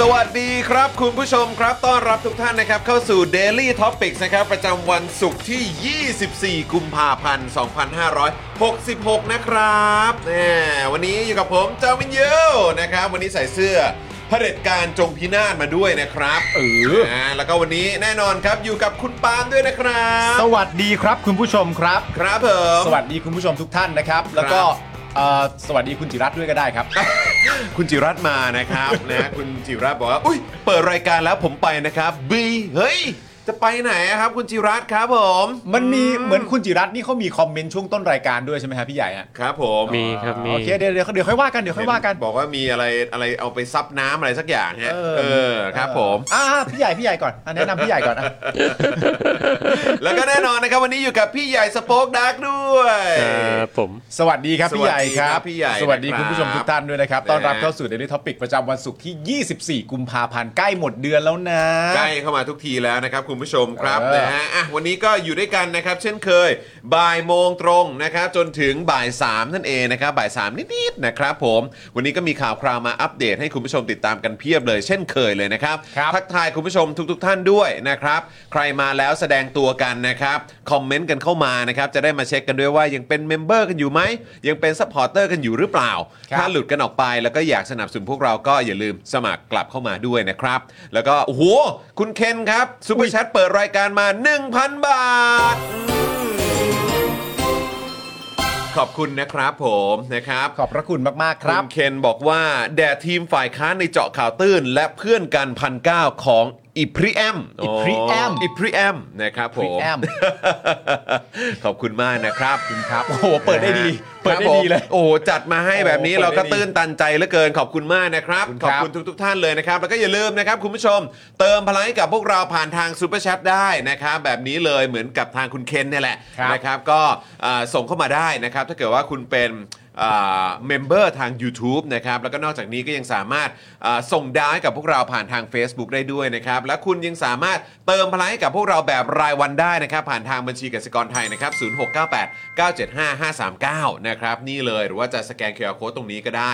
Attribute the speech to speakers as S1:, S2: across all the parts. S1: สวัสดีครับคุณผู้ชมครับต้อนรับทุกท่านนะครับ เข้าสู่ Daily Topics นะครับ ประจำวันศุกร์ที่ 24 กุมภาพันธ์ 2566 นะครับแน่วันนี้อยู่กับผมเจ้าวินยูนะครับ วันนี้ใส่เสื้อเผด็จการจงพินาศมาด้วยนะครับ
S2: เออ
S1: าแล้วก็วันนี้แน่นอนครับอยู่กับคุณปาล์มด้วยนะครับ
S2: สวัสดีครับคุณผู้ชมครับ
S1: ครับผม
S2: สวัสดีคุณผู้ชมทุกท่านนะครับ แล้วก็เอ่อสวัสดีคุณจิรัตน์ด้วยก็ได้ครับ
S1: คุณจิรัตน์มานะครับ นะคุณจิรัตน์บอกว่าอุ้ยเปิดรายการแล้วผมไปนะครับบีเฮ้ย จะไปไหนอะครับ คุณจิรัตน์ครับผม
S2: มันมีเหมือนคุณจิรัตน์นี่เขามีคอมเมนต์ช่วงต้นรายการด้วยใช่ไหมฮะพี่ใหญ่ฮะ
S1: ครับผม
S3: มีครับมี
S2: โอเคเดี๋ยวเดี๋ยวเดี๋ยวค่อยว่ากันเดี๋ยวค่อยว่ากัน
S1: บอกว่ามีอะไรอะไรเอาไปซับน้ำอะไรสักอย่างฮะ
S2: เออ
S1: เออครับผม
S2: อ่าพี่ใหญ่พี่ใหญ่ก่อนอ่ะแนะนำพี่ใหญ่ก่อนอ่ะ
S1: แล้วก็แน่นอนนะครับ วันนี้อยู่กับพี่ใหญ่สป็อกดักด้วย
S3: ครับผม
S2: สวัสดีครับพี่ใหญ่ครั
S1: ส
S2: บ
S1: วัสดีครับพี่ใหญ่
S2: สวัสดี
S1: นะครับ
S2: คุณผู้ชมทุกท่านด้วยนะครับต้อนรับ
S1: นะ
S2: เข้าสู่ Daily Topic ประจำวันศุกร์ที่ 24 กุมภาพันธ์ใกล้หมดเดือนแล้วนะ
S1: ใกล้เข้ามาทุกทีแล้วนะครับ คุณผู้ชมครับ
S2: เออ
S1: นะฮะอ่ะวันนี้ก็อยู่ด้วยกันนะครับ เช่นเคยบ่ายโมงตรงนะครับ จนถึงบ่ายสามนั่นเองนะครับบ่ายสามนิดๆนะครับผม วันนี้ก็มีข่าวคราวมาอัปเดตให้คุณผู้ชมติดตามกันเพียบเลย เช่นเคยเลยนะครับ
S2: ครับ
S1: ทักทายคุณผู้ชมทุก ๆ ท่านด้วยนะครับ ใครมาแล้วแสดงตัวกันนะครับ คอมเมนต์กันเข้ามานะครับ จะได้มาเช็คกันด้วยว่ายังเป็นเมมเบอร์กันอยู่ไหม ยังเป็นซัพพอร์เตอร์กันอยู่หรือเปล่า
S2: ครับ
S1: ถ้าหลุดกันออกไปแล้วก็อยากสนับสนุนพวกเราก็อย่าลืมสมัครกลับเข้ามาด้วยนะครับ แล้วก็โอ้โห คุณเคนครับซูเปอร์แชทเปิดรายการมา 1,000 บาทอืมขอบคุณนะครับผมนะครับ
S2: ขอบพระคุณมากๆครับ
S1: ณเคนบอกว่า แด่ทีมฝ่ายค้านในเจาะข่าวตื้น และเพื่อนกันพันเก้าของอิพริแอม
S2: อิพริแอม
S1: อิพริแอมนะครับผ
S2: พี่
S1: ม
S2: แอม
S1: ขอบคุณมากนะครับคุณครับ
S2: โอ้โหเปิดได้ดีเปิดได้ดีเลย
S1: โอ้โหจัดมาให้แบบนี้
S2: โอ้โห
S1: เราก็
S2: เปิดได้ดี
S1: ตื้นตันใจเหลือเกินขอบคุณมากนะครับ
S2: ขอบคุณ
S1: ข
S2: ค
S1: อ
S2: รั
S1: บบ คุณทุก ๆ ท่านเลยนะครับ แล้วก็อย่าลืมนะครับคุณผู้ชม เติมพลังให้กับพวกเราผ่านทางซูเปอร์แชทได้นะครับแบบนี้เลยเหมือนกับทางคุณเคนเนี่ยแหละ
S2: ครับ
S1: นะครับก็เอ่อส่งเข้ามาได้นะครับ ถ้าเกิดว่าคุณเป็นเมมเบอร์ทาง YouTube นะครับแล้วก็นอกจากนี้ก็ยังสามารถเอ่อส่งดาวให้กับพวกเราผ่านทาง Facebook ได้ด้วยนะครับ และคุณยังสามารถเติมพลังให้กับพวกเราแบบรายวันได้นะครับ ผ่านทางบัญชีกสิกรไทยนะครับ 0698 975 539 นะครับนี่เลยหรือว่าจะสแกน QR Code ตรงนี้ก็ได้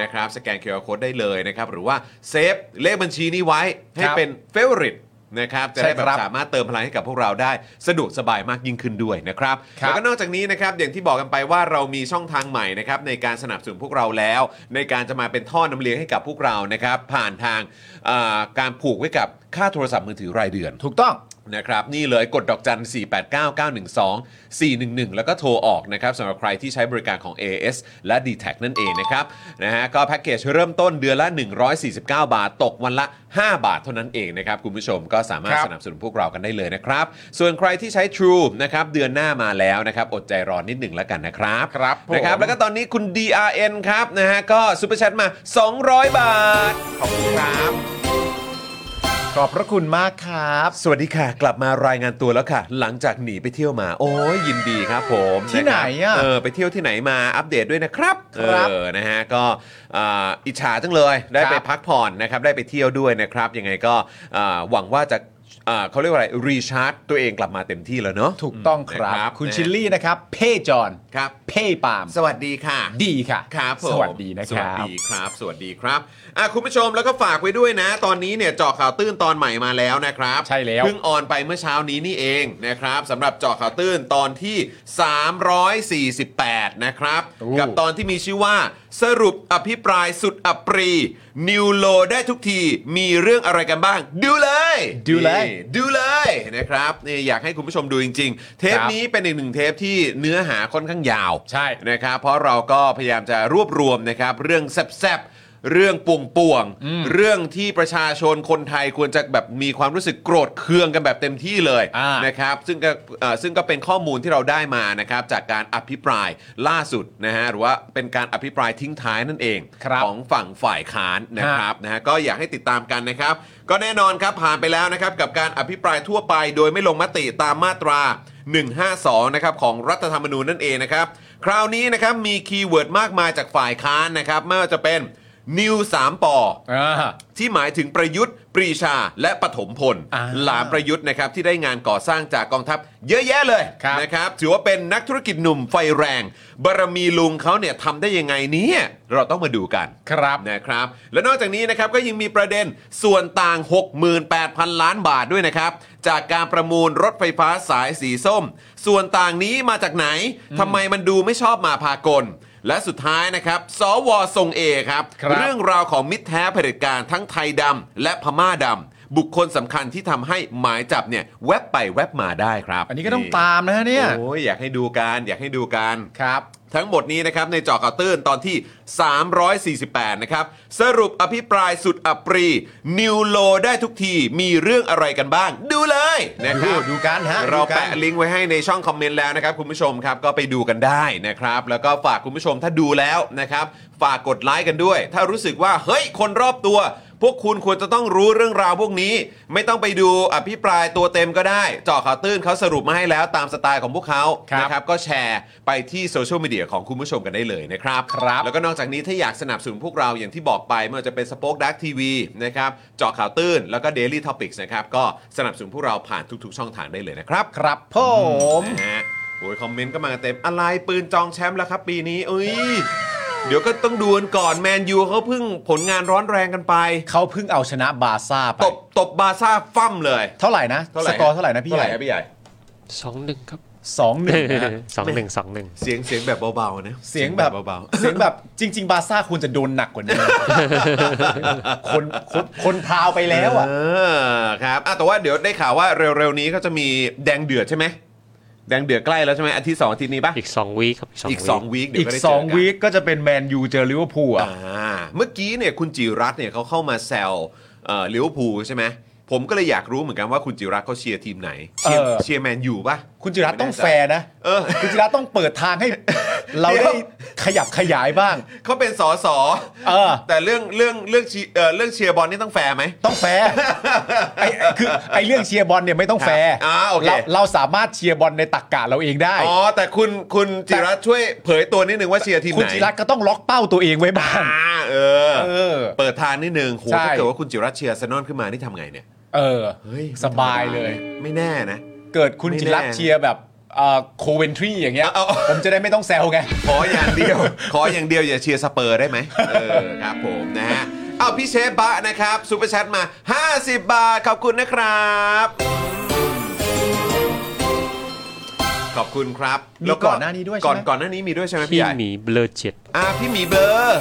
S1: นะครับสแกน QR Code ได้เลยนะครับ หรือว่าเซฟเลขบัญชีนี้ไว้ให้
S2: ครับ
S1: เป็น favorite นะครับจะ
S2: ใช่
S1: ได้แบบ
S2: ครับ
S1: สามารถเติมพลังให้กับพวกเราได้สะดวกสบายมากยิ่งขึ้นด้วยนะครับ
S2: ครับ
S1: แล้วก็นอกจากนี้นะครับอย่างที่บอกกันไปว่าเรามีช่องทางใหม่นะครับในการสนับสนุนพวกเราแล้ว ในการจะมาเป็นท่อน้ำเลี้ยงให้กับพวกเรานะครับ ผ่านทางเอ่อการผูกไว้กับค่าโทรศัพท์มือถือรายเดือน
S2: ถูกต้อง
S1: นะครับนี่เลยกดดอกจัน 489 912 411 แล้วก็โทรออกนะครับสำหรับใครที่ใช้บริการของ AS และ d t แทนั่นเองนะครับนะฮะก็แพ็กเกจเริ่มต้นเดือนละ 149 บาท ตกวันละ 5 บาทเท่านั้นเองนะครับ คุณผู้ชมก็สามารถ
S2: ครับ
S1: สนับสนุนพวกเรากันได้เลยนะครับ ส่วนใครที่ใช้ True นะครับเดือนหน้ามาแล้วนะครับ อดใจรอนิดหนึ่งแล้วกันนะครับ
S2: ครับผม
S1: นะครับ แล้วก็ตอนนี้คุณ DRN ครับนะฮะก็ซุปเปอร์แชทมา 200 บาทขอบคุณครับ
S2: ขอบพระคุณมากครับ
S1: สวัสดีค่ะ กลับมารายงานตัวแล้วค่ะ หลังจากหนีไปเที่ยวมา โอ้ยยินดีครับผม
S2: ที่ไหน
S1: ครั
S2: อะ
S1: บเออไปเที่ยวที่ไหนมาอัปเดตด้วยนะครับ
S2: ครับ
S1: เออนะฮะก็อ่าอิจฉาจังเลย ได้ไป
S2: ครับ
S1: พักผ่อนนะครับได้ไปเที่ยวด้วยนะครับยังไงก็อ่าหวังว่าจะอ่าเขาเรียกว่าอะไรรีชาร์จตัวเองกลับมาเต็มที่แล้วเนาะ
S2: ถูกต้องครับ
S1: นะ
S2: คุณ
S1: นะฮะ
S2: ชิลลี่นะครับ เพ่จอน
S1: ครับ
S2: เพ่ปาล์ม
S1: สวัสดีค่ะ
S2: ดีค่ะ
S1: ครับผม
S2: สวัสดีนะ
S1: ส
S2: ค
S1: วัส
S2: รับ
S1: ดีครับ สวัสดีครับอ่ะคุณผู้ชมแล้วก็ฝากไว้ด้วยนะ ตอนนี้เนี่ยเจาะข่าวตื้นตอนใหม่มาแล้วนะครับ
S2: ใช่แล้ว
S1: เพิ่งออนไปเมื่อเช้านี้นี่เองนะครับสำหรับเจาะข่าวตื้นตอนที่ 348 นะครับ กับตอนที่มีชื่อว่า สรุปอภิปรายสุดอัปรี นิวโลได้ทุกทีมีเรื่องอะไรกันบ้าง ดูเลย
S2: ดูเลย
S1: นี่ดูเลยนะครับนี่อยากให้คุณผู้ชมดูจริง ๆ เทป
S2: ครับ
S1: นี้เป็นอีกหนึ่งเทปที่เนื้อหาค่อนข้างยาว
S2: ใช่
S1: นะครับเพราะเราก็พยายามจะรวบรวมนะครับเรื่องแซบๆเรื่องป่วงๆ เรื่องที่ประชาชนคนไทยควรจะแบบมีความรู้สึกโกรธเคืองกันแบบเต็มที่เลย
S2: อ่าน
S1: นะครับซึ่งก็เอ่อซึ่งก็เป็นข้อมูลที่เราได้มานะครับจากการอภิปรายล่าสุดนะฮะหรือว่าเป็นการอภิปรายทิ้งท้ายนั่นเอง
S2: ครับ
S1: ของฝั่งฝ่ายค้านนะครับนะฮะก็อยากให้ติดตามกันนะครับ ก็แน่นอนครับผ่านไปแล้วนะครับกับการอภิปรายทั่วไปโดยไม่ลงมติตามมาตรา 152 นะครับของรัฐธรรมนูญนั่นเองนะครับ คราวนี้นะครับมีคีย์เวิร์ดมากมายจากฝ่ายค้านนะครับไม่ว่าจะเป็นนิว3ปอ
S2: า
S1: ที่หมายถึงประยุทธ์ ปรีชา และปฐมพล
S2: อ่า
S1: หลานประยุทธ์นะครับที่ได้งานก่อสร้างจากกองทัพ เยอะแยะเลย
S2: ครับ
S1: นะครับ ถือว่าเป็นนักธุรกิจหนุ่มไฟแรง บารมีลุงเขาเนี่ยทำได้ยังไงเนี่ยเราต้องมาดูกัน
S2: ครับ
S1: นะครับ และนอกจากนี้นะครับก็ยังมีประเด็นส่วนต่าง 68,000 ล้านบาทด้วยนะครับ จากการประมูลรถไฟฟ้าสายสีส้ม ส่วนต่างนี้มาจากไหนทำไมมันดูไม่ชอบมาพากล และสุดท้ายนะครับ สวทรงเอครับ
S2: ครับ
S1: เรื่อง เรื่องราวของมิตรแท้เผด็จการทั้งไทยดำและพม่าดำบุคคลสำคัญที่ทำให้หมายจับเนี่ยแวบไปแวบมาได้ครับ
S2: อันนี้ก็ต้องตามนะฮะเนี่ย
S1: โอ้ยอยากให้ดูกันอยากให้ดูกัน
S2: ครับ
S1: ทั้งหมดนี้นะครับในเจอข่าวตื้นตอนที่ 348 นะครับ สรุปอภิปรายสุดอัปรี นิวโลได้ทุกทีมีเรื่องอะไรกันบ้าง ดูเลยนะครับ
S2: ดูดูกันฮะ
S1: เรา
S2: ดูกัน
S1: แปะลิงก์ไว้ให้ในช่องคอมเมนต์แล้วนะครับ คุณผู้ชมครับก็ไปดูกันได้นะครับ แล้วก็ฝากคุณผู้ชมถ้าดูแล้วนะครับ ฝากกดไลค์กันด้วย ถ้ารู้สึกว่าเฮ้ยคนรอบตัว พวกคุณควรจะต้องรู้เรื่องราวพวกนี้ ไม่ต้องไปดูอภิปรายตัวเต็มก็ได้เจอข่าวตื้นเขาสรุปมาให้แล้วตามสไตล์ของพวกเขา
S2: ครับ
S1: นะครับ นะครับก็แชร์ไปที่โซเชียลมีเดียของคุณผู้ชมกันได้เลยนะครับ
S2: ครับ
S1: แล้วก็นอกจากนี้ถ้าอยากสนับสนุนพวกเราอย่างที่บอกไปไม่ว่าจะเป็นสป็อคดักทีวีนะครับเจาะข่าวตื้น แล้วก็ Daily Topics นะครับก็สนับสนุนพวกเราผ่านทุกๆ ช่องทางได้เลยนะครับ
S2: ครับผม
S1: นะฮะโอ้ยคอมเมนต์ก็มากันเต็มอะไรปืนจองแชมป์แล้วครับปีนี้เอ้ยเดี๋ยวก็ต้องดูกันก่อนแมนยูเขาเพิ่งผลงานร้อนแรงกันไป
S2: เขาเพิ่งเอาชนะบาร์ซ่าไป
S1: ตบตบบาร์ซ่าฟั่มเลย
S2: เท่าไหร่นะ
S1: เท่าไห
S2: ส
S1: ร่
S2: กอร์เท่าไหร่นะพี่
S1: เท่าไห
S2: ใหญ่
S1: ร่ครับพี่ใหญ่
S3: สองหนึ่งครับ
S2: สองหนึ่งนะ
S3: สองหนึ่งสองหนึ่ง
S1: เสียงเสียงแบบเบาๆนะ
S2: เสียงแบบ
S1: เบาๆ
S2: เสียงแบบจริง ๆ บาร์ซ่าควรจะโดนหนักกว่านี้ คนคนคนพาวไปแล้วอ่ะ
S1: เอครับอ่ะแต่ว่าเดี๋ยวได้ข่าวว่าเร็วๆนี้เขาจะมีแดงเดือดใช่ไหมแดงเดือดใกล้แล้วใช่ไหมอาทิตย์สองอาทิตย์นี้ปะ
S3: อีกสองวีคครับ
S1: อีกสองวีคเดี๋ย
S2: อี
S1: ว
S2: ก
S1: ก็ได้เจ
S2: ส
S1: อ
S2: อง
S1: กัน
S2: วีคก็จะเป็นแมนยูเจอลิเวอร์พูลอ่ะ
S1: อ่าเมื่อกี้เนี่ยคุณจิรัตน์เนี่ยเขาเข้ามาแซวเอ่อลิเวอร์พูลใช่ไหมผมก็เลยอยากรู้เหมือนกันว่าคุณจิรัตน์เขาเชียร์ทีมไหนเชียร์
S2: เออ
S1: เชียร์แมนยูปะ
S2: คุณจิรัตน์ต้องแฟร์นะ
S1: เออ
S2: คุณจิรัตน์ต้องเปิดทางให้ เรา
S1: เดี๋ยว
S2: ได้ขยับขยายบ้าง
S1: เขาเป็นสอสอ
S2: เออ
S1: แต่เรื่องเรื่องเรื่องเชียร์เอ่อเรื่องเชียร์บอลนี่ต้องแฟร์ไหม
S2: ต้องแฟร์ไอ้คือไอ้เรื่องเชียร์บอลเนี่ยไม่ต้องแฟร์
S1: ครับอ่าโอเค
S2: เราเราสามารถเชียร์บอลในตักกะเราเองได้
S1: อ๋อแต่คุณคุณจิรัตน์ช่วยเผยตัวนิดนึงว่าเชียร์ทีมไหน
S2: คุณจิรัตน์ก็ต้องล็อกเป้าตัวเองไว้บ้าง
S1: อ่าเออ
S2: เออ
S1: เปิดทางนิดนึงโห
S2: ใช่
S1: ถ้าเกิดว่าคุณจิรัตน์เชียร์อาร์เซนอนขึ้นมานี่ทำไงเนี่ย
S2: เออ
S1: เฮ้ย
S2: สบายเลย
S1: ไม่แน่นะ
S2: เกิดคุณจิรัต
S1: ไม่
S2: น์
S1: แน่
S2: เชียร์แบบโคเวนทรีอย่างเงี้ย
S1: เอาเอา
S2: ผมจะได้ไม่ต้องแซวไง
S1: ขออย่างเดี ยว ขออย่างเดียวอย่าเชียร์สเปอร์ได้ไหมเออครับผมนะฮะเอาพี่เชฟบะนะครับซูเปอร์แชทมา 50 บาท ขอบคุณนะครับ ขอบคุณครับ
S2: มี
S1: แล้ว
S2: ก่อนหน้านี้ด้วยใช่ไหม
S1: ก่อนก่อนหน้านี้มีด้วยใช่ไหมพี่
S3: พี่
S1: ใหญ่
S3: หมีเบลอเจ็ด
S1: อ่าพี่หมีเบอร์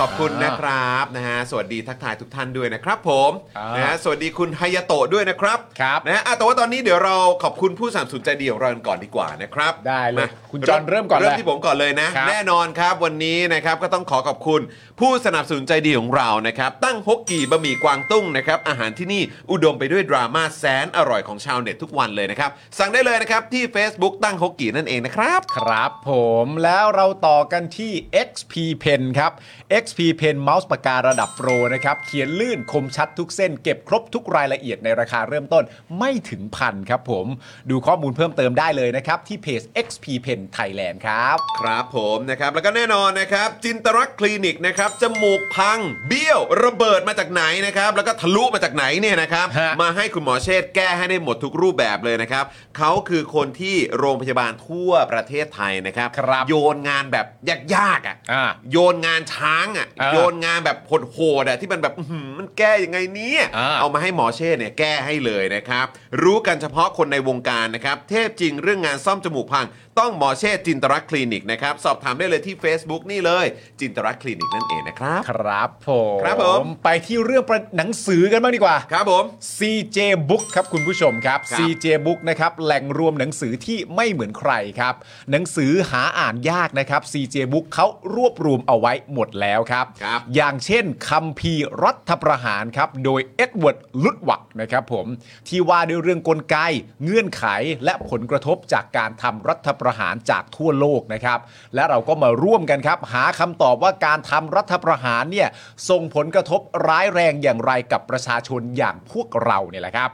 S1: ขอบคุณนะครับนะฮะสวัสดีทักทายทุกท่านด้วยนะครับผม
S2: อ่าน
S1: นะฮะสวัสดีคุณไฮยาโตะด้วยนะครับ
S2: ครับ
S1: นะฮะอ่ะแต่ว่าตอนนี้เดี๋ยวเราขอบคุณผู้สามสนุนใจดีของเรากันก่อนดีกว่านะครับ
S2: ได้เลย
S1: มา
S2: คุณจอห์นเริ่มก่อนเลย
S1: เริ่มที่ผมก่อนเลยนะ
S2: ครับ
S1: แน่นอนครับวันนี้นะครับก็ต้องขอขอบคุณผู้สนับสนุนใจดีของเรานะครับ ตั้งฮกกี่บะหมี่กวางตุ้งนะครับอาหารที่นี่อุดมไปด้วยดราม่าแสนอร่อยของชาวเน็ตทุกวันเลยนะครับสั่งได้เลยนะครับที่ Facebook ตั้งฮกกี่นั่นเองนะครับ
S2: ครับผมแล้วเราต่อกันที่ XP Pen ครับ XP XP Pen เมาส์ปากการะดับโปรนะครับ เขียนลื่นคมชัดทุกเส้น เก็บครบทุกรายละเอียดในราคาเริ่มต้นไม่ถึงพันครับผม ดูข้อมูลเพิ่มเติมได้เลยนะครับ ที่เพจ XP Pen Thailand ครับ
S1: ครับผมนะครับแล้วก็แน่นอนนะครับ จินตรักษณ์คลินิกนะครับจมูกพัง เบี้ยว ระเบิดมาจากไหนนะครับ แล้วก็ทะลุมาจากไหนเนี่ยนะครับ
S2: ฮะ
S1: มาให้คุณหมอเชษฐ์แก้ให้ได้หมดทุกรูปแบบเลยนะครับเขาคือคนที่โรงพยาบาลทั่วประเทศไทยนะครับ
S2: ครับ
S1: โยนงานแบบยากๆอ่ะ
S2: อ่า
S1: โยนงานช้างอ่ะ
S2: อ่า
S1: โยนงานแบบโหดๆอ่ะที่มันแบบอื้อหือมันแก้ยังไงเนี่ย
S2: อ่า
S1: เอามาให้หมอเชษฐ์เนี่ยแก้ให้เลยนะครับ รู้กันเฉพาะคนในวงการนะครับ เทพจริงเรื่องงานซ่อมจมูกพัง ต้องหมอเชษฐ์จินตรักษณ์คลินิกนะครับ สอบถามได้เลยที่ Facebook นี่เลย จินตรักษณ์คลินิกนั่นเองนะครับ
S2: ครับผม
S1: ครับผม
S2: ไปที่เรื่องประหนังสือกันบ้างดีกว่า
S1: ครับผม
S2: CJ Book ครับคุณผู้ชมครับ
S1: ครับ
S2: CJ Book นะครับแหล่งรวมหนังสือที่ไม่เหมือนใครครับ หนังสือหาอ่านยากนะครับ CJ Book เขารวบรวมเอาไว้หมดแล้วครับ
S1: ครับ
S2: อย่างเช่นคำพีร์รัฐประหารครับ โดยเอ็ดเวิร์ดลุดวักนะครับผม ที่ว่าด้วยเรื่องกลไก เงื่อนไขและผลกระทบจากการทำรัฐประหารจากทั่วโลกนะครับ และเราก็มาร่วมกันครับ หาคำตอบว่าการทำรัฐประหารเนี่ยส่งผลกระทบร้ายแรงอย่างไรกับประชาชนอย่างพวกเราเนี่ยแหละครับ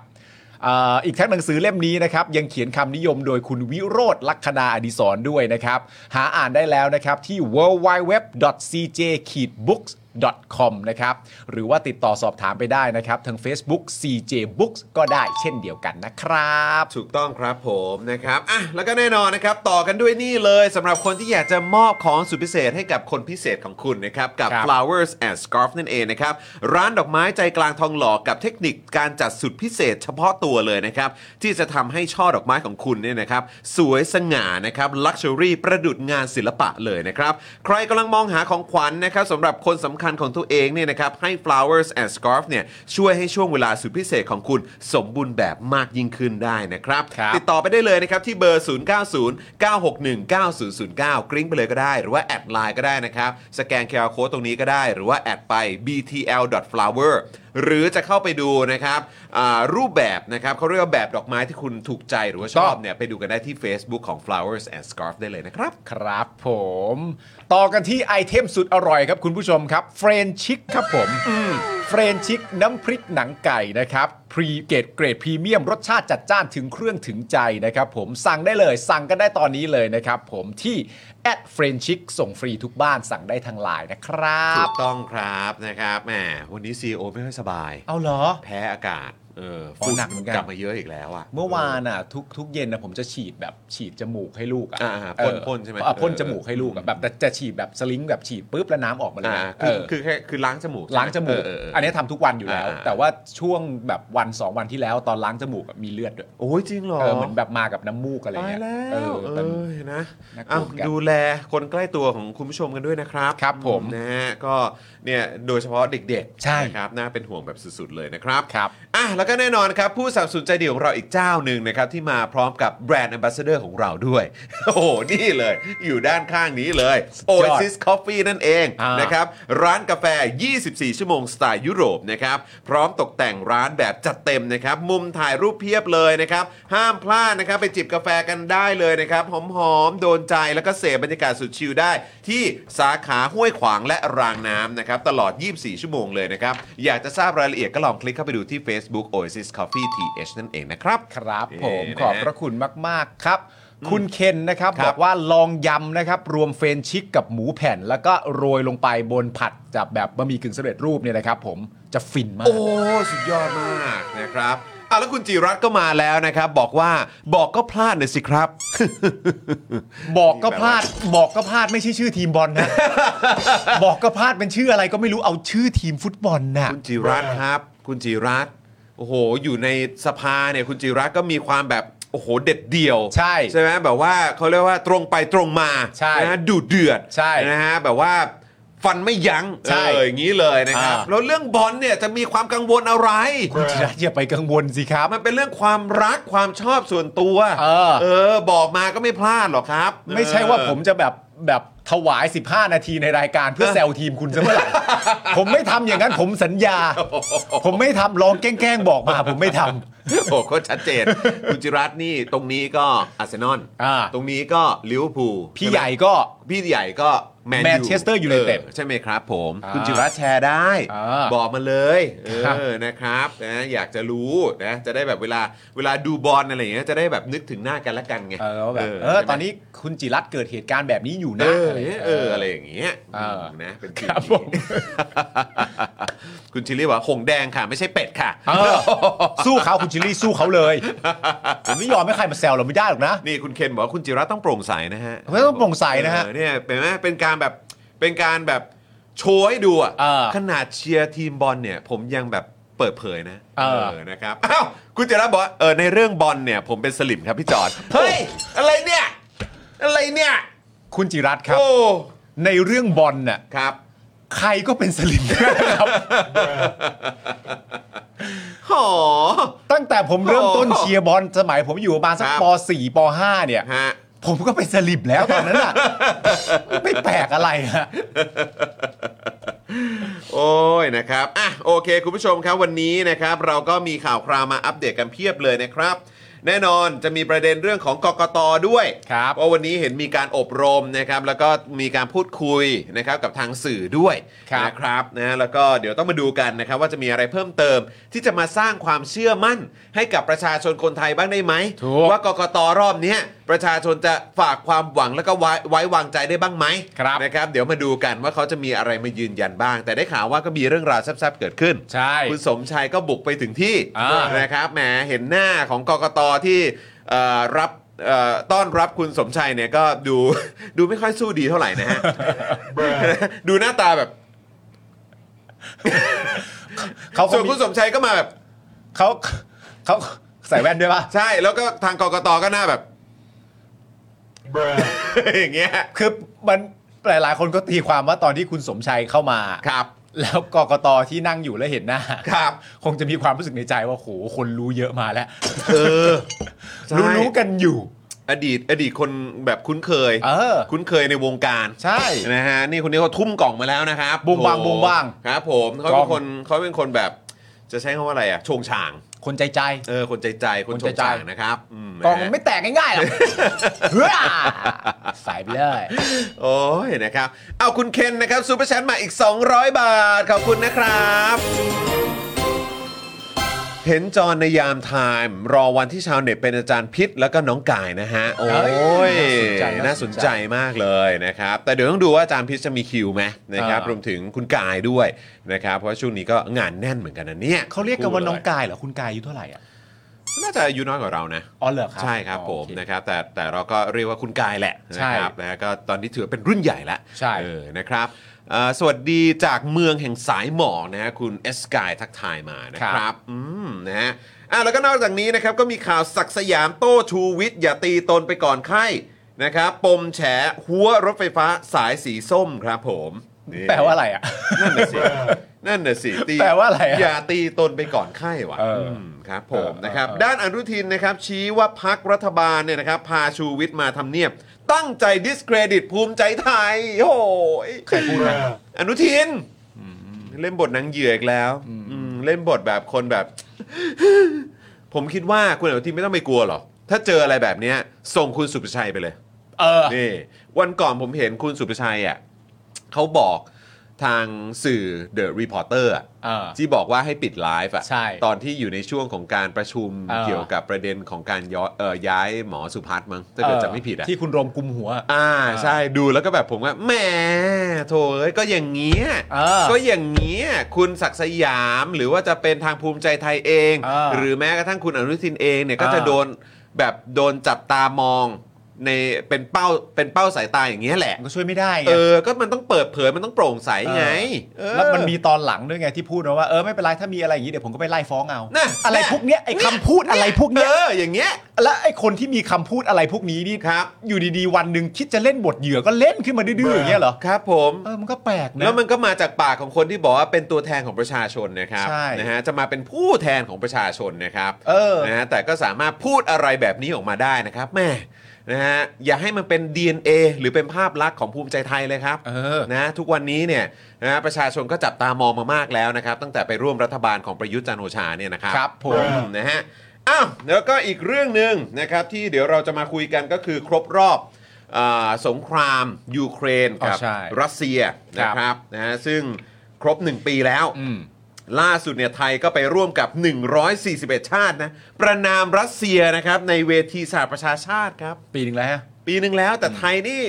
S2: เอ่ออีกทั้งหนังสือเล่มนี้นะครับ ยังเขียนคำนิยมโดยคุณวิโรธลักษณาอดิศรด้วยนะครับ หาอ่านได้แล้วนะครับที่ www.cj-books com นะครับ หรือว่าติดต่อสอบถามไปได้นะครับ ทาง Facebook CJ Books ก็ได้เช่นเดียวกันนะครับ
S1: ถูกต้องครับผมนะครับอ่ะแล้วก็แน่นอนนะครับ ต่อกันด้วยนี่เลยสำหรับคนที่อยากจะมอบของสุดพิเศษให้กับคนพิเศษของคุณนะครับ กับ
S2: ครับ
S1: flowers and scarf นั่นเองนะครับ ร้านดอกไม้ใจกลางทองหล่อกับเทคนิคการจัดสุดพิเศษเฉพาะตัวเลยนะครับ ที่จะทำให้ช่อดอกไม้ของคุณเนี่ยนะครับ สวยสง่านะครับลักชัวรี่ประดุจงานศิลปะเลยนะครับ ใครกำลังมองหาของขวัญนะครับสำหรับคนสำคัญของตัวเองเนี่ยนะครับให้ flowers and scarf เนี่ยช่วยให้ช่วงเวลาสุดพิเศษของคุณสมบูรณ์แบบมากยิ่งขึ้นได้นะครับ
S2: ครับ
S1: ติดต่อไปได้เลยนะครับ ที่เบอร์ 0 9 0 9 6 1 9 0 0 9 กริ้งไปเลยก็ได้ หรือว่า แอดไลน์ก็ได้นะครับ สแกน QR Code ตรงนี้ก็ได้ หรือว่า แอดไป btl.flower หรือจะเข้าไปดูนะครับอ่ารูปแบบนะครับเขาเรียกว่าแบบดอกไม้ที่คุณถูกใจหรือว่าชอบเนี่ยไปดูกันได้ที่ Facebook ของ flowers and scarf ได้เลยนะครับ
S2: ครับผม ต่อกันที่ไอเทมสุดอร่อยครับคุณผู้ชมครับเฟรนชิกครับผมเฟรนชิกน้ำพริกหนังไก่นะครับพรีเกรดเกรดพรีเมียมรสชาติจัดจ้านถึงเครื่องถึงใจนะครับผมสั่งได้เลยสั่งกันได้ตอนนี้เลยนะครับผมที่แอดเฟรนชิกส่งฟรีทุกบ้านสั่งได้ทางไลน์นะครั
S1: ถู
S2: บ
S1: กต้องครับนะครับแหมวันนี้ CEO ไม่ค่อยสบาย
S2: เอาเหรอ
S1: แพ้อากาศเออ
S2: อ๋อ
S1: ฝุ่น
S2: หนักเหมือนกัน
S1: กลับมาเยอะอีกแล้วอะ
S2: เมื่อวานอ่ะทุกทุกเย็นนะผมจะฉีดแบบฉีดจมูกให้ลูกอ่ะ
S1: อ่าๆ
S2: เออ
S1: พ่นๆใช่ไหม
S2: อ่ะพ่นจมูกให้ลูกอะแบบแต่จะฉีดแบบสลิงแบบฉีดปุ๊บแล้วน้ำออกมาเลย
S1: อ่า
S2: นะ
S1: คือ
S2: เออ
S1: คือแค่คือล้างจมูกใช่ไห
S2: ล้างจมูก
S1: เเเ
S2: อันนี้ทำทุกวันอยู่แล้ว
S1: อ่า
S2: แต่ว่าช่วงแบบวัน 2 วันที่แล้วตอนล้างจมูกอะมีเลือดด้วย
S1: โอ้ยจริงเหรอ
S2: เออเหมือนแบบมากับน้ำมูกอะไร
S1: ตาย
S2: เงี้ย
S1: แล้ว
S2: เออแต่
S1: เอ้ยนะ
S2: น่ากลัว
S1: เอา
S2: เหมือนกัน
S1: ดูแลคนใกล้ตัวของคุณผู้ชมกันด้วยนะครับ
S2: ครับผม
S1: นะฮะก็เนี่ยโดยเฉพาะเด็กๆ
S2: ใช่
S1: นะครับน่าเป็นห่วงแบบสุดๆเลยนะครับ
S2: ครับ
S1: อ่ะแล้วก็แน่นอนครับผู้สนับสนุนใจดีของเราอีกเจ้าหนึ่งนะครับที่มาพร้อมกับแบรนด์ a m b a s s a d o r ของเราด้วย โอ้โห นี่เลย อยู่ด้านข้างนี้เลย
S2: สุดยอด
S1: Oasis Coffee นั่นเอง
S2: อ่าน
S1: นะครับ ครับร้านกาแฟ 24 ชั่วโมงสไตล์ยุโรปนะครับ พร้อมตกแต่งร้านแบบจัดเต็มนะครับ มุมถ่ายรูปเพียบเลยนะครับ ห้ามพลาดนะครับ ไปจิบกาแฟกันได้เลยนะครับ หอมๆ โดนใจแล้วก็เสพบรรยากาศสุดชิลได้ ที่สาขาห้วยขวางและรางน้ำนะครับ ตลอด 24 ชั่วโมงเลยนะครับ อยากจะทราบรายละเอียดก็ลองคลิกเข้าไปดูที่ Facebook Oasis Coffee TH นั่นเองนะครับ
S2: ครับผม
S1: เอ๊ะนะฮะ
S2: ขอบพระคุณมาก ๆ ครับ คุณเคนนะครับ
S1: ครับ
S2: บอกว่าลองยำนะครับรวมเฟรนชิกกับหมูแผ่น แล้วก็โรยลงไปบนผัดจากแบบบะหมี่กึ่งสำเร็จรูปเนี่ยนะครับผมจะฟินมาก
S1: โอ้ สุดยอดมากนะครับอ่ะแล้วคุณจิรัตน์ก็มาแล้วนะครับ บอกว่าบอกก็พลาดหน่อยสิครับ
S2: บอกก็พลาดบอกก็พลาดไม่ใช่ชื่อทีมบอล นะ บอกก็พลาดเป็นชื่ออะไรก็ไม่รู้เอาชื่อทีมฟุตบอลน่ะ
S1: คุณจิรัตน์ครับ คุณจิรัตน์โอ้โห อยู่ในสภาเนี่ยคุณจิรัตน์ก็มีความแบบโอ้โหเด็ดเดี่ยว
S2: ใช่
S1: ใช่ไหมแบบว่าเขาเรียกว่าตรงไปตรงมา
S2: ใช่
S1: นะฮะดูเดือด
S2: ใช่
S1: นะฮะแบบว่าฟันไม่ยั้ง
S2: ใช่
S1: เอออย่างนี้เลยนะครับ
S2: อ่า
S1: แล้วเรื่องบอลเนี่ยจะมีความกังวลอะไร
S2: คุณจิรัตน์อย่าไปกังวลสิครับ
S1: มันเป็นเรื่องความรักความชอบส่วนตัว
S2: เออ
S1: บอกมาก็ไม่พลาดหรอกครับ
S2: ไม่ใช่ว่า
S1: เออ
S2: ผมจะแบบแบบถวาย 15 นาทีในรายการเพื่อแซวทีมคุณซะเมื่ อไหร่ ผมไม่ทำอย่างนั้นผมสัญญา ผมไม่ทำลองแกล้งๆบอกมา ผมไม่ทำ
S1: โอ้โหโคตรชัดเจน คุณจิรัตน์นี่ตรงนี้ก็อาร์เซนอล
S2: อ่า
S1: ตรงนี้ก็ลิเวอร์พูล
S2: พี่
S1: ช่ไม
S2: ใหญ่ก็
S1: พี่ใหญ่ก็ แมนยู
S2: Manchester United
S1: ออใช่ไหมครับผม
S2: อ่า
S1: คุณจิระแชร์ได้
S2: อ่า
S1: บอกมาเลยเอ
S2: ครับ
S1: อนะครับนะอยากจะรู้นะจะได้แบบเวลาเวลาดูบอลอะไรอย่างเงี้ยจะได้แบบนึกถึงหน้ากันและกันไง
S2: เออว่าแบบเออ
S1: ใช่ไหม
S2: ตอนนี้คุณจิรัตน์เกิดเหตุการณ์แบบนี้อยู่
S1: เอ
S2: นะ
S1: อ
S2: ไรย่างงี้ย
S1: เอออะไรอย่างเงี้ย
S2: เออ
S1: นะเป็นที
S2: ครับผม
S1: คุณชิลลี่ว่าหงแดงค่ะ ไม่ใช่เป็ดค่ะ
S2: เออสู้เขาคุณจิลลี่สู้เขาเลยผมไม่ยอมให้ใครมาแซวเราไม่ได้หรอกนะ
S1: นี่คุณเคนบอกว่าคุณจิระต้องโปร่งใสนะฮะ
S2: ไม่ต้องโปร่งใสนะฮะ
S1: เออเนี่ยเป็นไหมเป็นการแบบเป็นการแบบโชว์ให้ดูอ่ะ
S2: เออ
S1: ขนาดเชียร์ทีมบอลเนี่ย ผมยังแบบเปิดเผยนะ
S2: เออ
S1: นะครับอ้าวคุณจิระบอกว่าเออในเรื่องบอลเนี่ย ผมเป็นสลิมครับพี่จอดเฮ้ยอะไรเนี่ย อะไรเนี่ย
S2: คุณจิรัตน์ครับ
S1: โอ้
S2: ในเรื่องบอลน่ะ
S1: ครับ
S2: ใครก็เป็นสลิมครับ
S1: หอ
S2: ตั้งแต่ผมเริ่มต้นเชียร์บอลสมัยผมอยู่ประมาณสัก
S1: ครับ
S2: ป .4 ป .5 เนี่ย
S1: ฮะ
S2: ผมก็เป็นสลิมแล้วตอนนั้นอ่ะ ไม่แปลกอะไรฮะ
S1: โอ้ยนะครับ อ่ะโอเคคุณผู้ชมครับวันนี้นะครับเราก็มีข่าวคราวมาอัปเดตกันเพียบเลยนะครับ แน่นอนจะมีประเด็นเรื่องของกกตด้วย
S2: ครับ
S1: ว่าวันนี้เห็นมีการอบรมนะครับแล้วก็มีการพูดคุยนะครับกับทางสื่อด้วย
S2: ครับ
S1: นะครับนะแล้วก็เดี๋ยวต้องมาดูกันนะครับ ว่าจะมีอะไรเพิ่มเติม ที่จะมาสร้างความเชื่อมั่น ให้กับประชาชนคนไทยบ้างได้ไหม
S2: ถูก
S1: ว่ากกตรอบเนี้ยประชาชนจะฝากความหวังแล้วก็ไว้ไว้วางใจได้บ้างไหม
S2: ครับ
S1: นะครับเดี๋ยวมาดูกันว่าเขาจะมีอะไรมายืนยันบ้าง แต่ได้ข่าวว่าก็มีเรื่องราวแซ่บๆเกิดขึ้น
S2: ใช่
S1: คุณสมชัยก็บุกไปถึงที่
S2: อ่าน
S1: นะครับแหมเห็นหน้าของกกตที่เอ่อรับเอ่อต้อนรับคุณสมชัยเนี่ยก็ดู ดูไม่ค่อยสู้ดีเท่าไหร่นะฮะ ดูหน้าตาแบบ
S2: เขาก็
S1: ส่วน
S2: มี
S1: คุณสมชัยก็มาแบบ
S2: เขาเขาใส่แว่นด้วยปะ
S1: ใช่แล้วก็ทางกกตก็หน้าแบบ อย่างเงี้ย
S2: คือมันหลายๆ คนก็ตีความว่าตอนที่คุณสมชัยเข้ามา
S1: ครับ
S2: แล้วกกตที่นั่งอยู่แล้วเห็นหน้า
S1: ครับ
S2: คงจะมีความรู้สึกในใจว่าโหคนรู้เยอะมาแล้ว
S1: เออใช่
S2: รู้รู้กันอยู่
S1: อดีตอดีตคนแบบคุ้นเคย
S2: เออ
S1: คุ้นเคยในวงการ
S2: ใช่
S1: นะฮะนี่คนนี้เขาทุ่มกล่องมาแล้วนะครับ
S2: บุ้งบาง
S1: โอ้
S2: บุ้งบาง
S1: ครับผมเขา
S2: กล่
S1: เป็
S2: อง
S1: นคนเขาเป็นคนแบบจะใช้คำว่าอะไรอ่ะชงช่าง
S2: คนใจใจ
S1: เออคนใจใจคน
S2: คน
S1: ชง
S2: ใจใจ
S1: ช่างนะครับม
S2: กล่อง
S1: นะฮะ
S2: ไม่แตกง่ายๆห รอกเฮ้ยใส่ไปเลย
S1: โอ้ยนะครับเอาคุณเคนนะครับซูเปอร์แชทมาอีก 200 บาท ขอบคุณนะครับ เห็นจอนในยามไทม์รอวันที่ชาวเน็ตเป็นอาจารย์พิษแล้วก็น้องกายนะฮะ โอ้ย
S2: เอ้ย
S1: น่า
S2: น่า
S1: ส
S2: ส
S1: น
S2: น
S1: ใจ
S2: ใจ
S1: มากเลยนะครับ แต่เดี๋ยวต้องดูว่าอาจารย์พิษจะมีคิวไหมนะครับ
S2: อ่าร ร
S1: วมถึงคุณกายด้วยนะครับ เพราะว่าช่วงนี้ก็งานแน่นเหมือนกันนะเนี่ย
S2: เขาเรียกกันว่าน้องกายเหรอคุณกายอายุเท่าไหร่อ่ะ
S1: น่าจะอายุน้อยกว่าเรานะ
S2: อ๋อเหรอครับ
S1: ใช่ครับผม
S2: โอเ
S1: นะครับแต่แต่เราก็เรียกว่าคุณกายแหละ
S2: ใช่
S1: นะครับนะก็ตอนนี้ถือเป็นรุ่นใหญ่ละ
S2: ใช่
S1: เออนะครับเอ่อสวัสดีจากเมืองแห่งสายหมอกนะฮะคุณเอสกายทักทายมานะค
S2: ครั
S1: รับบ อืมนะฮะอ่ะแล้วก็นอกจากนี้นะครับก็มีข่าวศักดิ์สยามโต้ชูวิทย์อย่าตีตนไปก่อนไข้นะครับปมแฉหัวรถไฟฟ้าสายสีส้มครับผมนี่
S2: แปลว่าอะไรอ่ะ
S1: นั่นน่ะสินั่นน่ะสิตี
S2: แปลว่าอะไรอะ
S1: อย่าตีตนไปก่อนไข้ว่ะ
S2: เอออื
S1: ม ครับผม
S2: เออ
S1: นะครับ
S2: เออ
S1: ด้านอนุทินนะครับชี้ว่าพักรัฐบาลเนี่ยนะครับพาชูวิทย์มาทำเนียบ ตั้งใจดิสเครดิตภูมิใจไทยโอ้ยใครพูดนะอนุทินเล่นบทนางเหยื่ออีกแล้วอืมเล่นบทแบบคนแบบ ผมคิดว่าคุณอนุทินไม่ต้องไปกลัวหรอกถ้าเจออะไรแบบเนี้ย ส่งคุณสุประชัยไปเลย
S2: เออ
S1: นี่วันก่อนผมเห็นคุณสุประชัยอ่ะเขาบอกทางสื่อ The Reporter อ่ะ
S2: เออ
S1: ที่บอกว่าให้ปิดไลฟ์อ่ะ
S2: ใช่
S1: ตอนที่อยู่ในช่วงของการประชุม
S2: เออ
S1: เกี่ยวกับประเด็นของการย้อยเอ่อย้ายหมอสุพัฒน์มั้งถ้าเกิดจะไม่ผิดอ่ะ
S2: ที่คุณรมกุมหัว
S1: อ่าใช่ดูแล้วก็แบบผมว่าแหมโถเอ้ยก็อย่างเงี้ย
S2: เออ
S1: ก็อย่างเงี้ยคุณศักดิ์สยามหรือว่าจะเป็นทางภูมิใจไทยเอง
S2: เออ
S1: หรือแม้กระทั่งคุณอนุทินเองเนี่ยก็จะ
S2: เออ
S1: โดนแบบโดนจับตามองในเป็นเป้าเป็นเป้าสายตาอย่างเงี้ยแหละ
S2: มันก็ช่วยไม่ได้ไง
S1: เออ ก็มันต้องเปิดเผย มันต้องโปร่งใสไงเออ
S2: แล้วมันมีตอนหลังด้วยไงที่พูดมาว่าเออไม่เป็นไรถ้ามีอะไรอย่างนี้เดี๋ยวผมก็ไปไล่ฟ้องเอา
S1: น่ะ
S2: อะไร
S1: น่ะ
S2: พวกเนี้ยไอ้คำพูดอะไรพวก
S1: เอ
S2: เนี้ย
S1: อ อย่างเงี้ย
S2: และไอ้คนที่มีคำพูดอะไรพวกนี้นี่
S1: ครับ
S2: อยู่ดีๆวันหนึ่งคิดจะเล่นบทเหยื่อก็เล่นขึ้นมาดื้อๆอย่างเงี้ยเหรอ
S1: ครับผม
S2: เออมันก็แปลกนะ
S1: แล้วมันก็มาจากปากของคนที่บอกว่าเป็นตัวแทนของประชาชนนะครับ
S2: ใช่
S1: นะฮะจะมาเป็นผู้แทนของประชาชนนะครับ
S2: เออ
S1: นะฮะแต่ก็สามารถพูดอะไรแบบนี้ออกมาได้นะครับแม่นะฮะอย่าให้มันเป็น DNA หรือเป็นภาพลักษณ์ของภูมิใจไทยเลยครับ
S2: เออ
S1: นะทุกวันนี้เนี่ยนะฮะประชาชนก็จับตามองมามากแล้วนะครับ ตั้งแต่ไปร่วมรัฐบาลของประยุทธ์จันทร์โอชาเนี่ยนะครับ
S2: ครับผม
S1: อืนะฮะอ้าวแล้วก็อีกเรื่องหนึ่งนะครับที่เดี๋ยวเราจะมาคุยกันก็คือครบรอบ อ่าสงครามยูเครน
S2: อ๋อ
S1: กั
S2: ใช่
S1: รัสเซีย
S2: ครั
S1: นะ
S2: บ
S1: ครับนะฮะซึ่งครบ 1 ปีแล้ว
S2: อืม
S1: ล่าสุดเนี่ยไทยก็ไปร่วมกับ 141 ชาตินะประนามรัสเซียนะครับในเวทีสหประชาชาติครับ
S2: ปีหนึ่งแล้วฮะ
S1: ปีหนึ่งแล้วแต่ไทยนี่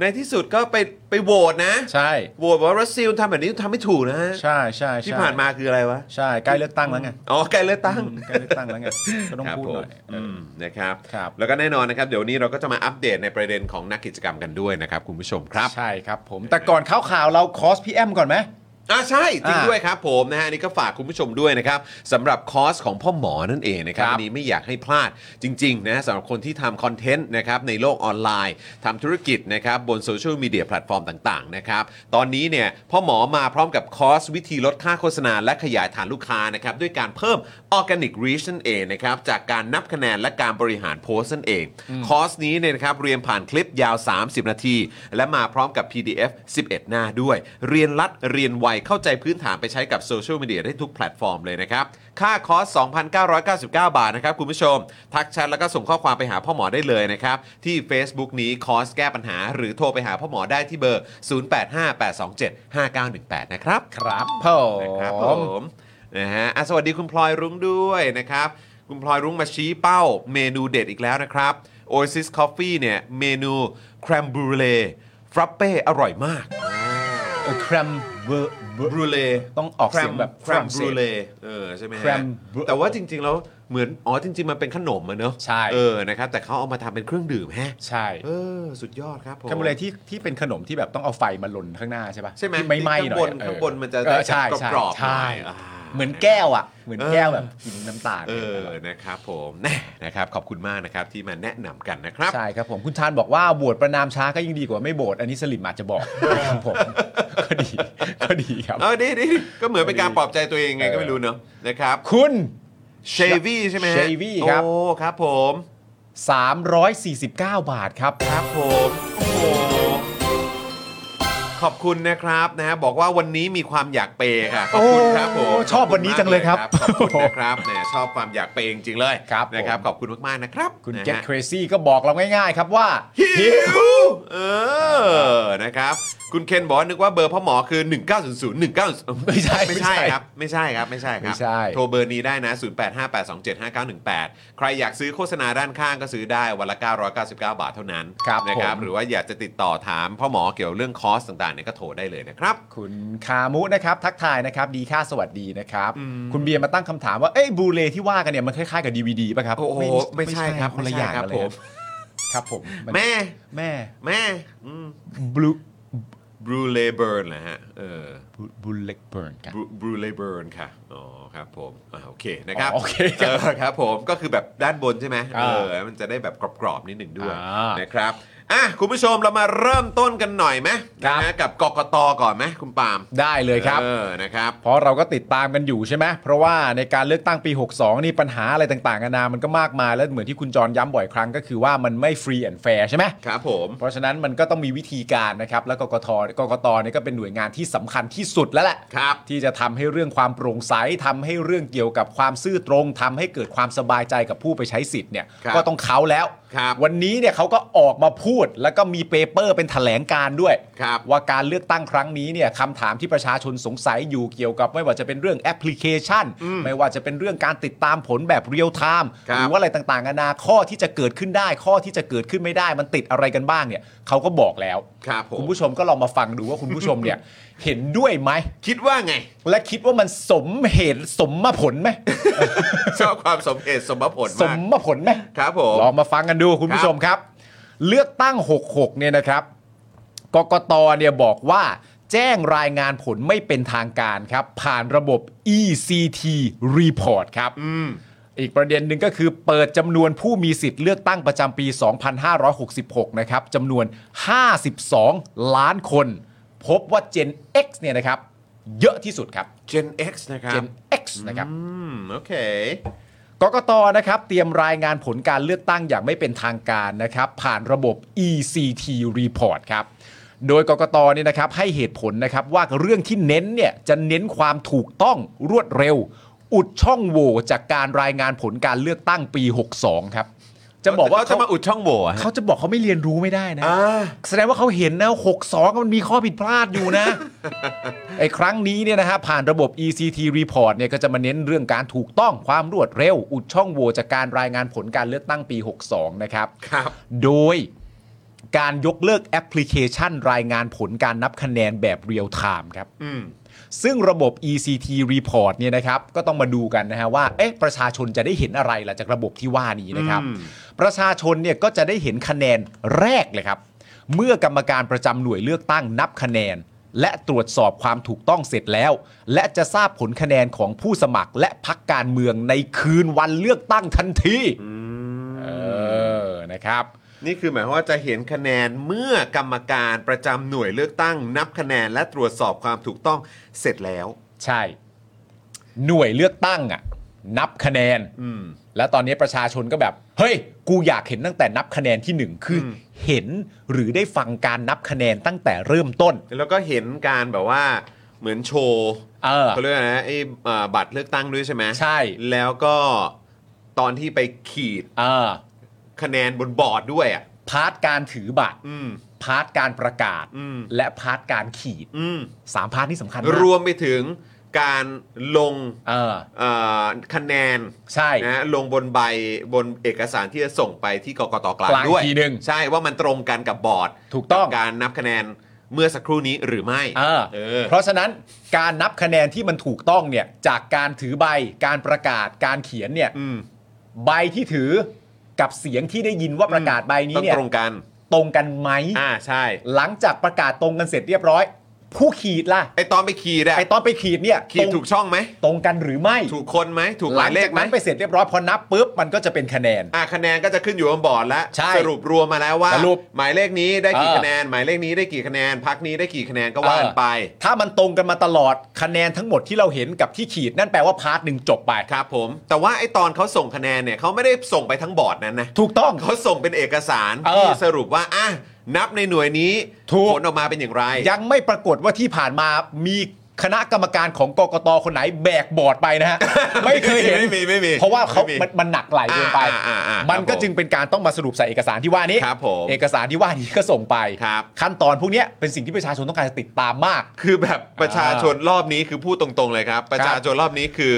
S1: ในที่สุดก็ไปไปโหวตนะ
S2: ใช่
S1: โหวตว่ารัสเซียทำแบบนี้ทำไม่ถูกนะฮะ
S2: ใช่ใช่
S1: ที่
S2: ใช่
S1: ผ่านมาคืออะไรวะ
S2: ใช่ใกล้เลือกตั้งแล้วไง
S1: อ๋อใกล้เลือกตั้ง
S2: อืมใกล้เลือกตั้งแล้วไงก็ต้องพูดหน่อย
S1: ครับผม
S2: เออ
S1: มนะครับ
S2: ครับ
S1: แล้วก็แน่นอนนะครับ เดี๋ยวนี้เราก็จะมาอัปเดตในประเด็นของนักกิจกรรมกันด้วยนะครับ คุณผู้ชมครับ
S2: ใช่ครับผม แต่ก่อนเข้าข่าวเราคอสพี่แอมก่อนไหม
S1: อ่าใช่จริง
S2: อ่า
S1: ด้วยครับผมนะฮะอันนี่ก็ฝากคุณผู้ชมด้วยนะครับสำหรับคอร์สของพ่อหมอนั่นเองนะครับ
S2: ครับ
S1: อันนี้ไม่อยากให้พลาดจริงๆนะสำหรับคนที่ทำคอนเทนต์นะครับในโลกออนไลน์ทำธุรกิจนะครับบนโซเชียลมีเดียแพลตฟอร์มต่างๆนะครับตอนนี้เนี่ยพ่อหมอมาพร้อมกับคอร์สวิธีลดค่าโฆษณาและขยายฐานลูกค้านะครับด้วยการเพิ่ม Organic Reach นั่นเองนะครับจากการนับคะแนนและการบริหารโพสต์นั่นเอง คอร์สนี้เนี่ยนะครับเรียนผ่านคลิปยาว 30 นาที และมาพร้อมกับ PDF 11 หน้าด้วย เรียนรัดเรียนไวเข้าใจพื้นฐานไปใช้กับโซเชียลมีเดียได้ทุกแพลตฟอร์มเลยนะครับ ค่าคอร์ส 2,999 บาทนะครับ คุณผู้ชม ทักแชทแล้วก็ส่งข้อความไปหาพ่อหมอได้เลยนะครับ ที่ Facebook นี้คอร์สแก้ปัญหา หรือโทรไปหาพ่อหมอได้ที่เบอร์ 0858275918 นะครับ
S2: ครับผม
S1: นะครับผมนะฮะอ่ะสวัสดีคุณพลอยรุ้งด้วยนะครับ คุณพลอยรุ้งมาชี้เป้าเมนูเด็ดอีกแล้วนะครับ Oasis Coffee เนี่ยเมนูแครมบูเล่ฟรัปเป้อร่อยมาก
S2: แครมเบอร์
S1: บรูเล่
S2: ต้องออกเสียงแบบ
S1: แค
S2: ฝ
S1: ร
S2: รั่
S1: ม
S2: ง
S1: บ
S2: เศ
S1: รู
S2: ส
S1: เล่เออใช่ไหมฮะ
S2: Crème
S1: แต่ว่าจริง ๆ แล้วเหมือนอ๋อจริง ๆ มันเป็นขนมอะเนอะ
S2: ใช่
S1: เออนะครับแต่เขาเอามาทำเป็นเครื่องดื่มแฮะ
S2: ใช่
S1: เออสุดยอดครับผม
S2: แคมเบอร์เลที่ที่เป็นขนมที่แบบต้องเอาไฟมาลนข้างหน้าใช่ปะ
S1: ใช่ไหม
S2: ที่ไม่ไหม้หน่อย
S1: ที่
S2: อะ
S1: ข้างบนข้างบนมันจะ
S2: เออใช่
S1: แบบ
S2: ใช่
S1: กรอบๆ
S2: ใช่
S1: หน่อยอ่า
S2: เหมือนแก้วอ่ะ เหมือนแก้วแบบกินน้ำตาล
S1: เออนะครับผมแน่นะครับขอบคุณมากนะครับที่มาแนะนำกันนะครับ
S2: ใช่ครับผมคุณชานบอกว่าโหวตประนามช้าก็ยิ่งดีกว่าไม่โหวตอันนี้สลิมอาจจะบอกครับผมก็ดีก็ดีครับ
S1: เออดีดีก็เหมือนเป็นการปลอบใจตัวเองไงก็ไม่รู้เนอะนะครับ
S2: คุณ
S1: เชวี่ใช่ไหมฮะ
S2: Chevy ครับ
S1: โอ้ครับผม
S2: 349 บาทครับ
S1: ครับผมโอ้โหขอบคุณนะครับนะฮะบอกว่าวันนี้มีความอยากเปย์ค่ะขอบคุณครับผม
S2: โอ้ชอบวันนี้จังเลยครับ
S1: ขอบคุณนะครับแหมชอบความอยากเปย์จริงๆเลย
S2: ครับผม
S1: นะครับขอบคุณมากๆนะครับ
S2: คุณ
S1: นะฮะ
S2: get crazy ก็บอกเราง่ายๆ ครับว่า
S1: หิวเออนะครับ คุณเคนบอกว่านึกว่าเบอร์พ่อหมอคือ 1900 19
S2: ไม่ใช่ไม่
S1: ไม่
S2: ใช่
S1: ใช่ครับ ไม่ใช่ครับ ไม่ใช่ครั
S2: ไม่ใช่
S1: โทรเบอร์นี้ได้นะ 0858275918 ใครอยากซื้อโฆษณาด้านข้างก็ซื้อได้วันละ 999 บาทเท่านั้นนะครับ หรือว่าอยากจะติดต่อถามพ่อหมอเกี่ยวเรื่องคอร์สต่างๆเนี่ยก็โทรได้เลยนะครับ
S2: คุณคามุนะครับ ทักทายนะครับ ดีค่าสวัสดีนะครับ คุณเบียร์มาตั้งคำถามว่า เอ้ยบูเลที่ว่ากันเนี่ย มันคล้ายๆกับดีวดีป่ะครับ
S1: โอ้โหไม่ใช่ครับ
S2: คนละอย่าง
S1: ไม่ใช่ครับ
S2: กันเลย
S1: ผม
S2: ครับผมน
S1: แม่
S2: แม่
S1: แม่
S2: บลู
S1: บรูเลเบิร์นนะฮะเออ
S2: บูเล็กเบิร์นครับ
S1: บรูเลเบิร์นค่ะ อ๋อครับผมอ่าโอเคนะครับ
S2: อ๋อโอเคครับ
S1: ออครับผม ก็คือแบบด้านบนใช่ไหม
S2: อ่า
S1: เออ มันจะได้แบบกรอบๆนิดหนึ่งด้วย
S2: อ่าน
S1: นะครับ อ่ะ คุณผู้ชมเรามาเริ่มต้นกันหน่อยไหมนะฮะกับกกตก่อนไหมคุณปาล์ม
S2: ได้เลยครับ
S1: เออ นะครับ
S2: เพราะเราก็ติดตามกันอยู่ใช่ไหมเพราะว่าในการเลือกตั้งปี 62 นี่ปัญหาอะไรต่างๆนานามันก็มากมาย แล้วเหมือนที่คุณจรย้ำบ่อยครั้งก็คือว่ามันไม่ฟรีแอนด์แฟร์ใช่ไหม
S1: ครับผม
S2: เพราะฉะนั้นมันก็ต้องมีวิธีการนะครับ และกกตกกตเนี่ยก็เป็นหน่วยงานที่สำคัญที่สุดแล้วแหละ
S1: ครับ
S2: ที่จะทำให้เรื่องความโปร่งใสทำให้เรื่องเกี่ยวกับความซื่อตรงทำให้เกิดความสบายใจกับผู้ไปใช้สิทธิ์เนี่ย
S1: ครับ
S2: ก็ต้องเขาแล้ว
S1: ครับ
S2: วันนี้เนี่ยเขาก็ออกมาพูด แล้วก็มีเปเปอร์เป็นแถลงการณ์ด้วย
S1: ครับ
S2: ว่าการเลือกตั้งครั้งนี้เนี่ยคำถามที่ประชาชนสงสัยอยู่เกี่ยวกับไม่ว่าจะเป็นเรื่องแอปพลิเคชัน ไม่ว่าจะเป็นเรื่องการติดตามผลแบบเรียลไทม์
S1: ครั
S2: ห
S1: บ
S2: รือว่า อะไรต่างๆนานาข้อที่จะเกิดขึ้นได้ ข้อที่จะเกิดขึ้นไม่ได้ มันติดอะไรกันบ้างเนี่ยเขาก็บอกแล้ว
S1: ครับผม
S2: คุณผู้ชมก็ลองมาฟังดูว่าคุณผู้ชมเนี่ย เห็นด้วยไหม
S1: คิดว่าไง
S2: และคิดว่ามันสมเหตุสมผลไหม
S1: ชอบความสมเหตุสมผล
S2: ส
S1: มาก
S2: มผลไหม
S1: ครับผม
S2: ลองมาฟังกันดูคุณผู้ชมครับ เลือกตั้ง 66 เนี่ยนะครับกกตเนี่ยบอกว่า แจ้งรายงานผลไม่เป็นทางการครับ ผ่านระบบ ECT report ครับ
S1: อืม
S2: อีกประเด็นหนึ่งก็คือเปิดจำนวนผู้มีสิทธิ์เลือกตั้งประจำปี 2566 นะครับจำนวน 52 ล้านคน พบว่า Gen X เนี่ยนะครับ เยอะที่สุดครับ
S1: Gen X นะครับ
S2: Gen X นะครับ
S1: อืม โอเค
S2: กกตนะครับ เตรียมรายงานผลการเลือกตั้งอย่างไม่เป็นทางการนะครับ ผ่านระบบ ECT report ครับ โดยกกตเนี่ยนะครับให้เหตุผลนะครับว่าเรื่องที่เน้นเนี่ยจะเน้นความถูกต้องรวดเร็ว อุดช่องโหว่จากการรายงานผลการเลือกตั้งปี 62 ครับ จะบอกว่า
S1: เขจะมาอุดช่องโหว่อะฮะ
S2: เขาจะบอกเขาไม่เรียนรู้ไม่ได้นะ
S1: อ่า
S2: แสดงว่าเขาเห็นนะ62 มันมีข้อผิดพลาดอยู่นะ ไอ้ครั้งนี้เนี่ยนะฮะผ่านระบบ ECT report เนี่ยก็จะมาเน้นเรื่องการถูกต้องความรวดเร็ว อุดช่องโหว่จากการรายงานผลการเลือกตั้งปี 62 นะครับ
S1: ครับ
S2: โดยการยกเลิกแอปพลิเคชันรายงานผลการนับคะแนนแบบเรียลไทม์ครับ
S1: อืม
S2: ซึ่งระบบ ECT report เนี่ยนะครับ ก็ต้องมาดูกันนะฮะว่า เอ๊ะ ประชาชนจะได้เห็นอะไรล่ะจากระบบที่ว่านี้นะครับ
S1: อืม
S2: ประชาชนเนี่ยก็จะได้เห็นคะแนนแรกเลยครับ เมื่อกรรมการประจำหน่วยเลือกตั้งนับคะแนน และตรวจสอบความถูกต้องเสร็จแล้ว และจะทราบผลคะแนนของผู้สมัครและพักการเมืองในคืนวันเลือกตั้งทันทีเออนะครับ
S1: นี่คือหมายความว่าจะเห็นคะแนนเมื่อกรรมการประจำหน่วยเลือกตั้ง นับคะแนนและตรวจสอบความถูกต้องเสร็จแล้ว
S2: ใช่ หน่วยเลือกตั้งอ่ะ นับคะแนน
S1: อืม
S2: แล้วตอนนี้ประชาชนก็แบบ เฮ้ย กูอยากเห็นตั้งแต่นับคะแนนที่หนึ่งคืออเห็นหรือได้ฟังการนับคะแนนตั้งแต่เริ่มต้น
S1: แล้วก็เห็นการแบบว่าเหมือนโชว์
S2: เออ
S1: เขาเรียกอะไรนะไอ้เอ่อบัตรเลือกตั้งด้วยใช่ไหม
S2: ใช่
S1: แล้วก็ตอนที่ไปขีด
S2: เออ
S1: คะแนนบนบอร์ดด้วยอ่ะ
S2: พาร์ทการถือบัตร
S1: อืม
S2: พาร์ทการประกาศ
S1: อืม
S2: และพาร์ทการขีด
S1: อืม
S2: สามพาร์ทนี่สำคัญมาก
S1: รวมไปถึงการลง
S2: เออ
S1: เอ่อคะแนน
S2: ใช่
S1: นะลงบนใบบนเอกสารที่จะส่งไปที่กกตกลาง
S2: กลาง
S1: ด้วย
S2: ทีหนึ่ง
S1: ใช่ว่ามันตรงกันกับบอร์ด
S2: ถูกต้อง
S1: บการนับคะแนนเมื่อสักครู่นี้หรือไม่
S2: เออ
S1: เออ
S2: เพราะฉะนั้นการนับคะแนนที่มันถูกต้องเนี่ย จากการถือใบการประกาศการเขียนเนี่ย
S1: อืม
S2: ใบที่ถือกับเสียงที่ได้ยินว่าประกาศใบนี้
S1: ต้อง
S2: เนี่ย
S1: ตรงกัน
S2: ตรงกันไหม
S1: อ่าใช่
S2: หลังจากประกาศตรงกันเสร็จเรียบร้อย ผู้ขีดล่ะ
S1: ไอตอนไปขีดอะ
S2: ไอตอนไปขีดเนี่ย
S1: ขีดถูกช่องไหม
S2: ตรงกันหรือไม่
S1: ถูกคนไหมถูกหมายเลข
S2: งจ
S1: ไหม
S2: นั้นไปเสร็จเรียบร้อยพอนับปุ๊บมันก็จะเป็นคะแนน
S1: อ่ะคะแนนก็จะขึ้นอยู่บนบอร์ดแล้ว
S2: ใช่
S1: สรุปรวมมาแล้วว่า
S2: สรุป
S1: หมายเลขนี้ได้กี่
S2: เออ
S1: คะแนน หมายเลขนี้ได้กี่คะแนนพักนี้ได้กี่คะแนนก็ว่ากั
S2: เอน อ
S1: ไป
S2: ถ้ามันตรงกันมาตลอดคะแนนทั้งหมดที่เราเห็นกับที่ขีดนั่นแปลว่าพาร์ทหนึ่งจบไป
S1: ครับผม แต่ว่าไอตอนเขาส่งคะแนนเนี่ยเขาไม่ได้ส่งไปทั้งบอร์ดนั้นนะ
S2: ถูกต้อง
S1: เขาส่งเป็นเอกสาร
S2: เออ
S1: ที่สรุปว่าอ่ะนับในหน่วยนี้
S2: ถูก
S1: ผลออกมาเป็นอย่างไร
S2: ยังไม่ปรากฏว่าที่ผ่านมามีคณะกรรมการของกกตคนไหนแบกบอร์ดไปนะ ฮะ ไม่เคยเห็น
S1: ไม่มีไม่มี
S2: เพราะว่าเขา
S1: ไม่มี
S2: มันมันหนักไหลายเกินไป
S1: อ่าอ่าอ่าครับ
S2: มันก็จึงเป็นการต้องมาสรุปใส่เอกสารที่ว่านี้
S1: ครับผม
S2: เอกสารที่ว่านี้ก็ส่งไป
S1: ครับ
S2: ขั้นตอนพวกเนี้ยเป็นสิ่งที่ประชาชนต้องการจะติดตามมาก
S1: คือแบบประชาชนรอบนี้คือพูดตรงๆเลยครับ ประชาชนรอบนี้คือ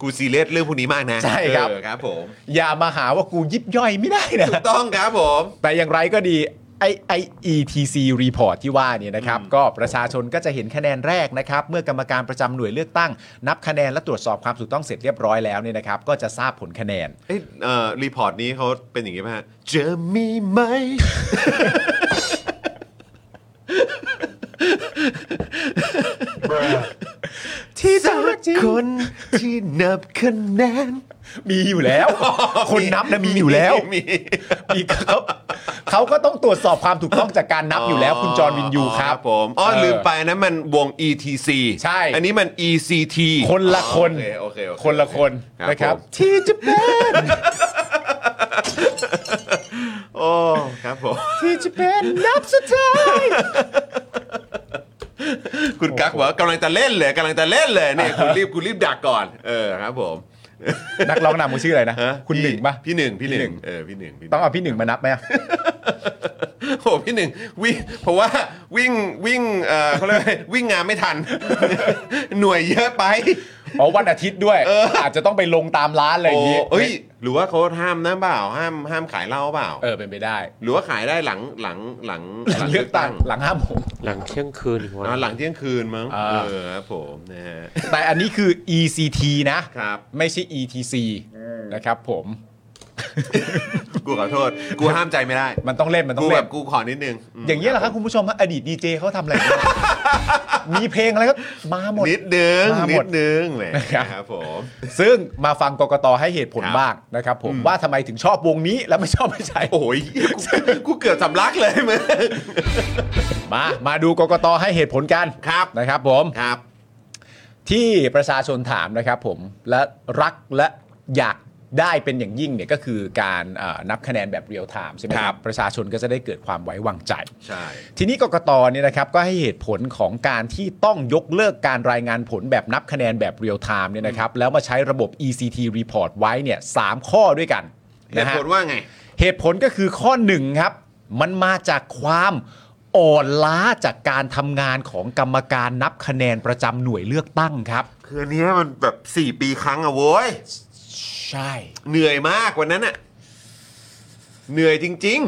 S1: กูซีเรียสเรื่องพวกนี้มากนะ
S2: ใช่ครับ
S1: เออครับผม
S2: อย่ามาหาว่ากูยิบย่อยไม่ได้นะ
S1: ถูกต้องครับผม
S2: แต่อย่างไรก็ดีไอไอ ETC report ที่ว่าเนี่ยนะครับ ก็ประชาชนก็จะเห็นคะแนนแรกนะครับ เมื่อกรรมการประจำหน่วยเลือกตั้ง นับคะแนนและตรวจสอบความถูกต้องเสร็จเรียบร้อยแล้วเนี่ยนะครับ ก็จะทราบผลคะแนน
S1: เอ้ยเอ่อรีพอร์ตนี้เขาเป็นอย่างงี้ไหมฮะเจะมีไหม ที่สักคนที่นับคะแนน
S2: มีอยู่แล้ว คนนับนะมีอยู่แล้ว
S1: มี
S2: มีครับเขาก็ต้องตรวจสอบความถูกต้องจากการนับอยู่แล้วคุณจอร์นวินยูครับ
S1: ผมอ๋อ
S2: เออ
S1: ลืมไปนะมันวง ETC
S2: ใช่
S1: อันนี้มัน ECT
S2: คนละคน
S1: โอเคโอเคโอเ
S2: คนละคน
S1: ครับ
S2: นะครับ
S1: ผม
S2: ที่จะเป็น
S1: โอ้ครับผม
S2: ที่จะเป็นนับสุดท้าย
S1: คุณกั๊กบอกว่ากำลังจะเล่นเลยกำลังจะเล่นเลยเนี่ยคุณรีบคุณรีบดักก่อน เออครับผม
S2: นักร้องนำเขาชื่ออะไรนะ
S1: ฮะ
S2: คุณ
S1: พี่
S2: หนึ่งปะ
S1: พี่หนึ่งพี่ห
S2: พี่หนึ่
S1: นึ่ง
S2: ง
S1: เออพี่หนึ่งพี่หนึ่ง
S2: ต้องเอาพี่หนึ่งมานับไหมอะ
S1: โหพี่หนึ่งวิ่งเพราะว่าวิ่งวิ่งเอ่อเขาเรียกว่าวิ่งงานไม่ทัน หน่วยเยอะไป
S2: อ๋อวันอาทิตย์ด้วย อาจจะต้องไปลงตามร้านอะไรอย่างงี้
S1: โอ้เอ้ยหรือว่าเขาห้ามนะเปล่าห้ามห้ามขายเหล้าเปล่า
S2: เออเป็นไปได้
S1: หรือว่าขายได้หลังหลังหลัง
S2: หลังเลือกตั้งหลังห้าโมง
S3: หลังเที่ยงคืนอีกวัน
S1: อ๋อหลังเที่ยงคืนมั้ง
S2: อ่า
S1: เออครับผมนะฮะ
S2: แต่อันนี้คือ ECT นะ
S1: ครับ
S2: ไม่ใช่ ETC นะครับผม
S1: กูขอโทษ กูห้ามใจไม่ได้
S2: มันต้องเล่นมันต้อ
S1: กู
S2: ง
S1: แบ
S2: เล่น
S1: บกูขอนิดนึงม
S2: อย่างนี้ยเหรอครับคุณผู้ชมฮะอดีตดีเจเขาทำอะไรกัน มีเพลงอะไรก็มาหมด
S1: นิดนึง
S2: มาห
S1: นิ
S2: มด
S1: ดนึงแหม
S2: ครับ
S1: ครับผม
S2: ซึ่งมาฟังกกตให้เหตุผล
S1: ครับ
S2: บ้างนะครับผมว่าทำไมถึงชอบวงนี้แล้วไม่ชอบไม่ใช่
S1: โอ้ย กูกูเกือบสำลักเลยมึง
S2: มามาดูกกตให้เหตุผลกัน
S1: ครับ
S2: นะครับผม
S1: ครับ
S2: ที่ประชาชนถามนะครับผมและรักและอยากได้เป็นอย่างยิ่งเนี่ยก็คือการเอ่อนับคะแนนแบบเรียลไทม์ใช่ไหมค
S1: ครั
S2: รับ
S1: บ
S2: ประชาชนก็จะได้เกิดความไว้วางใจ
S1: ใช่
S2: ทีนี้กกตเนี่ยนะครับก็ให้เหตุผลของการที่ต้องยกเลิกการรายงานผลแบบนับคะแนนแบบเรียลไทม์เนี่ยนะครับแล้วมาใช้ระบบ ECT report ไว้เนี่ยสามข้อด้วยกัน
S1: เหตุ
S2: นะฮะ
S1: ผลว่าไง
S2: เหตุผลก็คือข้อหนึ่งครับ มันมาจากความอ่อนล้าจากการทำงานของกรรมการนับคะแนนประจำหน่วยเลือกตั้งครับ
S1: คืออันเนี้ยมันแบบ 4 ปีครั้งอะโว้ย
S2: ใช่
S1: เหนื่อยมากวันนั้นอะเหนื่อยจริง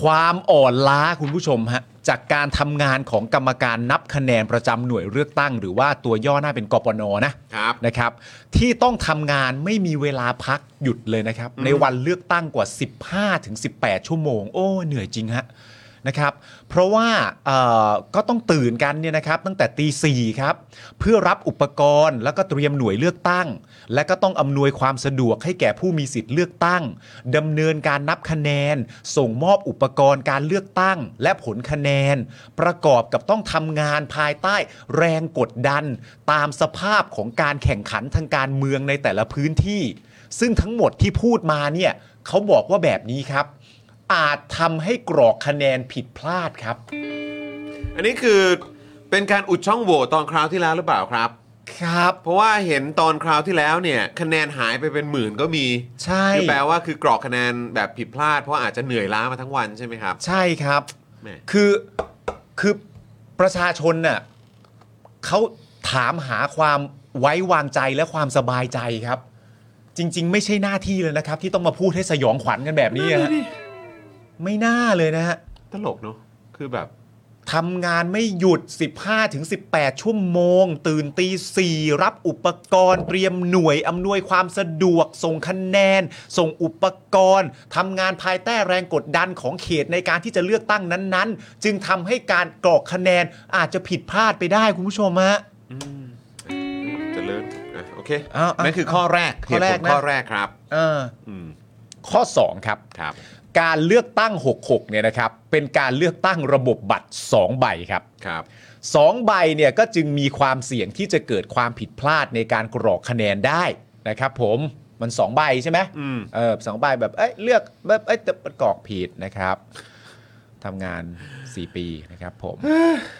S2: ความอ่อนล้าคุณผู้ชมฮะจากการทำงานของกรรมการนับคะแนนประจำหน่วยเลือกตั้ง หรือว่าตัวย่อหน้าเป็นกปนนะ
S1: ๆ ครับ
S2: นะครับที่ต้องทำงานไม่มีเวลาพักหยุดเลยนะครับ ในวันเลือกตั้งกว่า 15 ถึง 18 ชั่วโมง โอ้ เหนื่อยจริงฮะนะครับเพราะว่าเอ่อก็ต้องตื่นกันเนี่ยนะครับตั้งแต่ตีสี่ครับเพื่อรับอุปกรณ์ แล้วก็เตรียมหน่วยเลือกตั้ง และก็ต้องอำนวยความสะดวกให้แก่ผู้มีสิทธิ์เลือกตั้งดำเนินการนับคะแนน ส่งมอบอุปกรณ์การเลือกตั้ง และผลคะแนน ประกอบกับต้องทำงานภายใต้แรงกดดัน ตามสภาพของการแข่งขันทางการเมืองในแต่ละพื้นที่ ซึ่งทั้งหมดที่พูดมาเนี่ยเขาบอกว่าแบบนี้ครับ อาจทำให้กรอกคะแนนผิดพลาดครับ
S1: อันนี้คือเป็นการอุดช่องโหว่ตอนคราวที่แล้วหรือเปล่าครับ
S2: ครับ
S1: เพราะว่าเห็นตอนคราวที่แล้วเนี่ยคะแนนหายไปเป็นหมื่นก็มี
S2: ใช่
S1: คือแปลว่าคือกรอกคะแนนแบบผิดพลาด เพราะอาจจะเหนื่อยล้ามาทั้งวันใช่ไหมครับ
S2: ใช่ครับ
S1: แหม่
S2: คือ คือประชาชนน่ะเขาถามหาความไว้วางใจและความสบายใจครับ จริง ๆ ไม่ใช่หน้าที่เลยนะครับ ที่ต้องมาพูดให้สยองขวัญกันแบบนี้ฮะไม่น่าเลยนะฮะ
S1: ตลกเนาะคือแบบ
S2: ทำงานไม่หยุด 15ถึง18 ชั่วโมง ตื่นตีสี่รับอุปกรณ์เตรียมหน่วยอำนวยความสะดวก ส่งคะแนน ส่งอุปกรณ์ทำงานภายใต้แรงกดดันของเขตในการที่จะเลือกตั้งนั้นๆ จึงทำให้การกรอกคะแนนอาจจะผิดพลาดไปได้คุณผู้ชมฮะ
S1: เจริญอ่ะโอเค
S2: อ้าวอ้าว
S1: นั่นคือข้อแรก
S2: ข้อแรก
S1: เหตุผล
S2: นะ
S1: ข้อแรกครับ
S2: เออ
S1: อืม
S2: ข้อ 2 ครับ
S1: ครับ
S2: การเลือกตั้ง 66เนี่ยนะครับ เป็นการเลือกตั้งระบบบัตร 2 ใบครับ
S1: ครับ
S2: 2 ใบเนี่ยก็จึงมีความเสี่ยงที่จะเกิดความผิดพลาดในการกรอกคะแนนได้นะครับผมมัน 2 ใบใช่ไหม
S1: อืม
S2: เออสองใบแบบเอ้ยเลือกแบบเอ้ยแต่มันกรอกผิดนะครับทำงาน 4 ปีนะครับผม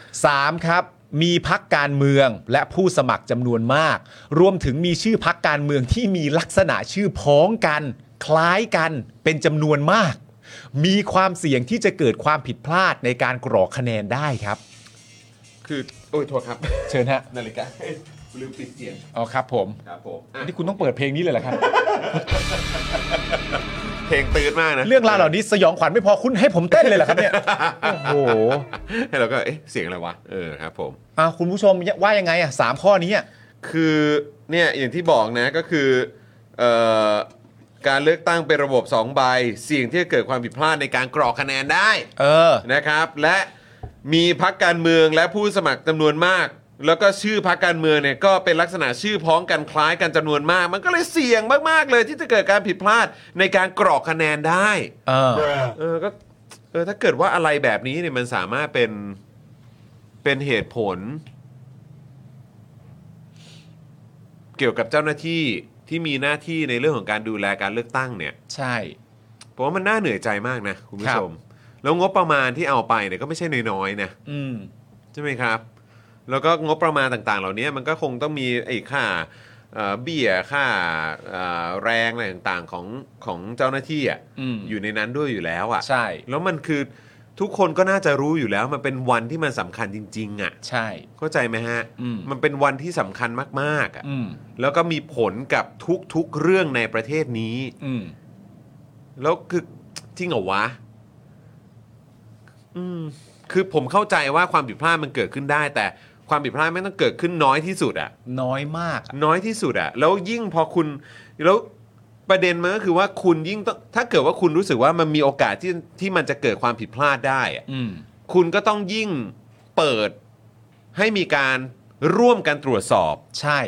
S2: 3ครับ มีพักการเมืองและผู้สมัครจำนวนมาก รวมถึงมีชื่อพักการเมืองที่มีลักษณะชื่อพ้องกัน คล้ายกันเป็นจำนวนมาก มีความเสี่ยงที่จะเกิดความผิดพลาดในการกรอกคะแนนได้ครับ
S1: คือ โอ้ยโทษครับ
S2: เชิญฮะ
S1: นาฬิกาลืมปิดเสียง
S2: อ๋อครับผม
S1: ครับผมอ่ะ
S2: อันนี้คุณต้องเปิดเพลงนี้เลยเหรอครับ
S1: เพลงตื่นมากนะ
S2: เรื่องราวเหล่านี้สยองขวัญไม่พอคุณให้ผมเต้นเลยเหรอครับเนี่ย โอ้โห
S1: ให้เราก็เอ๊ะเสียงอะไรวะเออครับผม
S2: อ่ะคุณผู้ชมว่ายังไงอ่ะสามข้อนี้อ่ะ
S1: คือเนี่ยอย่างที่บอกนะก็คือเอ่อการเลือกตั้งเป็นระบบ 2 ใบ เสี่ยงที่จะเกิดความผิดพลาดในการกรอกคะแนนได้
S2: เออ
S1: นะครับ และมีพักการเมืองและผู้สมัครจำนวนมาก แล้วก็ชื่อพักการเมืองเนี่ยก็เป็นลักษณะชื่อพ้องกันคล้ายกันจำนวนมาก มันก็เลยเสี่ยงมากๆเลยที่จะเกิดการผิดพลาดในการกรอกคะแนนได้
S2: เออ
S1: เออก็เออถ้าเกิดว่าอะไรแบบนี้เนี่ยมันสามารถเป็นเป็นเหตุผล เกี่ยวกับเจ้าหน้าที่ที่มีหน้าที่ในเรื่องของการดูแลการเลือกตั้งเนี่ย
S2: ใช่
S1: ผมว่ามันน่าเหนื่อยใจมากนะคุณผู้
S2: ครั
S1: ช
S2: บ
S1: ม แล้วงบประมาณที่เอาไปเนี่ยก็ไม่ใช่น้อยๆนะ
S2: อืม
S1: ใช่ไหมครับ แล้วก็งบประมาณต่างๆ เหล่านี้มันก็คงต้องมีไอ้ค่าเอ่อเบี้ยค่าเอ่อแรงอะไรต่างๆของของเจ้าหน้าที่อ่ะ
S2: อืม
S1: อยู่ในนั้นด้วยอยู่แล้วอ่ะ
S2: ใช่
S1: แล้วมันคือทุกคนก็น่าจะรู้อยู่แล้วมันเป็นวันที่มันสำคัญจริง ๆ อ่ะ
S2: ใช่
S1: เข้าใจไหมฮะ
S2: อืม
S1: มันเป็นวันที่สำคัญมากๆอ่ะ
S2: อืม
S1: แล้วก็มีผลกับทุกๆเรื่องในประเทศนี้
S2: อืม
S1: แล้วคือจริงเหรอวะ อืม คือผมเข้าใจว่าความผิดพลาดมันเกิดขึ้นได้ แต่ความผิดพลาดไม่งต้องเกิดขึ้นน้อยที่สุดอ่ะ
S2: น้อยมากอะ
S1: น้อยที่สุดอะแล้วยิ่งพอคุณแล้วประเด็นมันก็คือว่าคุณยิ่งต้องถ้าเกิดว่าคุณรู้สึกว่ามันมีโอกาสที่ที่มันจะเกิดความผิดพลาดได้อะ
S2: อืม
S1: คุณก็ต้องยิ่งเปิดให้มีการร่วมกันตรวจสอบ
S2: ใช่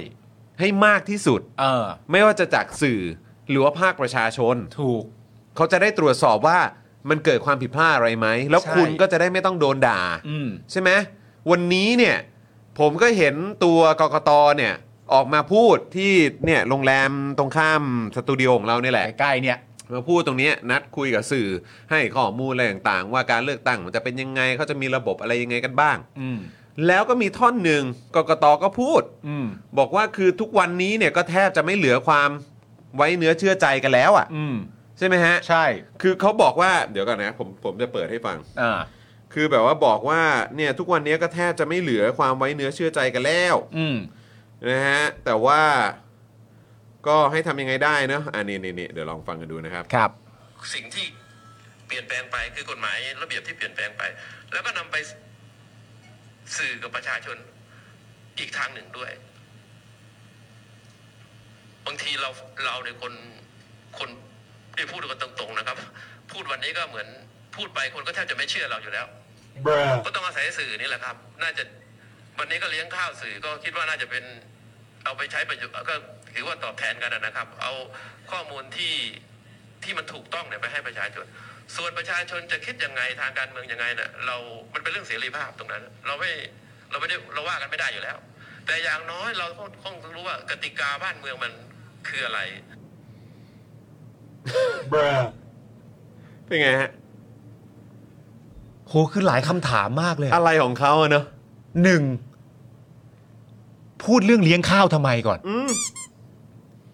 S1: ให้มากที่สุด
S2: เออ
S1: ไม่ว่าจะจากสื่อหรือว่าภาคประชาชน
S2: ถูก
S1: เขาจะได้ตรวจสอบว่ามันเกิดความผิดพลาดอะไรไหมแล้ว
S2: ใช่
S1: คุณก็จะได้ไม่ต้องโดนด่า
S2: อืม
S1: ใช่ไหมวันนี้เนี่ยผมก็เห็นตัวกกตเนี่ยออกมาพูดที่เนี่ยโรงแรมตรงข้ามสตูดิโอของเราเนี่ยแหละ
S2: ใกล้ๆเนี่ย
S1: มาพูดตรงเนี้ยนัดคุยกับสื่อให้ข้อมูลอะไรต่างๆ ว่าการเลือกตั้งมันจะเป็นยังไงเขาจะมีระบบอะไรยังไงกันบ้าง
S2: อืม
S1: แล้วก็มีท่อนหนึ่งกกตก็พูด
S2: อืม
S1: บอกว่าคือทุกวันนี้เนี่ยก็แทบจะไม่เหลือความ ไว้เนื้อเชื่อใจกันแล้วอ่ะ
S2: อืม
S1: ใช่ไหมฮะ
S2: ใช่
S1: คือเขาบอกว่าเดี๋ยวก่อนนะผมผมจะเปิดให้ฟัง
S2: อ่า
S1: คือแบบว่าบอกว่าเนี่ยทุกวันนี้ก็แทบจะไม่เหลือความไว้เนื้อเชื่อใจกันแล้ว
S2: อืม
S1: นะฮะแต่ว่าก็ให้ทำยังไงได้เนอะอันนี้นี่นี่เดี๋ยวลองฟังกันดูนะครับ
S2: ครับ
S4: สิ่งที่เปลี่ยนแปลงไปคือกฎหมายระเบียบที่เปลี่ยนแปลงไป แล้วก็นำไปสื่อกับประชาชนอีกทางหนึ่งด้วย บางทีเราเราเนี่ยคนคนที่พูดกันตรงๆนะครับ พูดวันนี้ก็เหมือนพูดไปคนก็แทบจะไม่เชื่อเราอยู่แล้ว ก็ต้องอาศัยสื่อนี่แหละครับ น่าจะวันนี้ก็เลี้ยงข้าวสื่อก็คิดว่าน่าจะเป็นเอาไปใช้ประโยชน์ก็ถือว่าตอบแทนกันนะครับ เอาข้อมูลที่ ที่มันถูกต้องเนี่ยไปให้ประชาชน ส่วนประชาชนจะคิดยังไงทางการเมืองยังไงเนี่ยเรา มันเป็นเรื่องเสรีภาพตรงนั้น เราไม่ เราไม่ได้ เราว่ากันไม่ได้อยู่แล้ว แต่อย่างน้อยเราก็คงต้องรู้ว่ากติกาบ้านเมืองมันคืออะไร
S1: เป็นไงฮะ
S2: โหคือหลายคำถามมากเลยอะ
S1: อะไรของเขาอะเนอะ
S2: หนึ่ง พูดเรื่องเลี้ยงข้าวทำไมก่อน
S1: อืม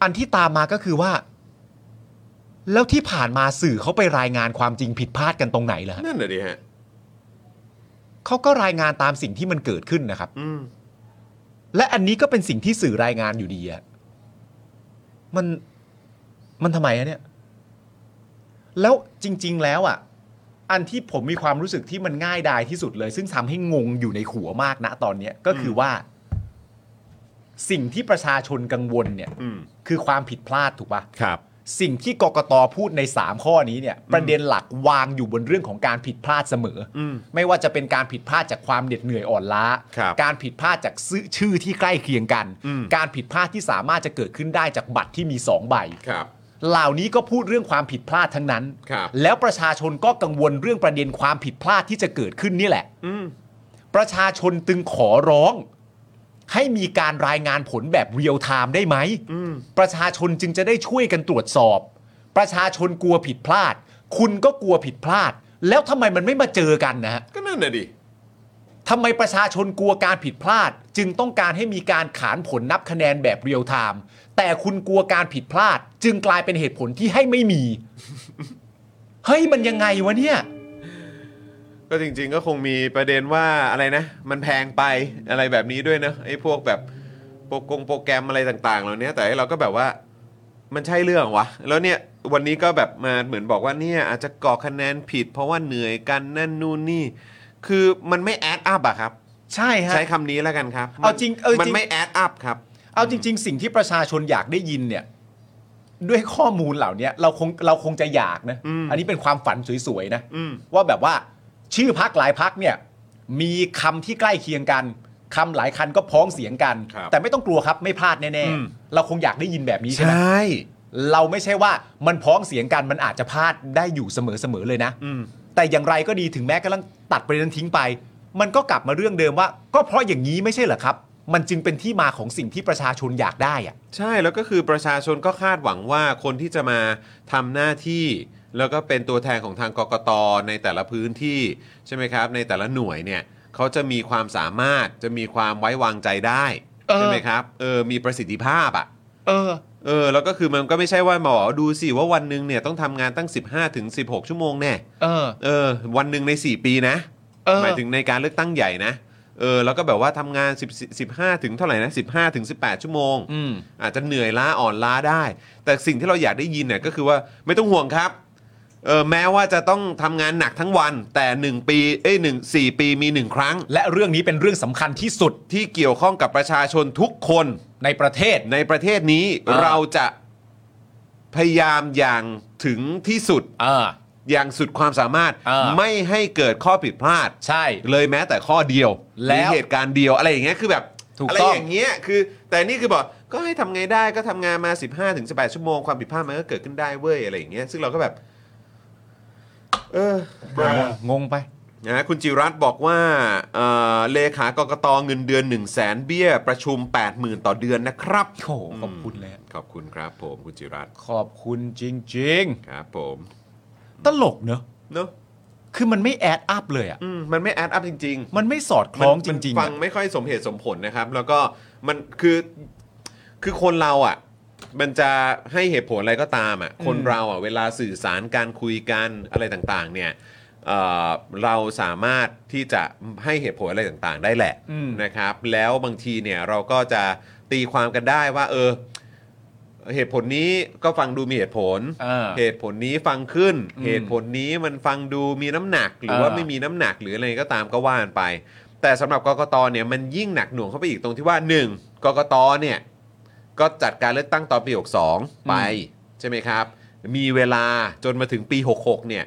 S2: อันที่ตามมาก็คือว่า แล้วที่ผ่านมาสื่อเขาไปรายงานความจริงผิดพลาดกันตรงไหนเหรอฮะ
S1: นั่นแหละดิฮะ
S2: เขาก็รายงานตามสิ่งที่มันเกิดขึ้นนะครับ
S1: อืม
S2: และอันนี้ก็เป็นสิ่งที่สื่อรายงานอยู่ดีอะมัน มันทำไมอะเนี่ย แล้วจริง ๆ แล้วอะอันที่ผมมีความรู้สึกที่มันง่ายดายที่สุดเลย ซึ่งทำให้งงอยู่ในหัวมากนะตอนเนี้ยก็คือว่า สิ่งที่ประชาชนกังวลเนี่ย
S1: อืม
S2: คือความผิดพลาดถูกปะ
S1: ครับ
S2: สิ่งที่กกตพูดใน 3 ข้อนี้เนี่ย ประเด็นหลักวางอยู่บนเรื่องของการผิดพลาดเสมออ
S1: ม
S2: ไม่ว่าจะเป็นการผิดพลาดจากความเหน็ดเหนื่อยอ่อนล้า
S1: ครับ
S2: การผิดพลาดจากซื้อชื่อที่ใกล้เคียงกัน
S1: อืม
S2: การผิดพลาดที่สามารถจะเกิดขึ้นได้จากบัตรที่มี 2 ใบ
S1: ครับ
S2: เหล่านี้ก็พูดเรื่องความผิดพลาดทั้งนั้น
S1: ครับ
S2: แล้วประชาชนก็กังวลเรื่องประเด็นความผิดพลาดที่จะเกิดขึ้นนี่แหละ
S1: อืม
S2: ประชาชนจึงขอร้อง ให้มีการรายงานผลแบบเรียลไทม์ได้ไหม
S1: อืม
S2: ประชาชนจึงจะได้ช่วยกันตรวจสอบ ประชาชนกลัวผิดพลาด คุณก็กลัวผิดพลาด แล้วทำไมมันไม่มาเจอกันนะฮะ
S1: ก็นั่นแหละดิ
S2: ทำไมประชาชนกลัวการผิดพลาด จึงต้องการให้มีการขานผลนับคะแนนแบบเรียลไทม์แต่คุณกลัวการผิดพลาด จึงกลายเป็นเหตุผลที่ให้ไม่มี เฮ้ยมันยังไงวะเนี่ย
S1: ก็จริง ๆ ก็คงมีประเด็นว่าอะไรนะ มันแพงไปอะไรแบบนี้ด้วยเนอะไอ้พวกแบบโปรกงโปรแกรมอะไรต่างๆเหล่านี้แต่เราก็แบบว่ามันใช่เรื่องวะแล้วเนี่ยวันนี้ก็แบบมาเหมือนบอกว่าเนี่ยอาจจะกรอกคะแนนผิด เพราะว่าเหนื่อยกันนั่นนู่นนี่ คือมันไม่แอดอัพอะครับ
S2: ใช่ฮะ
S1: ใช้คำนี้แล้วกันครับ
S2: เอาจริงเออจริง
S1: มันไม่แอดอัพครับ
S2: เอาจริง ๆ สิ่งที่ประชาชนอยากได้ยินเนี่ย ด้วยข้อมูลเหล่าเนี้ยเราคงเราคงจะอยากนะ
S1: อืม
S2: นนี้เป็นความฝันสวยๆนะ
S1: อืม
S2: ว่าแบบว่า ชื่อพักหลายพักเนี่ย มีคำที่ใกล้เคียงกันคำหลายคันก็พ้องเสียงกัน
S1: ครับ
S2: แต่ไม่ต้องกลัวครับไม่พลาดแน่
S1: อืม
S2: ๆเราคงอยากได้ยินแบบนี้ใช่ไหมเราไม่ใช่ว่ามันพ้องเสียงกันมันอาจจะพลาดได้อยู่เสมอๆเลยนะ
S1: อืม
S2: แต่อย่างไรก็ดีถึงแม้กำลังตัดประเด็นทิ้งไป มันก็กลับมาเรื่องเดิมว่า ก็เพราะอย่างนี้ไม่ใช่เหรอครับ มันจึงเป็นที่มาของสิ่งที่ประชาชนอยากได้อะ
S1: ใช่แล้วก็คือประชาชนก็คาดหวังว่าคนที่จะมาทำหน้าที่ แล้วก็เป็นตัวแทนของทางกกตในแต่ละพื้นที่ใช่ไหมครับ ในแต่ละหน่วยเนี่ยเขาจะมีความสามารถจะมีความไว้วางใจได้
S2: เออ
S1: ใช่ไหมครับเออมีประสิทธิภาพอ่ะ
S2: เออ
S1: เออแล้วก็คือมันก็ไม่ใช่ว่าหมอดูสิว่าวันหนึ่งเนี่ยต้องทำงานตั้ง 15ถึง16 ชั่วโมงแน่
S2: เออ
S1: เออวันหนึ่งใน 4 ปีนะ
S2: เออ
S1: หมายถึงในการเลือกตั้งใหญ่นะเออแล้วก็แบบว่าทำงาน 10 15 ถึงเท่าไหร่นะ15ถึง18 ชั่วโมง
S2: อืม
S1: อาจจะเหนื่อยล้าอ่อนล้าได้ แต่สิ่งที่เราอยากได้ยินเนี่ยก็คือว่าไม่ต้องห่วงครับเออแม้ว่าจะต้องทำงานหนักทั้งวัน แต่ 1 ปีเอ้ยหนึ่งสี่ปีมี 1 ครั้ง
S2: และเรื่องนี้เป็นเรื่องสำคัญที่สุด
S1: ที่เกี่ยวข้องกับประชาชนทุกคน
S2: ในประเทศ
S1: ในประเทศนี้
S2: อ่า
S1: เราจะพยายามอย่างถึงที่สุด
S2: เออ
S1: อย่างสุดความสามารถ
S2: อ่า
S1: ไม่ให้เกิดข้อผิดพลาด
S2: ใช่
S1: เลยแม้แต่ข้อเดียวห
S2: แล้ว
S1: รือเหตุการณ์เดียวอะไรอย่างเงี้ยคือแบบ
S2: ถูก
S1: อะไร
S2: ต้อง
S1: อย่างเงี้ยคือ แต่นี่คือบอกก็ให้ทำไงได้ก็ทำงานมา 15ถึง18 ชั่วโมงความผิดพลาดมันก็เกิดขึ้นได้เว้ยอะไรอย่างเงี้ยซึ่งเราก็แบบ เออ
S2: งงไป
S1: นะคุณจิรัตน์บอกว่าเอ่อเลขากกตเงินเดือน 1 0 0 0 0แเบี้ย ประชุม 80,000 ต่อเดือนนะครับ
S2: โอ้โหขอบคุณเลยฮะ
S1: ขอบคุณครับผมคุณจิรัตน์
S2: ขอบคุณจริง
S1: ครับผม
S2: ๆ ตลกเนอะ
S1: เนอะ
S2: คือมันไม่แอดอัพเลยอะ
S1: อืมมันไม่แอดอัพจริง ๆ
S2: มันไม่สอดคล้องจ
S1: มัน
S2: ริง
S1: มัน
S2: ๆ
S1: ฟั
S2: อะ
S1: งไม่ค่อยสมเหตุสมผลนะครับ แล้วก็มันคือคือคนเราอ่ะ มันจะให้เหตุผลอะไรก็ตามอ่ะคนเราอ่ะเวลาสื่อสารการคุยกันอะไรต่างๆเนี่ยเอ่อเราสามารถที่จะให้เหตุผลอะไรต่างๆ ได้แหละ
S2: อืม
S1: นะครับ แล้วบางทีเนี่ยเราก็จะตีความกันได้ว่า เออ เหตุผลนี้ก็ฟังดูมีเหตุผล
S2: เออ
S1: เหตุผลนี้ฟังขึ้น
S2: อืม
S1: เหตุผลนี้มันฟังดูมีน้ำหนัก หรือ
S2: เออ
S1: ว่าไม่มีน้ำหนักหรืออะไรก็ตามก็ว่ากันไป แต่สำหรับกกตเนี่ยมันยิ่งหนักหน่วงเข้าไปอีกตรงที่ว่า 1กกตเนี่ยก็จัดการเลือกตั้งตอนปี 62 ไป ใช่ไหมครับ มีเวลาจนมาถึงปี 66 เนี่ย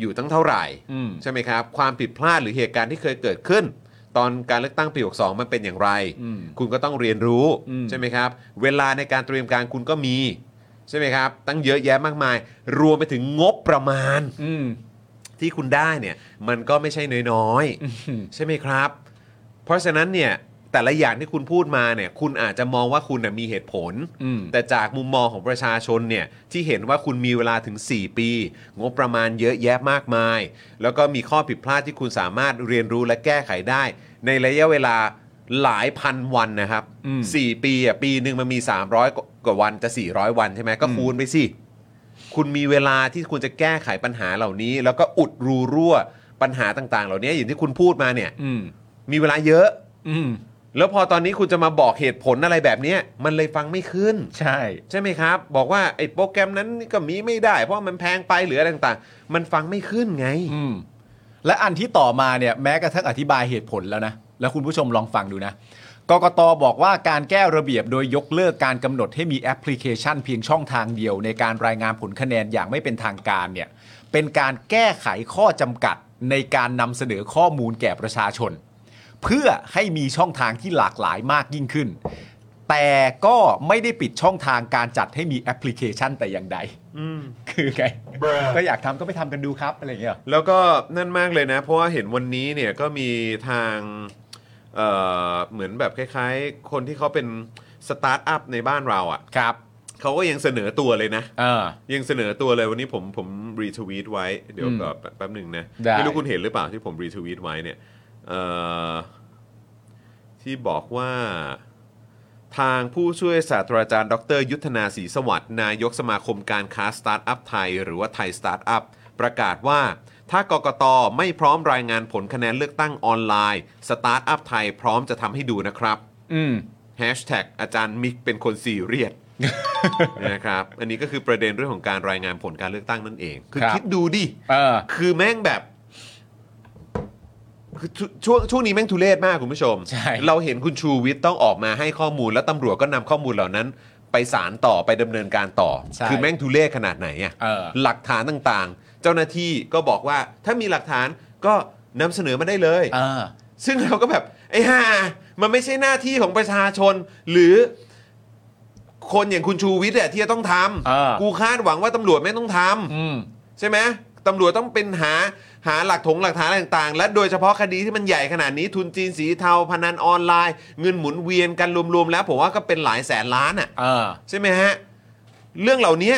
S1: อยู่ตั้งเท่าไหร่
S2: อืม
S1: ใช่ไหมครับ ความผิดพลาดหรือเหตุการณ์ที่เคยเกิดขึ้น ตอนการเลือกตั้งปี 62 มันเป็นอย่างไร
S2: อืม
S1: คุณก็ต้องเรียนรู้
S2: อืม
S1: ใช่ไหมครับ เวลาในการเตรียมการคุณก็มี ใช่ไหมครับ ตั้งเยอะแยะมากมาย รวมไปถึงงบประมาณ
S2: อืม
S1: ที่คุณได้เนี่ย มันก็ไม่ใช่น้อยๆ ใช่ไหมครับ เพราะฉะนั้นเนี่ยแต่ละอย่างที่คุณพูดมาเนี่ยคุณอาจจะมองว่าคุณน่ะมีเหตุผล
S2: อืม
S1: แต่จากมุมมองของประชาชนเนี่ยที่เห็นว่าคุณมีเวลาถึง 4 ปี งบประมาณเยอะแยะมากมาย แล้วก็มีข้อผิดพลาดที่คุณสามารถเรียนรู้และแก้ไขได้ ในระยะเวลาหลายพันวันนะครับ
S2: อืม
S1: 4 ปีอ่ะปีหนึ่งมันมี 300 กว่าวันจะ 400 วันใช่ไหมก็คูณไปสิ คุณมีเวลาที่คุณจะแก้ไขปัญหาเหล่านี้ แล้วก็อุดรูรั่วปัญหาต่าง ๆ เหล่านี้อย่างที่คุณพูดมาเนี่ย
S2: อืม
S1: มีเวลาเยอะ
S2: อืม
S1: แล้วพอตอนนี้คุณจะมาบอกเหตุผลอะไรแบบเนี้ยมันเลยฟังไม่ขึ้น
S2: ใช่
S1: ใช่ไหมครับ บอกว่าไอ้โปรแกรมนั้นก็มีไม่ได้ เพราะมันแพงไปหรืออะไรต่างๆ มันฟังไม่ขึ้นไง
S2: อืมและอันที่ต่อมาเนี่ยแม้กระทั่งอธิบายเหตุผลแล้วนะ แล้วคุณผู้ชมลองฟังดูนะกกตอบอกว่าการแก้ระเบียบโดยยกเลิกการกำหนดให้มีแอปพลิเคชันเพียงช่องทางเดียว ในการรายงานผลคะแนนอย่างไม่เป็นทางการเนี่ยเป็นการแก้ไขข้อจำกัดในการนำเสนอข้อมูลแก่ประชาชน เพื่อให้มีช่องทางที่หลากหลายมากยิ่งขึ้น แต่ก็ไม่ได้ปิดช่องทางการจัดให้มีแอปพลิเคชันแต่อย่างใดคือไงก็อยากทำก็ไปทำกันดูครับอะไรอย่างเงี้ย
S1: แล้วก็นั่นมากเลยนะ เพราะว่าเห็นวันนี้เนี่ยก็มีทางเอ่อเหมือนแบบคล้ายๆ คนที่เขาเป็นสตาร์ทอัพในบ้านเราอะ่ะ
S2: ครับ
S1: เขาก็ยังเสนอตัวเลยนะ
S2: เออ
S1: ยังเสนอตัวเลยวันนี้ผมผมรีทวีตไว้ เดี๋ยว
S2: อืม
S1: ก่อนแป๊บแป๊บหนึ่งนะ
S2: ได้
S1: ไม่รู้คุณเห็นหรือเปล่าที่ผมรีทวีตไว้เนี่ยเอ่อที่บอกว่า ทางผู้ช่วยศาสตราจารย์ ดร ยุทธนาศรีสวัสดิ์นายกสมาคมการค้าสตาร์ทอัพไทย หรือว่าไทยสตาร์ทอัพประกาศว่า ถ้ากกตไม่พร้อมรายงานผลคะแนนเลือกตั้งออนไลน์สตาร์ทอัพไทยพร้อมจะทำให้ดูนะครับ
S2: อืม
S1: แฮชแท็กอาจารย์มิกเป็นคนซีเรีย ส นะครับ อันนี้ก็คือประเด็นเรื่องของการรายงานผลการเลือกตั้งนั่นเอง คือ
S2: ครับ
S1: คิดดูดิ
S2: เออ
S1: คือแม่งแบบคือชช่วงช่วงนี้แม่งทุเรศมากคุณผู้ชม
S2: ใช่
S1: เราเห็นคุณชูวิทย์ต้องออกมาให้ข้อมูล แล้วตำรวจก็นำข้อมูลเหล่านั้น ไปสารต่อไปดำเนินการต่อ
S2: ใช่
S1: คือแม่งทุเรศขนาดไหนอะ
S2: เออ
S1: หลักฐานต่างๆ เจ้าหน้าที่ก็บอกว่าถ้ามีหลักฐานก็นำเสนอมาได้เลย
S2: เออ
S1: ซึ่งเราก็แบบไอ้ห่ามันไม่ใช่หน้าที่ของประชาชน หรือคนอย่างคุณชูวิทย์อะที่จะต้องท
S2: อ่า
S1: ำ
S2: กู
S1: กูคาดหวังว่าตำรวจไม่ต้องท
S2: อืม
S1: ำใช่ไหมตำรวจต้องเป็นหาหาหลักถงหลักฐานอะไรต่างๆ และโดยเฉพาะคดีที่มันใหญ่ขนาดนี้ ทุนจีนสีเทาพนันออนไลน์ เงินหมุนเวียนกันรวมๆ แล้วผมว่าก็เป็นหลายแสนล้านอะ
S2: เออ
S1: ใช่ไหมฮะ เรื่องเหล่านี้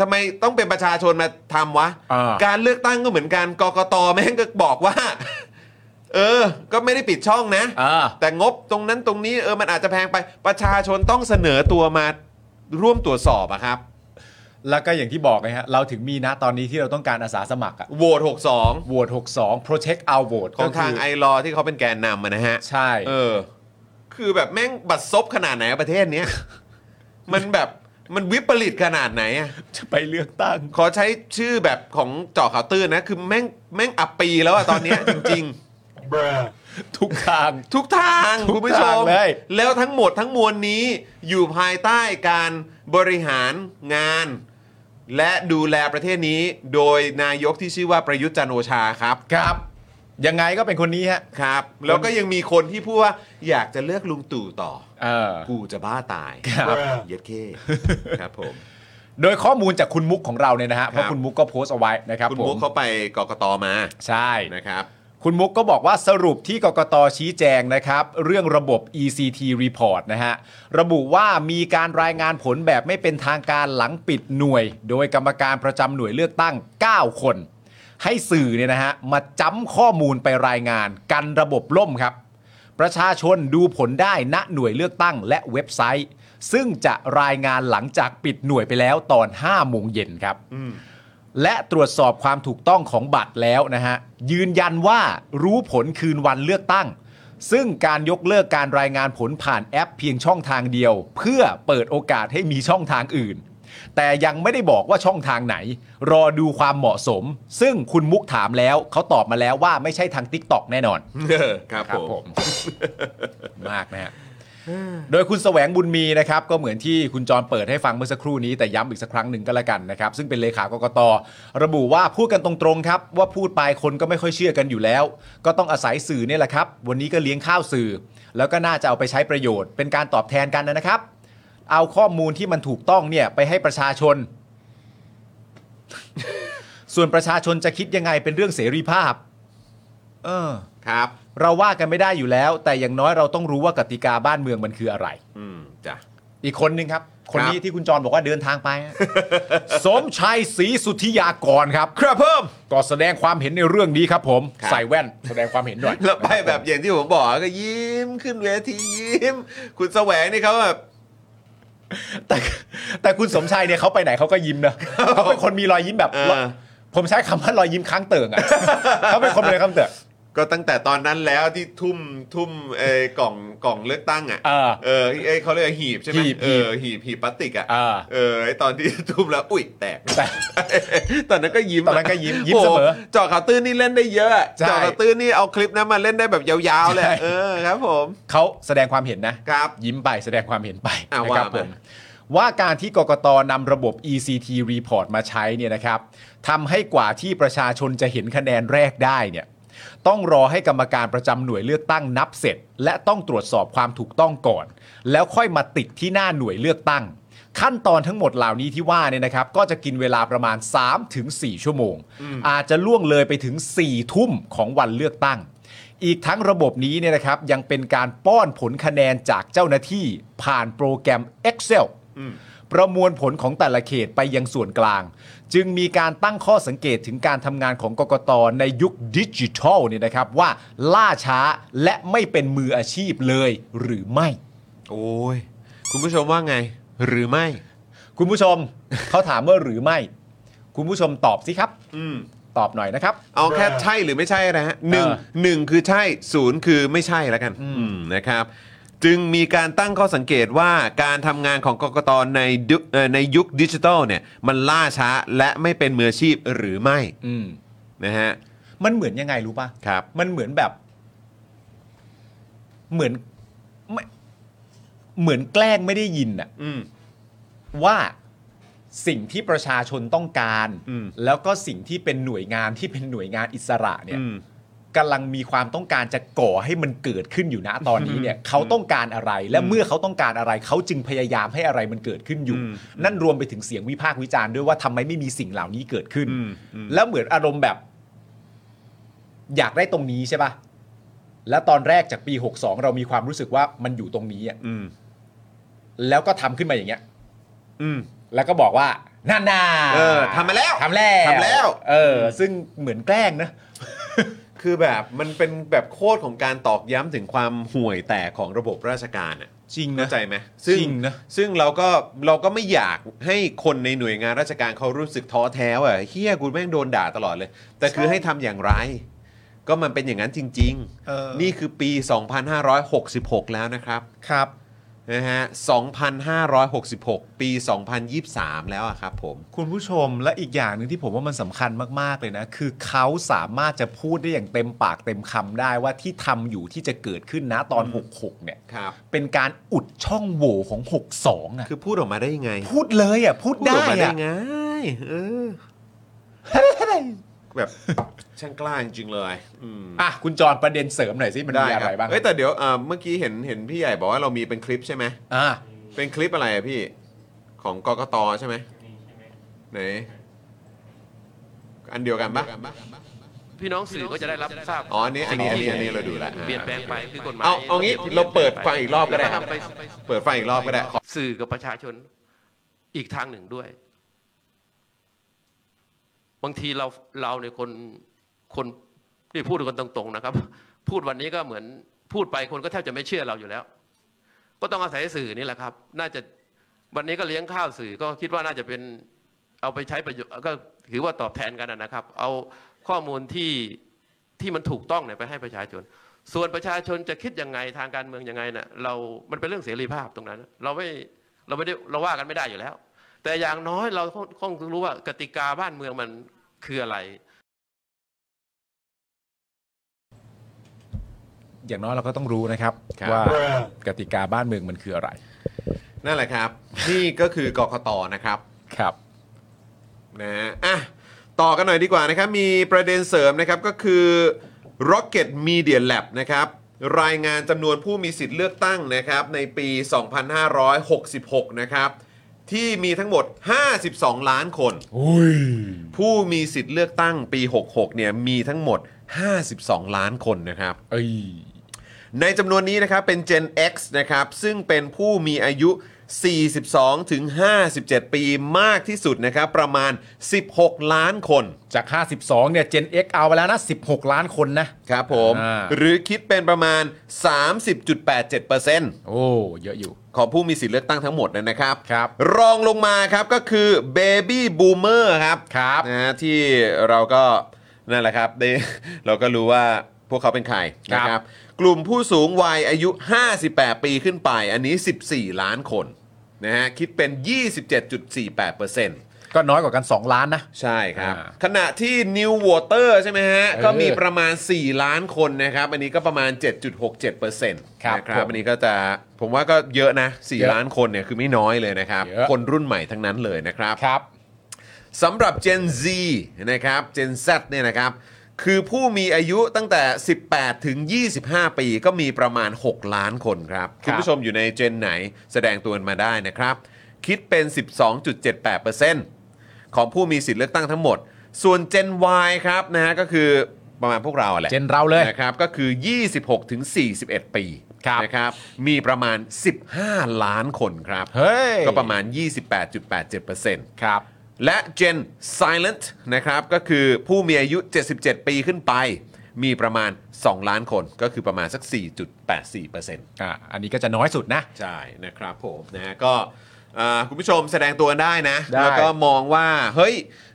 S1: ทำไมต้องเป็นประชาชนมาทำวะ
S2: อ่า
S1: การเลือกตั้งก็เหมือนกันกกตแม่งก็บอกว่า เออ ก็ไม่ได้ปิดช่องนะ
S2: อ่า
S1: แต่งบตรงนั้นตรงนี้เออมันอาจจะแพงไปประชาชนต้องเสนอตัวมาร่วมตรวจสอบอะครับ
S2: แล้วก็อย่างที่บอกไงฮะ เราถึงมีนะตอนนี้ที่เราต้องการอาสาสมัครอะ
S1: โหวต
S2: โหวต62 protect our vote
S1: 62 ของทาง
S2: ก็
S1: ไอ
S2: คื
S1: รอที่เขาเป็นแกนนำมานะฮะ
S2: ใช่
S1: เออ คือแบบแม่งบัดซบขนาดไหนอะประเทศเนี้ ย มันแบบมันวิปริตขนาดไหนอะ
S2: จะไปเลือกตั้ง
S1: ขอใช้ชื่อแบบของเจาะข่าวตื้นนะ คือแม่งแม่งอับปีแล้วอะตอนเนี้ย จริง
S2: ทุกทาง
S1: ๆ ทุกท าง
S2: ทุก
S1: คุณผู้ชม
S2: ทางเลย
S1: แล้วทั้งหมดทั้งมวลนี้อยู่ภายใต้การบริหารงาน และดูแลประเทศนี้ โดยนายกที่ชื่อว่าประยุทธ์จันทร์โอชาครับ
S2: ครับ ยังไงก็เป็นคนนี้ฮะ
S1: ครับ แล้วก็ยังมีคนที่พูดว่าอยากจะเลือกลุงตู่ต่อ
S2: เออ
S1: กูจะบ้าตาย
S2: ครับ
S1: เหย็ดเคครับผม
S2: โดยข้อมูลจากคุณมุกของเราเนี่ยนะฮะ เพ
S1: ค
S2: ราะ
S1: รับ
S2: คุณมุกก็โพสต์เอาไว้นะครับ
S1: คุณ
S2: ผ
S1: มุก
S2: ม
S1: เขาไปกกตมา
S2: ใช่
S1: นะครับ
S2: คุณมุกก็บอกว่าสรุปที่กกตชี้แจงนะครับ เรื่องระบบ ECT Report นะฮะ ระบุว่ามีการรายงานผลแบบไม่เป็นทางการหลังปิดหน่วย โดยกรรมการประจำหน่วยเลือกตั้ง 9 คน ให้สื่อเนี่ยนะฮะ มาจ้ำข้อมูลไปรายงานกันระบบล่มครับ ประชาชนดูผลได้ณหน่วยเลือกตั้งและเว็บไซต์ ซึ่งจะรายงานหลังจากปิดหน่วยไปแล้วตอน5โมงเย็นครับ และตรวจสอบความถูกต้องของบัตรแล้วนะฮะ ยืนยันว่ารู้ผลคืนวันเลือกตั้ง ซึ่งการยกเลิกการรายงานผลผ่านแอปเพียงช่องทางเดียว เพื่อเปิดโอกาสให้มีช่องทางอื่น แต่ยังไม่ได้บอกว่าช่องทางไหน รอดูความเหมาะสม ซึ่งคุณมุกถามแล้วเขาตอบมาแล้วว่าไม่ใช่ทาง t ิ k t o k แน่นอน
S1: เออครับผม
S2: มากนะฮะ โดยคุณแสวงบุญมีนะครับ ก็เหมือนที่คุณจรเปิดให้ฟังเมื่อสักครู่นี้แต่ย้ำอีกสักครั้งหนึ่งก็แล้วกันนะครับ ซึ่งเป็นเลขากกต ระบุว่าพูดกันตรงๆครับ ว่าพูดไปคนก็ไม่ค่อยเชื่อกันอยู่แล้ว ก็ต้องอาศัยสื่อเนี่ยแหละครับ วันนี้ก็เลี้ยงข้าวสื่อ แล้วก็น่าจะเอาไปใช้ประโยชน์ เป็นการตอบแทนกันนะครับ เอาข้อมูลที่มันถูกต้องเนี่ยไปให้ประชาชน ส่วนประชาชนจะคิดยังไงเป็นเรื่องเสรีภาพ เออ
S1: ครับ
S2: เราว่ากันไม่ได้อยู่แล้ว แต่อย่างน้อยเราต้องรู้ว่ากติกาบ้านเมืองมันคืออะไร
S1: อืมจ้ะ
S2: อีกคนนึงครับ คน
S1: ค
S2: นี้
S1: รับ
S2: ที่คุณจรบอกว่าเดินทางไปฮะ สมชัยศรีสุทธิยากรครับ
S1: ครับเพิ่ม
S2: ก็แสดงความเห็นในเรื่องนี้ครับผม
S1: ครับ
S2: ใส่แว่น แสดงความเห็นหน่อย
S1: แล้วไปแบบอย่างที่ผมบอกก็ยิ้มขึ้นเวทียิ้ม คุณแสวงนี่เขาแบบ
S2: แต่แต่คุณสมชัยเนี่ยเขาไปไหนเขาก็ยิ้มนะเขาเป็นคนมีรอยยิ้มแบบ
S1: เออ
S2: ผมใช้คำว่ารอยยิ้มค้างเติ่งอ่ะ เขาเป็นคนมีรอยค้างเติ่ง
S1: ก็ตั้งแต่ตอนนั้นแล้วที่ทุ่มทุ่มเออกล่องกล่องเลือกตั้งอ่ะ
S2: เออ
S1: เออไอ้เขาเรียกว่าหีบใช่ไหม
S2: หีบ
S1: เออหีบหีบพลาสติกอ่ะ
S2: เออ
S1: เออไอ้ตอนที่ ทุ่มแล้วอุ้ยแตก
S2: แต่
S1: ตอนนั้นก็ยิ้มะ
S2: ตอนนั้นก็ยิ้มยิ้มเสมอ
S1: โเจอข่าวตื้นนี่เล่นได้เยอะ
S2: ใช่
S1: เจอข่าวตื้นนี่เอาคลิปนั้นมาเล่นได้แบบยาวๆเลยเออครับผม
S2: เขาแสดงความเห็นนะ
S1: ครับ
S2: ยิ้มไปแสดงความเห็นไป
S1: อ่ะ
S2: นะครับ
S1: ว่ามา
S2: ผมว่าการที่กกตนำระบบ ECT report มาใช้เนี่ยนะครับทำให้กว่าที่ประชาชนจะเห็นคะแนนแรกได้เนี่ยต้องรอให้กรรมการประจำหน่วยเลือกตั้งนับเสร็จ และต้องตรวจสอบความถูกต้องก่อน แล้วค่อยมาติดที่หน้าหน่วยเลือกตั้ง ขั้นตอนทั้งหมดเหล่านี้ที่ว่าเนี่ยนะครับ ก็จะกินเวลาประมาณ 3-4 ชั่วโมง อาจจะล่วงเลยไปถึง 4 ทุ่มของวันเลือกตั้ง อีกทั้งระบบนี้เนี่ยนะครับ ยังเป็นการป้อนผลคะแนนจากเจ้าหน้าที่ ผ่านโปรแกรม Excel ประมวลผลของแต่ละเขตไปยังส่วนกลาง จึงมีการตั้งข้อสังเกตถึงการทำงานของกกตในยุคดิจิทัลเนี่ยนะครับ ว่าล่าช้าและไม่เป็นมืออาชีพเลยหรือไม่
S1: โอ้ยคุณผู้ชมว่าไง หรือไม่
S2: คุณผู้ชม เขาถามว่าหรือไม่ คุณผู้ชมตอบสิครับ
S1: อืม
S2: ตอบหน่อยนะครับ
S1: เอาแค่ใช่หรือไม่ใช่นะฮะหนึ่ง
S2: เออ
S1: หนึ่งคือใช่ศูนย์คือไม่ใช่แล้วกันอืมนะครับ จึงมีการตั้งข้อสังเกตว่าการทำงานของกกตในยุคเอ่อในยุคดิจิทัลเนี่ย มันล่าช้าและไม่เป็นมืออาชีพหรือไม่
S2: อืม
S1: นะฮะ
S2: มันเหมือนยังไงรู้ป่ะ
S1: ครับ
S2: มันเหมือนแบบ เหมือนไม่เหมือนแกล้งไม่ได้ยินอะ
S1: อืม
S2: ว่าสิ่งที่ประชาชนต้องการ
S1: อืม
S2: แล้วก็สิ่งที่เป็นหน่วยงานที่เป็นหน่วยงานอิสระเนี่ย
S1: อืม
S2: กำลังมีความต้องการจะก่อให้มันเกิดขึ้นอยู่นะตอนนี้เนี่ยเขาต้องการอะไร และเมื่อเขาต้องการอะไร เขาจึงพยายามให้อะไรมันเกิดขึ้นอยู่
S1: อืม
S2: นั่นรวมไปถึงเสียงวิพากษ์วิจารณ์ด้วยว่าทำไมไม่มีสิ่งเหล่านี้เกิดขึ้น
S1: อืมอืม
S2: แล้วเหมือนอารมณ์แบบ อยากได้ตรงนี้ใช่ป่ะ แล้วตอนแรกจากปี 62 เรามีความรู้สึกว่ามันอยู่ตรงนี้อะ
S1: อืม
S2: แล้วก็ทำขึ้นมาอย่างเงี้ย
S1: อืม
S2: แล้วก็บอกว่าน่านา
S1: เออทำมาแล้ว
S2: ทำแล้ว
S1: ทำแล้ว
S2: เออ ซึ่งเหมือนแกล้งนะ
S1: คือแบบมันเป็นแบบโคตรของการตอกย้ำถึงความห่วยแตกของระบบราชการอ่ะ
S2: จริงนะ
S1: เข้าใจไหมซึ่ง
S2: จริงนะ
S1: ซึ่งเราก็เราก็ไม่อยากให้คนในหน่วยงานราชการเขารู้สึกท้อแท้ว่าเฮียกูแม่งโดนด่าตลอดเลย แต่คือให้ทำอย่างไร ก็มันเป็นอย่างนั้นจริง
S2: เออ
S1: ๆ นี่คือปี 2566 แล้วนะครับ
S2: ครับ
S1: นะฮะ2,566 ปี 2023 แล้วอะครับผม
S2: คุณผู้ชมและอีกอย่างหนึ่งที่ผมว่ามันสำคัญมาก ๆ เลยนะ คือเขาสามารถจะพูดได้อย่างเต็มปากเต็มคำได้ว่าที่ทำอยู่ที่จะเกิดขึ้นนะตอน 66 เนี่ย
S1: ครับ
S2: เป็นการอุดช่องโหว่ของ 62อ่ะ
S1: คือพูดออกมาได้ยังไง
S2: พูดเลยอ่ะ พูด
S1: พูอ
S2: ได้
S1: อกมาได้
S2: อ่ะ
S1: ไงเออ แบบช่างกล้าจริงๆเลยอืม
S2: อ่ะ คุณจอนประเด็นเสริมหน่อยสิ มันมีอะไรบ้าง
S1: เอ้ยแต่เดี๋ยวเอ่อเมื่อกี้เห็นเห็นพี่ใหญ่บอกว่าเรามีเป็นคลิปใช่ไหม
S2: อ่ะ
S1: เป็นคลิปอะไรอะพี่ของกกตใช่ไหมไหนอันเดียวกันปะ
S4: พี่น้องสื่อก็จะได้รับทราบ
S1: อ๋ออันนี้อันนี้อันนี้อันนี้เราดูและ
S4: เปลี่ยนแปลงไปคือกฎหมาย
S1: เอาเอางี้เราเปิดฟังอีกรอบก็ได้
S4: แล้วนำป
S1: เปิดฟังอีกรอบก็ได้ขอ
S4: สื่อกับประชาชนอีกทางหนึ่งด้วย บางทีเราเราในยคนคนที่พูดกันตรงๆนะครับ พูดวันนี้ก็เหมือนพูดไปคนก็แทบจะไม่เชื่อเราอยู่แล้ว ก็ต้องอาศัยสื่อนี่แหละครับ น่าจะวันนี้ก็เลี้ยงข้าวสื่อก็คิดว่าน่าจะเป็นเอาไปใช้ประโยชน์ก็ถือว่าตอบแทนกันนะครับ เอาข้อมูลที่ที่มันถูกต้องเนี่ยไปให้ประชาชน ส่วนประชาชนจะคิดยังไงทางการเมืองยังไงน่ะเรา มันเป็นเรื่องเสรีภาพตรงนั้น เราไม่เราไม่ได้เราว่ากันไม่ได้อยู่แล้ว แต่อย่างน้อยเราคงรู้ว่ากติกาบ้านเมืองมันคืออะไร
S2: อย่างน้อยเราก็ต้องรู้นะครับ
S1: ครับ
S2: ว่ากติกาบ้านเมืองมันคืออะไร
S1: นั่นแหละครับ นี่ก็คือกกตนะครับ
S2: ครับ
S1: นะฮะอ่ะต่อกันหน่อยดีกว่านะครับ มีประเด็นเสริมนะครับก็คือ Rocket Media Lab นะครับรายงานจำนวนผู้มีสิทธิ์เลือกตั้งนะครับในปี 2566 นะครับ ที่มีทั้งหมด 52 ล้านคน ผู้มีสิทธิ์เลือกตั้งปี 66 เนี่ยมีทั้งหมด 52 ล้านคนนะครับ
S2: เอ้ย
S1: ในจำนวนนี้นะครับเป็น Gen X นะครับซึ่งเป็นผู้มีอายุ 42 ถึง 57 ปีมากที่สุดนะครับประมาณ 16 ล้านคน
S2: จาก 52 เนี่ย Gen X เอาไปแล้วนะ 16 ล้านคนนะ
S1: ครับผม
S2: อ่า
S1: หรือคิดเป็นประมาณ 30.87%
S2: โอ้ เยอะอยู่
S1: ของผู้มีสิทธิ์เลือกตั้งทั้งหมดนะครับ
S2: ครับ
S1: รองลงมาครับก็คือ Baby Boomer ครับ
S2: ครับ
S1: นะที่เราก็นั่นแหละครับ ได้ เราก็รู้ว่าพวกเขาเป็นใคร
S2: ครั
S1: นะ
S2: บ
S1: ครับ กลุ่มผู้สูงวัยอายุ 58 ปีขึ้นไป อันนี้ 14 ล้านคนนะฮะคิดเป็น 27.48%
S2: ก็น้อยกว่ากัน 2 ล้านนะ
S1: ใช่ครับ
S2: อ่า
S1: ขณะที่ New Water ใช่ไหมฮะ
S2: เออ
S1: ก็มีประมาณ 4 ล้านคนนะครับ อันนี้ก็ประมาณ 7.67%น
S2: ครับ
S1: ะครับ
S2: ผม
S1: อันนี้ก็จะผมว่าก็เยอะนะ
S2: เยอะ
S1: 4 ล้านคนเนี่ยคือไม่น้อยเลยนะครับ
S2: เยอะ
S1: คนรุ่นใหม่ทั้งนั้นเลยนะครับ
S2: ครับ
S1: สำหรับ Gen Z นะครับ Gen Z เนี่ยนะครับ คือผู้มีอายุตั้งแต่ 18 ถึง 25 ปีก็มีประมาณ 6 ล้านคนครับ
S2: ครับ
S1: คุณผู้ชมอยู่ในเจนไหนแสดงตัวมาได้นะครับ คิดเป็น 12.78% ของผู้มีสิทธิ์เลือกตั้งทั้งหมด ส่วน Gen Y ครับนะฮะก็คือประมาณพวกเราแหละ
S2: Gen เราเลย
S1: นะครับก็คือ 26 ถึง 41 ปี
S2: ครับ
S1: นะครับ มีประมาณ 15 ล้านคนครับ
S2: เฮ้ย
S1: ก็ประมาณ 28.87%
S2: ครับ
S1: และ Gen Silent นะครับก็คือผู้มีอายุ 77 ปีขึ้นไป มีประมาณ 2 ล้านคนก็คือประมาณสัก 4.84%
S2: อ่า อันนี้ก็จะน้อยสุดนะ
S1: ใช่นะครับผมนะฮะก็อ่าคุณผู้ชมแสดงตัวได้นะ
S2: ได้
S1: แล้วก็มองว่า เฮ้ย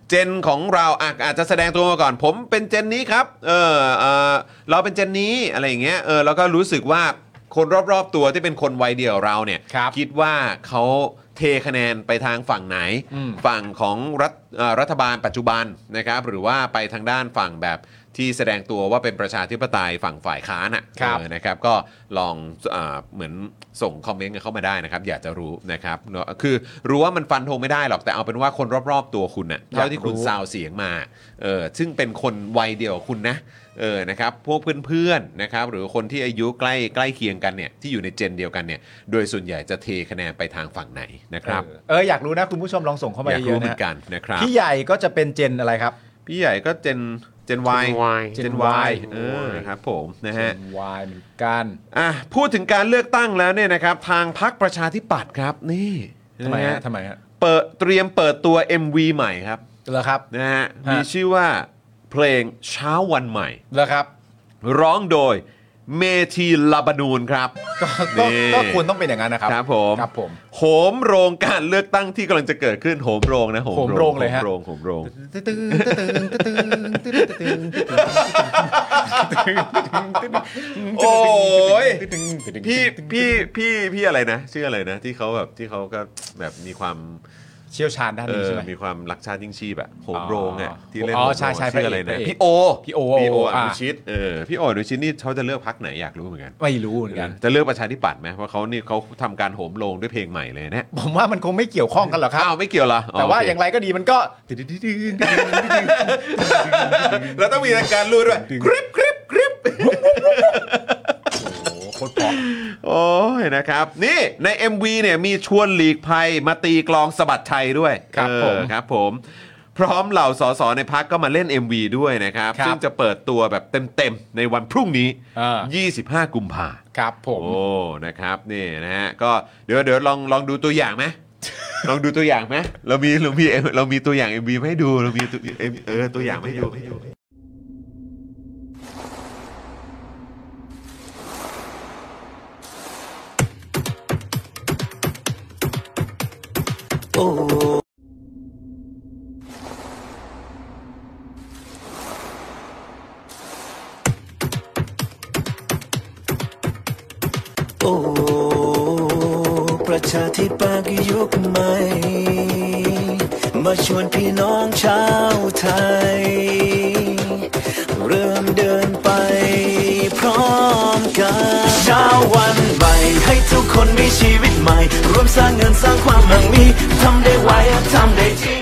S1: เจนของเราอ่ะอาจจะแสดงตัวมาก่อน ผมเป็นเจนนี้ครับเออเออเราเป็นเจนนี้อะไรอย่างเงี้ยเออแล้วก็รู้สึกว่าคนรอบๆตัวที่เป็นคนวัยเดียวเราเนี่ย
S2: ครับ
S1: ดว่าเขาเทคะแนนไปทางฝั่งไหน
S2: อืม
S1: ฝั่งของรัฐเอ่อรัฐบาลปัจจุบันนะครับหรือว่าไปทางด้านฝั่งแบบที่แสดงตัวว่าเป็นประชาธิปไตยฝั่งฝ่ายค้านอ่ะ
S2: ครับ
S1: เออนะครับก็ลองเออเหมือนส่งคอมเมนต์กันเข้ามาได้นะครับ อยากจะรู้นะครับเนอะคือรู้ว่ามันฟันธงไม่ได้หรอกแต่เอาเป็นว่าคนรอบๆตัวคุณน่ะ
S2: อยากรู้
S1: เท่าที่คุณซาวเสียงมาเออซึ่งเป็นคนวัยเดียวกับคุณนะเออนะครับพวกเพื่อนๆนะครับหรือคนที่อายุใกล้ใกล้เคียงกันเนี่ยที่อยู่ในเจนเดียวกันเนี่ยโดยส่วนใหญ่จะเทคะแนนไปทางฝั่งไหนนะครับ
S2: เออเออ อยากรู้นะ คุณผู้ชมลองส่งเข้ามา
S1: อยาก
S2: เย
S1: รู้
S2: อะ
S1: เห
S2: ๆ
S1: มือ
S2: นะ
S1: นกันนะครับ
S2: พี่ใหญ่ก็จะเป็นเจนอะไรครับ
S1: พี่ใหญ่ก็เจนเจนวาย
S3: Gen Y
S1: เจน
S2: Gen
S1: วาย
S2: Y
S1: เออครับผมนะ
S2: เจ
S1: ฮะ
S2: น Y เหมือนกัน
S1: อ่ะพูดถึงการเลือกตั้งแล้วเนี่ยนะครับ ทางพรรคประชาธิปัตย์ครับ นี่
S2: ทำไม
S1: น
S2: ฮะทำไมฮะ
S1: เปิดเตรียมเปิดตัว MV ใหม่ครับ
S2: เหรอครับ
S1: นะฮะ
S2: ฮะ
S1: มีชื่อว่าเพลงเช้าวันใหม่
S2: เหรอครับ
S1: ร้องโดยเมทีลาบานูนครับ
S2: ก็ก็
S1: นี่
S2: ก็ควรต้องเป็นอย่างนั้นนะครับ
S1: ครับผม
S2: ครับผม
S1: โหมโรงการเลือกตั้งที่กำลังจะเกิดขึ้นโหมโรงนะโหม
S2: โหมโรงเลยฮะ
S1: โหมโรงโหมโรง
S2: ตึ้งตึ้งตึ้งตึ้งตึ้งตึ้งตึ้ง
S1: โอ้ย พี่พี่พี่พี่อะไรนะ ชื่ออะไรนะ ที่เขาแบบที่เขาก็แบบมีความ
S2: เชี่ยวชาญด้าน
S1: เอ
S2: นี้
S1: อ
S2: ใช่ไหม
S1: มีความรักชาติยิ่งชีพอะโห
S2: อ๋
S1: ม
S2: อ
S1: โรงอะที่เล่น
S2: อ๋อ
S1: โหมโรง
S2: ใช่ใช่
S1: ชื่ออะไร
S2: พระ
S1: นะ
S2: เอก
S1: พี่โอ
S2: พี่โอ
S1: พี่โออ
S2: อ่ะ
S1: นุชิตเออพี่โออนุชิตนี่เขาจะเลือกพักไหนอยากรู้เหมือนกัน
S2: ไม่รู้เหมือนกัน
S1: จะเลือกประชาธิปัตย์ไหมเพราะเขานี่เขาทำการโหมโรงด้วยเพลงใหม่เลยเนี่ย
S2: ผมว่ามันคงไม่เกี่ยวข้องกันหรอกครับ
S1: อ้าวไม่เกี่ยวเหรอ
S2: แต่ว่าอย่าง
S1: ไร
S2: ไรก็ดีมันก็
S1: เราต้องมีการรู้ด้วยคริปคริปคริป
S2: โอ้โหโคตรพอ
S1: โอ้ยนะครับ นี่ใน MV เนี่ยมีชวนหลีกภัยมาตีกลองสะบัดชัยด้วย
S2: ครับ
S1: เออ
S2: ผม
S1: ครับผมพร้อมเหล่าสสในพักก็มาเล่น MV ด้วยนะครับ
S2: ครับ
S1: ซึ่งจะเปิดตัวแบบเต็มๆในวันพรุ่งนี้
S2: อ่า
S1: 25 กุมภา
S2: ครับผม
S1: โอ้ นะครับ นี่นะฮะ ก็เดี๋ยวเดี๋ยวลองลองดูตัว อย่างไหม ลองดูตัวอย่างไหมเรามีเรามีเรามีตัวอย่าง MV มาให้ดู เรามีตัวเอมเออตัวอย่างมาให้ดูให้ดู
S5: Hãy subscribe cho kênh Ghiền Mì Gõ Để không bỏ lỡ โอ้ประชาธิปไตยยุคใหม่ มาชวนพี่น้องชาวไทย เริ่มเดินไปพร้อมกันเช้าวันใหม่ให้ทุกคนมีชีวิตใหม่ รวมสร้างเงินสร้างความมั่งมีทำได้ไวทำได้จริง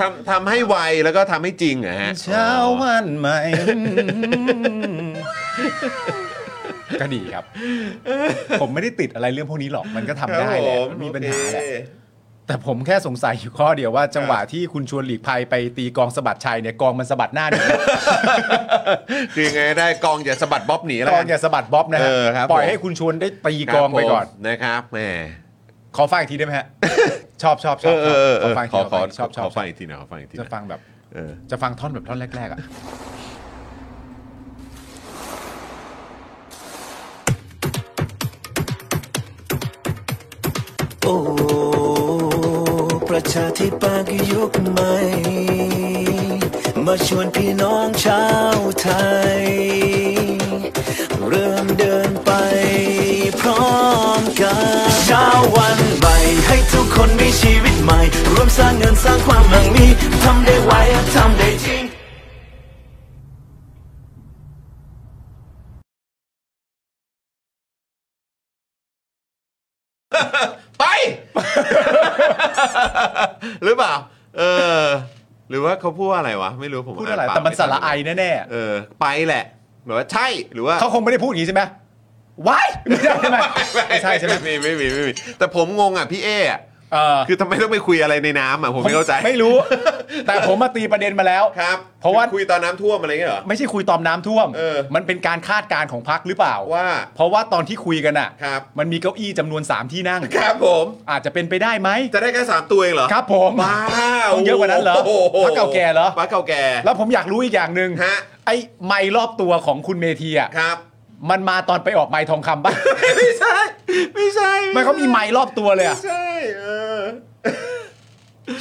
S1: ทำทำให้ไวแล้วก็ทำให้จริงเหรอฮะ
S2: เช้าวันใหม่ ก็ดีครับ ผมไม่ได้ติดอะไรเรื่องพวกนี้หรอก มันก็ทำได้แหละมันมีปัญหาแหละ
S1: โอเค
S2: แต่ผมแค่สงสัยอยู่ข้อเดียวว่าจังหวะที่คุณชวนหลีกภัยไปตีกองสะบัดชัยเนี่ยกองมันสะบัดหน้าหนี
S1: คือยังไงได้กองอย่าสะบัดบ๊อบหนีแล้ว
S2: ก
S1: น
S2: องอย่าสะบัดบ๊อบนะฮะ
S1: เออครับ
S2: ปล่อยให้คุณชวนได้ตีกองไปก่อ
S1: ค
S2: น
S1: รับผมนะครับแหม
S2: ขอฟังอีกทีได้ไหมฮะ ชอบชอบช
S1: เอ
S2: อ
S1: อ
S2: บ
S1: เออเออ
S2: ฟัง
S1: ขอขอ
S2: ชอบชอบ
S1: ขอฟังอีกทีหน่อยขอฟังอีกทีห
S2: จะ
S1: น่อย
S2: ฟังแบบ
S1: เออ
S2: จะฟังท่อนแบบท่อนแรกๆอ่ะ
S5: โอ้ประชาธิปไตยยุคใหม่ มาชวนพี่น้องชาวไทย เริ่มเดินไปพร้อมกันเช้าวันใหม่ให้ทุกคนมีชีวิตใหม่ รวมสร้างเงินสร้างความมั่งมีทำได้ไวทำได้จริง
S1: ไป หรือเปล่า เออ หรือว่าเขาพูดว่าอะไรวะ ไม่รู้ผม
S2: พูดอะไร
S1: าปาก
S2: แต่มัน
S1: ทั
S2: สาระไอแน่
S1: เออ ไปแหละหรือว่าใช่หรือว่า
S2: ๆเขาคงไม่ได้พูดอย่างนี้ใช่ไหมว้าย ไม่ใช่ใช่ไหมไม่ใช่ใช่ไหม
S1: ไม่มีไม่มีไม่มีแต่ผมงงอ่ะพี่เอ๊ะ
S2: เออ
S1: คือทำไมต้องไปคุยอะไรในน้ำอ่ะผมไม่เข้าใจ
S2: ไม่ รู้ แต่ผมมาตีประเด็นมาแล้ว
S1: ครับ
S2: เพราะว่า
S1: คุยตอนน้ำท่วมอะไรอย่างเงี้ยเหรอ
S2: ไม่ใช่คุยตอนน้ำท่วม
S1: เออ
S2: มันเป็นการคาดการณ์ของพักหรือเปล่า
S1: ว่า
S2: เพราะว่าตอนที่คุยกันอ่ะ
S1: ครับ
S2: มันมีเก้าอี้จำนวน 3 ที่นั่ง
S1: ครับผม
S2: อาจจะเป็นไปได้ไหม
S1: จะได้แค่สามตัวเองเหรอ
S2: ครับผม
S1: ว้าว
S2: ต้องเยอะกว่านั้นเหรอ
S1: โโ
S2: พรรคเก่าแก่เหรอ
S1: พรรคเก่าแก่
S2: แล้วผมอยากรู้อีกอย่างหนึ่ง
S1: ฮะ
S2: ไอ้ไม้รอบตัวของคุณเมธีอ่ะ
S1: ครับ
S2: มันมาตอนไปออกไม้ทอง คำป่ะ
S1: ไม่ใช่ ไม่ใช่
S2: มันเขามีไม้รอบตัวเลย
S1: ไม่
S2: อ่ะ
S1: ใช่เออ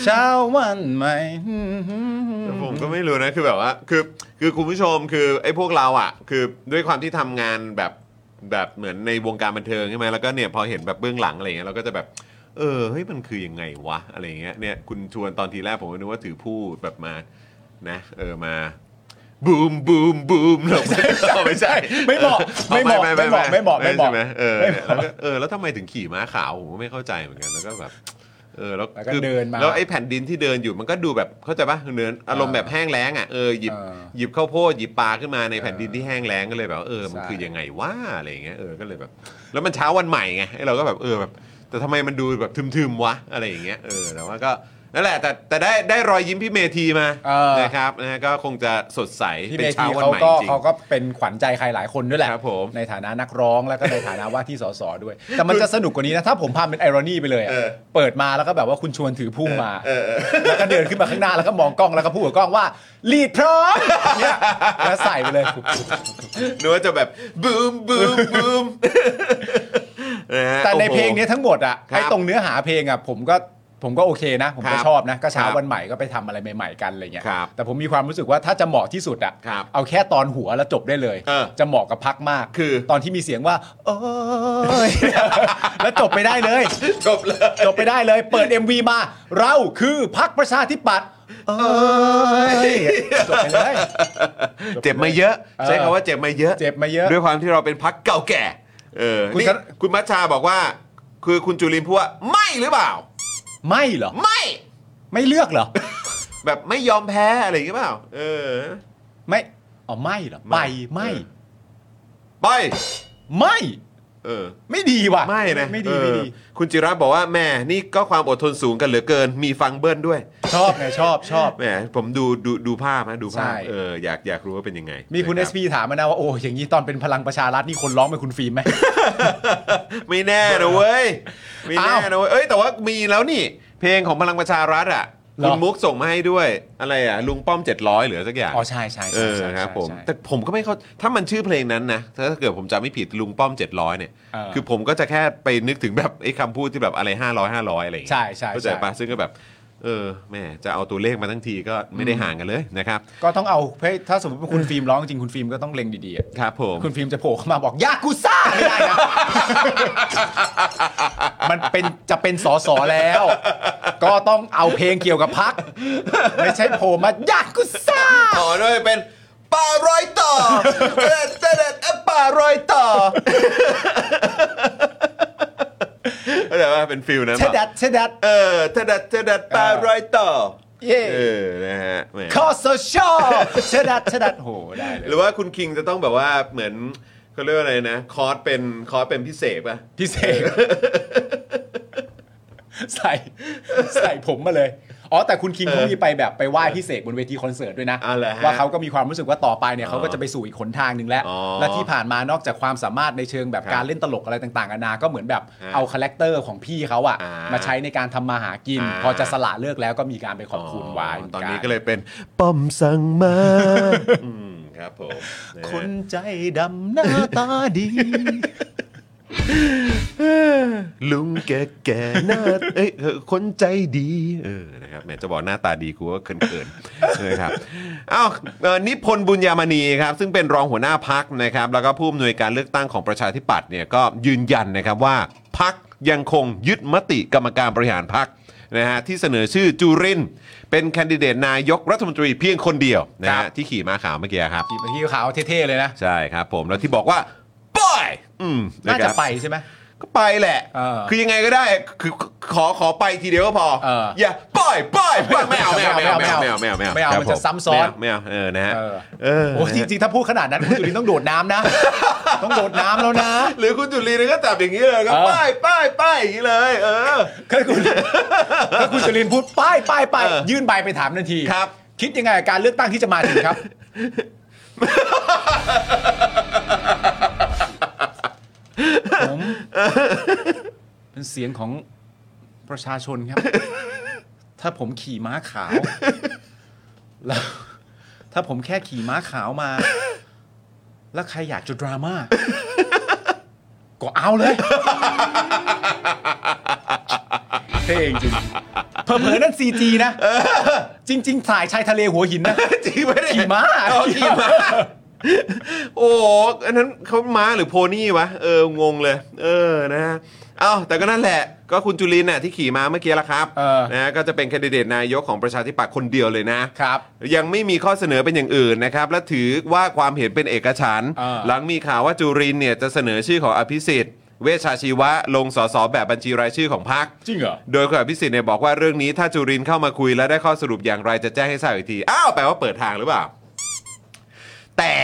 S2: เช้าวันใหม่
S1: แต่ผมก็ไม่รู้นะคือแบบว่า คือคือคุณผู้ชมคือไอ้พวกเราอ่ะ คือด้วยความที่ทำงานแบบแบบเหมือนในวงการบันเทิงใช่ไหมแล้วก็เนี่ยพอเห็นแบบเบื้องหลังอะไรเงี้ยเราก็จะแบบ เออเฮ้ยมันคือยังไงวะอะไรเงี้ยเนี่ยคุณชวนตอนทีแรกผมก็นึกว่าถือผู้แบบมานะเออมาบูมบูมบูมหรอก ไม่ใช่
S2: ไม่เหมาะไม่เหมาะไม่เหมาะไม่เหมาะ
S1: ใช่ไหมเออ
S2: ไม่เหมาะ
S1: แล้วก็เออแล้วทำไมถึงขี่ม้าขาวผมก็ไม่เข้าใจเหมือนกันแล้วก็แบบเออแล้ว
S2: แล้วก็เดินมา
S1: แล้วไอ้แผ่นดินที่เดินอยู่มันก็ดูแบบเข้าใจปะเนื้ออารมณ์แบบแห้งแล้งอ่ะเออหยิบ
S2: เออ
S1: หยิบข้าวโพดหยิบปลาขึ้นมาในแผ่นดินที่แห้งแล้งก็เลยแบบว่าเออมัน
S2: ใช่
S1: คือยังไงวะอะไรเงี้ยเออก็เลยแบบ แล้วมันเช้าวันใหม่ไงไอ้เราก็แบบเออแบบ แต่ทำไมมันดูแบบทึมๆวะอะไรอย่างเงี้ยเออแต่ว่าก็นั่นแหละแต่แต่ได้ได้รอยยิ้มพี่เมธีมา
S2: เออ
S1: นะครับนะฮะก็คงจะสดใส
S2: พี่
S1: เป็
S2: เม
S1: น
S2: ธี
S1: เช้าวัน
S2: เขา
S1: ใหม่
S2: ก็
S1: จริง
S2: เขาก็เป็นขวัญใจใครหลายคนด้วยแหละ
S1: ครับผม
S2: ในฐานะนักร้องแล้วก็ในฐานะว่าที่สสด้วย แต่มันจะสนุกกว่านี้นะ ถ้าผมพาเป็นไอรอนีไปเลยอะเปิดมาแล้วก็แบบว่าคุณชวนถือพุ่มมาแล้วก็เดินขึ้นมาข้างหน้าแล้วก็มองกล้องแล้วก็พูดกับกล้องว่าลีดพร้อม เนี่ยแล้วใส่ไปเลย
S1: นึกว่าจะแบบบูมบูมบูม นะฮะ
S2: แต่ใน
S1: โอ้โห
S2: เพลงเนี้ยทั้งหมดอะ
S1: ครับ
S2: ไอ้ตรงเนื้อหาเพลงอะผมก็ผมก็โอเคนะ ผม
S1: ครั
S2: ก็
S1: บ
S2: ชอบนะ ก็เช้า
S1: ครับ
S2: วันใหม่ก็ไปทำอะไรใหม่ ๆกันอะไรเงี้ย
S1: ครับ
S2: แต่ผมมีความรู้สึกว่าถ้าจะเหมาะที่สุดอะ
S1: ครับ
S2: เอาแค่ตอนหัวแล้วจบได้เลย
S1: เออ
S2: จะเหมาะกับพักมาก
S1: คือ
S2: ตอนที่มีเสียงว่า โอ้ย แล้วจบไปได้เลย
S1: จบเลย
S2: จบไปได้เลย เปิด MV มา เราคือพักประชาธิปัตย์เอ้ยจบไปเลย
S1: เจ็บมาเยอะ ใช้คำว่าเจ็บมาเยอะ
S2: เจ็บมาเยอะ
S1: ด้วยความที่เราเป็นพักเก่าแก่ เออ
S2: คุณ
S1: นี่
S2: ชัด
S1: คุณมัชชาบอกว่า คือคุณจุลินพูดว่าไม่หรือเปล่า
S2: ไม่เหรอ
S1: ไม่
S2: ไม่เลือกเหรอ
S1: แบบไม่ยอมแพ้อะไรอย่างเงี้ยเปล่า เออ
S2: ไม่อ๋อไม่เหรอไปไม่
S1: เออ ไป
S2: ไม่
S1: เออ
S2: ไม่ดีว่ะ
S1: ไม่นะ
S2: ไม่
S1: เอ
S2: ดี
S1: อ
S2: ไม่ดี
S1: คุณจิระบอกว่าแม่นี่ก็ความอดทนสูงกันเหลือเกิน มีฟังเบิ้ลด้วย
S2: ชอบไงชอบชอบ
S1: แหมผมดูดูดูภาพนะดูภาพ
S2: ใช่
S1: เอออยากอยากรู้ว่าเป็นยังไง
S2: มีคุณ
S1: นะรับ
S2: SP ถามมานะว่า โอ้อย่างนี้ตอนเป็นพลังประชารัฐนี่คนร้องเป็นคุณฟิล์มไหม
S1: ไม่แน่นะเว้ย ไม่แน่
S2: อ้าว
S1: นะเว้ย เอ้ยแต่ว่ามีแล้วนี่ เพลงของพลังประชารัฐอ่ะ
S2: เหรอ
S1: คุณมุกส่งมาให้ด้วยอะไรอ่ะลุงป้อม 700 เหลือสักอย่าง
S2: อ๋อใช่ใช่
S1: เอ
S2: ใช่
S1: อ
S2: ใช่
S1: ครับผม
S2: ใช่
S1: แต่ผมก็ไม่เข้าถ้ามันชื่อเพลงนั้นนะ ถ้าเกิดผมจำไม่ผิดลุงป้อม 700 เนี่ย
S2: เออ
S1: คือผมก็จะแค่ไปนึกถึงแบบไอ้คำพูดที่แบบอะไร 500 500 อะไรอย่างเงี้ย
S2: ใช่ใช่
S1: เข้าใจปะ
S2: ใช่
S1: ซึ่งก็แบบ เออแม่จะเอาตัวเลขมาทั้งทีก็ไม่ได้ห่างกันเลยนะครับ
S2: ก็ต้องเอาเฮ้ยถ้าสมมติว่าคุณฟิล์มร้องจริงคุณฟิล์มก็ต้องเล็งดีๆอะ
S1: ครับผม
S2: คุณฟิล์มจะโผล่เข้ามาบอกยากุซ่าไม่ได้นะ มันเป็นจะเป็นสอสอแล้ว ก็ต้องเอาเพลงเกี่ยวกับพัก ไม่ใช่โผล่มายากุซ่า
S1: ต่อด้วยเป็นป่ารอยต่อเด็ดเด็ดป่ารอยต่อเข้าใจปะเป็นฟิลนะ
S2: เชดัดเชดัด
S1: เออเด็ดเด็ดป่ารอยต่อ
S2: เย่
S1: เออนะฮะแหม
S2: คอสชเชดัดเชดัดโหได้เล
S1: ห
S2: ย
S1: รือว่าคุณคิงจะต้องแบบว่าเหมือนเขาเรียกว่าอะไรนะ คอร์สเป็นคอร์สเป็นพิเศษป่ะ
S2: พี่เสกใส่ใส่ผมมาเลย อ๋อแต่คุณคิงเขามีไปแบบไปไหว้พี่เสกบนเวทีคอนเสิร์ตด้วยนะ
S1: อ๋อเหรอฮะ
S2: ว่าเขาก็มีความรู้สึกว่าต่อไปเนี่ย
S1: อ๋อ
S2: เขาก็จะไปสู่อีกขนทางหนึ่งแล้ว
S1: อ๋อ
S2: และที่ผ่านมานอกจากความสามารถในเชิงแบบ
S1: ครับ
S2: การเล่นตลกอะไรต่างๆนานาก็เหมือนแบบ
S1: ฮะ
S2: เอาคาแรคเตอร์ของพี่เขาอะ
S1: อ่าม
S2: มาใช้ในการทำมาหากิน
S1: อ่า
S2: พอจะสละเลิกแล้วก็มีการไปขอบคุณวาย
S1: ตอนนี้ก็เลยเป็นป้อมสั่งมา อืมครับผมะฮะ
S2: คนใจดำหน้าตาดี
S1: ลุงแก่แก่ๆหน้าเอ้ยเออคนใจดีเออนะครับแหมจะบอกหน้าตาดีกูก็เขินเขินๆ นะครับอ้าวเอ่อนิพนธ์บุญญามณีครับซึ่งเป็นรองหัวหน้าพักนะครับ แล้วก็ผู้อำนวยการเลือกตั้งของประชาธิปัตย์เนี่ยก็ยืนยันนะครับว่าพักยังคงยึดมติกรรมการบริหารพัก นะฮะที่เสนอชื่อจูรินทร์เป็นแคนดิเดตนายกรัฐมนตรีเพียงคนเดียวนะ
S2: ครั
S1: ฮะ
S2: บ
S1: ที่ขี่ม้าขาวเมื่อกี้ครับ
S2: ขี่ไปที่ขาวเท่ๆเลยนะ
S1: ใช่ครับผม แล้วที่บอกว่าไปอืม
S2: น่า
S1: ค
S2: จะ
S1: รับ
S2: ไปใช่ไหม
S1: ก็ไปแหละ
S2: เออ
S1: คือยังไงก็ได้คือขอขอไปทีเดียวก็พอ
S2: เออ
S1: อย่าปล่อยปล่อยปล่อยไม่เอาไม่เอาไม่เอา
S2: ไม่
S1: ไม่เอา
S2: เอา
S1: ไม่เอาไม่เอา
S2: ไม่เอา
S1: ครั
S2: มัน
S1: บผ
S2: จะซ้ำซ้อน
S1: ไม่เอาไม่เอาเออนะฮะ
S2: เออ
S1: เออ
S2: โอ้จริงๆ ถ้าพูดขนาดนั้นคุณจุลินต้องโดดน้ำนะ ต้องโดดน้ำแล้วนะ
S1: หรือคุณจุลีนก็จับอย่างนี้เลยก็
S2: เออ
S1: ป้ายป้ายป้ายอย่างนี้เลย เออ
S2: ก็ คุณก็คุณจุลินพูดป้ายป้ายป้าย
S1: เออ
S2: ยื่นใบไปถามทันที
S1: ครับ
S2: คิดยังไงกับการเลือกตั้งที่จะมาถึง ครับ ผมเป็นเสียงของประชาชน ครับ ถ้าผมขี่ม้าขาว แล้ว ถ้าผมแค่ขี่ม้าขาวมา แล้วใครอยากจะดราม่า ก็เอาเลยเท่จริงๆเพิ่มเผลอๆนั่นซีจีนะ จริง ๆ สายชายทะเลหัวหินนะ
S1: จริงไหมเนี่ย
S2: ขี่ม้า
S1: เออขี่ม้า โอ้โหอันนั้นเขาม้าหรือโพนี่วะ เออ งงเลย เออ นะฮะ เอ้า แต่ก็นั่นแหละ ก็คุณจุลินน่ะที่ขี่ม้าเมื่อกี้ละครับ
S2: เออ
S1: นะฮะก็จะเป็นแคนดิเดตนายกของประชาธิปัตย์คนเดียวเลยนะ
S2: ครับ
S1: ยังไม่มีข้อเสนอเป็นอย่างอื่นนะครับ และถือว่าความเห็นเป็นเอกฉันท์
S2: เออ
S1: หลังมีข่าวว่าจุรินทร์เนี่ยจะเสนอชื่อของอภิสิทธิ์ เวชชาชีวะลงสสแบบบัญชีรายชื่อของพรรค
S2: จริงเหรอ
S1: โดยคุณอภิสิทธิ์เนี่ยบอกว่าเรื่องนี้ถ้าจุรินทร์เข้ามาคุยและได้ข้อสรุปอย่างไรจะแจ้งให้ทราบอีกที อ้าว แปลว่าเปิดทางหรือเปล่า แต่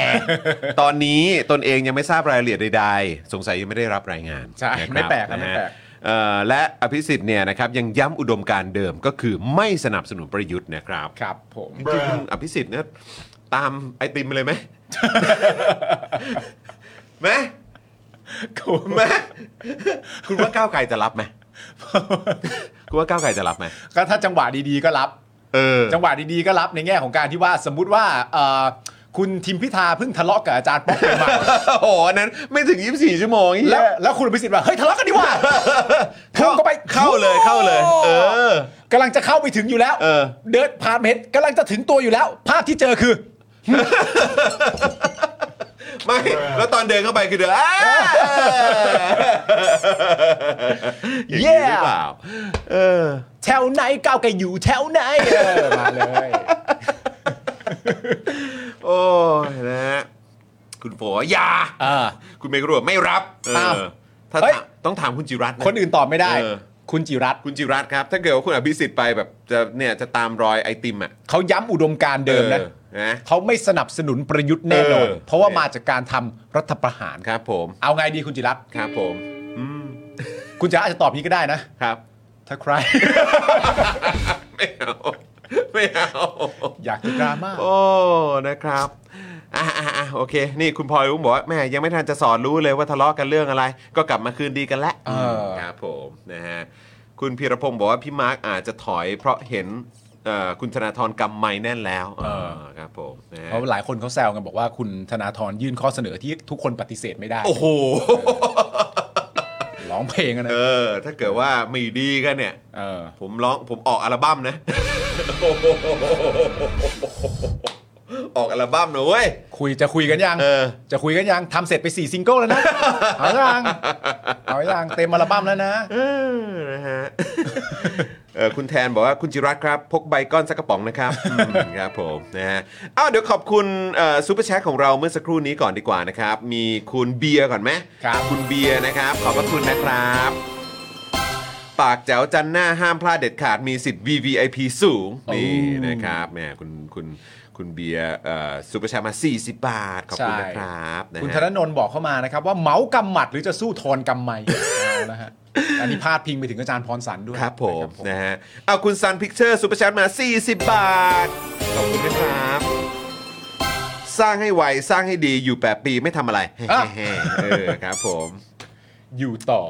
S1: ตอนนี้ตนเองยังไม่ทราบรายละเอียดใดๆ สงสัยยังไม่ได้รับรายงาน
S2: ใช่
S1: นะครับ
S2: ไม่แปลกนะไม่แปล
S1: นะ
S2: ก
S1: ฮะ เอ่อและอภิสิทธิ์เนี่ยนะครับยังย้ำอุดมการณ์เดิมก็คือไม่สนับสนุนประยุทธ์นะครับ
S2: ครับผม
S1: จริงๆคุณอภิสิทธิ์เนี่ยตามไอติมไปเลย ไหม ไหมไหมคุณว่าก้าวไกลจะรับไหมคุณว่าก้าวไกลจะรับไหม
S2: ก็ถ้าจังหวะดีๆก็รับ
S1: เออ
S2: จังหวะดีๆก็รับในแง่ของการที่ว่าสมมุติว่าเอ่อคุณทิมพิธาเพิ่งทะเลาะกับอาจารย์ป๊อกไปมา
S1: โอ้โหอันนั้นไม่ถึง 24 ชั่วโมงเหี้ย
S2: แล้วแล้วคุณอภิสิทธิ์ว่าเฮ้ยทะเลาะกันดีกว่า พุ่งเข้าไป
S1: เข้าเลยเข้าเลย เออ
S2: กำลังจะเข้าไปถึงอยู่แล้ว
S1: เออ
S2: นผ่านเพชรกำลังจะถึงตัวอยู่แล้ว ภาพที่เจอคือ
S1: ไม่ แล้วตอนเดินเข้าไปคือเดิน อ้าอย่างนี้หรือเปล่า เออ
S2: แถวไหนก้าวไกลอยู่แถวไหนเออมาเลย
S1: โอ้ยนะฮะคุณโผอยา
S2: อ่า
S1: คุณเมกรวไม่รับเอ
S2: อ้าว
S1: อถ้า
S2: เฮ้ย
S1: ถามต้องถามคุณจิรัตน์ะ
S2: คนอื่นตอบไม่ได้
S1: เออ
S2: คุณจิรัตน์
S1: คุณจิรัตน์ครับ ถ้าเกิดว่าคุณอภิสิทธิ์ไปแบบจะเนี่ยจะตามรอยไอติมอ่ะ
S2: เขาย้ำอุดมการณ์เดิมนะ
S1: ออนะ
S2: เขาไม่สนับสนุนประยุทธ์แน่นอน
S1: เออ
S2: เพราะว่ามาจากการทำรัฐประหาร
S1: ครับผม
S2: เอาไงดีคุณจิรัตน์
S1: ครับผมอืม
S2: คุณจิรัตน์อาจจะตอบนี้ก็ได้นะ
S1: ครับ
S2: ถ้าใคร
S1: ไม่เอาไม่เอา
S2: อยากจะดราม่า
S1: โอ้ นะครับ อ่ะอ่ะอ่ะโอเค นี่คุณพลอยรุ้งบอกว่าแม่ยังไม่ทันจะสอนรู้เลยว่าทะเลาะกันเรื่องอะไร ก็กลับมาคืนดีกันแล้ว
S2: เออ
S1: ครับผม นะฮะ คุณพีรพงศ์บอกว่าพี่มาร์กอาจจะถอยเพราะเห็น เอ่อคุณธนาธรกำไม้แน่นแล้ว
S2: เออ
S1: าครับผมนะฮะ
S2: เพราะหลายคนเขาแซวกันบอกว่าคุณธนาธรยื่นข้อเสนอที่ทุกคนปฏิเสธไม่ได้
S1: โอ้โห
S2: ร้องเพลงอะนะ
S1: เออ ถ้าเกิดว่าไม่ดีกันเนี่ย
S2: เออ
S1: ผมร้องผมออกอัลบั้มนะ ออกอัลบั้มนะเว้ย
S2: คุยจะคุยกันยัง
S1: เออ
S2: จะคุยกันยังทำเสร็จไป4ซิงเกิลแล้วนะ เอายังเอายังเต็มอัลบั้มแล้วนะ
S1: เออนะฮะ เออคุณแทนบอกว่าคุณจิรัตน์ครับ พกใบก้อนสักกระป๋องนะครับอืมครับผมนะฮะอ้าวเดี๋ยวขอบคุณซูเปอร์แชทของเราเมื่อสักครู่นี้ก่อนดีกว่านะครับ มีคุณเบียร์ก่อนไหม
S2: ครับ
S1: คุณเบียร์นะครับ ขอบพระคุณนะครับ ปากแจ๋วจันหน้าห้ามพลาดเด็ดขาดมีสิทธิ์ VVIP สูง นี่นะครับแหมคุณคุณคุณเบียร์ซูเปอร์แชทมา 40 บาท ขอบคุณนะครับนะฮะ
S2: คุณธนนนท์บอกเข้ามานะครับ ว่าเมากำหมัดหรือจะสู้ทอนกำไมเอาละฮะอันนี้พาดพิงไปถึงอาจารย์พรสันด้วย
S1: ครับผม
S2: นะ
S1: นะฮะเอาคุณซันพิกเจอร์ซูเปอร์แชทมา 40 บาท ขอบคุณนะครับ สร้างให้ไว สร้างให้ดีอยู่ 8 ปีไม่ทำอะไร
S2: อ่ะ
S1: เออครับผม
S2: อยู่ต่อ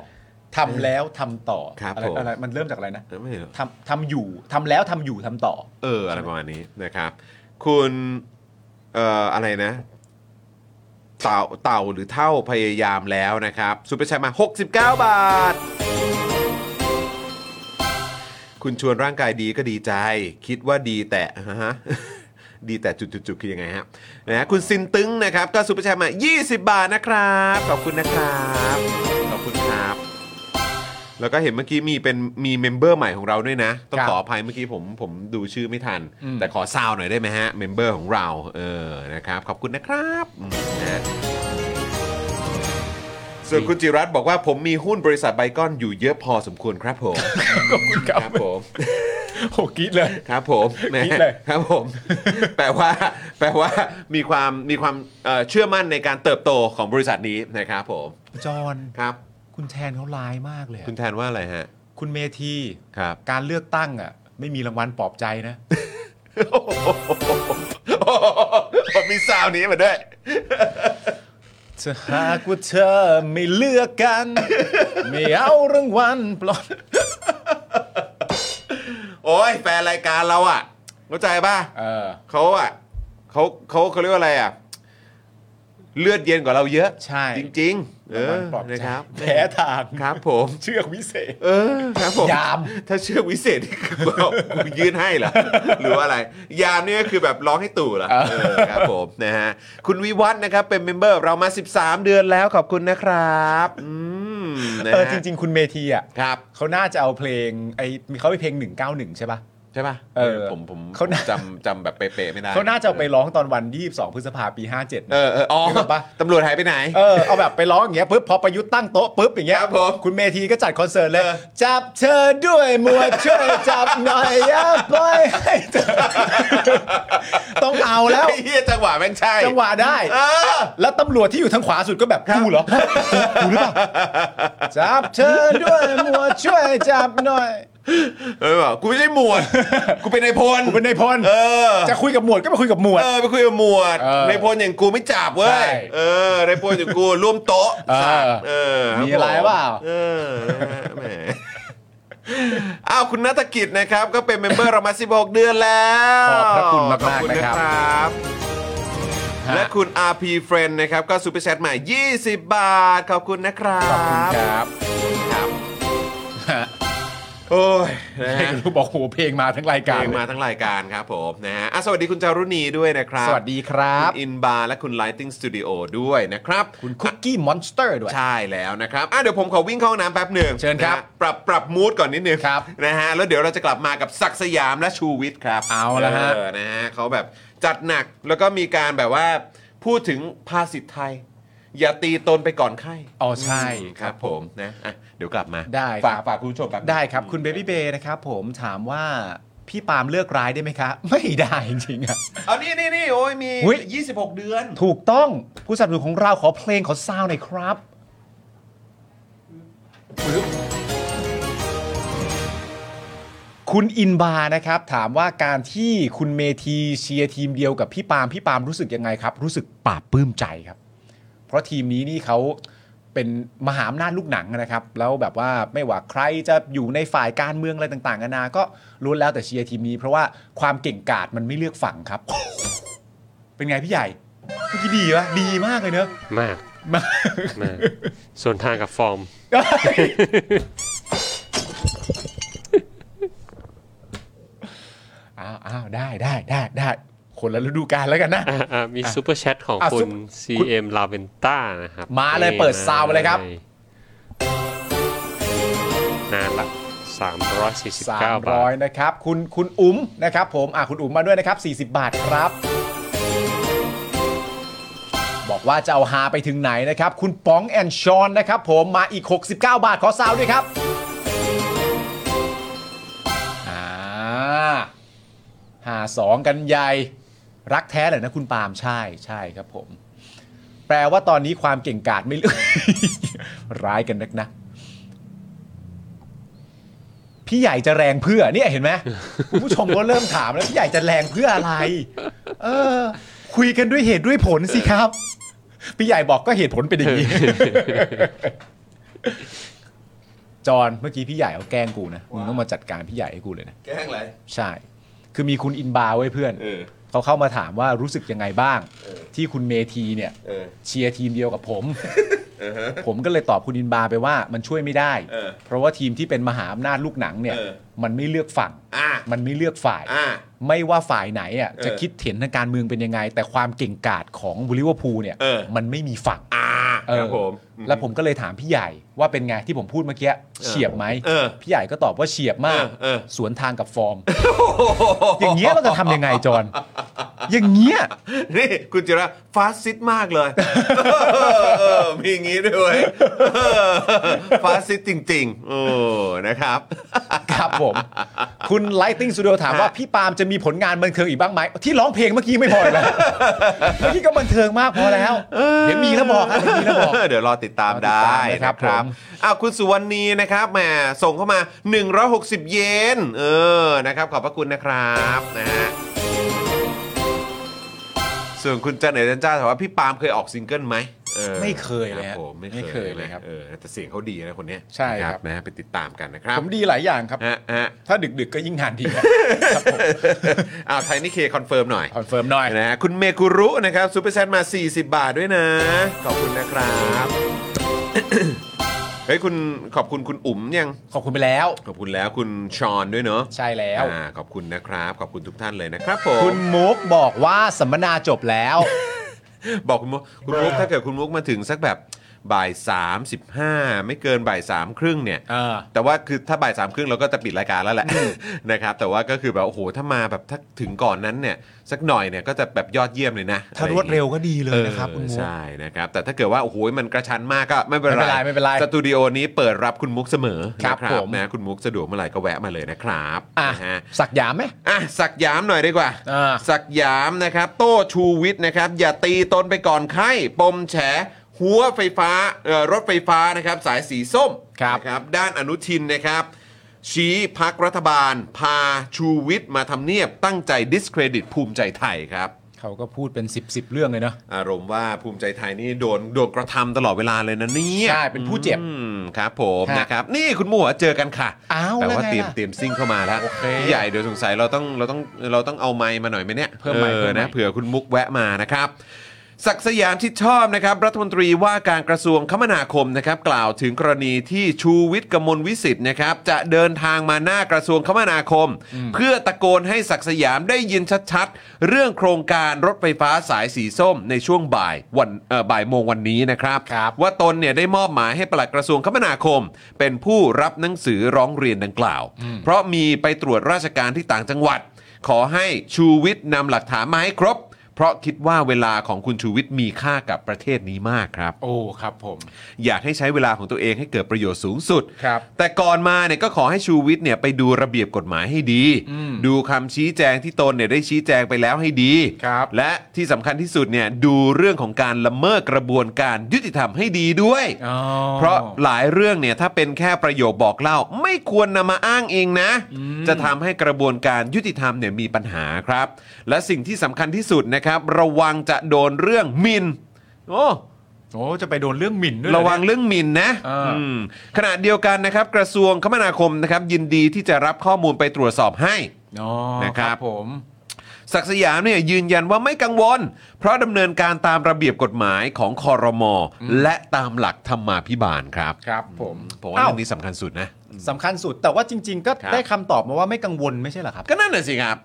S2: ทำแล้วทำต่อ
S1: ครับ
S2: อะไร
S1: ผม
S2: อะไรมันเริ่มจากอะไรนะ
S1: เออไม่เหรอ
S2: ทำทำอยู่ทำแล้วทำอยู่ทำต่อ
S1: เออ อะไรประมาณนี้นะครับ คุณเอ่ออะไรนะ เต่าเต่าหรือเท่าพยายามแล้วนะครับซูเปอร์แชทมา 69 บาท คุณชวนร่างกายดีก็ดีใจ คิดว่าดีแต่ฮะ ดีแต่จุดๆๆคือยังไงฮะนะฮะคุณซินตึ้งนะครับ ก็ซูเปอร์แชทมา 20 บาทนะครับ ขอบคุณนะครับ ขอบคุณครับ แล้วก็เห็นเมื่อกี้มีเป็นมีเมมเบอร์ใหม่ของเราด้วยนะ ต้อง
S2: ครับ
S1: ขออภัยเมื่อกี้ผมผมดูชื่อไม่ทัน
S2: อืม
S1: แต่ขอซาวหน่อยได้ไหมฮะเมมเบอร์ของเราเออนะครับ ขอบคุณนะครับอืมนะ ส่วนคุณจิรัตน์บอกว่าผมมีหุ้นบริษัทไบคอนอยู่เยอะพอสมควรครับผม
S2: ขอบคุณค
S1: ครับ รับผม
S2: โอ้กรีดเลย
S1: ครับผมแหม
S2: คิดเลย
S1: ครับผม แปลว่า แปลว่ามีความมีความเอ่อเชื่อมั่นในการเติบโตของบริษัทนี้นะครับผม
S2: จอห์น
S1: ครับ
S2: คุณแทนเขาลายมากเลยอะ
S1: คุณแทนว่าอะไรฮะ
S2: คุณเมธี
S1: ครับ
S2: การเลือกตั้งอ่ะ ไม่มีรางวัลปลอบใจนะ
S1: ผมมีซาวนี้มาด้วย
S2: ถ้าหากว่าเธอไม่เลือกกัน ไม่เอารางวัลปลอบ
S1: โอ้ยแฟนรายการเราอ่ะเข้าใจป่ะ
S2: เออ
S1: เขาอ่ะเขาเขาเขาเรียกว่าอะไรอ่ะ เลือดเย็นกว่าเราเยอะ
S2: ใช่
S1: จริงๆ เอ
S2: รางวั
S1: อ
S2: ลปลอบ
S1: นะ
S2: ใจ
S1: ครับ
S2: แพ้ทาง
S1: ครับผม
S2: เชือกวิเศษ
S1: เออครับผม
S2: ยาม
S1: ถ้าเชือกวิเศษนี่คือแบบกูยื่นให้ เหรอ หรือว่าอะไร ยามนี่ก็คือแบบร้องให้ตู่เหรอเออครับผมนะฮะคุณวิวัฒน์นะครับเป็นเมมเบอร์เรามา 13 เดือนแล้วขอบคุณนะครับอืมนะ
S2: เออ
S1: ฮะ
S2: จริง ๆ คุณเมธีอ่ะ
S1: ครับ
S2: เขาน่าจะเอาเพลงไอ้มีเขาไปเพลง 191 ใช่ป่ะ
S1: ใช่ป่ะ
S2: เออ
S1: ผมผม
S2: เขาน่า
S1: จำจำแบบเป๊ะๆไม่ได้
S2: เขาน่าจะเอาไปร้องตอนวัน 22 พฤษภาปี 57
S1: เอ
S2: นะ
S1: อเอออ๋อ
S2: นึกออกปะ
S1: ตำรวจหายไปไหน
S2: เออเอาแบบไปร้องอย่างเงี้ยปุ๊บพอประยุทธ์ตั้งโต๊ะปุ๊บอย่างเงี้ย
S1: ครับผม
S2: คุณเมธีก็จัดคอนเสิร์ตเลย
S1: เออ
S2: จับเธอด้วยมวยช่วยจับหน่อยอย่าปล่อยให้เธอต้องเอาแล้ว
S1: ไอ้เหี้ยจังหวะแม่งใช่
S2: จังหวะได้
S1: เออ
S2: แล้วตำรวจที่อยู่ทางขวาสุดก็แบบกูเหรอกูหรือเปล่าจับเธอด้วยมัวช่วยจับหน่อย
S1: เออบอกกูไม่ใช่หมวด กูเป็นนายพล
S2: กูเป็นนายพล
S1: เออ
S2: จะคุยกับหมวดก็ไปคุยกับหมวด
S1: เออไปคุยกับหมวด
S2: เออ
S1: ในพลอย่างกูไม่จับเว้
S2: ใช่
S1: ยเออในพลอย่างกู ร่วมโต๊ะ
S2: เออ
S1: สัตว์เออคบ
S2: มีอะไร
S1: ผ
S2: เปล่า
S1: เออนะฮะแหมอ้าวคุณนัฐกิจนะครับ ก็เป็นเมมเบอร์เรามา 16 เดือนแล้ว
S2: ขอบพระคุณมากๆ
S1: ขอณ
S2: นะครับ
S1: บและคุณ RP Friend นะครับ ก็ซูเปอร์แชทมา 20 บาท ขอบคุณนะครับ
S2: ครับ
S1: โอ้ยนะฮะ
S2: รู้บอกโหเพลงมาทั้งราย
S1: เพ
S2: การ
S1: ลงมาทั้งรายการครับผมนะฮะอ่ะสวัสดีคุณจารุณีด้วยนะครับ
S2: สวัสดีครั
S1: คุ
S2: บ
S1: ณอินบาร์และคุณ Lighting Studio ด้วยนะครับ
S2: คุณคุกกี้มอนสเตอร์ด้วย
S1: ใช่แล้วนะครับอ่ะเดี๋ยวผมขอวิ่งเข้าห้องน้ำแป๊บหนึ่ง
S2: เชิญครับ
S1: นะฮะปรับปรับมูดก่อนนิดนึง
S2: ครับ
S1: นะฮะแล้วเดี๋ยวเราจะกลับมากับศักดิ์สยามและชูวิทย์ครับ
S2: เอาละฮะ
S1: เออนะฮะเขาแบบจัดหนักแล้วก็มีการแบบว่าพูดถึงภาษิตไทย อย่าตีตนไปก่อนไข้
S2: อ๋อใช่
S1: ครับผมนะอ่ะเดี๋ยวกลับมา
S2: ได้
S1: ฝาก
S2: ครับ
S1: ฝากคุณผู้ชมแป๊บหนึ่ง
S2: ได้ครับ คุณเบบี้เบย์นะครับผมถามว่าพี่ปาล์มเลือกร้ายได้ไหมคะ ไม่ได้จริงๆอะ
S1: เอานี่นี่นี่โอ้ยมี
S2: อุ๊ย
S1: 26 เดือน
S2: ถูกต้องผู้สนับสนุนของเราขอเพลงขอซาวหน่อยครับ คุณอินบาร์นะครับ ถามว่าการที่คุณเมทีเชียร์ทีมเดียวกับพี่ปาล์มพี่ปาล์มรู้สึกยังไงครับ รู้สึกปลาบปลื้มใจครับ เพราะทีมนี้นี่เขา เป็นมหาอำนาจลูกหนังนะครับ แล้วแบบว่าไม่ว่าใครจะอยู่ในฝ่ายการเมืองอะไรต่างๆนานาก็ล้วนแล้วแต่เชียร์ทีมนี้ เพราะว่าความเก่งกาจมันไม่เลือกฝั่งครับ เป็นไงพี่ใหญ่เมื่อกี้ดีปะดีมากเลยเนอะ
S3: มากมากส่วนทางกับฟอร์ม
S2: อ้าวอ้าวได้ได้ได้ได้คนละฤดูกาลแล้วกันนะ
S3: อ่ะอ่ะมีซูเปอร์แชทของ
S2: อ่ะ
S3: คุ
S2: ซุ
S3: ณ
S2: ป
S3: CM ลาเวนต้านะครับ
S2: มาเลยเปิดซาวด์เลยครับ
S3: นานละ349 บาท
S2: 300 นะครับ คุณคุณอุ๋มนะครับ ผมอ่ะคุณอุ๋มมาด้วยนะครับ 40 บาทครับ บอกว่าจะเอาฮาไปถึงไหนนะครับ คุณป๋องแอนชอนนะครับผมมาอีก 69 บาทขอซาวด้วยครับอ่าหาสองกันใหญ่ รักแท้เลยนะคุณปาล์มใช่ใช่ครับผม แปลว่าตอนนี้ความเก่งกาจไม่เลือก ร้ายกันนักนะ พี่ใหญ่จะแรงเพื่อเนี่ยเห็นไหม คุณผู้ชมก็เริ่มถามแล้วพี่ใหญ่จะแรงเพื่ออะไร เออ คุยกันด้วยเหตุด้วยผลสิครับ พี่ใหญ่บอกก็เหตุผลเป็นอย่างนี้ จอนเมื่อกี้พี่ใหญ่เขาแกล้งกูนะมึงต้องมาจัดการพี่ใหญ่ให้กูเลยนะ
S1: แกล้งอะไร
S2: ใช่ คือมีคุณอินบาร์ไว้ยเพื่อน
S1: เออ
S2: เขาเข้ามาถามว่ารู้สึกยังไงบ้าง
S1: เออ
S2: ที่คุณเมทีเนี่ย
S1: เออ
S2: เชียร์ทีมเดียวกับผม
S1: เออฮะ
S2: ผมก็เลยตอบคุณอินบาร์ไปว่ามันช่วยไม่ได้
S1: เออ
S2: เพราะว่าทีมที่เป็นมหาอำนาจลูกหนังเนี่ย
S1: เออ
S2: มันไม่เลือกฝั่ง
S1: อ่ะ
S2: มันไม่เลือกฝ่าย
S1: อ่ะ
S2: ไม่ว่าฝ่ายไหนอ่ะ
S1: เออ
S2: จะคิดเห็นทางการเมืองเป็นยังไง แต่ความเก่งกาจของบริวพูลเนี่ย
S1: เออ
S2: มันไม่มีฝั่ง
S1: อ่ะ
S2: เอ
S1: ครับ
S2: อ
S1: ผมอื
S2: แล้วผมก็เลยถามพี่ใหญ่ว่าเป็นไงที่ผมพูดเมื่อกี้เฉียบไหม
S1: เออ
S2: พี่ใหญ่ก็ตอบว่าเฉียบมาก
S1: เออเออ
S2: สวนทางกับฟอร์ม อย่างเงี้ยเราจะทำยังไงจอนอย่างเงี้ย
S1: นี่คุณจิระฟาสซิสต์มาก เลย เออมีอย่างงี้ด้วยเวย ฟาสซิสต์จริง ๆ โอ้นะครับ
S2: ครับผม คุณ Lighting Studio ถามว่า พี่ปาล์มจะมีผลงานบันเทิงอีกบ้างไหม ที่ร้องเพลงเมื่อกี้ไม่พอแล้ว เมื่อกี้ก็บันเทิงมากพอแล้ว เดี๋ยวมีแล้วบอกนะเดี๋ยวมีแล้วบอก
S1: เดี๋ยวรอติดตามได้
S2: รอติด
S1: นะ
S2: ตามนะ
S1: ค
S2: ครั
S1: รั
S2: บบ ผม
S1: อ้าวคุณสุวรรณีนะครับแหมส่งเข้ามา 160 เยนเออนะครับ ขอบพระคุณนะครับนะฮะส่วนคุณจันเหนือจันจ้าถามว่าพี่ปาล์มเคยออกซิงเกิลไหมออ
S2: ไม่เคยเลยฮะ
S1: รับผมไม่
S2: ไม่
S1: เค
S2: เคย
S1: ย
S2: เล
S1: เลย ย
S2: ค
S1: ค
S2: รั
S1: รั
S2: บบ
S1: เออแต่เสียงเขาดีนะคนเนี้ย
S2: ใช่ครับ
S1: นะฮะไปติดตามกันนะครับ
S2: ผมดีหลายอย่างครับ
S1: ฮะ ฮะ
S2: ถ้าดึกๆก็ยิ่งงานดีครับ
S1: อ้าวไทยนี่เคคอนเฟิร์มหน่อย
S2: คอนเฟิร์มหน่อย
S1: นะฮะคุณเมกุรุนะครับซูเปอร์แชทมา 40 บาทด้วยนะ ขอบคุณนะครับ เฮ้ยคุณขอบคุณคุณอุ๋มยัง
S2: ขอบคุณไปแล้ว
S1: ขอบคุณแล้วคุณชอนด้วยเนาะ
S2: ใช่แล้ว
S1: อ่าขอบคุณนะครับ ขอบคุณทุกท่านเลยนะครับผม
S2: คุณมุกบอกว่าสัมมนาจบแล้ว
S1: บอกคุณมุกคุณมุกถ้าเกิดคุณมุกมาถึงสักแบบบ่าย3.15 ไม่เกินบ่ายสามครึ่งเนี่ย
S2: เออ
S1: แต่ว่าคือถ้าบ่ายสามครึ่งเราก็จะปิดรายการแล้วแหละ นะครับ แต่ว่าก็คือแบบโอ้โหถ้ามาแบบถ้าถึงก่อนนั้นเนี่ยสักหน่อยเนี่ยก็จะแบบยอดเยี่ยมเลยนะ
S2: ถ้ารวดเร็วก็ดีเลยนะครับ
S1: ออ
S2: คุณมุก
S1: ใช่นะครับแต่ถ้าเกิดว่าโอ้โหมันกระชั้นมากก็ไม่เป็นไร
S2: ไม่เป็นไรไม่เป็นไร
S1: สตูดิโอนี้เปิดรับคุณมุกเสมอ
S2: ครับ
S1: นะ
S2: ผม
S1: นะคุณมุกสะดวกเมื่อไหร่ก็แวะมาเลยนะครับ
S2: อ่ะ
S1: นะฮะ
S2: สักยามไหม
S1: อ่ะสักยามหน่อยดีกว่า
S2: อ่า
S1: สักยามนะครับ โต้ชูวิทย์นะครับ อย่าตีตนไปก่อนไข้ปมแฉ หัวไฟฟ้าเอ่อรถไฟฟ้านะครับ สายสีส้มนะครับ ด้านอนุทินนะครับ ชี้พักรัฐบาล พาชูวิทย์มาทำเนียบตั้งใจ discredit ภูมิใจไทยครับ
S2: เขาก็พูดเป็น 10บสเรื่องเลยเนาะ
S1: อารมณ์ว่าภูมิใจไทยนี่โดนโดนกระทำตลอดเวลาเลยนะเนี่ย
S2: ใช่เป็นผู้เจ็บ
S1: อืมครับผม
S2: ฮะ
S1: นะครับ นี่คุณหมัวเจอกันค่ะ
S2: อ้าว
S1: แต่ว่า
S2: แล้วไง
S1: เตรียม
S2: ล่ะ
S1: เตรียมซิ่งเข้ามาแล้ว
S2: โอเค
S1: พี่ใหญ่เดี๋ยวสงสัยเราต้องเราต้องเราต้องเอาไมค์มาหน่อยไหมเนี่ย
S2: เพิ่มไมค์
S1: อ
S2: เพิ่
S1: อ
S2: มไมค์
S1: นะเผื่อคุณมุกแวะมานะครับ ศักดิ์สยามชิดชอบนะครับ รัฐมนตรีว่าการกระทรวงคมนาคมนะครับ กล่าวถึงกรณีที่ชูวิทย์กมลวิสิทธิ์นะครับ จะเดินทางมาหน้ากระทรวงคมนาคม เพื่อตะโกนให้ศักดิ์สยามได้ยินชัดๆ เรื่องโครงการรถไฟฟ้าสายสีส้มในช่วงบ่ายวันเอ่อบ่ายโมงวันนี้นะครับ
S2: ครับ
S1: ว่าตนเนี่ยได้มอบหมายให้ปลัดกระทรวงคมนาคม เป็นผู้รับหนังสือร้องเรียนดังกล่าว เพราะมีไปตรวจราชการที่ต่างจังหวัด ขอให้ชูวิทย์นำหลักฐานมาให้ครบ เพราะคิดว่าเวลาของคุณชูวิทย์มีค่ากับประเทศนี้มากครับ
S2: โอ้ครับผม
S1: อยากให้ใช้เวลาของตัวเองให้เกิดประโยชน์สูงสุด
S2: ครับ
S1: แต่ก่อนมาเนี่ยก็ขอให้ชูวิทย์เนี่ยไปดูระเบียบกฎหมายให้ดี
S2: อืม
S1: ดูคำชี้แจงที่ตนเนี่ยได้ชี้แจงไปแล้วให้ดี
S2: ครับ
S1: และที่สำคัญที่สุดเนี่ยดูเรื่องของการละเมิดกระบวนการยุติธรรมให้ดีด้วย
S2: อ๋อ
S1: เพราะหลายเรื่องเนี่ยถ้าเป็นแค่ประโยคบอกเล่า ไม่ควรนำมาอ้างเองนะ จะทำให้กระบวนการยุติธรรมเนี่ยมีปัญหาครับ และสิ่งที่สำคัญที่สุดนะครับ ระวังจะโดนเรื่องหมินโอ้
S2: โอ้จะไปโดนเรื่องหมิ่นด้วยเหอ
S1: ระวัง
S2: เนี่ย
S1: เรื่องหมินนะ
S2: อ่า
S1: อืมขณะเดียวกันนะครับ กระทรวงคมนาคมนะครับ ยินดีที่จะรับข้อมูลไปตรวจสอบให้
S2: อ๋อ
S1: นะครับ
S2: ผม
S1: ศักดิ์สยามเนี่ยยืนยันว่าไม่กังวล เพราะดำเนินการตามระเบียบกฎหมายของคอรมอและตามหลักธรรมาภิบาลครับ
S2: ครับผม
S1: ผมว่า
S2: อ้าว
S1: เรื่องนี้สำคัญสุดนะ
S2: สำคัญสุดแต่ว่าจริง ๆ ก็
S1: ครับ
S2: ได้คำตอบมาว่าไม่กังวลไม่ใช่เหรอครับ
S1: ก็นั่นแหละสิครับ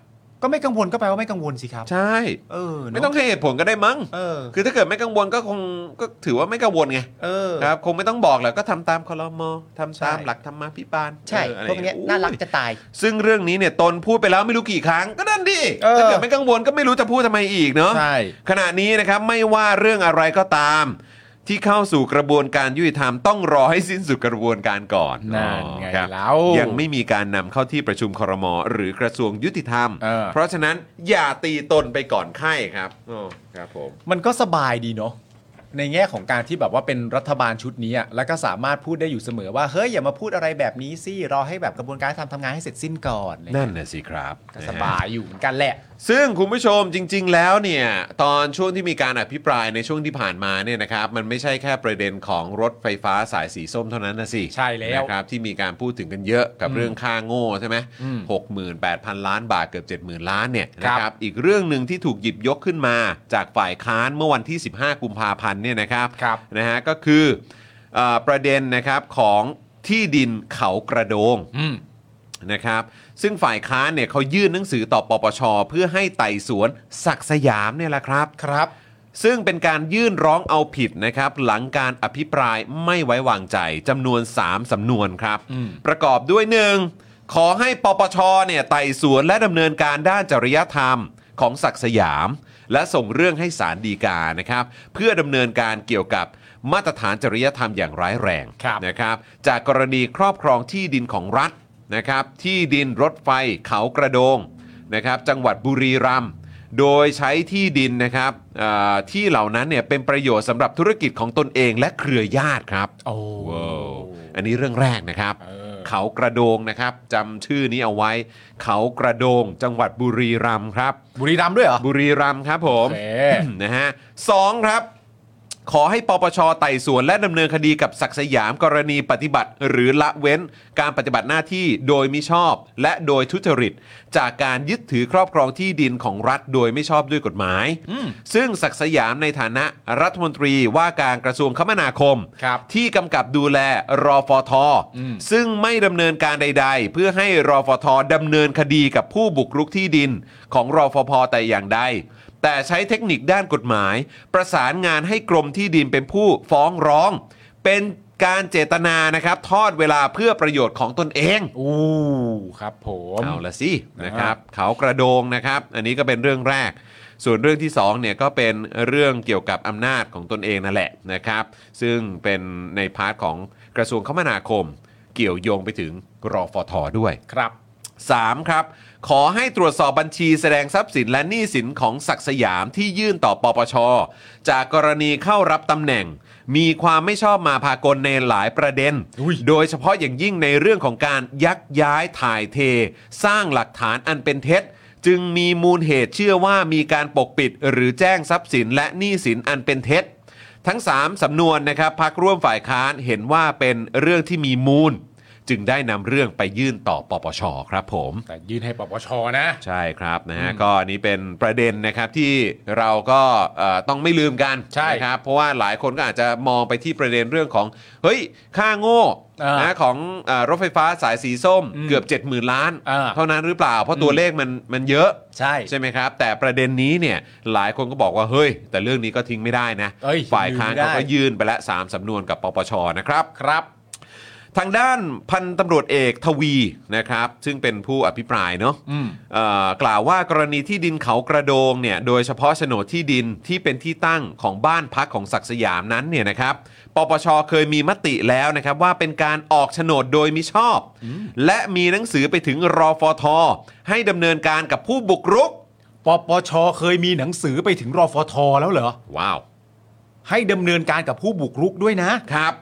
S2: ก็ไม่กังวลก็แปลว่าไม่กังวลสิครับ
S1: ใช่
S2: เออเนอะ
S1: ไม่ต้องให้เหตุผลก็ได้มั้ง
S2: เออ
S1: คือถ้าเกิดไม่กังวลก็คงก็ถือว่าไม่กังวลไง
S2: เออ
S1: ครับคงไม่ต้องบอกแหละก็ทำตามคอรมอทำ
S2: ใช่
S1: ตามหลักธรรมาภิบาล
S2: ใช่
S1: อออะไร
S2: พวกเนี้ย
S1: โอ้ย
S2: น่ารักจะตาย
S1: ซึ่งเรื่องนี้เนี่ยตนพูดไปแล้วไม่รู้กี่ครั้งก็นั่นดิ
S2: เออ
S1: ถ้าเกิดไม่กังวลก็ไม่รู้จะพูดทำไมอีกเนาะ
S2: ใช่
S1: ขณะนี้นะครับไม่ว่าเรื่องอะไรก็ตาม ที่เข้าสู่กระบวนการยุติธรรมต้องรอให้สิ้นสุดกระบวนการก่อน
S2: นั่นไง
S1: อ๋อครับ
S2: แล้ว
S1: ยังไม่มีการนำเข้าที่ประชุมครมหรือกระทรวงยุติธรรม
S2: เออ
S1: เพราะฉะนั้นอย่าตีตนไปก่อนไข้ครับอ๋อครับผม
S2: มันก็สบายดีเนาะในแง่ของการที่แบบว่าเป็นรัฐบาลชุดนี้อะแล้วก็สามารถพูดได้อยู่เสมอว่าเฮ้ยอย่ามาพูดอะไรแบบนี้สิรอให้แบบกระบวนการทำทำงานให้เสร็จสิ้นก่อนอะไรเงี้ย
S1: นั่นน่ะสิครับ
S2: ก็สบายอยู่เหมือนกันแหละ
S1: ซึ่งคุณผู้ชมจริง ๆ แล้วเนี่ยตอนช่วงที่มีการอภิปรายในช่วงที่ผ่านมาเนี่ยนะครับมันไม่ใช่แค่ประเด็นของรถไฟฟ้าสายสีส้มเท่านั้นนะสิ
S2: ใช่แล้ว
S1: นะครับที่มีการพูดถึงกันเยอะกับเรื่องค่าโง่ใช่ไหม
S2: อืม
S1: หกหมื่นแปดพันล้านบาทเกือบ 7 0,000 ล้านเนี่ยนะ
S2: ครับ
S1: ครับอีกเรื่องหนึ่งที่ถูกหยิบยกขึ้นมาจากฝ่ายค้านเมื่อวันที่ 15 กุมภาพันธ์เนี่ยนะครับ
S2: ครับ
S1: นะฮะก็คือเออประเด็นนะครับของที่ดินเขากระโดง
S2: อืม
S1: นะครับซึ่งฝ่ายค้านเนี่ยเขายื่นหนังสือต่อปปช เพื่อให้ไต่สวนศักดิ์สยามเนี่ยแหละครับ
S2: ครับ
S1: ซึ่งเป็นการยื่นร้องเอาผิดนะครับหลังการอภิปรายไม่ไว้วางใจจำนวน 3สำนวนครับ
S2: อืม
S1: ประกอบด้วย 1. ขอให้ปปชเนี่ยไต่สวนและดำเนินการด้านจริยธรรมของศักดิ์สยาม และส่งเรื่องให้ศาลฎีกานะครับเพื่อดำเนินการเกี่ยวกับมาตรฐานจริยธรรมอย่างร้ายแรง
S2: ครับ
S1: นะครับจากกรณีครอบครองที่ดินของรัฐนะครับที่ดินรถไฟเขากระโดงนะครับจังหวัดบุรีรัมย์โดยใช้ที่ดินนะครับเอ่อที่เหล่านั้นเนี่ยเป็นประโยชน์สำหรับธุรกิจของตนเองและเครือญาติครับ
S2: โอ้
S1: ว้าวอันนี้เรื่องแรกนะครับ
S2: เออ
S1: เขากระโดงนะครับจำชื่อนี้เอาไว้ เขากระโดงจังหวัดบุรีรัมย์ครับ
S2: บุรีรัมย์ด้วยเหรอ
S1: บุรีรัมย์ครับผม
S2: โอเค
S1: นะฮะสองครับ ขอให้ปปชไต่สวนและดำเนินคดีกับศักดิ์สยามกรณีปฏิบัติ หรือละเว้นการปฏิบัติหน้าที่โดยมิชอบ และโดยทุจริต จากการยึดถือครอบครองที่ดินของรัฐโดยไม่ชอบด้วยกฎหมาย ซึ่งศักดิ์สยามในฐานะรัฐมนตรีว่าการกระทรวงคมนาคม
S2: ครับ
S1: ที่กำกับดูแลรอฟอทอ
S2: อืม
S1: ซึ่งไม่ดำเนินการใด ๆ เพื่อให้รอฟอทอดำเนินคดีกับผู้บุกรุกที่ดินของรอฟอพอแต่อย่างใด แต่ใช้เทคนิคด้านกฎหมาย ประสานงานให้กรมที่ดินเป็นผู้ฟ้องร้อง เป็นการเจตนานะครับทอดเวลาเพื่อประโยชน์ของตนเอง
S2: อู้ครับผม
S1: เอาละสินะค
S2: นะครั
S1: รับบ เขากระโดงนะครับ อันนี้ก็เป็นเรื่องแรก ส่วนเรื่องที่สองเนี่ยก็เป็นเรื่องเกี่ยวกับอำนาจของตนเองนั่นแหละนะครับ ซึ่งเป็นในพาร์ทของกระทรวงคมนาคม เกี่ยวโยงไปถึงรอฟอทอด้วย
S2: ครับ
S1: 3ครับ ขอให้ตรวจสอบบัญชีแสดงทรัพย์สินและหนี้สินของศักดิ์สยามที่ยื่นต่อปปช จากกรณีเข้ารับตำแหน่ง มีความไม่ชอบมาพากลในหลายประเด็น
S2: อุ๊ย
S1: โดยเฉพาะอย่างยิ่งในเรื่องของการยักย้ายถ่ายเท สร้างหลักฐานอันเป็นเท็จ จึงมีมูลเหตุเชื่อว่ามีการปกปิด หรือแจ้งทรัพย์สินและหนี้สินอันเป็นเท็จ ทั้ง 3 สำนวนนะครับพักร่วมฝ่ายค้านเห็นว่าเป็นเรื่องที่มีมูล จึงได้นำเรื่องไปยื่นต่อปปชครับผม
S2: แต่ยื่นให้ปปชนะ
S1: ใช่ครับนะฮะก็อันนี้เป็นประเด็นนะครับที่เราก็เอ่อต้องไม่ลืมกัน
S2: ใช่
S1: นะครับเพราะว่าหลายคนก็อาจจะมองไปที่ประเด็นเรื่องของเฮ้ยค่าโง่
S2: อ่าน
S1: นะของเอ่อรถไฟฟ้าสายสีส้ม
S2: อืม
S1: เกือบ 70,000 ล้าน
S2: อ่า
S1: เท่านั้นหรือเปล่า เพราะตัวเลขมันมันเยอะ
S2: ใช่
S1: ใช่ไหมครับ แต่ประเด็นนี้เนี่ยหลายคนก็บอกว่าเฮ้ย แต่เรื่องนี้ก็ทิ้งไม่ได้นะ
S2: เอ้ย
S1: ฝ่ายค้าน
S2: ลืมไม่ได้
S1: เขาก็ยื่นไปและ3สำนวนกับปปชนะครับ
S2: ครับ
S1: ทางด้านพันตำรวจเอกทวีนะครับ ซึ่งเป็นผู้อภิปรายเนาะ
S2: อืม
S1: เอ่อกล่าวว่ากรณีที่ดินเขากระโดงเนี่ยโดยเฉพาะโฉนดที่ดินที่เป็นที่ตั้งของบ้านพักของศักดิ์สยามนั้นเนี่ยนะครับปปชเคยมีมติแล้วนะครับว่าเป็นการออกโฉนดโดยมิชอบ และมีหนังสือไปถึงรอฟอทอให้ดำเนินการกับผู้บุกรุก
S2: ปปชเคยมีหนังสือไปถึงรอฟทแล้วเหรอ
S1: ว้าว
S2: ให้ดำเนินการกับผู้บุกรุกด้วยนะ
S1: ครับ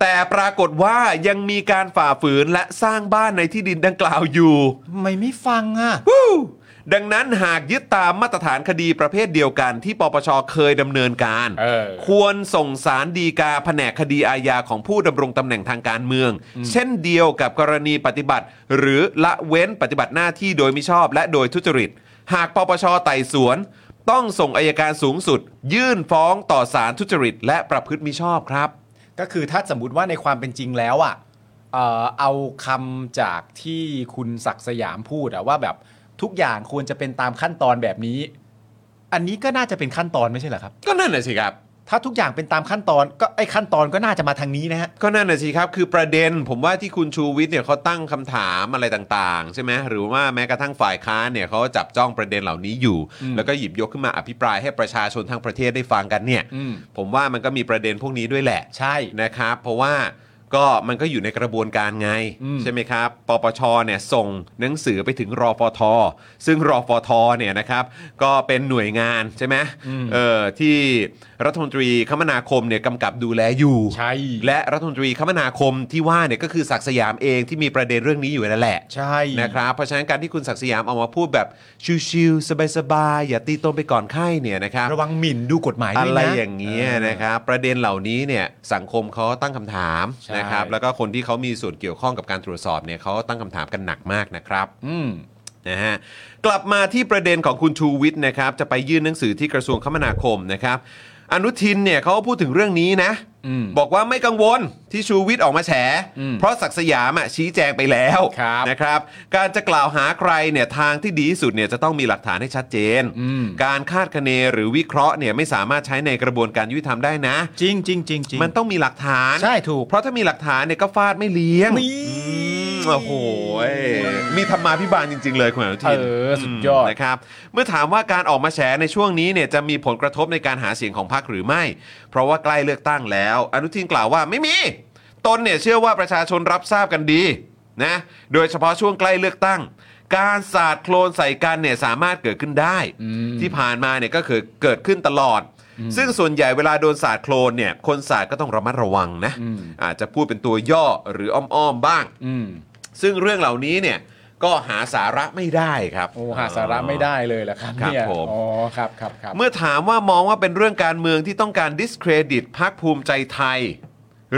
S1: แต่ปรากฏว่ายังมีการฝ่าฝืนและสร้างบ้านในที่ดินดังกล่าวอยู่
S2: ทำไมไม่ฟังอ่ะ
S1: Woo! ดังนั้นหากยึดตามมาตรฐานคดีประเภทเดียวกัน ที่ปปชเคยดำเนินการ
S2: เออ
S1: ควรส่งสารดีกาแผนกคดีอาญาของผู้ดำรงตำแหน่งทางการเมือง เช่นเดียวกับกรณีปฏิบัติ หรือละเว้นปฏิบัติหน้าที่โดยมิชอบและโดยทุจริต หากปปชไต่สวน ต้องส่งอายการสูงสุด ยื่นฟ้องต่อศาลทุจริต และประพฤติมิชอบครับ
S2: ก็คือถ้าสมมติว่าในความเป็นจริงแล้วอ่ะเอ่อเอาคำจากที่คุณศักดิ์สยามพูดอะว่าแบบทุกอย่างควรจะเป็นตามขั้นตอนแบบนี้ อันนี้ก็น่าจะเป็นขั้นตอนไม่ใช่เหรอครับ
S1: ก็นั่นแหละสิครับ
S2: ถ้าทุกอย่างเป็นตามขั้นตอนก็ไอ้ขั้นตอนก็น่าจะมาทางนี้นะฮะ
S1: ก็นั่นน่ะสิครับ คือประเด็นผมว่าที่คุณชูวิทย์เนี่ยเขาตั้งคำถามอะไรต่างๆ ใช่ไหมหรือว่าแม้กระทั่งฝ่ายค้านเนี่ยเขาจับจ้องประเด็นเหล่านี้อยู่ แล้วก็หยิบยกขึ้นมาอภิปรายให้ประชาชนทั้งประเทศได้ฟังกันเนี่ย
S2: อืม
S1: ผมว่ามันก็มีประเด็นพวกนี้ด้วยแหละ
S2: ใช่
S1: นะครับเพราะว่าก็มันก็อยู่ในกระบวนการไง
S2: อืม
S1: ใช่ไหมครับ ปปชเนี่ยส่งหนังสือไปถึงรอฟท ซึ่งรอฟทเนี่ยนะครับก็เป็นหน่วยงานใช่ไหม
S2: อืม
S1: เออที่รัฐมนตรีคมนาคมเนี่ยกำกับดูแลอยู่
S2: ใช่
S1: และรัฐมนตรีคมนาคมที่ว่าเนี่ยก็คือศักดิ์สยามเองที่มีประเด็นเรื่องนี้อยู่นั่นแหละ
S2: ใช่
S1: นะครับเพราะฉะนั้นการที่คุณศักดิ์สยามออกมาพูดแบบชิวๆสบายๆอย่าตีตนไปก่อนไข้เนี่ยนะครับ
S2: ระวังหมิ่นดูกฎหมาย
S1: อะ
S2: ด้วยนะ
S1: ไรอย่างเงี้ยนะครับประเด็นเหล่านี้เนี่ยสังคมเขาตั้งคำถาม
S2: ใช่
S1: นะครับแล้วก็คนที่เขามีส่วนเกี่ยวข้องกับการตรวจสอบเนี่ยเขาตั้งคำถามกันหนักมากนะครับ
S2: อืม
S1: นะฮะกลับมาที่ประเด็นของคุณชูวิทย์นะครับจะไปยื่นหนังสือที่กระทรวงคมนาคมนะครับอนุทินเนี่ยเขาก็พูดถึงเรื่องนี้นะ
S2: อืม
S1: บอกว่าไม่กังวลที่ชูวิทย์ออกมาแฉ
S2: อืม
S1: เพราะศักดิ์สยามอะชี้แจงไปแล้ว
S2: ครับ
S1: นะครับการจะกล่าวหาใครเนี่ยทางที่ดีที่สุดเนี่ยจะต้องมีหลักฐานให้ชัดเจน
S2: อืม
S1: การคาดคะเนหรือวิเคราะห์เนี่ยไม่สามารถใช้ในกระบวนการยุติธรรมได้นะ
S2: จริงจริงจริงจริง
S1: มันต้องมีหลักฐาน
S2: ใช่ถูก
S1: เพราะถ้ามีหลักฐานเนี่ยก็ฟาดไม่เลี้ยง
S2: นี่
S1: อืมโอ้โหยมีธรรมาพิบาลจริง ๆ เลยคุณอนุ
S2: เอ
S1: ทิน
S2: อสุดยอด
S1: นะครับ เมื่อถามว่าการออกมาแฉในช่วงนี้เนี่ยจะมีผลกระทบในการหาเสียงของพรรคหรือไม่ เพราะว่าใกล้เลือกตั้งแล้ว อนุทินกล่าวว่าไม่มี ตนเนี่ยเชื่อว่าประชาชนรับทราบกันดีนะ โดยเฉพาะช่วงใกล้เลือกตั้ง การสาดโคลนใส่กันเนี่ยสามารถเกิดขึ้นได้ ที่ผ่านมาเนี่ยก็คือเกิดขึ้นตลอด ซึ่งส่วนใหญ่เวลาโดนสาดโคลนเนี่ยคนสาดก็ต้องระมัดระวังนะ
S2: อืม
S1: อาจจะพูดเป็นตัวย่อหรืออ้อมๆบ้าง
S2: อืม
S1: ซึ่งเรื่องเหล่านี้เนี่ยก็หาสาระไม่ได้ครับ
S2: โอ้หาสาระไม่ได้เลยแหละครับ
S1: ครับ
S2: เนี่ย
S1: ผม
S2: อ๋อครับครับครับ
S1: เมื่อถามว่ามองว่าเป็นเรื่องการเมืองที่ต้องการ discredit พรรคภูมิใจไทย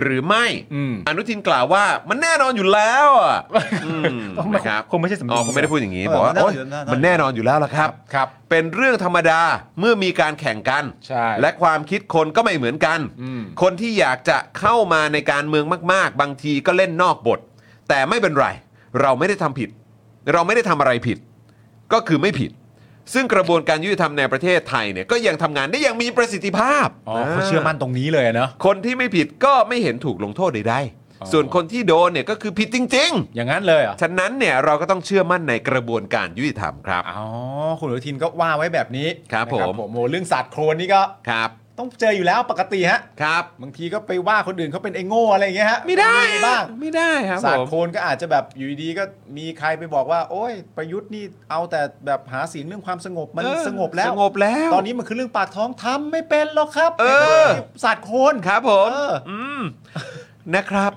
S1: หรือไม่
S2: อืม
S1: อนุทินกล่าวว่ามันแน่นอนอยู่แล้ว อ่ะอืมนะครับ
S2: คงไม่ใช่สำเนียง
S1: อ๋อคงไม่ได้พูดอย่างนี้บอกว่า
S6: เออ
S1: โอ๊ย
S6: มั
S1: มัน
S6: นแน่
S1: แน่น
S6: น
S1: อ
S6: อน น
S1: อยู่แล้วล่ะครับ
S2: ครับ
S1: เป็นเรื่องธรรมดาเมื่อมีการแข่งกัน
S2: ใช่
S1: และความคิดคนก็ไม่เหมือนกัน
S2: อืม
S1: คนที่อยากจะเข้ามาในการเมืองมาก ๆ บางทีก็เล่นนอกบท แต่ไม่เป็นไร เราไม่ได้ทำผิด เราไม่ได้ทำอะไรผิด ก็คือไม่ผิด ซึ่งกระบวนการยุติธรรมในประเทศไทยเนี่ยก็ยังทำงานได้อย่างมีประสิทธิภาพ
S2: อ๋อเขาเชื่อมั่นตรงนี้เลยเนอะ
S1: คนที่ไม่ผิดก็ไม่เห็นถูกลงโทษใด
S2: อ๋อ
S1: ๆส่วนคนที่โดนเนี่ยก็คือผิดจริง
S2: อย่างนั้นเลยเหรอ
S1: ๆ ฉะนั้นเนี่ยเราก็ต้องเชื่อมั่นในกระบวนการยุติธรรมครับ
S2: อ๋อคุณอนุทินก็ว่าไว้แบบนี้
S1: ครับ
S2: นะ
S1: ผม
S2: โอ้เรื่องสัตว์โครนนี่ก็
S1: ครับ
S2: ต้องเจออยู่แล้วปกติฮะ
S1: ครับ
S2: บางทีก็ไปว่าคนอื่นเขาเป็นไอ้โง่อะไรอย่างเงี้ยฮะ
S1: ไม่ได้
S2: มีบ้าง
S1: ไม่ได้ครับ
S2: สาด
S1: ผม
S2: โคนก็อาจจะแบบอยู่ดีๆก็มีใครไปบอกว่า โอ้ยประยุทธ์นี่เอาแต่แบบหาเสียงเรื่องความสงบมัน
S1: เออ
S2: สงบแล้ว
S1: สงบแล้ว
S2: ตอนนี้มันคือเรื่องปากท้องทำไม่เป็นหรอกครับ
S1: เออ
S2: สาดโคน
S1: ครับผม
S2: เออ
S1: อืมนะครับ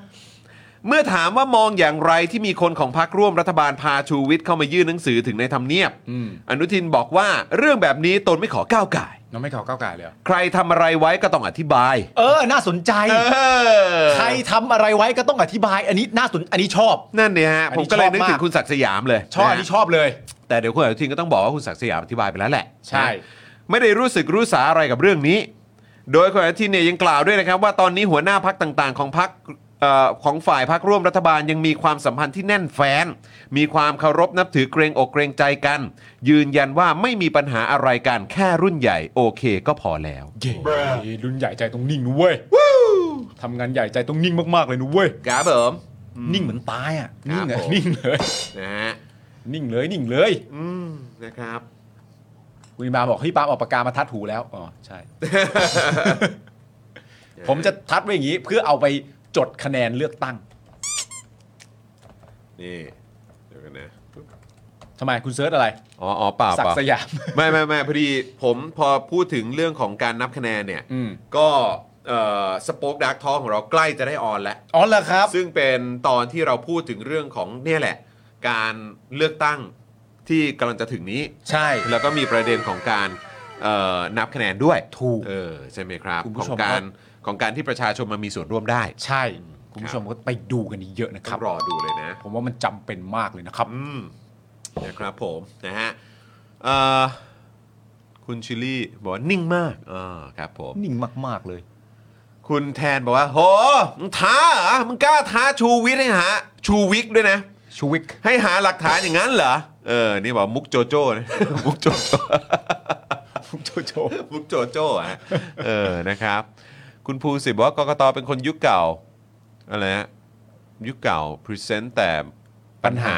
S1: เมื่อถามว่ามองอย่างไรที่มีคนของพรรคร่วมรัฐบาลพาชูวิทย์เข้ามายื่นหนังสือถึงในทำเนียบ
S2: อืม
S1: อนุทินบอกว่าเรื่องแบบนี้ตนไม่ขอก้าวไก่าย
S2: น้องไม่ขอก้าวไก่ายเลยเหรอ
S1: ใครทำอะไรไว้ก็ต้องอธิบาย
S2: เออ น่าสนใจ
S1: เออ
S2: ใครทำอะไรไว้ก็ต้องอธิบาย อันนี้น่าสนอันนี้ชอบ
S1: นั่นเนี่ยฮะ
S2: อัน
S1: ผ
S2: นี้
S1: มก็เลย
S2: ชอบ
S1: นึกถึ
S2: มาง ก
S1: คุณศักดิ์สยามเลย
S2: ชอ
S1: ะ
S2: บ
S1: ฮะ
S2: อันนี้ชอบเลย
S1: แต่เดี๋ยวคุณอนุทินก็ต้องบอกว่าคุณศักดิ์สยามอธิบายไปแล้วแหละน
S2: ใช่
S1: ะไม่ได้รู้สึกรู้สาอะไรกับเรื่องนี้ โดยคุณอนุทินเนี่ยยังกล่าวด้วยนะครับ ว่าตอนนี้หัวหน้าพักต่างๆ ของพักของฝ่ายพักร่วมรัฐบาลยังมีความสัมพันธ์ที่แน่นแฟ้น มีความเคารพนับถือเกรงอกเกรงใจกัน ยืนยันว่าไม่มีปัญหาอะไรกันแค่รุ่นใหญ่โอเคก็พอแล้ว
S2: เย้รุ่นใหญ่ใจต้องนิ่งนะเว้ยทำงานใหญ่ใจต้องนิ่งมากๆเลยนะเว้ย
S1: ครับผม
S2: นิ่งเหมือนตายอ่ะ
S1: ครั
S2: นิ่
S1: บ
S2: ง
S1: ผม
S2: อะนิ่งเลย
S1: นะฮะ
S2: นิ่งเลยนิ่งเลย
S1: อืมนะครับ
S2: คุณปาล์มบอกเฮ้ยปาล์มเอาปากกามาทัดหูแล้ว อ๋อ ใช่ ผมจะทัดไว้อย่างนี้ เพื่อเอาไปจดคะแนนเลือกตั้ง
S1: นี่เดี๋ยวกันนะ
S2: ทำไมคุณเซิร์ชอะไร
S1: อ๋ออ๋อเปล่า
S2: ศัก
S1: เปล่า
S2: ดิ์สยาม
S1: ไม่ไม่ไม่พอดีผมพอพูดถึงเรื่องของการนับคะแนนเนี่ย
S2: อืม
S1: ก็สป็อคดักทอของเราใกล้จะได้ออนแล้ว
S2: อ๋อเหรอครับ
S1: ซึ่งเป็นตอนที่เราพูดถึงเรื่องของเนี่ยแหละ การเลือกตั้ง ที่กำลังจะถึงนี้
S2: ใช่
S1: แล้วก็มีประเด็นของการเอ่อนับคะแนนด้วย
S2: ถูก
S1: เออใช่ไหมครับ
S2: คุณผู้
S1: ของ
S2: ชม
S1: การ
S2: ก็
S1: ของการที่ประชาชนมามีส่วนร่วมได้
S2: ใช่ คุณผู้ชมก็ไปดูกันเยอะๆนะค
S1: ค
S2: รั
S1: รับ บรอดูเลยนะ
S2: ผมว่ามันจำเป็นมากเลยนะครับ
S1: อืมนะครับผมนะฮะเอ่อคุณชิลลี่บอกว่านิ่งมากอ่าครับผม
S2: นิ่งมากๆเลย
S1: คุณแทนบอกว่าโหมึงท้าเหรอมึงกล้าท้าชูวิทย์ให้หาชูวิกด้วยนะ
S2: ชูวิก
S1: ให้หาหลักฐานอย่างนั้นเหรอ เออ นี่บอกมุกโจโจ้นะ มุกโจโจ้
S2: โจโจ
S1: มุกโจโจ้อะเออ นะครับ คุณภูสิบบอกว่ากกตเป็นคนยุคเก่า อะไรฮะ ยุคเก่า พรีเซนต์แต่ปัญหา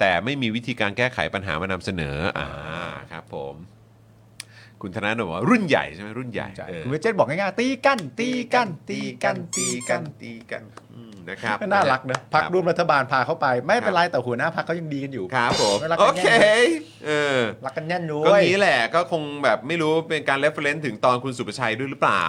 S1: แต่ไม่มีวิธีการแก้ไขปัญหามานำเสนอ อ่า ครับผม คุณธนาโนบอกว่ารุ่นใหญ่ใช่ไหมรุ่นใหญ่เออ
S2: คุณเวจเจนบอกง่ายๆตีกันตีกันตีกันตีกันตีกัน
S1: อืมนะครับ
S2: ก็น่ารักนะพักร่วมรัฐบาลพาเข้าไป ไม่เป็นไรแต่หัวหน้าพักเขายังดีกันอยู่
S1: ครับผม
S2: ไม่รักกั
S1: โอน เค
S2: แน่
S1: เออ
S2: รักกันแน่นด้
S1: ก็
S2: วย
S1: นี้แหละก็คงแบบไม่รู้เป็นการเ e ฟเฟรนซ์ถึงตอนคุณสุประชัยด้วยหรือเปล่า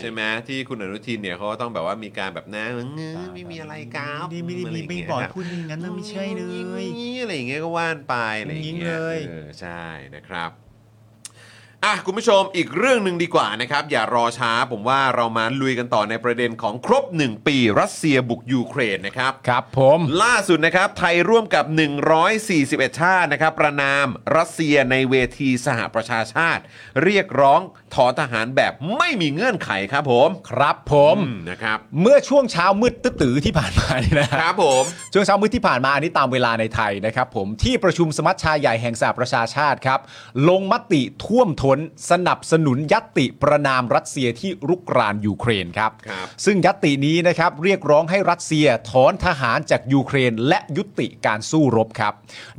S2: ใช่
S1: ไหมที่คุณอนุทินเนี่ยเขาก็ต้องแบบว่ามีการแบบนะเงื้อไม่มีอะไรครับ
S2: ดีไม่ดี
S1: อะไร
S2: มี
S1: ย่างเงี้ย
S2: ไม่บอกพูดอย่างนั้นนะไม่ใช่เลย
S1: งี้อะไรอย่างเงี้ยก็ว่านไปอะไรอย่างเงี้
S2: งี้เลย
S1: ออใช่นะครับอ่ะคุณผู้ชมอีกเรื่องหนึ่งดีกว่านะครับ อย่ารอช้าผมว่าเรามาลุยกันต่อในประเด็นของครบ 1 ปีรัสเซียบุกยูเครนนะครับ
S2: ครับผม
S1: ล่าสุดนะครับ ไทยร่วมกับ 141 ชาตินะครับ ประนามรัสเซียในเวทีสหประชาชาติ เรียกร้องถอนทหารแบบไม่มีเงื่อนไขครับผม
S2: ครับผม
S1: อืมนะครับ
S2: เมื่อช่วงเช้ามืดตื้อๆที่ผ่านมาเนี่ยนะฮะ
S1: ครับผม
S2: ช่วงเช้ามืดที่ผ่านมาอันนี้ตามเวลาในไทยนะครับผมที่ประชุมสมัชชาใหญ่แห่งสหประชาชาติครับ ลงมติท่วมท้น สนับสนุนยัตติประนามรัสเซียที่รุกรานยูเครนครับ
S1: ครับ
S2: ซึ่งยัตตินี้นะครับเรียกร้องให้รัสเซียถอนทหารจากยูเครนและยุติการสู้รบครับ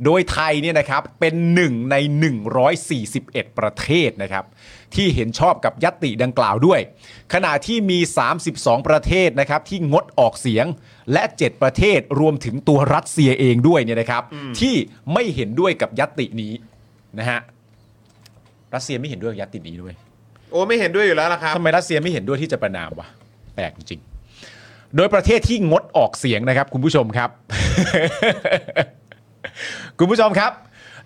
S2: โดยไทยเนี่ยนะครับเป็นหนึ่งใน 141 ประเทศนะครับที่เห็นชอบกับยัตติดังกล่าวด้วย ขณะที่มี 32 ประเทศนะครับที่งดออกเสียง และ 7 ประเทศรวมถึงตัวรัสเซียเองด้วยเนี่ยนะครับ ที่ไม่เห็นด้วยกับยัตตินี้นะฮะรัสเซียไม่เห็นด้วยกับยัตตินี้ด้วย
S1: โอ้ไม่เห็นด้วยอยู่แล้วล่ะครับ
S2: ทำไมรัสเซียไม่เห็นด้วยที่จะประนามวะแปลกจริง โดยประเทศที่งดออกเสียงนะครับคุณผู้ชมครับ คุณผู้ชมครับ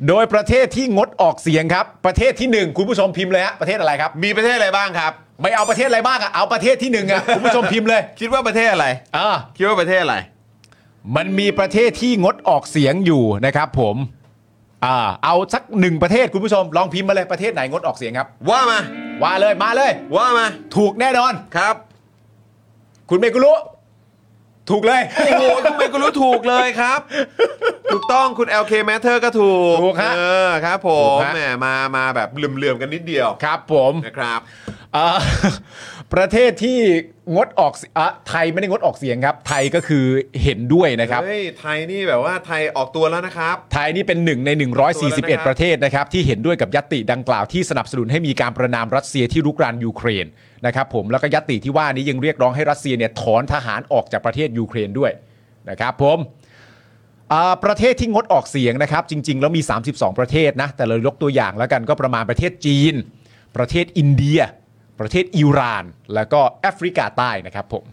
S2: โดยประเทศที่งดออกเสียงครับ ประเทศที่หนึ่งคุณผู้ชมพิมพ์เลยฮะประเทศอะไรครับ
S1: มีประเทศอะไรบ้างครับ
S2: ไม่เอาประเทศอะไรบ้างอะเอาประเทศที่หนึ่ง อะคุณผู้ชมพิมพ์เลย
S1: คิดว่าประเทศอะไร
S2: อ่า
S1: คิดว่าประเทศอะไร
S2: มันมีประเทศที่งดออกเสียงอยู่นะครับ ผมอ่าเอาสักหนึ่งประเทศคุณผู้ชมลองพิมพ์มาเลยประเทศไหนงดออกเสียงครับ
S1: ว่ามา
S2: ว่าเลยมาเลย
S1: ว่ามา
S2: ถูกแน่นอน
S1: ครับ
S2: คุณเมกุลุถูกเลย
S1: โอ้โหทำไมกูรู้ถูกเลยครับ ถูกต้องคุณ LK Matter ก็ถูก
S2: ถูกฮะ
S1: เออครับผ
S2: ถู
S1: ม
S2: กฮะ
S1: แหมมามาแบบเหลื่อมๆกันนิดเดียว
S2: ครับผม
S1: นะครับ
S2: เอ่อ ประเทศที่งดออกเสียอ่ะไทยไม่ได้งดออกเสียงครับ ไทยก็คือเห็นด้วยนะครับ
S1: เฮ้ยไทยนี่แบบว่าไทยออกตัวแล้วนะครับ
S2: ไทยนี่เป็นหนึ่งใน 141 ประเทศนะครับ ที่เห็นด้วยกับยัตติดังกล่าวที่สนับสนุนให้มีการประนามรัสเซียที่รุกรานยูเครนนะครับผมแล้วก็ยัตติที่ว่านี้ยังเรียกร้องให้รัสเซียเนี่ยถอนทหารออกจากประเทศยูเครนด้วยนะครับผมอ่าประเทศที่งดออกเสียงนะครับ จริง ๆ แล้วมี 32 ประเทศนะ แต่เรายกตัวอย่างแล้วกันก็ประมาณประเทศจีน ประเทศอินเดีย ประเทศอิหร่าน แล้วก็แอฟริกาใต้นะครับผม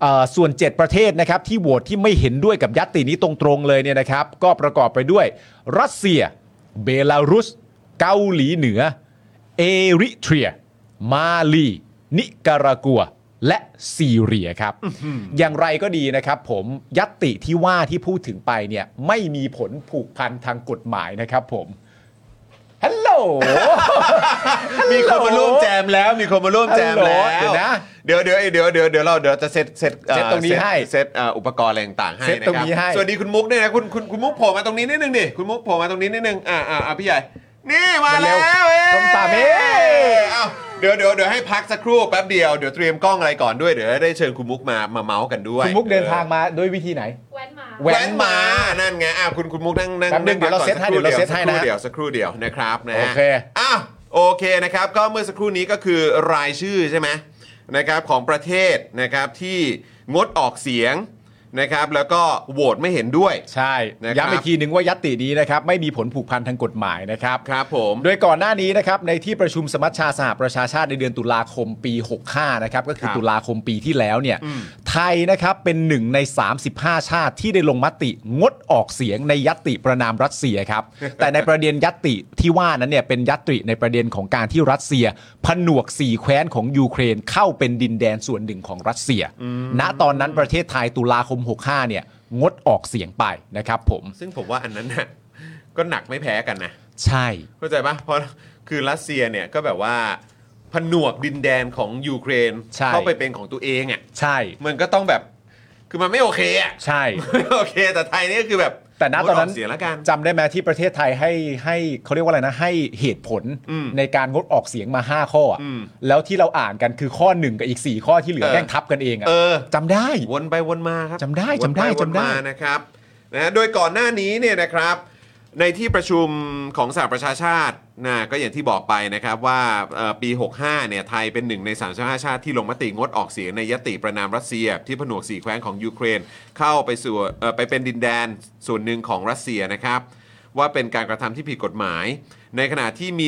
S2: เอ่อส่วน 7 ประเทศนะครับที่โหวตที่ไม่เห็นด้วยกับยัตตินี้ตรงๆเลยเนี่ยนะครับ ก็ประกอบไปด้วย รัสเซีย เบลารุส เกาหลีเหนือ เอริเทรีย มาลี นิการากัว และซีเรียครับ อย่างไรก็ดีนะครับผมยัตติที่ว่าที่พูดถึงไปเนี่ยไม่มีผลผูกพันทางกฎหมายนะครับผมฮัลโหล
S1: มีคนมาร่วมแจมแล้วมีคนมาร่วมแจมแล้ว
S2: ฮัลโหลเดี๋ยวนะ
S1: เดี๋ยวเดี๋ยวเดี๋ยวเดี๋ยวเดี๋ยวเราเดี๋ยวจะเซตเซตอ่อ
S2: เซ็ตตรงนี้ให้
S1: เซตเอ่ออุปกรณ์อะไรต่างๆให้
S2: เซ็ต
S1: นะ
S2: ตรง
S1: ครับ
S2: นี้ให้
S1: สวัสดีคุณมุกด้วยนะคุณคุณคุณมุกโผล่มาตรงนี้นิดนึงดิคุณมุกโผล่มาตรงนี้นิดนึงอ่าอ่าอ่าพี่ใหญ่นี่มาแล้วเอ้ย
S2: ต้มตามเอ้ย
S1: เอ้าเดี๋ยวเดี๋ยวเดี๋ยวให้พักสักครู่แป๊บเดียวเดี๋ยวเตรียมกล้องอะไรก่อนด้วยเดี๋ยวได้เชิญคุณมุกมามาเมาส์กันด้วย
S2: คุณมุกเดินทางมาด้วยวิธีไหน
S7: แว้นหมา
S1: แหวนมานั่นไงอ่าคุณคุณมุกนั่งนั่ง
S2: แป๊บนึง
S1: นั่งพัก
S2: เดี๋ยวเราเซ็ตให้
S1: ก่อน
S2: เดี๋ยวเราเซ็ตให้นะ
S1: สักครู่เดียวสักครู่เดียวนะครับนะฮะ
S2: โอเค
S1: อ้าวโอเคนะครับก็เมื่อสักครู่นี้ก็คือรายชื่อใช่ไหมนะครับของประเทศนะครับที่งดออกเสียงนะครับ แล้วก็โหวตไม่เห็นด้วย
S2: ใช่
S1: นะครับ
S2: ย้ำอีกทีหนึ่งว่ายัตตินี้นะครับไม่มีผลผูกพันทางกฎหมายนะครับ
S1: ครับผม
S2: โดยก่อนหน้านี้นะครับในที่ประชุมสมัชชาสหประชาชาติในเดือนตุลาคมปี 65 นะครับก็คื
S1: ค
S2: อ
S1: รับ
S2: ตุลาคมปีที่แล้วเนี่ย ไทยนะครับเป็นหนึ่งใน 35 ชาติที่ได้ลงมติงดออกเสียงในยัตติประนามรัสเซีย ครับ แต่ในประเด็นยัตติที่ว่านั้นเนี่ยเป็นยัตติในประเด็นของการที่รัสเซีย ผนวกสี่แคว้นของยูเครนเข้าเป็นดินแดนส่วนหนึ่งของรัสเซีย ณตอนนั้นประเทศไทยตุลาคม 65 เนี่ยงดออกเสียงไปนะครับผม
S1: ซึ่งผมว่าอันนั้นน่ะก็หนักไม่แพ้กันนะ
S2: ใช่
S1: เข้าใจปะเพราะคือรัสเซียเนี่ยก็แบบว่าผนวกดินแดนของยูเครน
S2: ใช่
S1: เข้าไปเป็นของตัวเองอ่ะ
S2: ใช่
S1: มันก็ต้องแบบคือมันไม่โอเคอ่ะ
S2: ใช่
S1: ไม่ โอเค แต่ไทยนี่ก็คือแบบ
S2: แต่ณตอนนั้น
S1: งดกเสียงแล้วกัน
S2: จำได้ไหมที่ประเทศไทยให้ให้เขาเรียกว่าอะไรนะ ให้เหตุผล
S1: อืม
S2: ในการงดออกเสียงมา 5 ข้ออะ
S1: อืม
S2: แล้วที่เราอ่านกันคือข้อหนึ่งกับอีก 4 ข้อที่เหลือ
S1: เออ
S2: แม่งทับกันเองอะ
S1: เออ
S2: จำได้
S1: วนไปวนมาครับ
S2: จำได้
S1: วนป
S2: จำได้
S1: วน
S2: จำได้
S1: มานะครับนะฮะโดยก่อนหน้านี้เนี่ยนะครับ ในที่ประชุมของสหประชาชาตินะก็อย่างที่บอกไปนะครับว่าเอ่อปี 65 เนี่ยไทยเป็นหนึ่งใน 35 ชาติที่ลงมติงดออกเสียงในยติประนามรัสเซีย ที่ผนวกสี่แคว้นของยูเครน เข้าไปสู่เอ่อไปเป็นดินแดนส่วนหนึ่งของรัสเซียนะครับ ว่าเป็นการกระทำที่ผิดกฎหมาย ในขณะที่มี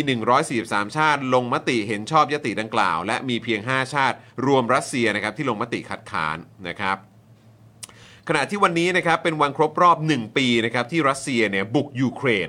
S1: 143 ชาติลงมติเห็นชอบยติดังกล่าว และมีเพียง 5 ชาติรวมรัสเซียนะครับที่ลงมติคัดค้านนะครับ ขณะที่วันนี้นะครับเป็นวันครบรอบ 1 ปีนะครับที่รัสเซียเนี่ยบุกยูเครน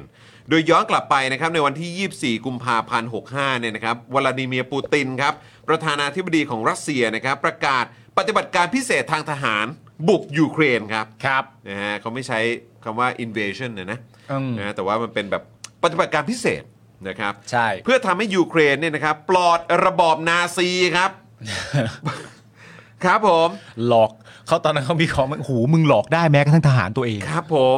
S1: โดยย้อนกลับไปนะครับในวันที่ 24 กุมภาพันธ์ 65 เนี่ยนะครับวลาดิเมียร์ปูตินครับประธานาธิบดีของรัสเซียนะครับประกาศปฏิบัติการพิเศษทางทหารบุกยูเครนครับ
S2: ครับ
S1: นะฮะเขาไม่ใช้คำว่า invasion นะนะ
S2: อืม
S1: นะฮะแต่ว่ามันเป็นแบบปฏิบัติการพิเศษนะครับ
S2: ใช่
S1: เพื่อทำให้ยูเครนเนี่ยนะครับปลอดระบอบนาซีครับ ครับผม
S2: หลอกเขาตอนนั้นเขามีของหูมึงหลอกได้แม้กระทั่งทหารตัวเอง
S1: ครับผม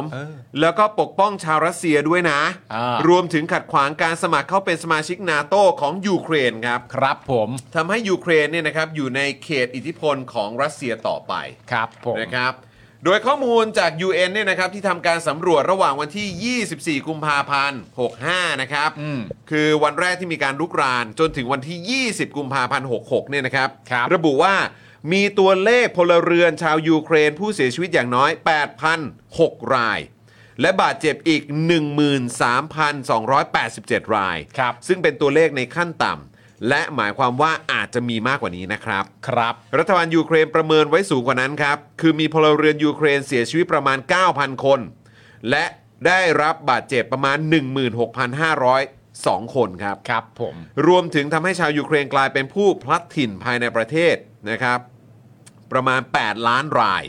S1: แล้วก็ปกป้องชาวรัสเซียด้วยนะ
S2: อ่าร
S1: รวมถึงขัดขวางการสมัครเข้าเป็นสมาชิกนาโตของยูเครนครับ
S2: ครับผม
S1: ทำให้ยูเครนเนี่ยนะครับอยู่ในเขตอิทธิพลของรัสเซียต่อไป
S2: ครับผม
S1: นะครับ โดยข้อมูลจาก UN เนี่ยนะครับที่ทำการสำรวจระหว่างวันที่ 24 กุมภาพันธ์ 65 นะครับ
S2: อืม
S1: คือวันแรกที่มีการลุกรานจนถึงวันที่ 20 กุมภาพันธ์ 66 เนี่ยนะครับ
S2: ครับ
S1: ระบุว่ามีตัวเลขพลเรือนชาวยูเครนผู้เสียชีวิตอย่างน้อย 8,006 ราย และบาดเจ็บอีก 13,287 ราย
S2: ครับ
S1: ซึ่งเป็นตัวเลขในขั้นต่ำและหมายความว่าอาจจะมีมากกว่านี้นะครับ
S2: ครับ
S1: รัฐบาลยูเครนประเมินไว้สูงกว่านั้นครับ คือมีพลเรือนยูเครนเสียชีวิตประมาณ 9,000 คน และได้รับบาดเจ็บประมาณ 16,502 คนครับ
S2: ครับผม
S1: รวมถึงทำให้ชาวยูเครนกลายเป็นผู้พลัดถิ่นภายในประเทศนะครับ ประมาณ 8 ล้านราย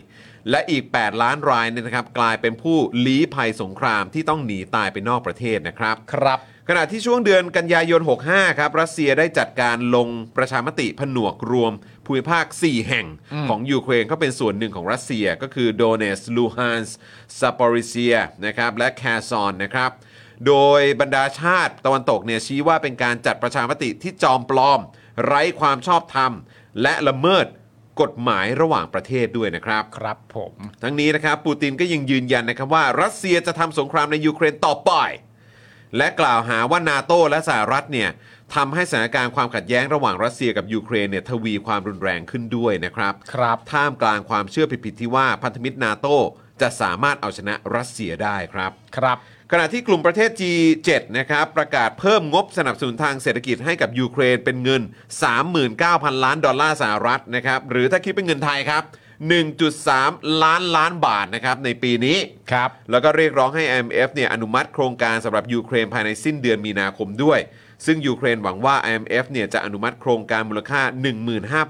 S1: และอีก 8 ล้านรายเนี่ยนะครับกลายเป็นผู้ลี้ภัยสงครามที่ต้องหนีตายไปนอกประเทศนะครับ
S2: ครับ
S1: ขณะที่ช่วงเดือนกันยายน 65 ครับ รัสเซียได้จัดการลงประชามติผนวกรวมภูมิภาค 4 แห่ง
S2: อืม
S1: ของยูเครนก็เป็นส่วนหนึ่งของรัสเซียก็คือโดเนสลูฮานส์ซาปอริเซียนะครับและแคซอนนะครับ โดยบรรดาชาติตะวันตกเนี่ยชี้ว่าเป็นการจัดประชามติที่จอมปลอม ไร้ความชอบธรรม และละเมิดกฎหมายระหว่างประเทศด้วยนะครับ
S2: ครับผม
S1: ทั้งนี้นะครับปูตินก็ยังยืนยันนะครับว่ารัสเซียจะทำสงครามในยูเครนต่อไป และกล่าวหาว่านาโตและสหรัฐเนี่ยทำให้สถานการณ์ความขัดแย้งระหว่างรัสเซียกับยูเครนเนี่ยทวีความรุนแรงขึ้นด้วยนะครับ
S2: ครับ
S1: ท่ามกลางความเชื่อผิดๆที่ว่าพันธมิตรนาโตจะสามารถเอาชนะรัสเซียได้ครับ
S2: ครับ
S1: ขณะที่กลุ่มประเทศ G7 นะครับประกาศเพิ่มงบสนับสนุนทางเศรษฐกิจให้กับยูเครนเป็นเงิน 39,000 ล้านดอลลาร์สหรัฐนะครับหรือถ้าคิดเป็นเงินไทยครับ 1.3 ล้านล้านบาทนะครับในปีนี้
S2: ครับ
S1: แล้วก็เรียกร้องให้ IMF เนี่ยอนุมัติโครงการสำหรับยูเครนภายในสิ้นเดือนมีนาคมด้วย ซึ่งยูเครนหวังว่า IMF เนี่ยจะอนุมัติโครงการมูลค่า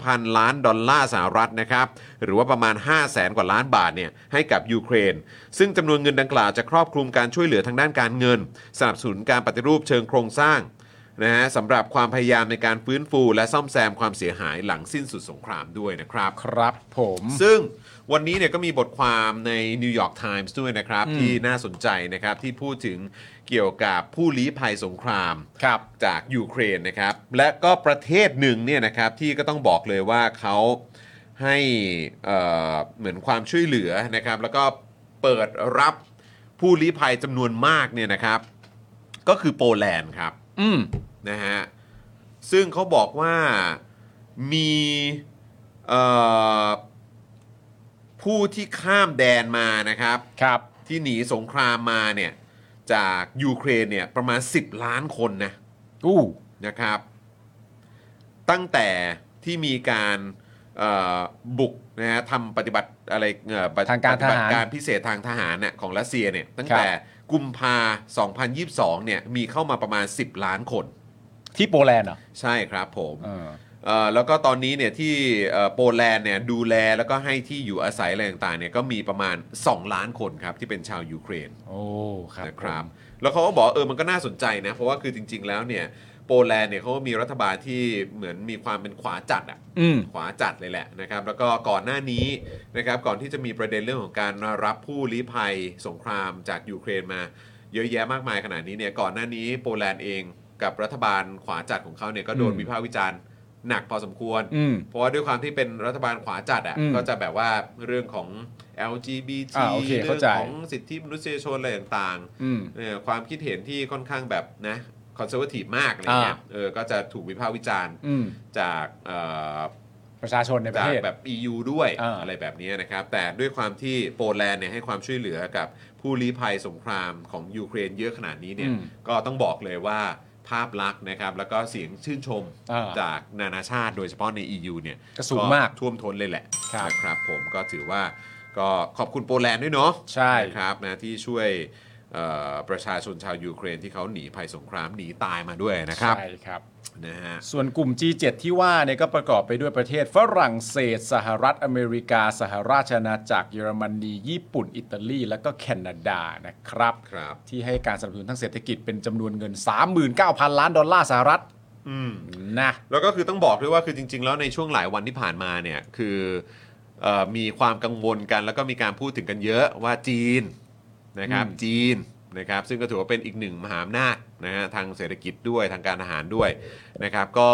S1: 15,000 ล้านดอลลาร์สหรัฐนะครับ หรือว่าประมาณ 5 0 0แสนกว่าล้านบาทเนี่ยให้กับยูเครน ซึ่งจำนวนเงินดังกล่าวจะครอบคลุมการช่วยเหลือทางด้านการเงิน สนับสนุนการปฏิรูปเชิงโครงสร้างนะฮะสำหรับความพยายามในการฟื้นฟู และซ่อมแซมความเสียหายหลังสิ้นสุดสงครามด้วยนะครับ
S2: ครับผม
S1: ซึ่งวันนี้เนี่ยก็มีบทความใน New York Times ด้วยนะครับ
S2: อืม
S1: ที่น่าสนใจนะครับ ที่พูดถึงเกี่ยวกับผู้ลี้ภัยสงคราม
S2: ครับ
S1: จากยูเครนนะครับ และก็ประเทศหนึ่งเนี่ยนะครับที่ก็ต้องบอกเลยว่าเขาให้เอ่อเหมือนความช่วยเหลือนะครับ แล้วก็เปิดรับผู้ลี้ภัยจำนวนมากเนี่ยนะครับ ก็คือโปแลนด์ครับ
S2: อืม
S1: นะฮะซึ่งเขาบอกว่ามีเอ่อผู้ที่ข้ามแดนมานะครับ
S2: ครับ
S1: ที่หนีสงครามมาเนี่ยจากยูเครนเนี่ยประมาณ 10 ล้านคนนะ
S2: อู้
S1: นะครับ ตั้งแต่ที่มีการ เอ่อบุกนะฮะทำปฏิบัติอะไรเอ่อปฏิ
S2: ทางการ
S1: ปฏิบัติ
S2: ทหาร
S1: การพิเศษทางทหารเนี่ยของรัสเซียเนี่ยตั้งแต่กุมภา2022เนี่ยมีเข้ามาประมาณ 10 ล้านคน
S2: ที่โปแลนด์เหรอ
S1: ใช่ครับผม
S2: เออ
S1: เอ่อแล้วก็ตอนนี้เนี่ยที่เอ่อโปแลนด์เนี่ยดูแลแล้วก็ให้ที่อยู่อาศัยอะไรต่างๆเนี่ยก็มีประมาณ 2 ล้านคนครับที่เป็นชาวยูเครน
S2: โอ้ ครับ
S1: นะครับแล้วเขาก็บอกเออมันก็น่าสนใจนะ เพราะว่าคือจริง ๆ แล้วเนี่ยโปแลนด์เนี่ยเขาก็มีรัฐบาลที่เหมือนมีความเป็นขวาจัดอะ
S2: อืม
S1: ขวาจัดเลยแหละนะครับ แล้วก็ก่อนหน้านี้นะครับก่อนที่จะมีประเด็นเรื่องของการรับผู้ลี้ภัยสงครามจากยูเครนมา เยอะแยะมากมายขนาดนี้เนี่ยก่อนหน้านี้โปแลนด์เองกับรัฐบาลขวาจัดของเขาเนี่ยก็โดน
S2: อืม
S1: วิพากษ์วิจารณ์หนักพอสมควร
S2: อืม
S1: เพราะว่าด้วยความที่เป็นรัฐบาลขวาจัด
S2: อืม
S1: อะ่ะก็จะแบบว่าเรื่องของ LGBT
S2: อ่าโอเค
S1: เรื่
S2: เข้าใจ
S1: ของสิทธิมนุษยชนอะไรต่าง
S2: อืม
S1: ๆเอ่อความคิดเห็นที่ค่อนข้างแบบนะคอนเซอร์วทีฟมากอะไรเงี้ย
S2: อ่า
S1: เออก็จะถูกวิพากษ์วิจารณ์
S2: อืม
S1: จากเอ่อ
S2: ประชาชนในประ
S1: จาก
S2: เทศ
S1: แบบ EU ด้วย
S2: อ่า
S1: อะไรแบบนี้นะครับ แต่ด้วยความที่โปแลนด์เนี่ยให้ความช่วยเหลือกับผู้ลี้ภัยสงครามของยูเครนเยอะขนาดนี้เนี่ย
S2: อืม
S1: ก็ต้องบอกเลยว่าภาพลักษณ์นะครับ แล้วก็เสียงชื่นชม
S2: อ่า
S1: จากนานาชาติโดยเฉพาะใน EU เนี่ย
S2: ก็สูงมาก
S1: ท่วมท้นเลยแหละ
S2: ครับ
S1: นะครับผมก็ถือว่าก็ขอบคุณโปแลนด์ด้วยเนาะ
S2: ใช่
S1: นะครับนะที่ช่วยเอ่อประชาชนชาวยูเครนที่เขาหนีภัยสงครามหนีตายมาด้วยนะครับ
S2: ใช่ครับ
S1: นะฮะ
S2: ส่วนกลุ่ม G7 ที่ว่าเนี่ยก็ประกอบไปด้วยประเทศฝรั่งเศส สหรัฐอเมริกา สหราชอาณาจักรเยอรมนี ญี่ปุ่น อิตาลี และก็แคนาดานะครับ
S1: ครับ
S2: ที่ให้การสนับสนุนทางเศรษฐกิจเป็นจำนวนเงิน 39,000 ล้านดอลลาร์สหรัฐ
S1: อืม
S2: นะ
S1: แล้วก็คือต้องบอกด้วยว่าคือจริง ๆ แล้วในช่วงหลายวันที่ผ่านมาเนี่ยคือเออมีความกังวลกัน แล้วก็มีการพูดถึงกันเยอะว่าจีนนะครับ
S2: อืม
S1: จีนนะครับซึ่งก็ถือว่าเป็นอีกหนึ่งมหาอำนาจนะฮะทางเศรษฐกิจด้วยทางการอาหารด้วยนะครับก็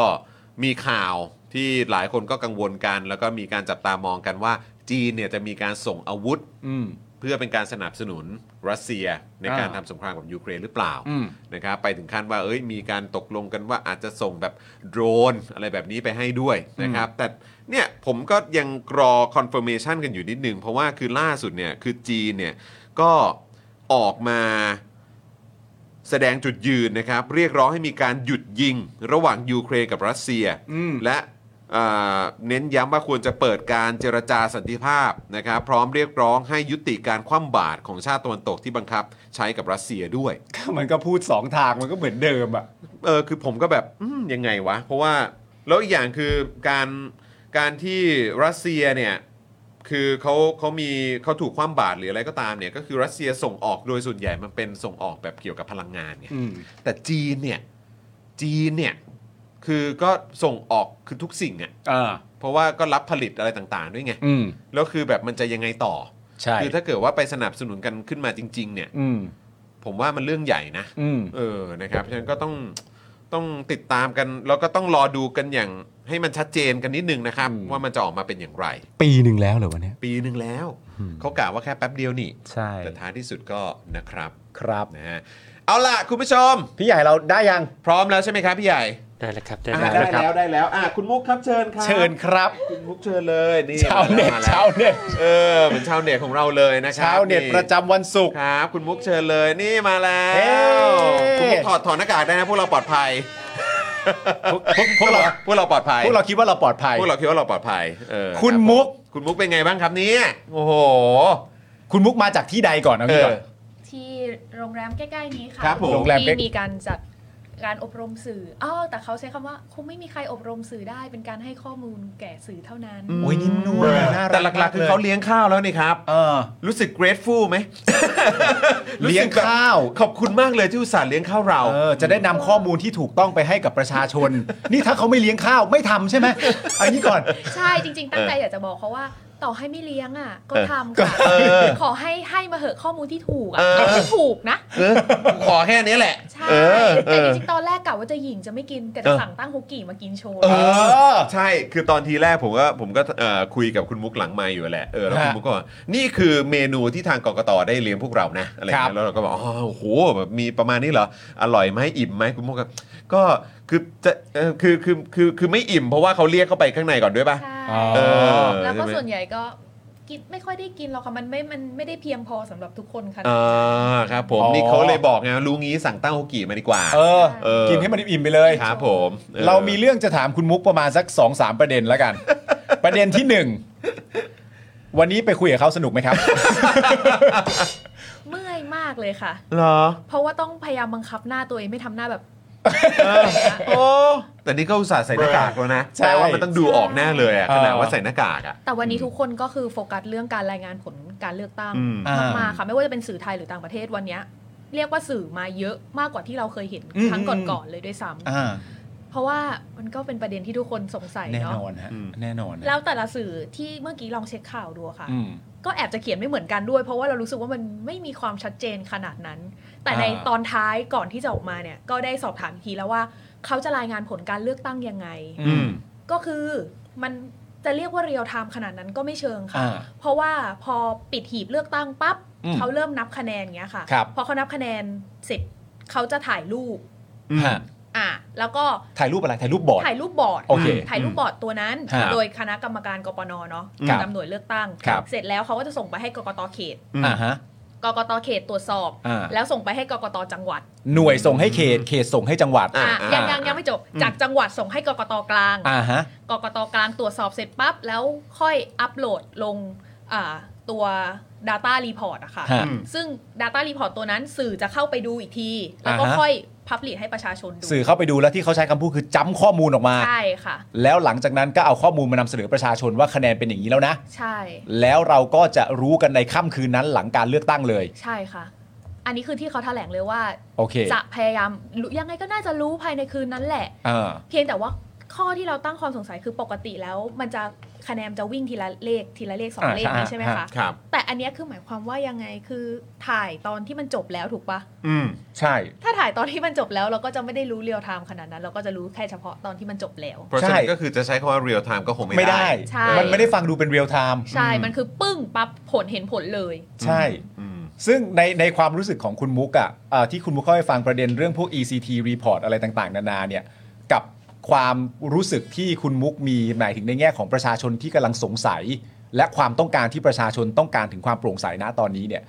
S1: มีข่าวที่หลายคนก็กังวลกัน แล้วก็มีการจับตามองกันว่าจีนเนี่ยจะมีการส่งอาวุธ
S2: อืม
S1: เพื่อเป็นการสนับสนุนรัสเซียในการทำ
S2: อ่า
S1: สงครามกับยูเครนหรือเปล่า
S2: อืม
S1: นะครับไปถึงขั้นว่าเอ้ยมีการตกลงกันว่าอาจจะส่งแบบโดรนอะไรแบบนี้ไปให้ด้วยนะครับแต่เนี่ยผมก็ยังรอคอนเฟิร์เมชันกันอยู่นิดนึง เพราะว่าคือล่าสุดเนี่ยคือจีนเนี่ยก็ออกมาแสดงจุดยืนนะครับ เรียกร้องให้มีการหยุดยิงระหว่างยูเครนกับรัสเซีย
S2: อืม
S1: และเอ่อเน้นย้ำว่าควรจะเปิดการเจรจาสันติภาพนะครับ พร้อมเรียกร้องให้ยุติการคว่ำบาตรของชาติตะวันตกที่บังคับใช้กับรัสเซียด้วย
S2: มันก็พูดสองทางมันก็เหมือนเดิมอ่ะ
S1: เออคือผมก็แบบอืมยังไงวะ เพราะว่า แล้วอีกอย่างคือการการที่รัสเซียเนี่ย คือเขาเขามีเขาถูกคว่ำบาตรหรืออะไรก็ตามเนี่ย ก็คือรัสเซียส่งออกโดยส่วนใหญ่มันเป็นส่งออกแบบเกี่ยวกับพลังงานไง
S2: อืม
S1: แต่จีนเนี่ยจีนเนี่ยคือก็ส่งออกคือทุกสิ่งอะ
S2: อ่า
S1: เพราะว่าก็รับผลิตอะไรต่างๆด้วยไง
S2: อืม
S1: แล้วคือแบบมันจะยังไงต่อ
S2: ใช่
S1: คือถ้าเกิดว่าไปสนับสนุนกันขึ้นมาจริง ๆ เนี่ย
S2: อืม
S1: ผมว่ามันเรื่องใหญ่นะ
S2: อืม
S1: เออ นะครับเพราะฉะนั้นก็ต้องต้องติดตามกัน แล้วก็ต้องรอดูกันอย่างให้มันชัดเจนกันนิดนึงนะครับ
S2: อืม
S1: ว่ามันจะออกมาเป็นอย่างไร
S2: ปีหนึ่งแล้วเหรอวะเนี่ย
S1: ปีหนึ่งแล้ว เขากล่าวว่าแค่แป๊บเดียวนี่
S2: ใช่
S1: แต่ท้ายที่สุดก็นะครับ
S2: ครับ
S1: นะฮะเอาล่ะคุณผู้ชม
S2: พี่ใหญ่เราได้ยัง
S1: พร้อมแล้วใช่ไหมครับพี่ใหญ่
S3: ได้แล้วครับ ได้
S1: อ่ะ
S3: แล้ว
S1: ได้
S3: นะครับ
S1: แล้วได้แล้วอ่ะคุณมุกครับเชิญครับ
S2: เชิญครับ
S1: คุณมุกเชิญเลยนี่
S2: ชาวเน็ต
S1: มแล้ว
S2: ชาวเน็ต
S1: เออเหมือนชาวเน็ตของเราเลยนะครั
S2: ชาวเน็ตประจำวันศุกร์
S1: ครับ คุณมุกเชิญเลยนี่มาแล้
S2: เฮ้
S1: ว คุณมุกถอดถอดหน้ากากได้นะ พวกเราปลอดภัย
S2: พวกเรา
S1: พวกเราปลอดภัย
S2: พวกเราคิดว่าเราปลอดภัย
S1: พวกเราคิดว่าเราปลอดภัยเออ
S2: คุณ
S1: รับ
S2: มุก
S1: ผคุณมุกเป็นไงบ้างครับเนี่ยโอ้โห
S2: คุณมุกมาจากที่ใดก่อนนะพี่ก่อน
S1: เออ
S7: ที่โรงแรมใกล้ ๆ นี้ค่ะ
S1: ครับผม
S2: โรงแรมใกล้
S7: ที่มีการจัดการอบรมสื่ออ้าวแต่เขาใช้คำว่าคงไม่มีใครอบรมสื่อได้เป็นการให้ข้อมูลแก่สื่อเท่านั้น
S2: โอ้ยนิ่มนวลน่ารั
S1: แต่หลักๆคือเขาเลี้ยงข้าวแล้วนี่ครับ
S2: เออ
S1: รู้สึก grateful ไหม
S2: เลี้ยงข้าว
S1: รู้สึกแบบขอบคุณมากเลยที่อุตส่าห์เลี้ยงข้าวเรา
S2: เออ จะได้นำข้อมูลที่ถูกต้องไปให้กับประชาชน นี่ถ้าเขาไม่เลี้ยงข้าวไม่ทำใช่ไหม เอาอย่างนี้ก่อน
S7: ใช่จริง ๆ ตั้งใจอยากจะบอกเขาว่า ต่อให้ไม่เลี้ยงอ่ะ ก็ทำค่ะ
S1: อ
S7: ขอให้ให้มาเหอะข้อมูลที่ถูกอ่ะ
S1: เออ
S7: ที่ถูกนะ
S1: เออขอแค่นี้แหละ
S7: ใช่
S1: เออเอ
S7: แต่จ
S1: อ
S7: ริงๆตอนแรกกะว่าจะหญิงจะไม่กินแต่
S1: เอ
S7: จะ
S1: อ
S7: สั่งตั้งฮกกี้มากินโชว์
S2: เออ
S1: ใช่ คือตอนทีแรกผมก็ผมก็เอ่อคุยกับคุณมุกหลังไมาอยู่แหละ เออ แล้วคุณ
S2: ฮะ
S1: มุกก็บอกนี่คือเมนูที่ทางกกตได้เลี้ยงพวกเรานะ อะไรอย่างเงี้
S2: ครั
S1: ย
S2: บ
S1: แล้วเราก็บอกอ๋อโอ้โหแบบมีประมาณนี้เหรอ อร่อยไหมอิ่มไหมคุณมุกก็ก็คือจะเอ่อคือคือคือคือไม่อิ่มเพราะว่าเขาเรียกเข้าไปข้างในก่อนด้วยป่ะ
S7: ใช่
S2: อ๋อ
S1: เออ
S7: แล้วก็
S1: ใช่ไหม
S7: ส่วนใหญ่ก็กินไม่ค่อยได้กินหรอกค่ะมันไม่มันไม่ได้เพียงพอสำหรับทุกคนค่ะ
S1: อ่าครับผม
S2: อ๋อ
S1: นี่เขาเลยบอกไงรู้งี้สั่งเต้าหู้กี่มาดีกว่า
S2: เออ
S1: เออ
S2: กินให้มันอิ่มๆไปเลย
S1: ครับผมออ
S2: เรามีเรื่องจะถามคุณมุกประมาณสัก2อสประเด็นแล้วกัน ประเด็นที่หนึ่งวันนี้ไปคุยกับเขาสนุกไหม ครับ
S7: เมื่อยมากเลยค่ะ
S1: เหรอ
S7: เพราะว่าต้องพยายามบังคับหน้าตัวเองไม่ทำหน้าแบบ
S1: โอ้ แต่นี่ก็อุตส่าห์ใส่หน้ากากแล้วนะ
S2: ใช่
S1: แปลว่ามันต้องดูออกแน่เลยอะ
S2: เออ
S1: ขนาดว่าใส่หน้ากากอะ
S7: แต่วันนี้ทุกคนก็คือโฟกัสเรื่องการรายงานผลการเลือกตั้ง
S1: อืม
S7: มากๆค่ะไม่ว่าจะเป็นสื่อไทยหรือต่างประเทศวันเนี้ยเรียกว่าสื่อมาเยอะมากกว่าที่เราเคยเห็น
S2: อืม
S7: ครั้งก่อนๆเลยด้วยซ้ำ
S2: อ่า
S7: เพราะว่ามันก็เป็นประเด็นที่ทุกคนสงสัย
S2: แน่
S7: เนาะ
S2: นอนฮะ
S1: อืม
S2: แน่นอนนะ
S7: แล้วแต่ละสื่อที่เมื่อกี้ลองเช็คข่าวดูอะค่ะ
S2: อืม
S7: ก็แอบจะเขียนไม่เหมือนกันด้วย เพราะว่าเรารู้สึกว่ามันไม่มีความชัดเจนขนาดนั้น แต่ใน
S2: อ่า
S7: ตอนท้ายก่อนที่จะออกมาเนี่ยก็ได้สอบถามอีกทีแล้วว่า เขาจะรายงานผลการเลือกตั้งยังไง
S2: อืม
S7: ก็คือมันจะเรียกว่าเรียลไทม์ขนาดนั้นก็ไม่เชิงค่ะ
S2: อ่า
S7: เพราะว่าพอปิดหีบเลือกตั้งปั๊บ
S2: อืม
S7: เขาเริ่มนับคะแนนเงี้ยค่ะ
S2: ครับ
S7: พอเขานับคะแนนเสร็จเขาจะถ่ายรูป
S2: ฮะ
S7: อ่ะแล้วก็
S2: ถ่ายรูปอะไรถ่ายรูปบอร์ด
S7: ถ่ายรูปบอร์ด
S2: โอเค
S7: ถ่ายรูปบอร์ดตัวนั้น
S2: ฮะ
S7: โดยคณะกรรมการกปนเนาะ
S2: ครับ
S7: ตามหน่วยเลือกตั้ง
S2: ครับ
S7: เสร็จแล้วเขาก็จะส่งไปให้กกตเขต
S2: อ่าฮะ
S7: กกตเขตตรวจสอบ
S2: อ่า
S7: แล้วส่งไปให้กกตจังหวัด
S2: หน่วยส่งให้เขตเขตส่งให้จังหวัด
S7: อ่ะ
S1: อ่ายั
S7: ยังยังยังไม่จบ จากจังหวัดส่งให้กกตกลาง
S2: อ่าฮะ
S7: กกตกลางตรวจสอบเสร็จปั๊บ แล้วค่อยอัปโหลดลงอ่าตัว Data Report อะค่ะ
S2: ฮะ
S7: ซึ่ง Data Report ตัวนั้นสื่อจะเข้าไปดูอีกที แล้วก็
S2: อ่าฮะ
S7: ค่อยพับลิ h ให้ประชาชนดู
S2: สื่อเข้าไปดูแล้วที่เขาใช้คำพูดคือจ้ำข้อมูลออกมา
S7: ใช่ค่ะ
S2: แล้วหลังจากนั้นก็เอาข้อมูลมานำเสนอประชาชนว่าคะแนนเป็นอย่างนี้แล้วนะ
S7: ใช่
S2: แล้วเราก็จะรู้กันในค่ำคืนนั้นหลังการเลือกตั้งเลย
S7: ใช่ค่ะ อันนี้คือที่เขาแถลงเลยว่า
S2: โอเค
S7: จะพยายามรู้ยังไงก็น่าจะรู้ภายในคืนนั้นแหละ
S2: อ่า
S7: เพียงแต่ว่าข้อที่เราตั้งความสงสัยคือปกติแล้ว มันจะคะแนนจะวิ่งทีละเลขทีละเลขสอง
S2: อ่า
S7: เลขนี้
S2: ใช่
S7: ใช่ไหม
S2: ฮะ
S7: คะ
S1: ครับ
S7: แต่อันเนี้ยคือหมายความว่ายังไงคือถ่ายตอนที่มันจบแล้วถูกปะ
S1: อืม
S2: ใช่
S7: ถ้าถ่ายตอนที่มันจบแล้วเราก็จะไม่ได้รู้เรียลไทม์ขนาดนั้น เราก็จะรู้แค่เฉพาะตอนที่มันจบแล้ว
S1: เพราะฉะนั้นก็คือจะใช้คำว่า real time ก็คงไม่
S2: ไม่ได้
S7: ใช่
S2: มันไม่ได้ฟังดูเป็นเรียลไทม์
S7: ใช่ มันคือปึ้งปั๊บผลเห็นผลเลย
S2: ใช่
S1: อืม
S2: ซึ่งในในความรู้สึกของคุณมุกอะเอ่ะที่คุณมุกเข้าไปฟังประเด็นเรื่องพวก ECT report อะไรต่างๆ นานาเนี่ยกับความรู้สึกที่คุณมุกมีหมายถึงในแง่ของประชาชนที่กำลังสงสัย และความต้องการที่ประชาชนต้องการถึงความโปร่งใสนะตอนนี้เนี่ย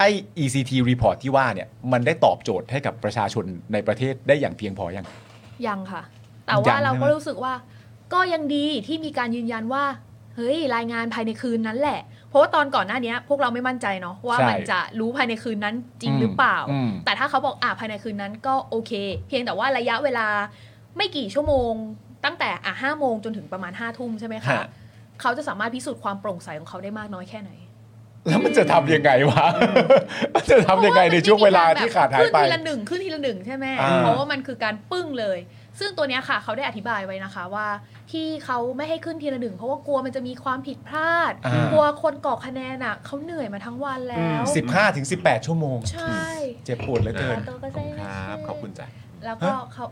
S2: ไอ ECT report ที่ว่าเนี่ยมันได้ตอบโจทย์ให้กับประชาชนในประเทศได้อย่างเพียงพอยัง
S7: ยังค่ะ แต่
S2: ยั
S7: ว่าง เรา
S2: ใช่
S7: ก็
S2: ไหม
S7: รู้สึกว่า ก็ยังดีที่มีการยืนยันว่า เฮ้ย รายงานภายในคืนนั้นแหละ เพราะว่าตอนก่อนหน้าเนี้ยพวกเราไม่มั่นใจเนาะว่า
S2: ใช่
S7: มันจะรู้ภายในคืนนั้นจริง
S2: อืม
S7: หรือเปล่า
S2: อืม
S7: แต่ถ้าเขาบอกอ่ะภายในคืนนั้นก็โอเค เพียงแต่ว่าระยะเวลาไม่กี่ชั่วโมง ตั้งแต่อ่ะห้าโมงจนถึงประมาณห้าทุ่มใช่ไหมคะ
S2: ฮะ
S7: เขาจะสามารถพิสูจน์ความโปร่งใสของเขาได้มากน้อยแค่ไหน
S2: แล้วมันจะทำยังไงวะ มันจะทำยังไงในช่วงเวลาที่ขาดหายไป
S7: ขึ้นทีละหนึ่งขึ้นทีละหนึ่งใช่ไหม
S2: อ่า
S7: เพราะว่ามันคือการปึ้งเลย ซึ่งตัวเนี้ยค่ะเขาได้อธิบายไว้นะคะว่า ที่เขาไม่ให้ขึ้นทีละหนึ่งเพราะว่ากลัวมันจะมีความผิดพลาด
S2: อ่าก
S7: ลัวคนกรอกคะแนนอ่ะเขาเหนื่อยมาทั้งวันแล้ว
S2: สิบห้าถึงสิบแปดชั่วโมง
S7: ใช่
S2: เจ็บปวดเหลือเกิน
S7: ตัวก็ใช่
S1: ค
S7: นะ
S1: รับ ขอบคุณจ้ะ
S7: แล้วก็เขา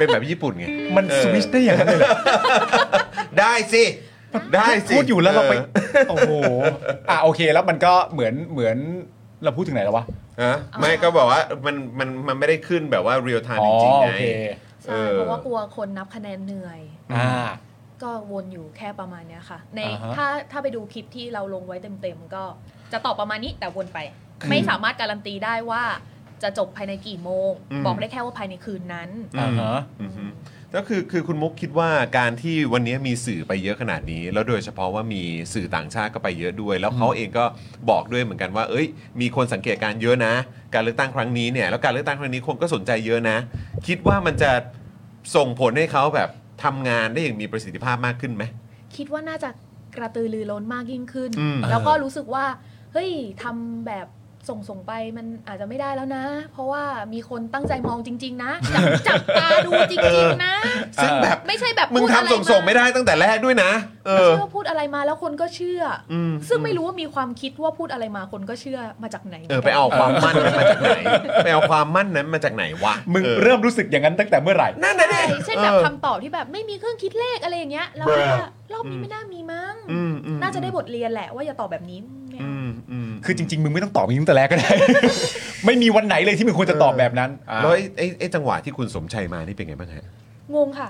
S1: เป็นแบบญี่ปุ่นไง
S2: มัน
S1: เออ
S2: สวิตชได้อย่างนั้นเลยเหรอ
S1: ได้สิ ได้สิ
S2: พูดอยู่แล้วเราไป
S1: อ
S2: โอ้โห อ่ะโอเคแล้วมันก็เหมือนเหมือนเราพูดถึงไหนแล้ววะ
S1: อฮะไม่ก็บอกว่ามันมันมันไม่ได้ขึ้นแบบว่า real time
S2: อ๋
S1: จ
S2: อ
S1: ริงๆ
S2: โอ
S1: ไง
S2: เค
S7: ใช่
S1: เออ
S7: เพราะว่ากลัวคนนับคะแนนเหนื่อย
S2: อ่า
S7: ก็วนอยู่แค่ประมาณเนี้ยค่ะ ใน
S2: อ่าฮะ
S7: ถ้าถ้าไปดูคลิปที่เราลงไว้เต็มๆก็จะตอบประมาณนี้แต่วนไป ไม่สามารถการันตีได้ว่าจะจบภายในกี่โมง
S1: อืม
S7: บอกได้แค่ว่าภายในคืนนั้น
S2: อ่าฮะ
S1: อือฮึก็คือคือคุณมุกคิดว่าการที่วันนี้มีสื่อไปเยอะขนาดนี้ แล้วโดยเฉพาะว่ามีสื่อต่างชาติก็ไปเยอะด้วย แล้วเขาเองก็บอกด้วยเหมือนกันว่า เอ้ย มีคนสังเกตการณ์เยอะนะ การเลือกตั้งครั้งนี้เนี่ยแล้วการเลือกตั้งครั้งนี้คนก็สนใจเยอะนะ คิดว่ามันจะส่งผลให้เขาแบบทำงานได้อย่างมีประสิทธิภาพมากขึ้นไหม
S7: คิดว่าน่าจะกระตือรือร้นมากยิ่งขึ้น
S1: อืม
S7: แล้วก็รู้สึกว่า เฮ้ยทำแบบส่งส่งๆไปมันอาจจะไม่ได้แล้วนะ เพราะว่ามีคนตั้งใจมองจริง ๆ นะจับจับตาดูจริง ๆ นะ
S1: ซึ่งแบบ
S7: ไม่ใช่แบบ
S1: มึง
S7: พูด
S1: ทำ
S7: อะไร
S1: ส่งส่งๆไม่ได้ตั้งแต่แรกด้วยนะ เออ
S7: ไม่ใช่ว่าพูดอะไรมาแล้วคนก็เชื่ออ
S1: ม
S7: ซึ่งไม่รู้ว่ามีความคิดว่าพูดอะไรมาคนก็เชื่อมาจากไหน
S1: เออไปเอาความมั่นนั้นมาจากไหนไปเอาความมั่นนั้นมาจากไหนวะ
S2: มึง
S1: ออ
S2: เริ่มรู้สึกอย่างนั้นตั้งแต่เมื่อไหร่
S1: นั่นนะดิ
S7: ใช่เช่นแบบ
S1: เออ
S7: คำตอบที่แบบไม่มีเครื่องคิดเลขอะไรอย่างเงี้ยเราคิดว่ารอบนี้ไม่น่ามีมั้ง
S1: อืมอืม
S7: น่าจะได้บทเรียนแหละว่าอย่าตอบแบบนี้ไม่เอา
S1: อืมอืม
S2: คือจริง ๆ มึงไม่ต้องตอบอย่างนี้ตั้งแต่แรกก็ได้ ไม่มีวันไหนเลยที่มึงควรจะตอบแบบนั้น
S1: แล้วไอ้ไอ้ไอ้จังหวะที่คุณสมชัยมานี่เป็นไงบ้างฮะ
S7: งงค่ะ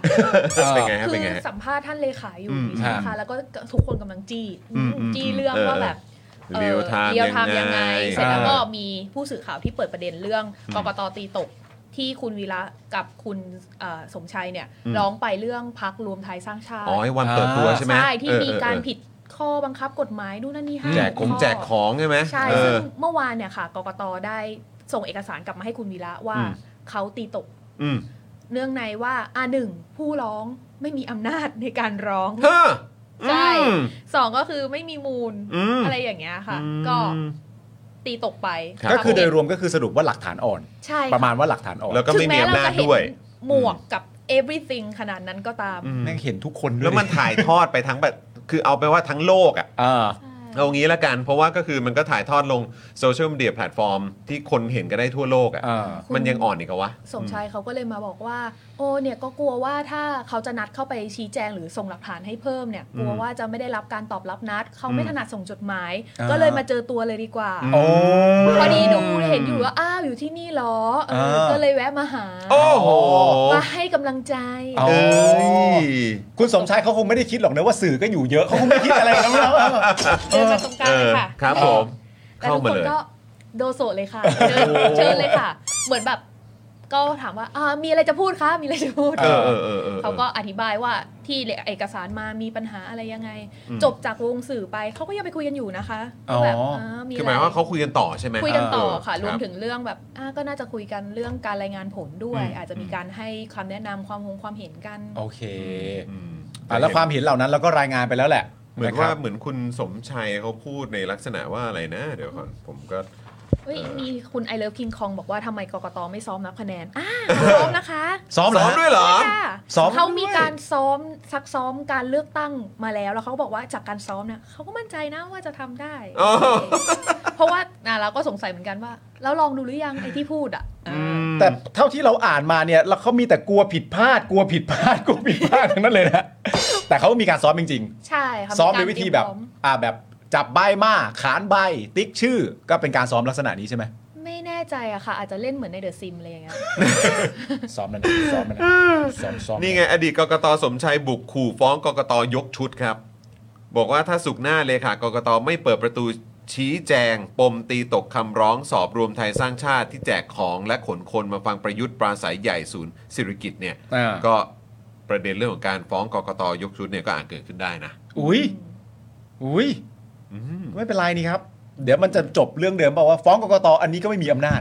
S2: อ่า
S1: เป็นไงฮะ
S7: คื
S1: เป็น
S7: อ
S1: ไงฮะ
S7: สัมภาษณ์ท่านเลขาอยู่
S1: อืม
S7: ใช่ไหม
S2: ครั
S7: คะ
S2: บ
S7: แล้วก็ทุกคนกำลังจี้
S1: อืมอืม
S7: จี้เรื่อง
S1: เออ
S7: ว่าแบบอ่อ
S1: เรียลไทม์
S7: เรียลไทม์
S1: ยั
S7: ยังง
S1: ไง
S7: ไง เสร็จแล้ว
S2: อ่า
S7: ก็มีผู้สื่อข่าวที่เปิดประเด็นเรื่องกกตตีตก ที่คุณวีระกับคุณเอ่อสมชัยเนี่ย
S1: อืม
S7: ร้องไปเรื่องพักรวมไทยสร้างชาติ
S1: อ๋อไอ้วันเปิดตัวใช่ไหม
S7: ใช่ที่
S1: เออ
S7: มีการ
S1: เออ
S7: ผิดข้อบังคับกฎหมายนู่นนั่นนี่ห้า
S1: แจกของ
S7: ข้อ
S1: แจกของใช่ไหม
S7: ใช่
S1: เอ
S7: ซึ่
S1: อ
S7: งเมื่อวานเนี่ยค่ะกกตได้ส่งเอกสารกลับมาให้คุณวีระว่า
S1: อืม
S7: เขาตีตก
S1: อืม
S7: เนื่องในว่าอ่าหนึ่งผู้ร้องไม่มีอำนาจในการร้อง
S1: เฮ้อ
S7: ใช่
S1: อืม
S7: สองก็คือไม่มีมูล
S1: อืม
S7: อะไรอย่างเงี้ยค่ะ
S1: อืม
S7: ก็ตีตกไป
S1: ครับ
S2: ก็คือโดยรวมก็คือสรุปว่าหลักฐานอ่อน
S7: ใช่
S2: ประมาณว่าหลักฐานอ่อน
S1: แล้วก็ไม่มีอำนาจด้วย
S7: หมวกกับ everything ขนาดนั้นก็ตาม
S1: อืม
S2: แม่งเห็นทุกคนด้วย
S1: แล้วมันถ่ายทอดไปทั้งแบบคือเอาไปว่าทั้งโลกอ่ะ
S2: เออ
S1: เอางี้ละกัน เพราะว่าก็คือมันก็ถ่ายทอดลงโซเชียลมีเดียแพลตฟอร์ม ที่คนเห็นกันได้ทั่วโลก
S2: อ่า
S1: อะ่ะมันยังอ่อนอีกเหรอวะ
S7: สมชายเขาก็เลยมาบอกว่า โอ้เนี่ยก็กลัวว่าถ้าเขาจะนัดเข้าไปชี้แจงหรือส่งหลักฐานให้เพิ่มเนี่ยกลัว
S1: อืม
S7: ว่าจะไม่ได้รับการตอบรับนัด เขาไม่
S1: อืม
S7: ถนัดส่งจดหมาย
S2: อ่า
S7: ก็เลยมาเจอตัวเลยดีกว่า
S2: โอ้
S7: พอดีดูเห็นอยู่ว่าอ้าวอยู่ที่นี่เหรอเออ
S2: อ่า
S7: ก็เลยแวะมาหา
S1: โอ้โห
S7: มาให้กำลังใจ
S2: เอา
S1: เอ้ย
S2: คุณสมชายเขาคงไม่ได้คิดหรอกนะว่าสื่อก็อยู่เยอะเขาคงไม่คิดอะไรแล้วนะเอ อ
S7: เดินมาตรงกลางเลยค่ะ
S1: เออครับ
S7: แล้ว
S1: ผม
S7: แล้ว
S1: เข้า
S7: ทุก
S1: มา
S7: คน
S1: เลย
S7: ก็โดโซะเลยค่ะเชิญเชิญเลยค่ะ เหมือนแบบ ก็ถามว่าอ่ามีอะไรจะพูดคะมีอะไรจะพูด
S1: เออเออเออเออ
S7: เขาก็อธิบายว่าที่เอกสารมามีปัญหาอะไรยังไง
S1: อืม
S7: จบจากวงสื่อไปเขาก็ยังไปคุยกันอยู่นะคะ
S2: อ๋อ
S7: แบบอ่ามี
S1: คือ
S7: อะ
S1: หมาย
S7: ไร
S1: ว่าเขาคุยกันต่อใช่ไหม
S7: คุยกันต่อค่ะ
S1: เออ
S7: รวม
S1: ครับ
S7: ถึงเรื่องแบบอ่ะก็น่าจะคุยกันเรื่องการรายงานผลด้วย
S1: อืม
S7: อาจจะมีการให้คำแนะนำความคงความเห็นกัน
S2: โอเค
S1: อืม
S2: อ่ะแล้วความเห็นเหล่านั้นเราก็รายงานไปแล้วแหละ
S1: เหมือนว่า
S2: ะครับ
S1: เหมือนคุณสมชัยเขาพูดในลักษณะว่าอะไรนะ เดี๋ยวก่อนผมก็
S7: เฮ้ย
S1: เออ
S7: มีคุณไอเลิฟคิงคองบอกว่าทำไมกกตไม่ซ้อมนับคะแนนอ่า ซ้อมนะคะ
S2: ซ้อมเหร
S1: ซ้อม
S2: อ
S1: ด้วยเหรอ
S7: ค่ะ
S2: ซ้อม
S7: เขามีการซ้อมซักซ้อมการเลือกตั้งมาแล้วแล้วเขาบอกว่าจากการซ้อมเนี่ยเขาก็มั่นใจนะว่าจะทำได้
S1: อ๋อ
S7: เพราะว่าอ่ะเราก็สงสัยเหมือนกันว่า แล้วลองดูหรือยังไอที่พูดอ่ะเอออ
S2: แต่เท่าที่เราอ่านมาเนี่ยแล้วเขามีแต่กลัวผิดพลาด กลัวผิดพลาด กลัวผิดพลาด ทั้งนั้นเลยนะแต่เขามีการซ้อมจริง
S7: ใช่ค่ะ
S2: ๆซ้อมใน
S7: การ
S2: วิธี
S7: เตรีย
S2: แบบ
S7: พร้อม
S2: อ่าแบบจับใบมาขานใบ ติ๊กชื่อ ก็เป็นการซ้อมลักษณะนี้ใช่ไหม
S7: ไม่แน่ใจอะค่ะ อาจจะเล่นเหมือนในเดอะซิมอะไรอย่างเงี้ย
S2: ซ้อมนั่นนะซ้อมนั่นนะ ซ้อมซ้อม
S1: นี่ไง อดีตกกตสมชัยบุกขู่ฟ้องกกตยกชุดครับ บอกว่าถ้าสุกร์หน้าเลขากกตไม่เปิดประตูชี้แจง ปมตีตกคำร้องสอบรวมไทยสร้างชาติที่แจกของและขนคนมาฟังประยุทธ์ปราศัยใหญ่ศูนย์สิริกิตเนี่ย
S2: อ่า
S1: ก็ประเด็นเรื่องของการฟ้องกกตยกชุดเนี่ยก็อาจเกิดขึ้นได้นะ
S2: อุ้ยอุ้ย
S1: อืม
S2: ไม่เป็นไรนี่ครับ เดี๋ยวมันจะจบเรื่องเดิมเปล่าว่าฟ้องกกตอันนี้ก็ไม่มีอำ นาจ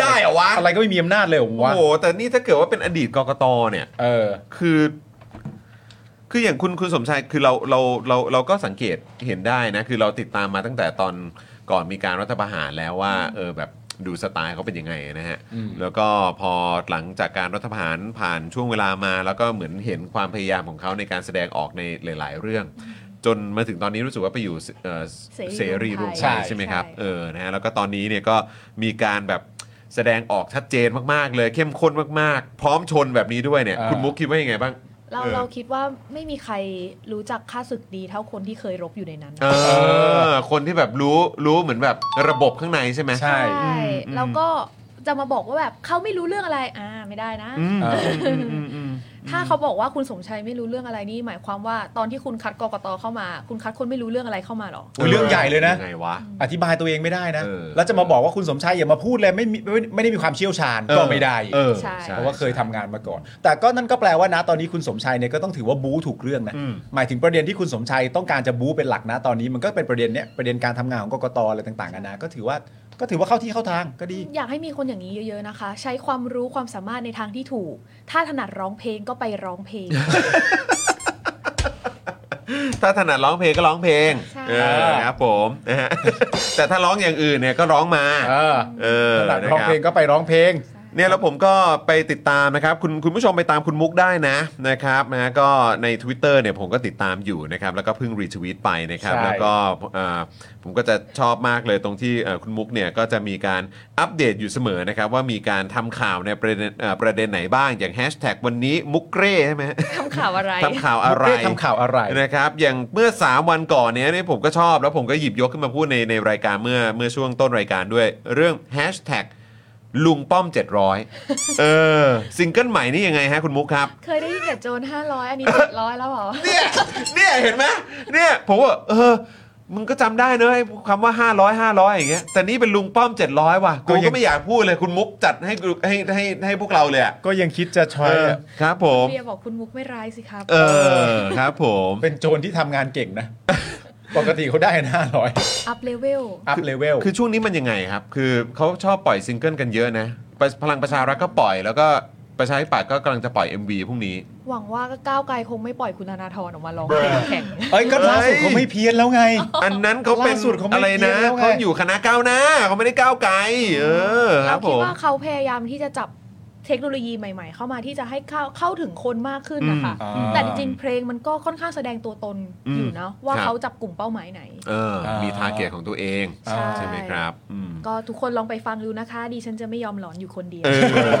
S1: ได้เหรอวะ
S2: อะไรก็ไม่มีอำนาจเลยเหรอ
S1: โอ้
S2: วะ
S1: โหแต่นี่ถ้าเกิดว่าเป็นอดีตกกตเนี่ย
S2: เออ
S1: คือ คืออย่างคุณคุณสมชายคือเราเราเราเราก็สังเกตเห็นได้นะ คือเราติดตามมาตั้งแต่ตอนก่อนมีการรัฐประหารแล้วว่า เออแบบดูสไตล์เขาเป็นยังไงนะฮะ
S2: อืม
S1: แล้วก็พอหลังจากการรัฐประหารผ่านช่วงเวลามา แล้วก็เหมือนเห็นความพยายามของเขาในการแสดงออกในหลาย ๆ เรื่อง จนมาถึงตอนนี้รู้สึกว่าไปอยู่เอ่อเส
S7: เสรี
S1: รีร
S7: ร
S1: ว
S7: ว
S1: ม
S7: ม
S1: ไท
S7: ไท
S1: ย
S7: ย
S1: ใช่ไหมครับ
S7: ใช่
S1: เออนะฮะแล้วก็ตอนนี้เนี่ยก็มีการแบบแสดงออกชัดเจนมากๆ เลยเข้มข้นมากๆ พร้อมชนแบบนี้ด้วยเนี่ย
S2: อ่า
S1: คุณมุกคิดว่ายังไงบ้าง
S7: เรา
S1: เออ
S7: เราคิดว่าไม่มีใครรู้จักค่าศึกดีเท่าคนที่เคยรบอยู่ในนั้น
S1: เออ คนที่แบบรู้รู้เหมือนแบบระบบข้างในใช่ไหม
S2: ใช่
S7: แล้วก็จะมาบอกว่าแบบเขาไม่รู้เรื่องอะไรอ่าไม่ได้นะ
S1: อืม
S2: เออ
S7: ถ้าเขาบอกว่าคุณสมชัยไม่รู้เรื่องอะไรนี่หมายความว่าตอนที่คุณคัดกกตเข้ามา คุณคัดคนไม่รู้เรื่องอะไรเข้ามาหรอ
S2: โอ้ยเรื่องใหญ่เลยนะ
S1: งไงวะ
S2: อธิบายตัวเองไม่ได้นะ
S1: เออ
S2: แล้วจะมาบอกว่าคุณสมชายอย่ามาพูดเลยไม่มีไม่ไม่ได้มีความเชี่ยวชาญก็ไม่ได้
S1: เออ
S7: ใช่
S1: ใช่
S2: เพราะว่าเคยทำงานมาก่อน แต่ก็นั่นก็แปลว่านะตอนนี้คุณสมชายเนี่ยก็ต้องถือว่าบู๊ถูกเรื่องนะ
S1: อืม
S2: หมายถึงประเด็นที่คุณสมชายต้องการจะบู๊เป็นหลักนะตอนนี้มันก็เป็นประเด็นเนี้ยประเด็นการทำงานของกกตอะไรต่างๆกันานะก็ถือว่าก็ถือว่าเข้าที่เข้าทางก็ดี
S7: อยากให้มีคนอย่างนี้เยอะๆนะคะ ใช้ความรู้ความสามารถในทางที่ถูก ถ้าถนัดร้องเพลงก็ไปร้องเพ ลง
S1: ถ้าถนัดร้องเพลงก็ร้องเพลง
S7: ใช่
S1: เออครับผมนะฮ ะ แต่ถ้าร้องอย่างอื่นเนี่ยก็ร้องมา
S2: เออ
S1: เออ
S2: หลัง
S1: นะ
S2: ร้อง
S1: ครับ
S2: เพลงก็ไปร้องเพลง
S1: เนี่ยแล้วผมก็ไปติดตามนะครับ คุณคุณผู้ชมไปตามคุณมุกได้นะนะครับนะฮะก็ใน Twitter เนี่ยผมก็ติดตามอยู่นะครับ แล้วก็เพิ่งรีทวีตไปนะครับ
S2: ใช่
S1: แล้วก็เอ่อผมก็จะชอบมากเลยตรงที่เอ่อคุณมุกเนี่ยก็จะมีการอัปเดตอยู่เสมอนะครับ ว่ามีการทำข่าวในประเด็นเอ่อประเด็นไหนบ้างอย่างแฮชแท็กวันนี้มุกเร่ใช่ไหมฮะ
S7: ทำข่าวอะไร
S1: ทำข่าวอะไร
S2: เรียกทำข่าวอะไร
S1: นะครับอย่างเมื่อ 3 วันก่อนเนี้ยนี่ผมก็ชอบแล้วผมก็หยิบยกขึ้นมาพูดในในรายการเมื่อเมื่อช่วงต้นรายการด้วย เรื่องแฮชแท็กลุงป้อม 700 เออซิงเกิลใหม่นี่ยังไงฮะคุณมุกครับ
S7: เคยได้ยินแต่โจรห้าร้อยอันนี้ 700 แล้วเหรอ
S1: เนี่ยเนี่ยเห็นไหมเนี่ยผมว่าเออ มึงก็จำได้เนอะไอ้คำว่า 500 500 อย่างเงี้ยแต่นี่เป็นลุงป้อม 700 ว่ะ
S2: ก็
S1: กู
S2: ยัง
S1: ก็ไม่อยากพูดเลยคุณมุกจัดให้กูให้ให้ให้พวกเราเลยอะ
S2: ก็ยังคิดจะชอย
S1: เออครับผม
S7: เบียร์บอกคุณมุกไม่ร้ายสิครับ
S1: เออครับผม
S2: เป็นโจรที่ทำงานเก่งนะ ปกติเขาได้ห้าร้อย
S7: อัพเลเวล
S2: อัพเลเวล
S1: คือช่วงนี้มันยังไงครับ คือเขาชอบปล่อยซิงเกิลกันเยอะนะประพลังประชารัฐก็ปล่อยแล้วก็ประชาธิปัตย์ก็กำลังจะปล่อย MV พรุ่งนี้
S7: หวังว่าก้าวไกลคงไม่ปล่อยคุณธนาธรออกมาร้องเพลงแข่ง
S2: เอ้ยก็ล่าสุด
S1: เฮ้ย
S2: เขาไม่เพี้ยนแล้วไง
S1: อันนั้นเขาเป็น
S2: ล่าสุดเขาไม่
S1: อะไรนะ
S2: เกี่ยวแล้วไง
S1: เขาอยู่คณะก้าวหน้าเขาไม่ได้ก้าวไกลเออค
S7: เรา
S1: รับผ
S7: คิด
S1: ม
S7: ว่าเขาพยายามที่จะจับเทคโนโลยีใหม่ ๆ เข้ามาที่จะให้เข้าเข้าถึงคนมากขึ้นนะคะ
S2: อ่า
S7: แต่จริงๆเพลงมันก็ค่อนข้างแสดงตัวตนอยู่เนาะว่า
S1: ครับ
S7: เขาจับกลุ่มเป้าหมายไหน
S1: เออมีทาร์เก็ตของตัวเอง
S2: อ่า
S1: ใช่ไหมครับอืม
S7: ก็ทุกคนลองไปฟังดูนะคะ ดิฉันจะไม่ยอมหลอนอยู่คนเดียว
S1: เออ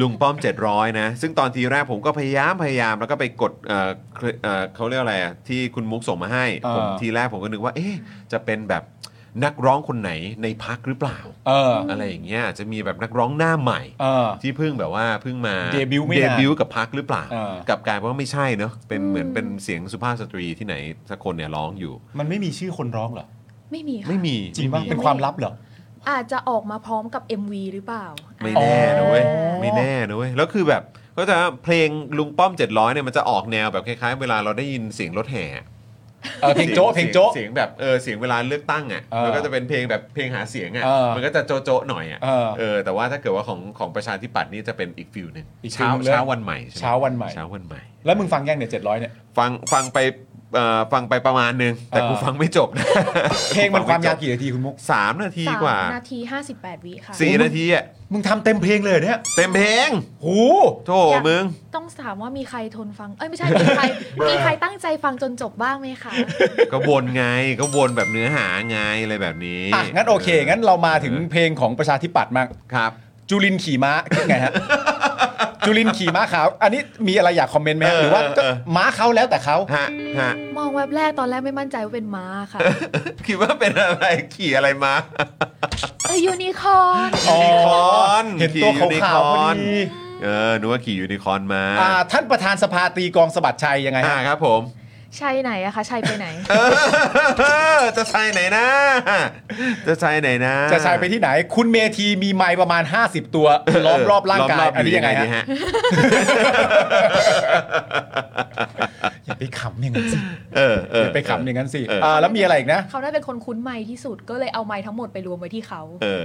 S1: ลุงป้อม 700 นะ ซึ่งตอนทีแรกผมก็พยายามพยายามแล้วก็ไปกดเอ่อเครเอ่อเขาเรียกอะไรอะที่คุณมุกส่งมาให้
S2: อ่า
S1: ผมทีแรกผมก็นึกว่า เอ๊ะจะเป็นแบบนักร้องคนไหนในพักหรือเปล่า
S2: เออ
S1: อะไรอย่างเงี้ยอาจจะมีแบบนักร้องหน้าใหม่
S2: เออ
S1: ที่เพิ่งแบบว่าเพิ่งมา
S2: เดบิวต์ไม่นาน
S1: บิวต์กับพักหรือเปล่า
S2: เออ
S1: กลับกลายเป็นว่าไม่ใช่เนอะเป็น
S7: อืม
S1: เหมือนเป็นเสียงสุภาพสตรีที่ไหนสักคนเนี่ยร้องอยู่
S2: มันไม่มีชื่อคนร้องเหรอ
S7: ไม่มีค่ะ
S1: ไม่มี
S2: จริงป่ะ
S1: ไ
S2: เป็นความลับเหรอ
S7: อาจจะออกมาพร้อมกับ MV หรือเปล่า
S1: ไม่
S7: อ่า
S1: แน่นะเว้ย
S2: อ๋อ
S1: ไม่แน่นะเว้ยแล้วคือแบบก็จะเพลงลุงป้อม 700เนี่ยมันจะออกแนวแบบคล้ายๆ เวลาเราได้ยินเสียงรถแห่
S2: เออเพลงโจ๊ะเพลงโจ๊ะ
S1: เสียงแบบเออเสียงเวลาเลือกตั้งอ่ะ
S2: เออ
S1: มันก็จะเป็นเพลงแบบเพลงหาเสียงอ่ะ
S2: เออ
S1: มันก็จะโจ๊ะๆหน่อยอ่ะ
S2: เออ
S1: เออแต่ว่าถ้าเกิดว่าของของประชาธิปัตย์นี่จะเป็นอีกฟิลหนึ่ง
S2: อีกฟิ
S1: เช้า
S2: ลเลย
S1: เช้าวันใหม่ใช่ไหม
S2: เช้าวันใหม่
S1: เช้าวันใหม่
S2: แล้วมึงฟังยังเนี่ยเจ็ดร้อยเนี่ย
S1: ฟังฟังไปเอ่อฟังไปประมาณนึง แต่
S2: เออ
S1: กูฟังไม่จบนะ
S2: เพลงมันความยาวกี่นาทีคุณมุก
S1: สามนาที
S7: สาม
S1: กว่า
S7: นาที 58 วิค่ะ
S1: สี่นาทีอ่ะ
S2: มึงทำเต็มเพลงเลยเหรอเนี่ย
S1: เต็มเพลง
S2: โหู
S1: โธ่
S7: อยาก
S1: มึง
S7: ต้องถามว่ามีใครทนฟัง เอ้ยไม่ใช่ มีใคร มีใครตั้งใจฟังจนจบบ้างไหมคะ
S1: ก็วนไงก็วนแบบเนื้อหาไงอะไรแบบนี้
S2: อ่ะงั้นโอเค งั้นเรามาถึงเพลงของประชาธิปัตย์มั่ง
S1: ครับ
S2: จุลินขี่ม้าคิดไงฮ ะ จุลินขี่ม้าขาว อันนี้มีอะไรอยากคอมเมนต์ไหมฮะหรือว่าก็
S1: เออเออ
S2: ม้าเขาแล้วแต่เขา
S1: ฮะฮะ
S7: มองแวบแรกตอนแรกไม่มั่นใจว่าเป็นม้าค่ะ
S1: คิดว่าเป็นอะไรขี่อะไรมา
S7: เอ้ยยูนิคอร์น
S2: อ๋อ
S1: คอน
S2: เห็นตัวขาวๆพอดี
S1: เออนึกว่าขี่ยูนิคอร์นมา
S2: อ่า ท่านประธานสภาตีกลองสะบัดชัยยังไง
S1: อ่า
S2: ฮะ
S1: ครับผม
S7: ใช่ไหนอะคะ ใช่ไปไหน
S1: เออ จะใช่ไหนนะ จะใช่ไหนนะ
S2: จะใช้ไปที่ไหน คุณเมธีมีไม้ประมาณ 50 ตัวล้อมรอบร่างกาย
S1: ล้มบ
S2: อันนี้ยังไง
S1: ดี
S2: ฮะอย่าไปขำอย่างนั้นสิ
S1: เออเออย่
S2: อาไปขำอย่างนั้นสิ
S1: เออ
S2: อ่าแล้วมีอะไรอีกนะ
S7: เขาได้เป็นคนคุ้นไม้ที่สุดก็เลยเอาไม้ทั้งหมดไปรวมไว้ที่เขา
S1: เออ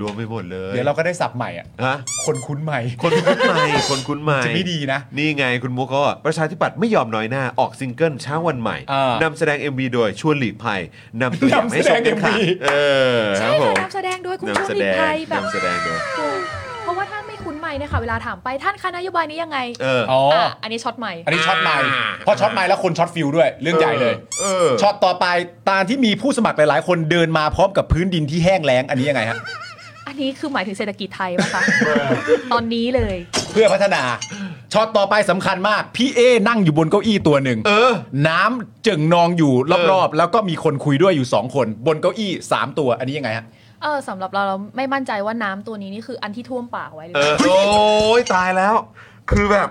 S1: รวมไปหมดเลย
S2: เดี๋ยวเราก็ได้สับใหม่อ่ะ
S1: ฮะ
S2: คนคุ้นใหม่
S1: คนคุ้นใหม่คนคุ้นใหม่
S2: จะไม่ดีนะ
S1: นี่ไงคุณมุกก็ประชาธิปัตย์ไม่ยอมน้อยหน้าออกซิงเกิลเช้าวันใหม่
S2: อ่าน
S1: ำแสดง MV โดยชวนหลีกภัยนำตัวอย่าง
S2: นำแส
S1: ให้ช
S2: ด
S1: ม
S2: ง
S1: กันค่ะ
S2: MV
S1: เออค
S7: ใช่
S1: รับผ
S7: ค่ะ
S1: ม
S7: นำแสดงด้วยคุณ
S1: นำ
S7: ชู
S1: แส
S7: นิ
S1: ดง
S7: พไทยแบบ
S1: นำแสดงโดย
S7: เพราะว่าท่านไม่คุ้นใหม่เนี่ยค่ะ เวลาถามไปท่านคะนโยบายนี้ยังไง
S1: เออ
S2: อ๋ออ
S7: อันนี้ช็อตใหม่
S2: อันนี้ช็อตใหม่
S1: อ่า
S2: พอช็อตใหม่แล้วคนช็อตฟิลด้วย เรื่องใหญ่เลย
S1: เออ
S2: ช็อตต่อไปตามที่มีผู้สมัครหลาย ๆ คนเดินมาพร้อมกับพื้นดินที่แห้งแล้งอันนี้ยังไงฮะ
S7: อันนี้คือหมายถึงเศรษฐกิจไทยป่ะคะ ตอนนี้เลย
S2: เพื่อพัฒนาช็อตต่อไปสำคัญมากพี่เอนั่งอยู่บนเก้าอี้ตัวหนึ่ง
S1: เออ
S2: น้ำจึงนองอยู่รอบๆ แล้วก็มีคนคุยด้วยอยู่ 2 คน บนเก้าอี้ 3 ตัวอันนี้ยังไงฮะ
S7: เออสำหรับเราเราไม่มั่นใจว่าน้ำตัวนี้นี่คืออันที่ท่วมปากไว้หรือ
S1: เอ
S7: เป
S1: อ
S7: ล่า
S1: โอ้ยตายแล้ว คือแบบ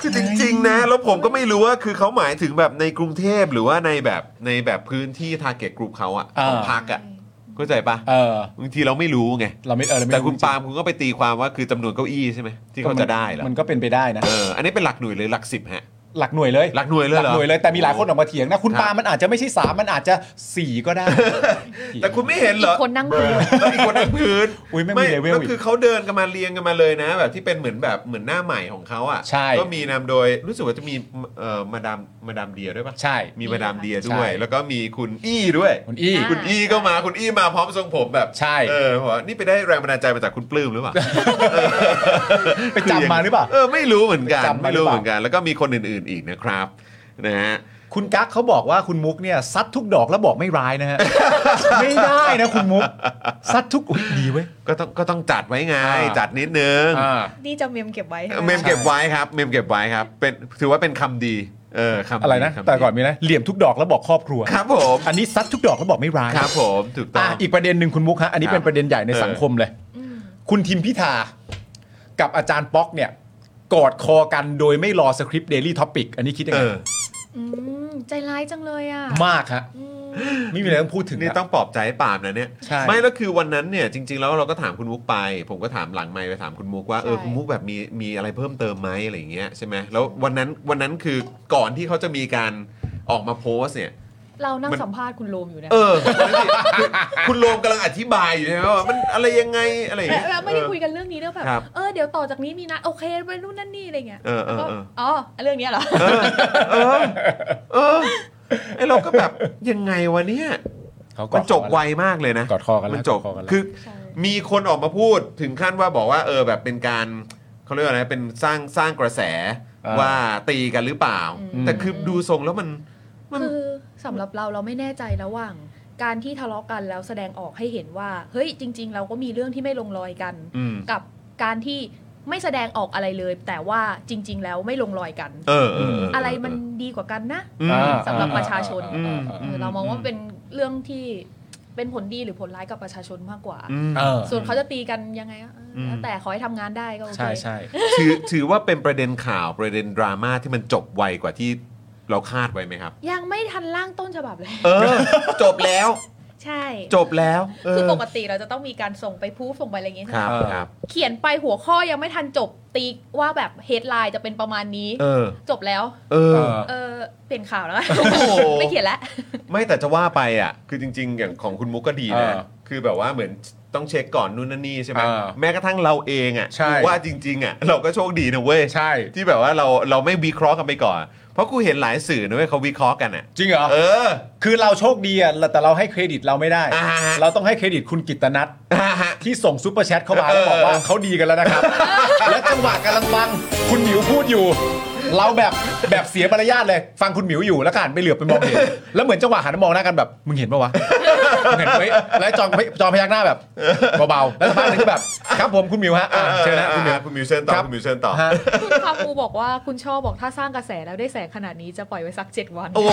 S1: คือจริง ๆ นะ แล้วผมก็ไม่รู้ว่าคือเขาหมายถึงแบบในกรุงเทพหรือว่าในแบบในแบบพื้นที่ทาร์เก็ตกลุ่มเขาอะ
S2: อ่า
S1: ของพักอะเข้าใจปะ
S2: เออ
S1: บางทีเราไม่รู้ไง
S2: เราไม่เออเรไม่
S1: แต่
S2: รู้
S1: คุณปาล์มคุณก็ไปตีความว่าคือจำนวนเก้าอี้ใช่ไหมที่เขาจะได้เหรอ
S2: มันก็เป็นไปได้นะ
S1: เอออันนี้เป็นหลักหน่วยหรือหลักสิบฮะ
S2: หลักหน่วยเลย
S1: หลักหน่วยเลยเหรอ
S2: หน่วยเลยแต่มีหลายคนออกมาเถียงนะ คุณปาล์มมันอาจจะไม่ใช่สามมันอาจจะสี่ก็ ได้
S1: แต่คุณไม่เห็นเหร
S7: อี
S1: อก
S7: คนนั่งคุย
S1: แล้วอีกคนนั่งพื้น
S2: อุ๊ยไม่มีเลเวล
S1: แล้ว
S2: อีก
S1: คือเขาเดินกันมาเรียงกันมาเลยนะ แบบที่เป็นเหมือนแบบเหมือนหน้าใหม่ของเขาอะ
S2: ใช่
S1: ก็มีนำโดยรู้สึกว่าจะมีเอ่อมาดามมาดามเดียด้วยปะ
S2: ใช่
S1: มีมาดามเดียด้วย
S2: ใช่
S1: แล้วก็มีคุณอี้ด้วย
S2: คุณอี้
S7: า
S1: คุณอี้ก็มาคุณอี้มาพร้อมทรงผมแบบ
S2: ใช่
S1: เออผมว่านี่ไปได้แรงบันดาลใจมาจากคุณปลื้มหรือเปล่า
S2: ไปจำมาหรือเปล่า
S1: เออไม่รู้เหมือนกัน
S2: จำมา
S1: ไม่
S2: หรือ
S1: รู้
S2: เปล่า
S1: เหมือนกัน แล้วก็มีคนอื่นๆอีกนะครับนะฮะ
S2: คุณกั๊กเขาบอกว่าคุณมุกเนี่ยซัดทุกดอกแล้วบอกไม่ร้าย นะฮะ ไม่ได้นะคุณมุกซัดทุกอุ๊ยดีเว้ย
S1: ก็ต้องก็ต้องจัดไว้ไง
S2: อ่า
S1: จัดนิดนึง
S2: อ่า
S7: นี่จะเมมเก็บไว้ใช่ไหม
S1: เมมเก็บไว้ครับ เมมเก็บไว้ครับ เป็นถือว่าเป็นคำดีเออคำดี
S2: อะไรนะ
S1: คำดี
S2: แต่ก่อนมีนะเหลี่ยมทุกดอกแล้วบอกครอบครัว
S1: ครับผม
S2: อันนี้ซัดทุกดอกแล้วบอกไม่ร้าย
S1: ครับผมถูกต้
S2: อ่ะ
S1: อง
S2: อีกประเด็นหนึ่งคุณมุกฮะอัน
S1: ค
S2: นี้
S1: รับ
S2: เป็นประเด็นใหญ่ใน
S1: เออ
S2: สังคมเลย คุณทิมพิธา กับอาจารย์ป๊อกเนี่ย กอดคอกันโดยไม่รอสคริปต์เดลี่ท็อปิกอันนี้คิดยัง
S1: เออ
S2: ไง
S7: อืม ใจร้ายจังเลยอ่ะ
S2: มากฮะ
S7: อืม
S2: ไม่มีอะไรต้องพูดถึง
S1: นี่
S2: อะ
S1: ต้องปลอบใจให้ปาล์มนะเนี่ย
S2: ใช่
S1: ไม่แล้วคือวันนั้นเนี่ยจริง ๆ แล้วเราก็ถามคุณมุกไป ผมก็ถามหลังไมค์ไปถามคุณมุกว่าเออ
S8: ใช่
S1: คุณมุกแบบมีมีอะไรเพิ่มเติมไหมอะไรอย่างเงี้ยใช่ไหมแล้ววันนั้นวันนั้นคือก่อนที่เขาจะมีการออกมาโพสต์เนี่ย
S7: เรานั่ง
S1: มัน
S7: สัมภาษณ์คุณโรมอยู่เนี่ย
S1: เออวันนั้นสิคือ คุณโรมกำลังอธิบายอยู่ใช่ไหมว่ามันอะไรยังไงอะไรอย่าง
S7: แต่
S1: เงี้ย
S7: เราไม่ได้คุยกันเรื่องนี้ด้วยแบบ
S1: ครับ
S7: เออเดี๋ยวต่อจากนี้มีนัดโอเคไปนู่นนั่นนี่อะไรเงี้ย
S1: เออเออ
S7: แล้วก็
S1: เออ
S7: อ๋อเรื่องเนี้ยเหรอ
S1: เออเออเออไอเราก็แบบยังไงวะเนี่ย
S2: เขาก
S1: มั
S2: อด
S1: นจบไวมากเลยนะ
S2: กอดคอกันแล้ว
S1: มันจบ
S2: กอดคอกันแล้ว
S1: คือ
S7: ใช่
S1: มีคนออกมาพูดถึงขั้นว่าบอกว่าเออแบบเป็นการเขาเรียกว่าอะไรเป็นสร้างสร้างกระแส
S2: า
S1: ว่าตีกันหรือเปล่า แต่คือดูทรงแล้วมันมัน
S7: คือสำหรับเราเราไม่แน่ใจระหว่าง การที่ทะเลาะกันแล้วแสดงออกให้เห็นว่า เฮ้ยจริง ๆ เราก็มีเรื่องที่ไม่ลงรอยกัน
S1: อืม
S7: กับการที่ไม่แสดงออกอะไรเลย แต่ว่าจริง ๆ แล้วไม่ลงรอยกัน
S1: เออเออเออ
S7: อะไรมันดีกว่ากันนะ
S1: อืม
S2: อ่า
S7: สำหรับประชาชน
S2: อืม
S7: เออเรามองว่าเป็นเรื่องที่เป็นผลดีหรือผลร้ายกับประชาชนมากกว่า
S1: อืม
S2: เออ
S7: ส่วนเขาจะตีกันยังไงก็
S1: อืม
S7: แล้วแต่ขอให้ทำงานได้ก็โอเค
S2: ใช่ใช่
S1: ถือถือว่าเป็นประเด็นข่าวประเด็นดราม่าที่มันจบไวกว่าที่เราคาดไว้ไหมครับ
S7: ยังไม่ทันร่างต้นฉบับเลย
S1: เออ จบแล้ว
S7: ใช่
S1: จบแล้วเ
S7: คือปกติเราจะต้องมีการส่งไปพูฟส่งไปอะไรอย่างงี้
S1: ค
S7: ใช่ไห
S1: รับ
S7: ม
S1: ครับ
S7: เขียนไปหัวข้อยังไม่ทันจบตีว่าแบบเฮดไลน์จะเป็นประมาณนี้
S1: เออ
S7: จบแล้ว
S1: เอ
S2: เอ
S1: อ
S2: อ
S7: เออเปลี่ยนข่าวแล้วนะ
S1: โอ้โห
S7: ไม่เขียนแล้ว
S1: ไม่แต่จะว่าไปอ่ะ คือจริง ๆ อย่างของคุณมุกก็ดีนะ
S2: เออ
S1: คือแบบว่าเหมือนต้องเช็คก่อนนู่นนั่นนี่ใช่ไหม
S2: เออ
S1: แม้กระทั่งเราเองอ่ะ
S2: ใช่
S1: ว่าจริง ๆ อ่ะ เราก็โชคดีนะเว้ย
S2: ใช่
S1: ที่แบบว่าเราเราไม่วิเคราะห์กันไปก่อน เพราะกูเห็นหลายสื่อนะเว้ยเขาวิเคราะห์กันอ่ะ
S2: จริงเหรอ
S1: เออ
S2: คือเราโชคดีอะแต่เราให้เครดิตเราไม่ได้
S1: อ่าฮะ
S2: เราต้องให้เครดิตคุณกิตนัท
S1: อ่าฮะ
S2: ที่ส่งซูเปอร์แชทเข้ามาแล้วบอกว่า
S1: เออ
S2: เขาดีกันแล้วนะครับ และจังหวะกำลังฟังคุณหมิวพูดอยู่ เราแบบแบบเสียมารยาทเลย ฟังคุณหมิวอยู่แล้วก็หันไปเหลือบไปมองเห็น แล้วเหมือนจังหวะหันมามองหน้ากันแบบ มึงเห็นปะวะมึงเห็นไหมแล้วจองจองพยักหน้าแบบเบาๆแล้วสักพักหนึงก็แบบ ครับผมคุณหมิวฮะอ่ะเชิญนะคุณหมิว
S1: อ่าคุณมิวเชิญต่อ
S2: ครับ
S1: คุณมิวเชิญต่อ
S2: ฮะ
S7: คุณคามูบอกว่าคุณชอบบอกถ้าสร้างกระแสแล้วได้แสงขนาดนี้จะปล่อยไว้สักเจ็ดวัน
S1: โอ้โห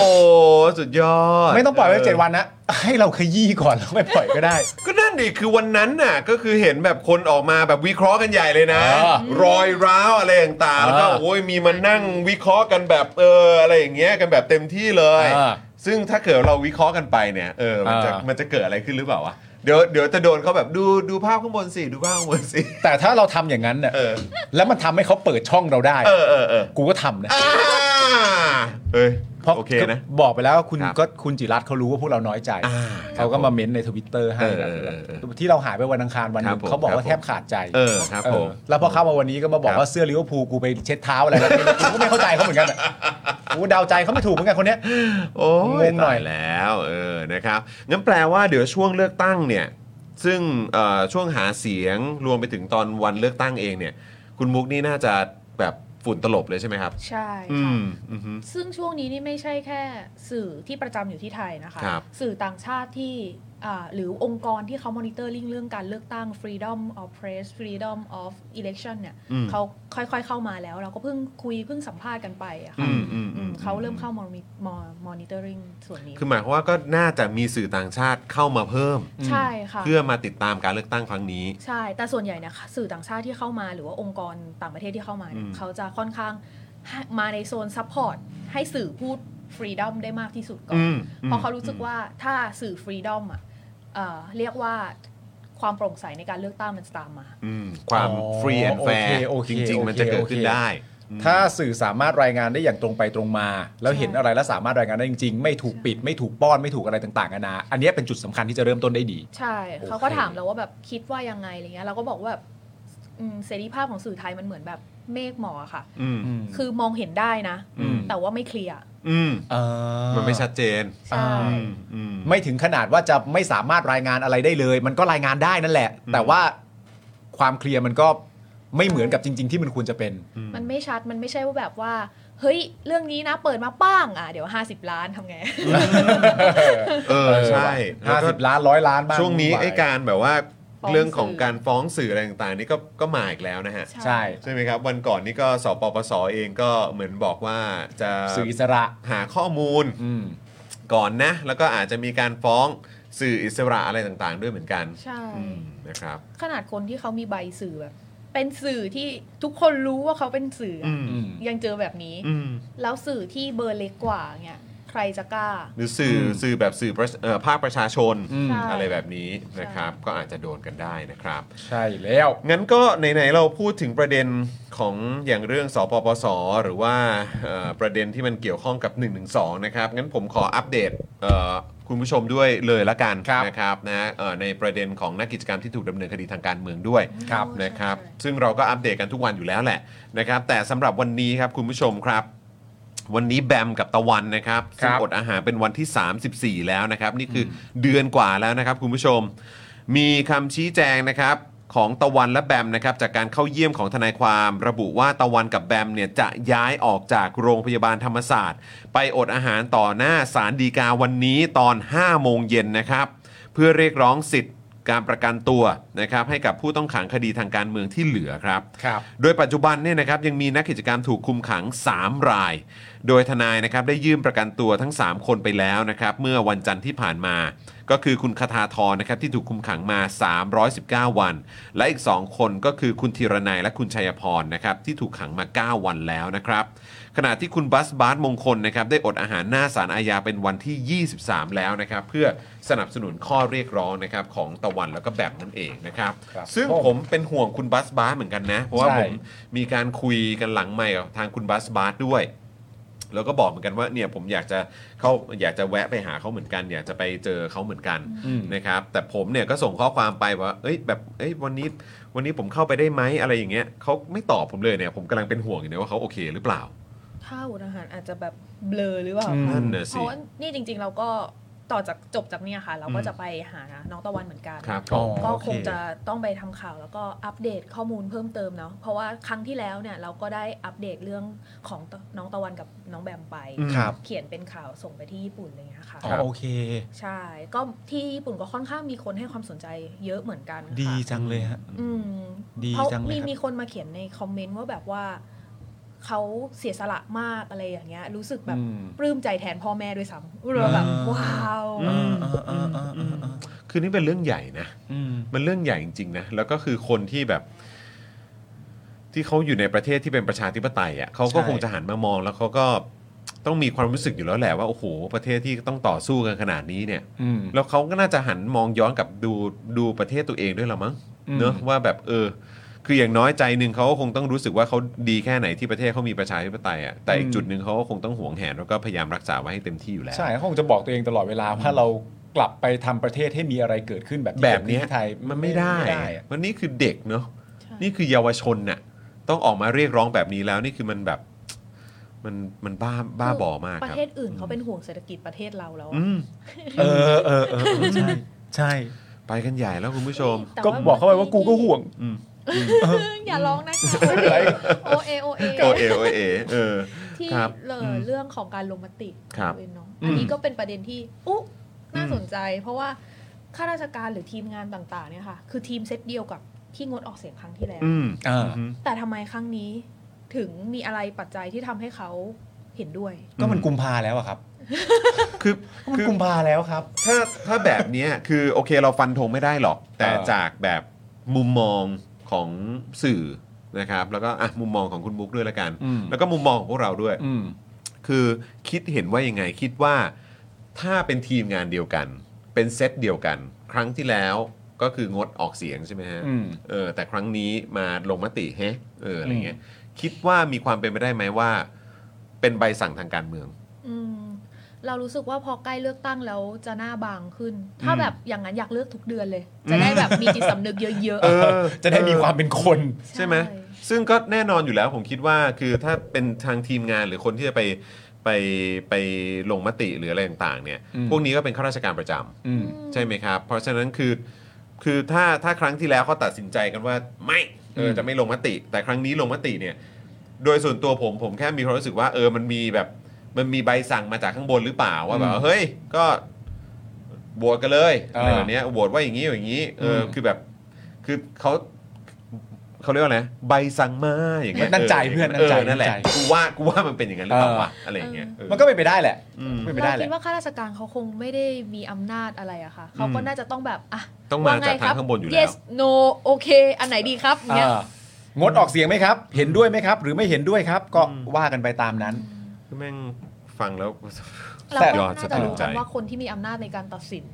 S1: สุดยอด
S2: ไม่ต้องปล่อยไว้เจ็ดวันนะให้เราขยี้ก่อน แล้วไม่ปล่อยก็ได้
S1: ก็นั่นดิคือวันนั้นน่ะ ก็คือเห็นแบบคนออกมาแบบวิเคราะห์กันใหญ่เลยนะ
S2: เออ
S1: รอยร้าวอะไรต่างๆแล้วก็
S2: เออ
S1: โอ้ยมีมานั่งวิเคราะห์กันแบบเอออะไรอย่างเงี้ยกันแบบเต็มที่เลย
S2: เออ
S1: ซึ่งถ้าเกิดเราวิเคราะห์กันไปเนี่ยเออมันจะ
S2: เออ
S1: มันจะเกิดอะไรขึ้นหรือเปล่าวะเดี๋ยวเดี๋ยวจะโดนเขาแบบดูดูภาพข้างบนสิดูภาพข้างบนสิ
S2: แต่ถ้าเราทำอย่างนั้นน่ะ
S1: เออ
S2: แล้วมันทำให้เขาเปิดช่องเราได้
S1: เออเออเออ
S2: กูก็ทำนะ
S1: อ่าเอ้ย
S2: เพราะ
S1: โอเคนะ
S2: ก็บอกไปแล้วว่าคุณ
S1: ครับ
S2: ก็คุณจิรัตน์เขารู้ว่าพวกเราน้อยใจ
S1: อ่า
S2: เขาก็มาเม้นต์ในทวิตเตอร์ให้
S1: เออ
S2: แบบ
S1: เออเออ
S2: ที่เราหายไปวันอังคารวันห
S1: ค
S2: นึ
S1: รับ
S2: ง
S1: ผม
S2: เขาบอก
S1: ครับ
S2: ว่าแทบขาดใจ
S1: เออครับ
S2: เอ
S1: ผ
S2: อ
S1: ม
S2: แล้วพอเข้ามาวันนี้ก็มาบอ
S1: ค
S2: ก
S1: รับ
S2: ว่าเสื้อลิเวอร์พูลกูไปเช็ดเท้าอะไร แล้วกูก็ไม่เข้าใจเขาเหมือนกันอ่ะกูเดาใจเขาไม่ถูกเหมือนกันคนเนี้ย
S1: โอ้ย
S2: งงหน่อย
S1: ตาแล้วเออนะครับงั้นแปลว่าเดี๋ยวช่วงเลือกตั้งเนี่ยซึ่งเอ่อช่วงหาเสียงรวมไปถึงตอนวันเลือกตั้งเองเนี่ย คุณมุกนี่น่าจะแบบฝุ่นตลบเลยใช่ไหมครับ
S7: ใช่
S1: อื
S7: ค่ะ
S1: มอือฮึ
S7: ซึ่งช่วงนี้นี่ไม่ใช่แค่สื่อที่ประจำอยู่ที่ไทยนะคะ
S1: ครับ
S7: สื่อต่างชาติที่อ่าหรือองค์กรที่เขามอนิเตอร์ลิงเรื่องการเลือกตั้ง freedom of press freedom of election เนี่ย
S1: อืม
S7: เขาค่อยๆเข้ามาแล้ว เราก็เพิ่งคุยเพิ่งสัมภาษณ์กันไปอะ
S1: อื
S7: ค่ะ
S1: มอืม
S7: อื
S1: อื
S7: มเขาเริ่มเข้ามามอนิเตอร์ลิงส่วนนี้
S1: คือหมายความว่าก็น่าจะมีสื่อต่างชาติเข้ามาเพิ่ม
S7: ใช่ค่ะ
S1: เพื่อมาติดตามการเลือกตั้งครั้งนี้
S7: ใช่ แต่ส่วนใหญ่เนี่ยค่ะสื่อต่างชาติที่เข้ามาหรือว่าองค์กรต่างประเทศที่เข้ามาเนี่
S1: อื
S7: ย
S1: ม
S7: เขาจะค่อนข้างให้มาในโซนซัพพอร์ตให้สื่อพูดฟรีดอมได้มากที่สุดก่อน
S1: อืม
S7: เพราะเขารู้สึกว่าถ้าสื่อฟรีดอมอ่ะเอ่อเรียกว่าความโปร่งใสในการเลือกตั้งมันจะตามมา
S1: อืมความ
S2: อ๋อ
S1: ฟรีแอนด์แฟร์
S2: โอเค
S1: จ
S2: โอเค
S1: ริง
S2: โอเค
S1: ๆ มันจะเกิดขึ้นได้อืม
S2: ถ้าสื่อสามารถรายงานได้อย่างตรงไปตรงมา แล้วเห็น
S7: ใช่
S2: อะไรแล้วสามารถรายงานได้จริงๆ ไม่ถูกปิดไม่ถูกป้อนไม่ถูกอะไรต่างๆนานาอันเนี้ยเป็นจุดสำคัญที่จะเริ่มต้นได้ดี
S7: ใช่
S2: โอเค
S7: เขาก็ถามเราว่าแบบคิดว่ายังไงอะไรเงี้ยเราก็บอกว่าแบบอืมเสรีภาพของสื่อไทยมันเหมือนแบบเมฆหมอกอะค่ะ
S1: อืม
S7: คือมองเห็นได้นะ
S1: อืม
S7: แต่ว่าไม่เคลียร์
S1: อืม
S2: อ่า
S1: มันไม่ชัดเจน
S7: ใช่
S2: อ่า
S1: อืมอืม
S2: ไม่ถึงขนาดว่าจะไม่สามารถรายงานอะไรได้เลย มันก็รายงานได้นั่นแหละ แต่ว่าความเคลียร์มันก็ไม่เหมือนกับจริง ๆ ที่มันควรจะเป็น
S7: มันไม่ชัดมันไม่ใช่ว่าแบบว่า เฮ้ย เรื่องนี้นะเปิดมาป้างอ่ะเดี๋ยว 50 ล้านทำไง
S1: เออใช่แล้
S2: ห้า
S1: วก็
S2: สิบล้านร้อยล้านบ้าง
S1: ช่วงนี้
S2: ไม่ไห
S1: ไอ้การแบบว่า
S7: ฟ้อง
S1: เรื่องของ
S7: สื่อ
S1: การฟ้องสื่ออะไรต่างๆ นี่ก็ก็มาอีกแล้วนะฮะ
S2: ใช่
S1: ใช่ไหมครับ วันก่อนนี่ก็สปปสเองก็เหมือนบอกว่าจะ
S2: สื่ออิสระ
S1: หาข้อมูล
S2: อืม
S1: ก่อนนะ แล้วก็อาจจะมีการฟ้องสื่ออิสระอะไรต่างๆ ด้วยเหมือนกัน
S7: ใช่
S1: อืมนะครับ
S7: ขนาดคนที่เขามีใบสื่อแบบ เป็นสื่อที่ทุกคนรู้ว่าเขาเป็นสื่ออะ
S1: อืม
S2: อืม
S7: ยังเจอแบบนี้
S1: อืม
S7: แล้วสื่อที่เบอร์เล็กกว่าเนี่ย ใครจะกล้า
S1: หรือสื่ออสื่อแบบสื่อประชเอ่อภาคประชาชน
S2: อืม
S7: ใช่
S1: อะไรแบบนี้นะครับก็อาจจะโดนกันได้นะครับ
S2: ใช่แล้ว
S1: งั้นก็ไหนๆเราพูดถึงประเด็นของอย่างเรื่องสปปส หรือว่าเอ่อประเด็นที่มันเกี่ยวข้องกับ1นึนะครับงั้นผมขออัปเดตเอ่อคุณผู้ชมด้วยเลยละกัน
S2: ครับ
S1: นะครับนะเอ่อในประเด็นของนักกิจกรรมที่ถูกดำเนินคดีทางการเมืองด้วย
S2: ครับ
S1: นะครับ
S7: ใช่
S1: ซึ่งเราก็อัปเดตกันทุกวันอยู่แล้วแหละนะครับแต่สำหรับวันนี้ครับคุณผู้ชมครับ วันนี้แบมกับตะวันนะครับ
S2: ครั
S1: ซึ่ง
S2: บ
S1: อดอาหารเป็นวันที่ 34 แล้วนะครับ นี่คืออเดือนกว่าแล้วนะครับคุณผู้ชม มีคำชี้แจงนะครับของตะวันและแบมนะครับจากการเข้าเยี่ยมของทนายความ ระบุว่าตะวันกับแบมเนี่ยจะย้ายออกจากโรงพยาบาลธรรมศาสตร์ ไปอดอาหารต่อหน้าศาลฎีกาวันนี้ตอน 5 โมงเย็นนะครับ เพื่อเรียกร้องสิทธิ์การประกันตัวนะครับให้กับผู้ต้องขังคดีทางการเมืองที่เหลือครับ
S2: ครับ
S1: โดยปัจจุบันเนี่ยนะครับยังมีนักกิจกรรมถูกคุมขัง 3 ราย โดยทนายนะครับได้ยื่นประกันตัวทั้ง 3 คนไปแล้วนะครับเมื่อวันจันทร์ที่ผ่านมา ก็คือคุณคทาทรนะครับที่ถูกคุมขังมา 319 วัน และอีก 2 คนก็คือคุณธีรนัยและคุณชัยพรนะครับที่ถูกขังมา 9 วันแล้วนะครับ ขณะที่คุณบัสบาสมงคลนะครับได้อดอาหารหน้าศาลอาญาเป็นวันที่ 23 แล้วนะครับเพื่อสนับสนุนข้อเรียกร้องนะครับของตะวันแล้วก็แบบนั่นเองนะครับ
S2: ครับ
S1: ซึ่ง
S2: ผม
S1: ผมเป็นห่วงคุณบัสบาสเหมือนกันนะ เพราะว่า
S2: ใช่
S1: ผมมีการคุยกันหลังใหม่กับทางคุณบัสบาสด้วย แล้วก็บอกเหมือนกันว่าเนี่ยผมอยากจะเขาอยากจะแวะไปหาเขาเหมือนกัน อยากจะไปเจอเขาเหมือนกันนะครับแต่ผมเนี่ยก็ส่งข้อความไปว่าเอ้ยแบบเอ้ยวันนี้วันนี้ผมเข้าไปได้ไหมอะไรอย่างเงี้ยเขาไม่ตอบผมเลยเนี่ยผมกำลังเป็นห่วงอยู่เนี่ยว่าเขาโอเคหรือเปล่า
S7: ถ้าอดอาหารอาจจะแบบเบลอหรือเปล่า
S2: อืม
S1: นั่นน่ะ
S7: เพ
S1: สิ
S7: ราะว่านี่จริงๆเราก็ต่อจากจบจากเนี่ยค่ะ เราก็
S2: อืม
S7: จะไปหาน้องตะวันเหมือนกัน
S1: ครับ
S2: อ๋อ
S7: ก็คง
S2: โอเค
S7: จะต้องไปทำข่าวแล้วก็อัปเดตข้อมูลเพิ่มเติมเนาะเพราะว่าครั้งที่แล้วเนี่ยเราก็ได้อัปเดตเรื่องของตน้องตะวันกับน้องแบมไป
S2: ครับ
S7: เขียนเป็นข่าวส่งไปที่ญี่ปุ่นอะไรเงี้ยค่ะ
S2: อ๋อโอเค
S7: ใช่ก็ที่ญี่ปุ่นก็ค่อนข้างมีคนให้ความสนใจเยอะเหมือนกันค่ะ
S2: ดีจังเลยฮะ
S7: อืม
S2: ดี
S7: เพราะ
S2: จังเลย
S7: มี
S2: ครับ
S7: มีคนมาเขียนในคอมเมนต์ว่าแบบว่าเขาเสียสละมากอะไรอย่างเงี้ย รู้สึกแบบ
S2: อืม
S7: ปลื้มใจแทนพ่อแม่ด้วยซ้ำเราแบบ
S2: อ่า
S7: ว้าว
S2: อ่าอ่าอ่าอ่าอ่า
S1: คือนี่เป็นเรื่องใหญ่นะ
S2: อืม
S1: มันเรื่องใหญ่จริงๆนะ แล้วก็คือคนที่แบบ ที่เขาอยู่ในประเทศที่เป็นประชาธิปไตยอ่ะเขาก็
S2: ใช่
S1: คงจะหันมามองแล้วเขาก็ต้องมีความรู้สึกอยู่แล้วแหละว่าโอ้โห ประเทศที่ต้องต่อสู้กันขนาดนี้เนี่ย
S2: อืม
S1: แล้วเขาก็น่าจะหันมองย้อนกลับดูดูประเทศตัวเองด้วยละมั้ง
S2: อืม
S1: เนอะว่าแบบเออ คืออย่างน้อยใจหนึ่งเขาก็คงต้องรู้สึกว่าเขาดีแค่ไหนที่ประเทศเขามีประชาธิปไตยอ่ะแต่อีกจุดหนึ่งเขาก็คงต้องหวงแหนแล้วก็พยายามรักษาไว้ให้เต็มที่อยู่แล้ว
S2: ใช่เขาคงจะบอกตัวเองตลอดเวลาว่าเรากลับไปทำประเทศให้มีอะไรเกิดขึ้นแบบที่
S1: แบบเนี้
S2: เกิดขึ้ที่ไทย
S1: มันไม่ได้
S2: อะ
S1: มันนี่คือเด็กเนอะ
S7: ใช่
S1: นี่คือเยาวชนน่ะต้องออกมาเรียกร้องแบบนี้แล้วนี่คือมันแบบ มันมันบ้าบ้าบอมาก
S7: ประ
S1: ครับ
S7: เทศอื่นเขาเป็นห่วงเศรษฐกิจประเทศเราแล้วอะ
S1: อืม
S2: เออเออเออเออใช่ใช่
S1: ไปกันใหญ่แล้วคุณผู้ชม
S7: แต่
S2: ก็บอกเขาไปว่ากูก็ห่วง
S7: อย่าร้องนะคะโอเอโอเอ
S1: โอเอโอเอเออ
S7: ที่
S1: ครับ
S7: เอ่อเรื่องของการลงมติ
S1: ครับ
S7: เนาะ
S2: อืม
S7: อันนี้ก็เป็นประเด็นที่อุ๊น่าสนใจ เพราะว่าข้าราชการหรือทีมงานต่างๆเนี่ยค่ะ คือทีมเซตเดียวกับที่งดออกเสียงครั้งที่แล้ว
S1: อืม
S2: อ่า
S1: อืม
S7: แต่ทำไมครั้งนี้ถึงมีอะไรปัจจัยที่ทำให้เขาเห็นด้วย
S2: ก็มันกุมภาแล้วอะครับ
S1: คือ
S2: ก็มัน
S1: คือ
S2: กุมภาแล้วครับ
S1: ถ้าถ้าแบบเนี้ยคือโอเคเราฟันธงไม่ได้หรอก แต่
S2: เออ
S1: จากแบบมุมมองของสื่อนะครับ แล้วก็อ่ะมุมมองของคุณบุ๊กด้วยละกัน
S2: อืม
S1: แล้วก็มุมมองของพวกเราด้วย
S2: อืม
S1: คือคิดเห็นว่ายังไงคิดว่าถ้าเป็นทีมงานเดียวกัน เป็นเซตเดียวกัน ครั้งที่แล้วก็คืองดออกเสียงใช่ไหมฮะ
S2: อืม
S1: เออแต่ครั้งนี้มาลงมติเฮ้เอออะไรเงี้ยคิดว่ามีความเป็นไปได้ไหมว่า เป็นใบสั่งทางการเมือง
S7: อืมเรารู้สึกว่าพอใกล้เลือกตั้งแล้วจะหน้าบางขึ้น ถ้าแบบอย่างนั้นอยากเลือกทุกเดือนเลย จะได้แบบมีจิตสำนึกเยอะ
S1: เออ
S2: จะได้มีความเป็นคน
S7: ๆ
S1: ใช่ไหมซึ่งก็แน่นอนอยู่แล้วผมคิดว่าคือถ้าเป็นทางทีมงานหรือคนที่จะไปไปไปลงมติหรืออะไรต่างๆเนี่ยพวกนี้ก็เป็นข้าราชการประจำ
S2: อืม
S1: ใช่ไหมครับ เพราะฉะนั้นคือ คือถ้าถ้าครั้งที่แล้วเขาตัดสินใจกันว่าไม่เออ
S2: อืม
S1: จะไม่ลงมติ แต่ครั้งนี้ลงมติเนี่ย โดยส่วนตัวผมผมแค่มีความรู้สึกว่าเออมันมีแบบ มันมีใบสั่งมาจากข้างบนหรือเปล่าว่าแบบว่าเฮ้ยก็โหวตกันเลยอะไรแบบเนี้ยโหวตว่าอย่างนี้อย่างนี้เอออคือแบบ คือเขาเขาเรียกว่าอะไรใบสั่งมาอย่างเงี้ย
S2: นั่นใจเพื่อนนั่นใจ
S1: เนั่นแหละ
S2: นั่นใจ
S1: กูว่ากูว่ามันเป็นอย่างนั้นหรือเปล่า
S2: เออ
S1: วะอะไรอย่างเงี้ยเออ
S2: มันก็เป็นไปได้แหละ
S1: อืม
S2: เป็นไปได้
S7: เรา
S2: แห
S7: คิ
S2: ละ
S7: ดว่าข้าราชการเขาคงไม่ได้มีอำนาจอะไรอะค่ะ เขาก็น่าจะต้องแบบอ่ะ
S1: ต้องมา
S7: ว่ไ
S1: จากทาง
S7: ครับ
S1: ข้างบนอยู่แล้ว
S7: yes no okay อันไหนดีครับเนี่ย
S2: อ่างดออกเสียงไหมครับ เห็นด้วยไหมครับ หรือไม่เห็นด้วยครับ ก็ว่ากันไปตามนั้น
S1: คือแม่งฟังแล้ว
S7: เรา
S1: ย
S7: ก็
S1: อด
S7: น่า
S1: สะ
S7: จะ
S1: เทือน
S7: รู้
S1: ใจ
S7: กันว่าคนที่มีอำนาจในการตัดสิน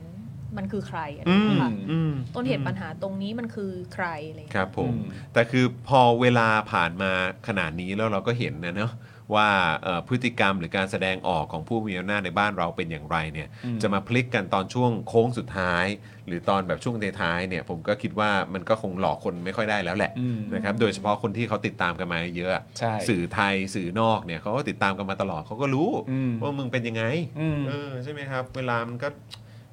S7: มันคือใครอะไร
S1: อืม
S7: ค่ะ
S1: อืม
S7: ต้นเหตุปัญหาตรงนี้มันคือใครอะไรอย่าง
S1: ค
S7: เงี้ย
S1: รับผม แต่คือพอเวลาผ่านมาขนาดนี้แล้วเราก็เห็นนะเนาะว่าเอ่อพฤติกรรมหรือการแสดงออกของผู้มีอำนาจในบ้านเราเป็นอย่างไรเนี่ย จะมาพลิกกันตอนช่วงโค้งสุดท้าย หรือตอนแบบช่วงท้ายๆเนี่ย ผมก็คิดว่ามันก็คงหลอกคนไม่ค่อยได้แล้วแหละ
S2: อืม
S1: นะครับโดยเฉพาะคนที่เขาติดตามกันมาเยอะ
S2: ใช่
S1: สื่อไทยสื่อนอกเนี่ยเขาก็ติดตามกันมาตลอดเขาก็รู้
S2: อืม
S1: ว่ามึงเป็นยังไง
S2: อืม
S1: เออใช่ไหมครับ เวลามันก็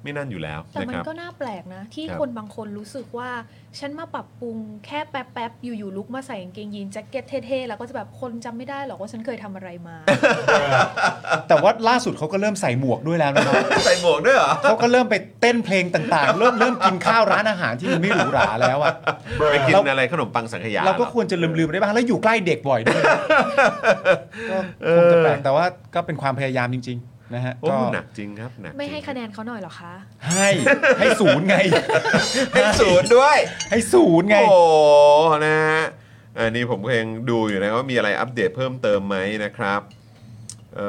S1: ไม่นั่นอยู่แล้ว
S7: แต่
S1: นะคน
S7: มั
S1: รับ
S7: ก็น่าแปลกนะ ที่
S1: ครับ
S7: คนบางคนรู้สึกว่า ฉันมาปรับปรุงแค่แป๊บๆอยู่ๆลุกมาใส่กางเกงยีนแจ็คเก็ตเท่ๆแล้วก็จะแบบคนจำไม่ได้หรอกว่าฉันเคยทำอะไรมา
S2: แต่ว่าล่าสุดเขาก็เริ่มใส่หมวกด้วยแล้วนะน้อง
S1: ใส่หมวกด้วยเหรอ
S2: เขาก็เริ่มไปเต้นเพลงต่างๆ เริ่มเริ่มกินข้าวร้านอาหารที่มันไม่หรูหราแล้วอะ
S1: ไปกิน
S2: เรา
S1: อะไรขนมปังสังขยา
S2: เราก็
S1: หอ
S2: ควรจะลืมๆไปได้บ้างแล้วอยู่ใกล้เด็กบ่อยด้วย ก็คงจะแปลกแต่ว่าก็เป็นความพยายามจริง ๆ นะฮะ
S1: โอ้
S2: ก็
S1: หนักจริงครับหนัก
S7: ไม่ให้
S1: จริง
S7: คะแนนเขาหน่อยเหรอคะ
S2: ให้ให้ศูนย์ไง
S1: ให้ศูนย์ด้วย
S2: ให้ศูนย์ไง
S1: โอ้โหนะฮะอันนี้ผมก็ยังดูอยู่นะว่ามีอะไรอัปเดตเพิ่มเติมไหมนะครับเอ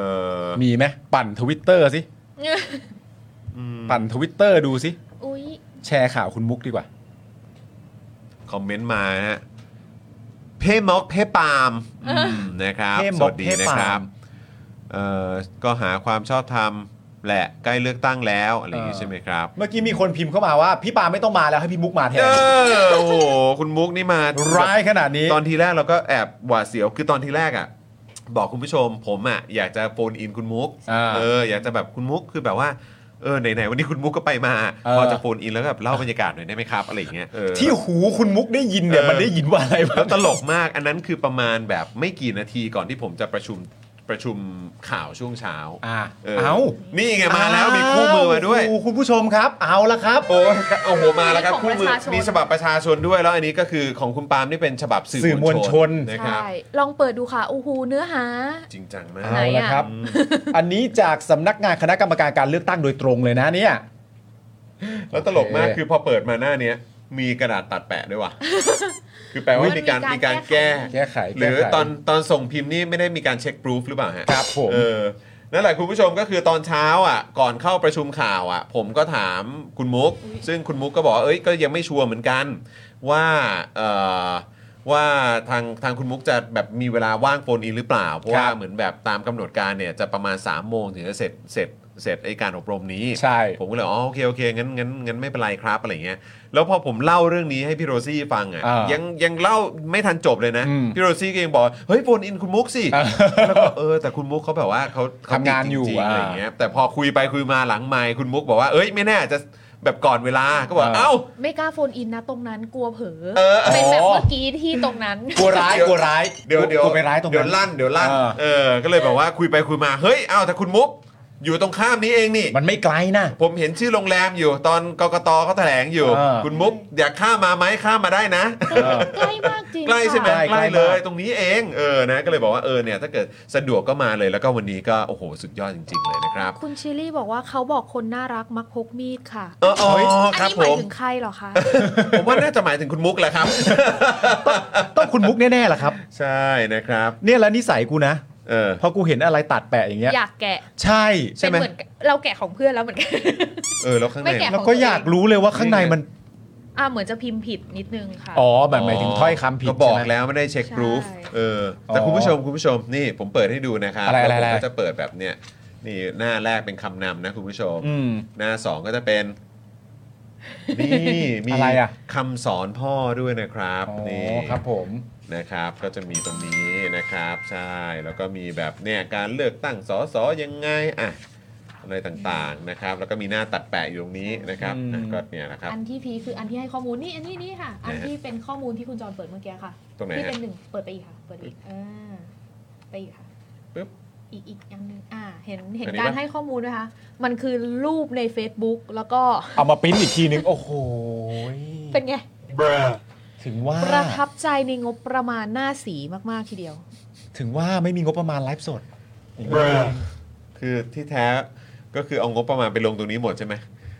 S1: อ
S2: มีไหมปั่นทวิตเตอร์สิ
S1: อืม
S2: ปั่นทวิตเตอร์ดูสิ
S7: อุ๊ย
S2: แชร์ข่าวคุณมุกดีกว่า
S1: คอมเมนต์มาฮะเพ่มอกเพ่ปาล์มอืมนะครับ
S2: เพ่
S1: ส
S2: มอ
S1: วั
S2: ก
S1: สดีนะครับ
S2: เพ่ปาล์ม
S1: เออก็หาความชอบธรรมแหละใกล้เลือกตั้งแล้วอะไรอย่างงี้ใช่ไหมครับ
S2: เมื่อกี้มีคนพิมพ์เข้ามาว่า พี่ปาไม่ต้องมาแล้วให้พี่มุกมาแท
S1: เอน อโอ้โหคุณมุกนี่มา
S2: ร้ายขนาดนี้
S1: ตอนทีแรกเราก็แอบหวาดเสียวคือตอนทีแรกอ่ะ บอกคุณผู้ชม ผมอ่ะอยากจะโฟนอินคุณมุก
S2: อ่า
S1: เอออยากจะแบบคุณมุกคือแบบว่าเออไหนๆวันนี้คุณมุกก็ไปมา
S2: เออ
S1: พอจะโฟนอินแล้วก็แบบเล่าบรรยากาศหน่อยได้ไหมครับอะไรอย่างเงี้ยเออ
S2: ที่หูคุณมุกได้ยินเนี่ยมันได้ยินว่าอะไรบ้า
S1: แล้
S2: ง
S1: วตลกมากอันนั้นคือประมาณแบบไม่กี่นาทีก่อนที่ผมจะประชุมประชุมข่าวช่วงเช้า
S2: อ่า
S1: เออ
S2: เอ้า
S1: นี่ไงมาแล้วมีคู่มือมาด้วย
S2: โอ้โหคุณผู้ชมครับ เอาละครับ
S1: โอ้ยโอ้โหมาแล้วครับ
S7: ของ
S1: คู่มือ
S7: ประชาชน
S1: มีฉบับประชาชนด้วยแล้วอันนี้ก็คือของคุณปาล์มนี่เป็นฉบับสื่
S2: สื่อมวลชน
S1: นะครับ
S7: ใช่ ลองเปิดดูค่ะโอ้โหเนื้อหา
S1: จริงจังมาก
S7: ไหน
S2: เอา
S7: อะ
S2: ละครับ อันนี้จากสำนักงานคณะกรรมการการเลือกตั้งโดยตรงเลยนะเนี่ย
S1: แล้วตลกมาก
S2: โอเค
S1: คือพอเปิดมาหน้าเนี้ยมีกระดาษตัดแปะด้วยว่ะ คือแปลว่า
S7: มันมี
S1: มีการ
S7: การ
S1: มีการ
S7: แก้
S1: แก้
S2: แก้ไข
S1: หรือ
S2: แก้ไข
S1: ตอนตอนส่งพิมพ์นี่ไม่ได้มีการเช็คพรูฟหรือเปล่าฮะ
S2: ครับผม
S1: เออนั่นแหละคุณผู้ชมก็คือตอนเช้าอ่ะ ก่อนเข้าประชุมข่าวอ่ะ ผมก็ถามคุณมุก ซึ่งคุณมุกก็บอกว่าเอ้ยก็ยังไม่ชัวร์เหมือนกัน ว่าเอ่อว่าทางทางคุณมุกจะแบบมีเวลาว่างโฟนอินหรือเปล่า เพราะว่าเหมือนแบบตามกำหนดการเนี่ยจะประมาณ3ามโมงถึงจะเสร็จเสร็จเสร็จไอการอบรมนี้
S2: ใช่
S1: ผมก็เลยอ๋อโอเคโอเคงั้นงั้นงั้นไม่เป็นไรครับอะไรเงี้ยแล้วพอผมเล่าเรื่องนี้ให้พี่โรซี่ฟังอ่ะ
S2: อ่ายั
S1: ยังยังเล่าไม่ทันจบเลยนะ
S2: อืม
S1: พี่โรซี่ก็ยังบอกเฮ้ยโฟนอินคุณมุกสิ
S2: อ่า
S1: แล้วก็เออแต่คุณมุกเขาแบบว่าเขาเขติด
S2: ทำงานอยู่
S1: จริๆ
S2: อ่า
S1: อะไรเงี้ยแต่พอคุยไปคุยมาหลังไมค์คุณมุกบอกว่าเอ้ยไม่แน่อาจจะแบบก่อนเวลาก็บอก
S2: อ่า
S1: เอ้า
S7: ไม่กล้าโฟนอินนะตรงนั้นกลัวเผลอ
S1: เออ
S7: เป็นแบบเมื่อกี้ที่ตรงนั้น
S2: กลัวร้ายกลัวร้าย
S1: เดี๋ยวเดี๋ยว
S2: กลัวไปร้ายตรง
S1: เดี๋ยว
S2: นั้
S1: ลั่
S2: น
S1: นเดี๋ยวลั่น
S2: อ่า
S1: เออก็เลยแบบว่าคุยไปคุยมาเฮ้ยเอ้าแต่คุณมุก อยู่ตรงข้ามนี้เองนี่
S2: มันไม่ไกลนะ
S1: ผมเห็นชื่อโรงแรมอยู่ตอนกกตเขาแถลงอยู่
S2: เออ
S1: คุณมุกอยากข้ามมาไหมข้ามมาได้นะ
S7: ใกล้มากจริง
S1: ใกล้ใช่ไหม
S7: ค่ะ
S2: ใก
S1: ใก
S2: ล้
S1: ล้
S2: มาก
S1: เลยตรงนี้เองเออนะก็เลยบอกว่าเออเนี่ยถ้าเกิดสะดวกก็มาเลยแล้วก็วันนี้ก็โอ้โหสุดยอดจริง ๆ เลยนะครับ
S7: คุณชิลลี่บอกว่าเขาบอกคนน่ารักมักพกมีดค่ะ
S1: เอออ๋อ
S7: อั
S1: ครับผ
S7: นี้หมาย
S1: ม
S7: ถึงใครเหรอคะ
S1: ผมว่าน่าจะหมายถึงคุณมุกแหละครับ
S2: ต้องคุณมุกแน่ๆล่ะครับ
S1: ใช่นะครับ
S2: เนี่ยแล้วนิสัยกูนะ
S1: เออ
S2: พอกูเห็นอะไรตัดแปะอย่างเงี้ย
S7: อยากแกะ
S2: ใช่
S1: ใช่ไหม
S7: เป็นเอนกันเราแกะของเพื่อนแล้วเหมือน กัน
S1: เออแล้วข้างใน
S7: ไม่แกะ
S2: แล้วก็อยากรู้เลยว่าข้างในมัน
S7: อ่าเหมือนจะพิมพ์ผิดนิดนึงค่ะ
S2: อ๋อแบบหมายถึงถ้อยคำผิด
S1: ก็บอก
S2: ใช่ไหม
S1: แล้วไม่ได้เช็ค
S7: ใช่
S1: พรูฟเออแต่
S2: อ๋อ
S1: คุณผู้ชมคุณผู้ชมนี่ผมเปิดให้ดูนะครับ
S2: อะไรอะไรอะไร
S1: แล้วผมก็จะเปิดแบบเนี้ยนี่หน้าแรกเป็นคำนำนะคุณผู้ชม
S2: อืม
S1: หน้าสองก็จะเป็น นี่ มี
S2: อะไรอ่ะ
S1: คำสอนพ่อด้วยนะครับ
S2: อ๋
S1: นี่
S2: อครับผม
S1: นะครับ ก็จะมีตรงนี้นะครับ ใช่แล้วก็มีแบบเนี่ยการเลือกตั้งสสยังไงอ่ะอะไรต่างๆนะครับ แล้วก็มีหน้าตัดแปะอยู่ตรงนี้นะครับ
S2: อืม
S1: อ่ะก็เนี่ยนะครับ
S7: อันที่พีคคืออันที่ให้ข้อมูลนี่อันนี้นี่ค่ะ อันที่เป็นข้อมูลที่คุณจอนเปิดเมื่อกี้ค่ะ
S1: ตรงไหน
S7: ที่
S1: ฮะ
S7: เป็นหนึ่งเปิดไปอีกค่ะ เปิดไปอีกอ่าไปอีกค่ะ
S1: ปึ๊บ
S7: อีกอีกอันหนึ่งอ่า เห็นเห็น
S1: อันนี้
S7: การ
S1: ปะ
S7: ให้ข้อมูลไหมคะมันคือรูปใน Facebook แล้วก็
S2: เอามาปริ้นอีกทีนึง โอ้โห
S7: เป็นไง
S2: ถึงว่า
S7: ประทับใจในงบประมาณหน้าสีมาก ๆ ทีเดียว
S2: ถึงว่าไม่มีงบประมาณไลฟ์สด
S1: คือที่แท้ก็คือเอางบประมาณไปลงตรงนี้หมดใช่ไหม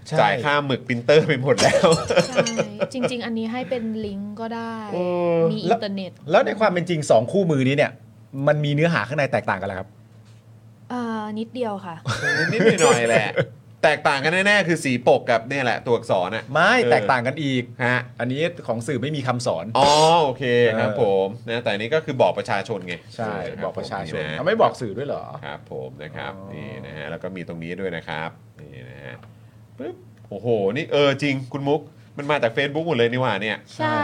S2: ใช่
S1: จ่ายค่าหมึกปรินเตอร์ไปหมดแล้ว
S7: ใช่ จริง ๆ อันนี้ให้เป็นลิงก์ก็ได้
S1: เออ
S7: มีอินเทอร์เน็ต
S2: แล้วในความเป็นจริง 2 คู่มือนี้เนี่ย มันมีเนื้อหาข้างในแตกต่างกันแล้วครับ
S7: เ เอ่อนิดเดียวค่ะ
S1: นิดๆหน่อยๆแหละ แตกต่างกันแน่ๆคือสีปกกับเนี่ยแหละตัวอักษรน่ะ
S2: ไม่
S1: เออ
S2: แตกต่างกันอีก
S1: ฮะ
S2: อันนี้ของสื่อไม่มีคำสอน
S1: อ๋อโอเคครับ
S2: เออ
S1: ผมนะแต่อันนี้ก็คือบอกประชาชนไง
S2: ใช่
S1: เ
S2: บอกประชาชน
S1: ค
S2: เอา
S1: บ
S2: ไม่บอกสื่อด้วยเหรอ
S1: ครับผมนะครับ
S2: อ๋อ
S1: นี่นะฮะแล้วก็มีตรงนี้ด้วยนะครับนี่นะฮะปึ๊บโอ้โหนี่เออจริงคุณมุกมันมาจาก Facebook หมดเลยนี่หว่าเนี่ย
S7: ใช่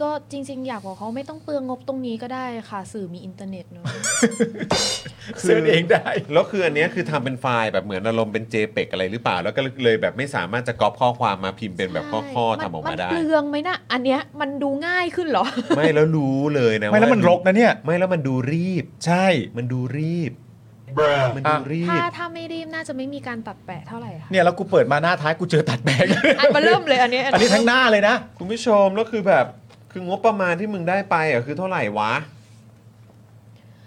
S7: ก็จริง ๆ อยากบอกเขาไม่ต้องเปลืองงบตรงนี้ก็ได้ค่ะ สื่อมีอินเทอร์เน็ตเนอะ
S1: คือ
S2: ซื้อเองได้
S1: แล้วคืออันเนี้ยคือทำเป็นไฟล์แบบเหมือนอารมณ์เป็น JPEG อะไรหรือเปล่า แล้วก็เลยแบบไม่สามารถจะก๊อปข้อความมาพิมพ์เป็นแบบข้อๆ
S7: ใช่
S1: ทำออกมาได้
S7: นเปลืองไหมนะอันเนี้ยมันดูง่ายขึ้นเหรอ
S1: ไม่แล้วรู้เลยนะ
S2: ไม่แล้ว
S1: า
S2: มันรกนะเนี่ย
S1: ไม่แล้วมันดูรีบ
S2: ใช่
S1: มันดูรีบ มันดูรี
S7: ถ้า
S1: บ
S7: ถ้าไม่รีบน่าจะไม่มีการตัดแปะเท่าไหร่ค่ะ
S2: เนี่ยแล้วกูเปิดมาหน้าท้ายกูเจอตัดแบง ค์
S7: อันมาเริ่มเลยอันเนี้ย
S2: อันนี้ทั้งหน้าเลยนะ
S1: คุณผู้ชมแล้วคือแบบ คืองบประมาณที่มึงได้ไปอ่ะคือเท่าไหร่วะ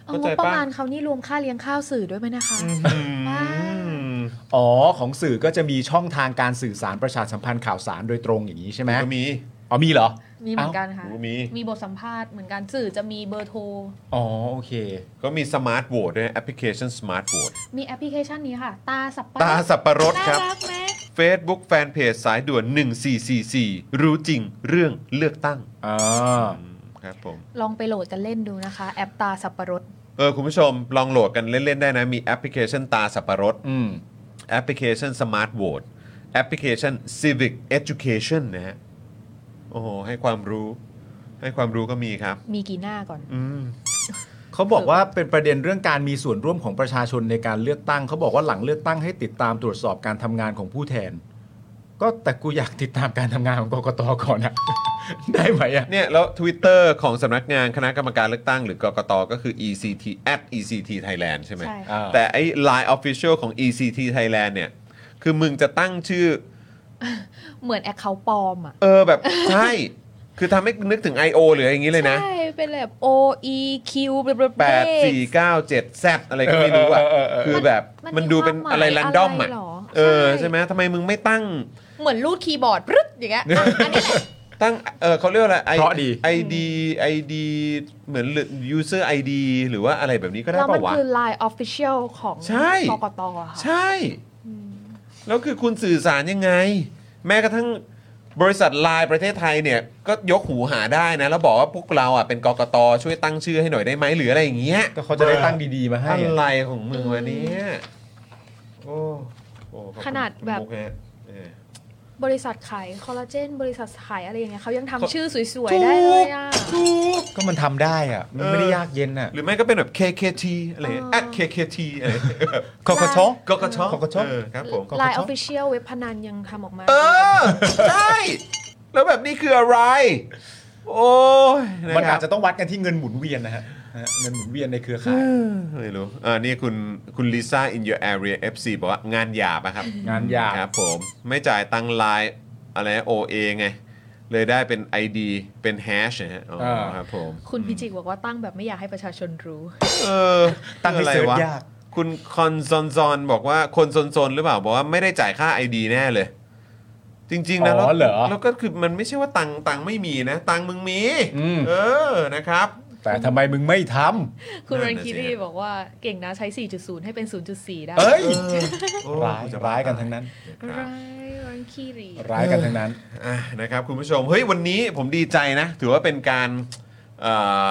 S7: เอา
S1: เข้าง ใจ
S7: บ
S1: ปะ
S7: ประมาณเขานี่รวมค่าเลี้ยงข้าวสื่อด้วยไหมนะคะ ว้าว
S2: อ๋อ ของสื่อก็จะมีช่องทางการสื่อสารประชาสัมพันธ์ข่าวสารโดยตรงอย่างนี้ใช่ไหม
S1: ก็มี
S2: อ๋อมีเหรอ
S7: มีเหมือนกันค่ะ
S1: กูมี
S7: มีบทสัมภาษณ์เหมือนกันสื่อจะมีเบอร์โทร
S2: อ๋อโอเค
S1: ก็มีสมาร์ทโหวตด้วยแอปพลิเคชันสมาร์ทโหวต
S7: มีแอปพลิเคชันนี้ค่ะ ตาสับปะรด
S1: ตาสับปะรดครับ
S7: น่ารักไหม
S1: Facebook Fanpage สายด่วน 1444 รู้จริงเรื่องเลือกตั้ง
S2: อ่า
S1: อืมครับผม
S7: ลองไปโหลดกันเล่นดูนะคะ แอปตาสับปะรด
S1: เออ คุณผู้ชมลองโหลดกันเล่น ๆ ได้นะ มีแอปพลิเคชันตาสับปะรด
S2: อืม
S1: แอปพลิเคชัน Smart Vote แอปพลิเคชัน Civic Education นะฮะ โอ้โห ให้ความรู้ ให้ความรู้ก็มีครับ
S7: มีกี่หน้าก่อน
S1: อืม
S2: เขาบอกว่าเป็นประเด็นเรื่องการมีส่วนร่วมของประชาชนในการเลือกตั้ง เขาบอกว่าหลังเลือกตั้งให้ติดตามตรวจสอบการทำงานของผู้แทน ก็แต่กูอยากติดตามการทำงานของกกตก่อนอะ ได้ไหมอะ
S1: เนี่ย แล้ว Twitter ของสำนักงานคณะกรรมการเลือกตั้งหรือกกตก็คือ ECT at ECT Thailand ใช่ไหม
S7: ใช่
S2: อ่า
S1: แต่ไอ้ Line Official ของ ECT Thailand เนี่ย คือมึงจะตั้งชื่อ
S7: เหมือนแอคเคาท์ปลอมอ่ะ
S1: เออแบบ ใช่ คือทำให้นึกถึง I.O. หรืออย่างนี้เลยนะ
S7: ใช่ เป็นแบบ O E Q เบลอๆ
S1: แปดสี่เก้าเจ็ดแซดอะไรก็ไม่รู้อ่ะคือแบบ
S7: มัน
S1: มันดูเป็น
S7: มีความ
S1: อะไร
S7: หมาย
S1: รันดอม
S7: อะไร
S1: อ่ะ
S7: หรอ
S1: เออ
S7: ใช่
S1: ใช่ไหมทำไมมึงไม่ตั้ง
S7: เหมือนรูดคีย์บอร์ดปรึ๊ดอย่างเงี้ยอ่ะอันนี้แหละ
S1: ตั้งเออเขาเรียกว่าอะไรไอ
S2: เพราะดี
S1: ไอดีไอดีเหมือน user ID หรือว่าอะไรแบบนี้ก็ได้
S7: แล้วมั
S1: ป่าน วะ
S7: คือ Line Official ของ
S1: ใช่
S7: กกตอะค่ะ
S1: ใช่ แล้วคือคุณสื่อสารยังไง แม้กระทั่งบริษัทไลน์ประเทศไทยเนี่ย ก็ยกหูหาได้นะ แล้วบอกว่าพวกเราอ่ะเป็นกกตช่วยตั้งชื่อให้หน่อยได้ไหมหรืออะไรอย่างเงี้ย
S2: ก็เขาจะได้ตั้งดีๆมาให้
S1: อะ
S2: อะ
S1: ไรของมึงวะเนี่ยโอ้โอ้ขอบคุณ
S7: ขนาดแบบ
S1: มุกฮะเออบ
S7: ริษัทขายคอลลาเจน บริษัทขายอะไรอย่างเงี้ยเขายังทำชื่อสวย
S1: ถู
S7: ๆ ได้เลยอ่ะ
S1: กถูก
S2: ก็มันทำได้อะมันไม่ได้
S1: เออ
S2: ยากเย็นอะ
S1: หรือไม่ก็เป็นแบบ KKT อะไร
S7: อ๋อ
S1: at KKT อะไร
S2: กกช
S1: กกช
S2: กกช
S1: เออครับผม
S7: Line Official เว็บพนันยังทำออกมา
S1: เออ ใช่ แล้วแบบนี้คืออะไร โอ้ย
S2: มัน
S1: นค
S2: อา
S1: รับ
S2: จจะต้องวัดกันที่เงินหมุนเวียนนะฮะฮะเงินหมุนเวียนในเครือข่าย
S1: ไม่รู้อ่านี่คุณคุณลิซ่า in your area FC บอกว่างานหยาบอะครับ
S2: งานหยาบ
S1: ครับผมไม่จ่ายตังค์ไลน์อะไรโอเอไง เลยได้เป็น ID เป็นแฮชนะฮะอ๋อ
S2: เออ
S1: ครับผม
S7: คุณพิจิกบอกว่าตั้งแบบไม่อยากให้ประชาชนรู้
S1: เออ
S2: ตั้งให้เสิร์ชยาก
S1: คุณคอนซอนซอนบอกว่าคนซอนซอนหรือเปล่า บอกว่าไม่ได้จ่ายค่า ID แน่เลย จริงๆนะ
S2: อ๋อ
S1: แล้ว
S2: เหรอ
S1: แล้วก็คือมันไม่ใช่ว่าตังค์ตังค์ไม่มีนะ ตังค์มึงมี
S2: อืม
S1: เออนะครับ
S2: แต่ทำไมมึงไม่ทำ
S7: คุณ
S1: นั่
S7: รั
S1: น
S7: น
S1: น่ะสิ
S7: คิรีบอกว่าเก่งนะใช้ 4.0 ให้เป็น 0.4 ได้
S2: เอ้ย
S1: โอ้
S2: ร้าย
S1: จะ
S2: ร้ายกันทั้งนั้น
S1: ครั
S7: ร้า
S1: บ
S7: ยรันคิรี
S2: ร้ายกันทั้งนั้น
S1: อ่ะนะครับคุณผู้ชมเฮ้ยวันนี้ผมดีใจนะ ถือว่าเป็นการเอ่อ